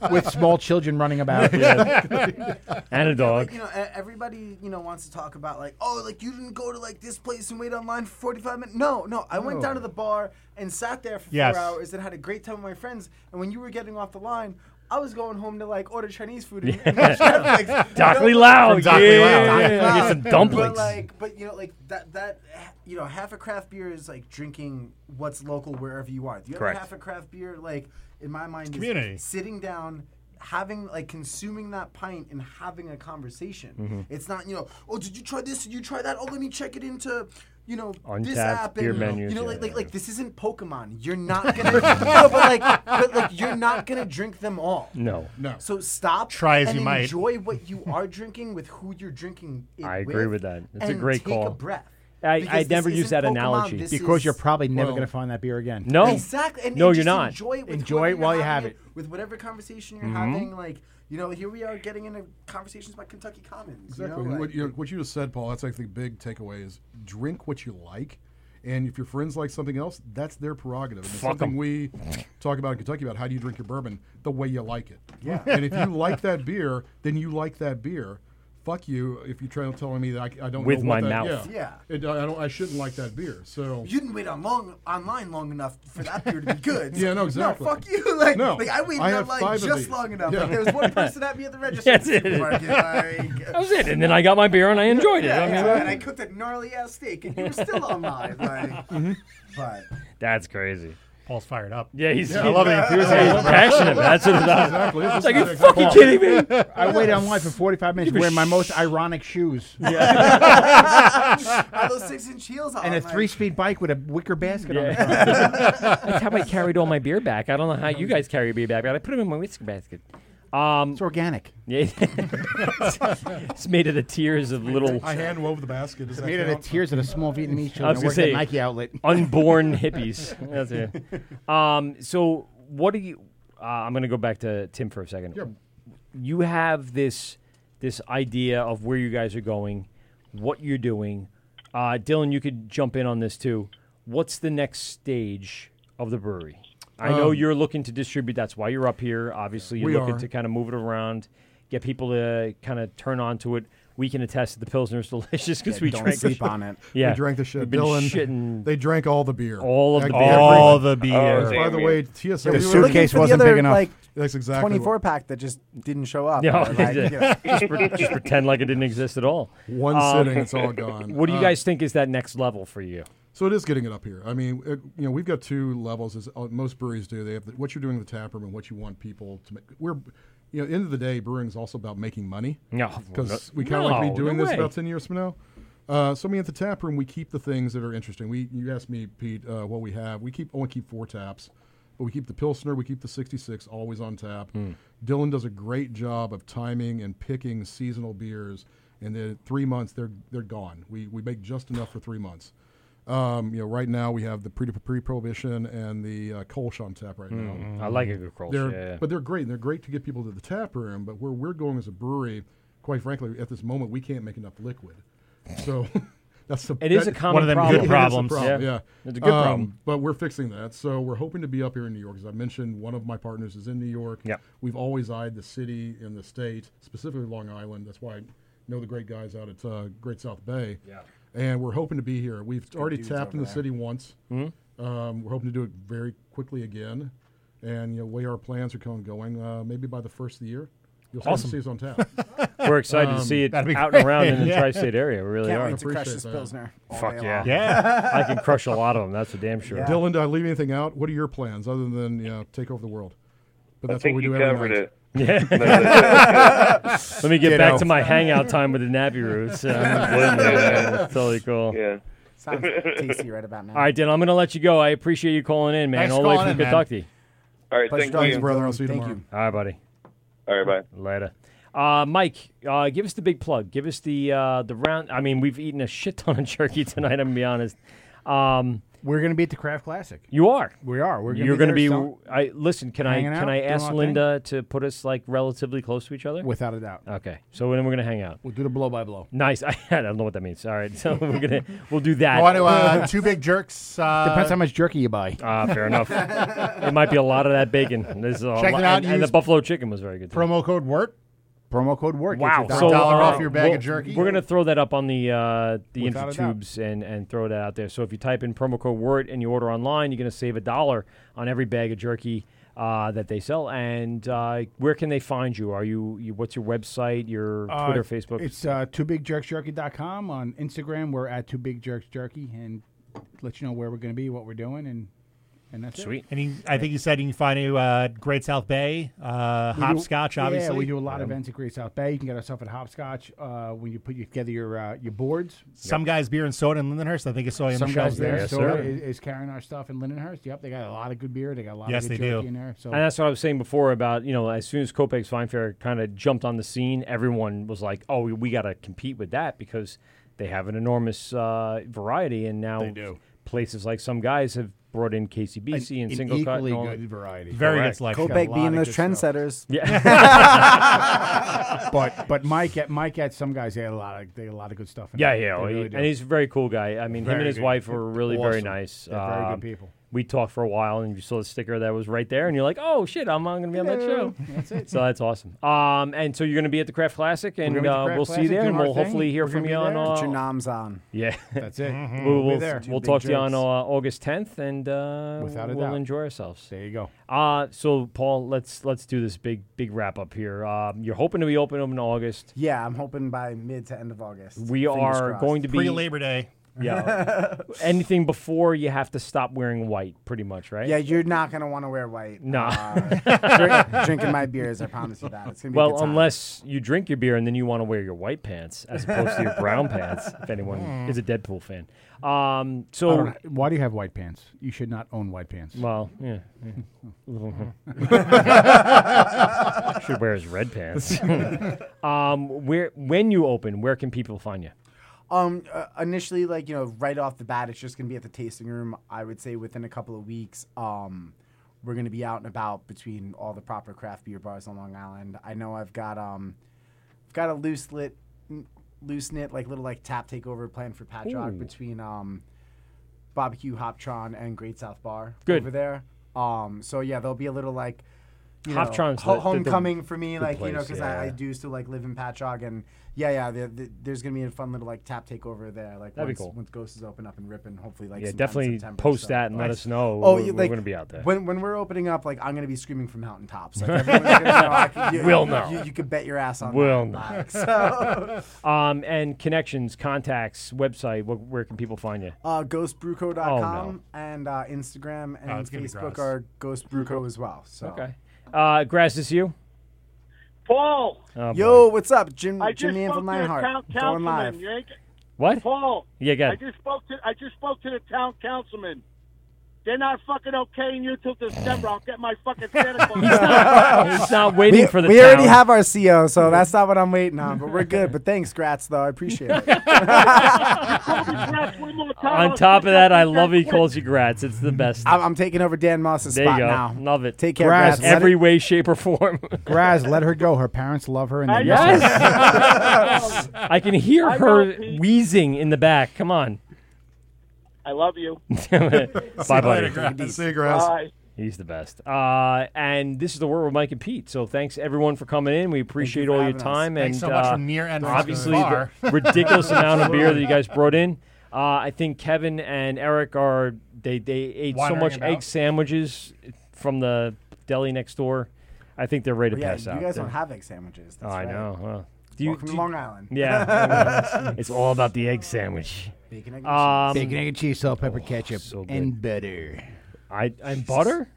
with small children running about Yeah. and a dog. You know, e- everybody you know wants to talk about like, oh, like you didn't go to like this place and wait online for forty five minutes. No, no, I went No. down to the bar and sat there for Yes. four hours and had a great time with my friends. And when you were getting off the line. I was going home to like order Chinese food and, and watch Netflix. Dockley You know? Lau, From Dockley yeah, Lau. yeah, Dockley get some Lau. dumplings. But like, but you know, like that that you know, half a craft beer is like drinking what's local wherever you are. The other Correct. half a craft beer, like in my mind, is community. sitting down having like consuming that pint and having a conversation Mhm. it's not you know oh did you try this did you try that oh let me check it into you know this Untapped app beer and menus, you know yeah, like, yeah, like like this isn't pokemon you're not gonna no, but like but like you're not gonna drink them all No. No. so stop Try as and you might. enjoy what you are drinking with who you're drinking it I agree with that. It's a and great take call. a breath I- I Because this never use isn't that analogy. this because is- you're probably never Well, going to find that beer again. No. Exactly. And, No, and you're just not. Enjoy it, with Enjoy whoever it you're while you having have With whatever conversation you're Mhm. having, like you know, here we are getting into conversations about Kentucky Commons. Exactly. You know, And like- what, you what you just said, Paul, that's like the big takeaway is drink what you like. And if your friends like something else, that's their prerogative. And it's Fuck something 'em. we talk about in Kentucky about how do you drink your bourbon? The way you like it. Yeah. and if you like that beer, then you like that beer. Fuck you if you try telling me that I, I don't With know what my that, mouth. Yeah. It- I, don't, I shouldn't like that beer. So you didn't wait on long online long enough for that beer to be good. Yeah, no, exactly. No, fuck you. Like, No, like I waited I have online five of just these. long enough. Yeah. Like, there was one person at me at the register. That's in the it. supermarket, like- That was it. And then I got my beer and I enjoyed it. Yeah, I mean, yeah, and I cooked a gnarly ass steak, and you were still online. Like, Mm-hmm. but That's crazy. Paul's fired up. Yeah, he's, I love it. he's passionate. That's what it's about. It's like, you fucking kidding me? I waited online for 45 minutes Give a wearing my most ironic shoes. Are those six inch heels on? and a like- three-speed bike with a wicker basket on the That's how I carried all my beer back. I don't know how you guys carry your beer back, but I put them in my whiskey basket. Um, it's organic. Yeah, it's made of the tears of little. I hand wove the basket. Does It's that made out of count? tears of the small Vietnamese children I was that gonna work at say Nike outlet. unborn hippies. That's it. Um, so what do you? Uh, I'm going to go back to Tim for a second. You have this this idea of where you guys are going, what you're doing. Uh, Dylan, you could jump in on this too. What's the next stage of the brewery? I know Um, you're looking to distribute. That's why you're up here. Obviously, you're We looking are. to kind of move it around, get people to kind of turn on to it. We can attest that the pilsner's delicious because Yeah, we don't drank the sleep shit- on it. Yeah, They drank the shit. We've been Dylan, shitting they drank all the beer. All of Like the every- beer. All the Oh, beer. by the way, TSA. The we were- suitcase For the wasn't other, big enough. Like, That's exactly what- 24 pack that just didn't show up. Yeah, or, like, you know. just, pre- just pretend like it didn't exist at all. Um, One sitting, it's all gone. What do you Uh, guys think is that next level for you? So it is getting it up here. I mean, it, you know, we've got two levels as uh, most breweries do. They have the, what you're doing in the tap room and what you want people to make. We're, you know, at the end of the day, brewing is also about making money. Yeah. because we kind of like to No, be doing no this way. about ten years from now. Uh, so I mean, at the tap room, we keep the things that are interesting. We, you asked me, Pete, uh, what we have. We keep only keep four taps, but we keep the pilsner, we keep the '66 always on tap. Mm. Dylan does a great job of timing and picking seasonal beers, and then three months they're they're gone. We we make just enough for three months. Um, you know, right now we have the pre pre prohibition and the uh, Kolsch on tap right Mm, now. I like a good Kolsch, They're- yeah. but they're great. and They're great to get people to the tap room. But where we're going as a brewery, quite frankly, at this moment, we can't make enough liquid. So that's the It is that- a common One of them problem. good It is a problems, problem, yeah. Yeah. Um, It's a good problem. But we're fixing that. So we're hoping to be up here in New York. As I mentioned, one of my partners is in New York. Yep. We've always eyed the city and the state, specifically Long Island. That's why I know the great guys out at uh, Great South Bay. Yeah. And we're hoping to be here. We've Good already dudes tapped in over the there. city once. Mhm. Um, we're hoping to do it very quickly again. And you know, way our plans are going, going uh, maybe by the first of the year, you'll start to Awesome. see us on tap. We're excited Um, to see it That'd be out and great. around in the Yeah. tri-state area. We really Can't are. wait to Appreciate crush this that. Pilsner all Fuck day yeah. long. Yeah. I can crush a lot of 'em, that's for damn sure. Yeah. Dylan, did I leave anything out? What are your plans other than you know, take over the world? But I that's think what we you do every covered night. it. Yeah. Let me get back to my hangout time with the nappy roots. Um, it's totally cool. Yeah. Sounds tasty right about now. All right, Dan, I'm going to let you go. I appreciate you calling in, man, Thanks for all the way calling from in, man. Kentucky. All right, Pleasure thank talking to you. you, brother. I'll see you Thank tomorrow. All right, buddy. All right, bye. Later. Uh, Mike, uh, give us the big plug. Give us the uh, the round. I mean, we've eaten a shit ton of jerky tonight. I'm gonna be honest. Um, We're going to be at the Craft Classic. You are. We are. We're gonna You're be gonna there selling- I listen. Can I Hanging can out, I doing ask our thing. Linda to put us like relatively close to each other? Without a doubt. Okay. So then we're gonna hang out. We'll do the blow by blow. Nice. I, don't know what that means. All right. So we're gonna we'll do that. I want to, uh, two big jerks. Uh, Depends how much jerky you buy. Ah, fair enough. it might be a lot of that bacon. This is a Check lot- it out, And, and the use buffalo chicken was very good. Too. Promo code WORK. Promo code WORK. Wow, Gets you a dollar uh, off your bag we'll- of jerky. We're gonna throw that up on the uh, the Without a doubt. InfoTubes and and throw that out there. So if you type in promo code word and you order online, you're gonna save a dollar on every bag of jerky uh, that they sell. And uh, where can they find you? Are you, you what's your website? Your Uh, Twitter, Facebook? It's uh, twobigjerksjerky.com. On Instagram, we're at twobigjerksjerky and let you know where we're going to be, what we're doing, and and that's it. And you, I think you said you can find you uh, Great South Bay, uh, We do- Hopscotch, obviously. Yeah, we do a lot of Yeah. events at Great South Bay. You can get yourself at Hopscotch uh, when you put together your uh, your boards. Some guys beer and soda in Lindenhurst. I think I saw you on Some the guys shelves there. there so is, is carrying our stuff in Lindenhurst. Yep, they got a lot of good beer. They got a lot Yes, of good they jerky do. in there. So and that's what I was saying before about you know as soon as Copex Vine Fair kind of jumped on the scene, everyone was like, "Oh, we, we got to compete with that because they have an enormous uh, variety." And now They do. places like some guys have brought in KCBC and, An- an single cut, and equally all- good variety. Very Correct. good selection. Copac being those trendsetters. Yeah. but but Mike at Mike at some guys they had a lot of they had a lot of good stuff. In Yeah, there. yeah, They well, he- really do. and he's a very cool guy. I mean, him Very and his good. wife were really very Awesome. nice. They're very good Um, people. We talked for a while, and you saw the sticker that was right there, and you're like, "Oh shit, I'm, I'm going to be on that show." That's it. So that's awesome. Um, and so you're going to be at the Craft Classic, gonna and be at the uh, Craft we'll see you Classic, there, doing and our we'll thing. hopefully hear We're from you gonna be on. there. Uh, Get your noms on. Yeah, That's it. We'll, Mhm. We'll be we'll, there. we'll Two big talk to you on uh, jerks. August 10th, and uh, Without a we'll doubt. enjoy ourselves. There you go. Uh, so Paul, let's let's do this big big wrap up here. Um, you're hoping to be open in August. Yeah, I'm hoping by mid to end of August. We Fingers are crossed. going to be Yeah. Anything before you have to stop wearing white, pretty much, right? Yeah, you're not going to want to wear white. No. Uh, drink, drinking my beers, I promise you that. It's going to be a well, good time. unless you drink your beer and then you want to wear your white pants as opposed to your brown pants. If anyone Hmm. is a Deadpool fan, um, so I don't- why do you have white pants? You should not own white pants. Well, yeah. yeah. should wear his red pants. um, where when you open, where can people find you? Um, uh, initially, like you know, right off the bat, it's just gonna be at the tasting room. I would say within a couple of weeks, um, we're gonna be out and about between all the proper craft beer bars on Long Island. I know I've got um, I've got a loose lit, loose knit like little like tap takeover planned for Pat Rock Ooh. between um, barbecue Hoptron and Great South Bar Good. over there. Um, so yeah, there'll be a little like you know, Hoptron's ho- the- the- the homecoming for me, good like you know, place, because yeah. I, I do still like live in Patchogue, and yeah, yeah, the, the, there's gonna be a fun little like tap takeover there, like That'd be once, cool. once Ghost is open up and ripping, hopefully like Yeah, sometime in definitely September, post so- that and let Nice. us know. Oh, We're- you- we're like, gonna be out there. when when we're opening up. Like I'm gonna be screaming from mountaintops. Like, everyone's gonna know, like, you, We'll you- know. You, you could bet your ass on Will that. not. Like, so. um, and connections, contacts, website. Wh- where can people find you? Uh, ghostbrewco.com Oh, and uh, Instagram and Oh, it's gonna be Facebook gross. are Ghost Brewco as well. So Okay. Uh, Grass is you. Paul, Oh, Yo, boy. what's up, Jim? I just Jimmy in spoke to from the Lionheart. town Going live. councilman. You ain't- What? Paul. Yeah, go I ahead. just spoke to I just spoke to the town councilman. They're not fucking okaying you till December. I'll get my fucking Santa Claus. He's not waiting we, for the We already town. have our CO, so that's not what I'm waiting on. But we're good. But thanks, Gratz, though. I appreciate it. On top of that, I love he calls you Gratz. It's the best. I'm, I'm taking over Dan Moss's There you spot go. now. Love it. Take care, Gratz. Gratz. Every way, shape, or form. Graz, let her go. Her parents love her, and they miss her. Yes. I can hear I her know, Pete. wheezing in the back. Come on. I love you. Bye, buddy. Bye. He's the best. Uh, and this is the word with Mike and Pete. So thanks everyone for coming in. We appreciate all your having us. time Thanks and so much uh, for near and obviously far. the ridiculous amount of beer that you guys brought in. Uh, I think Kevin and Eric are they they ate Wandering so much about. egg sandwiches from the deli next door. I think they're ready to Yeah, pass you out. guys don't They're- have egg sandwiches. That's oh, I right. know. Well, Welcome to Long Island. Yeah, I know. it's all about the egg sandwich. Bacon, egg, and Um, Oh, Bacon, egg, and cheese, salt, pepper, ketchup, so good. and butter. I and butter.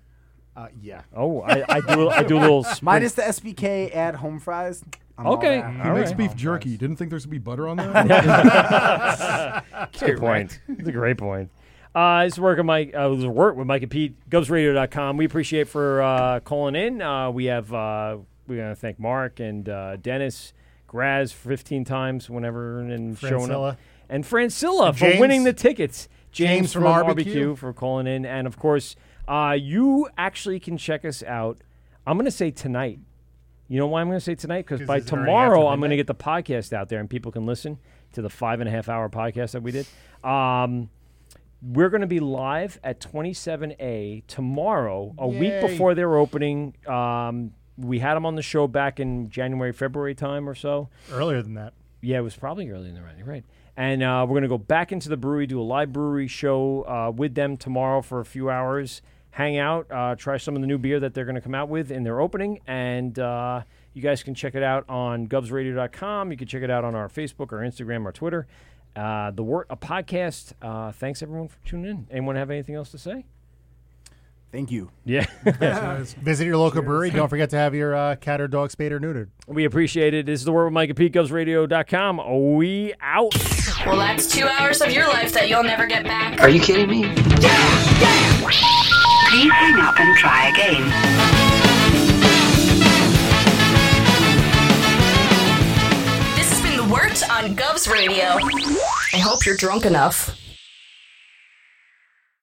Uh, yeah. Oh, I, I do I do a little Minus the SBK add home fries. I'm all Okay. down. He He makes right. beef jerky. Didn't think there's gonna be butter on that. That's a good point. That's a great point. Uh, it's work with Mike. Uh, it's work with Mike and Pete. GubsRadio.com. We appreciate for uh, calling in. Uh, we have uh, we want to thank Mark and uh, Dennis Graz fifteen times whenever and showing Francilla. up, and Francilla And for James- winning the tickets. James, James from, from Barbecue. RBQ. for calling in, and of course, uh, you actually can check us out. I'm going to say tonight. You know why I'm going to say tonight? Because 'Cause by it's already tomorrow after I'm going to get the podcast out there, and people can listen to the five and a half hour podcast that we did. Um, we're going to be live at 27A tomorrow, a week Yay. before their opening. Um, we had them on the show back in January, February time or so. Earlier than that. Yeah, it was probably earlier than that. You're right. And uh, we're going to go back into the brewery, do a live brewery show uh, with them tomorrow for a few hours, hang out, uh, try some of the new beer that they're going to come out with in their opening. And uh, you guys can check it out on gubsradio.com. You can check it out on our Facebook, our Instagram, our Twitter. Uh, the Wort, a podcast. Uh, thanks, everyone, for tuning in. Anyone have anything else to say? Thank you. Yeah. Visit your local brewery. Don't forget to have your uh, cat or dog spayed or neutered. We appreciate it. This is the word with Mike at PeteGubsRadio.com. We out. Well, that's two hours of your life that you'll never get back. Are you kidding me? Please hang up and try again. This has been The Wort on Govs Radio. I hope you're drunk enough.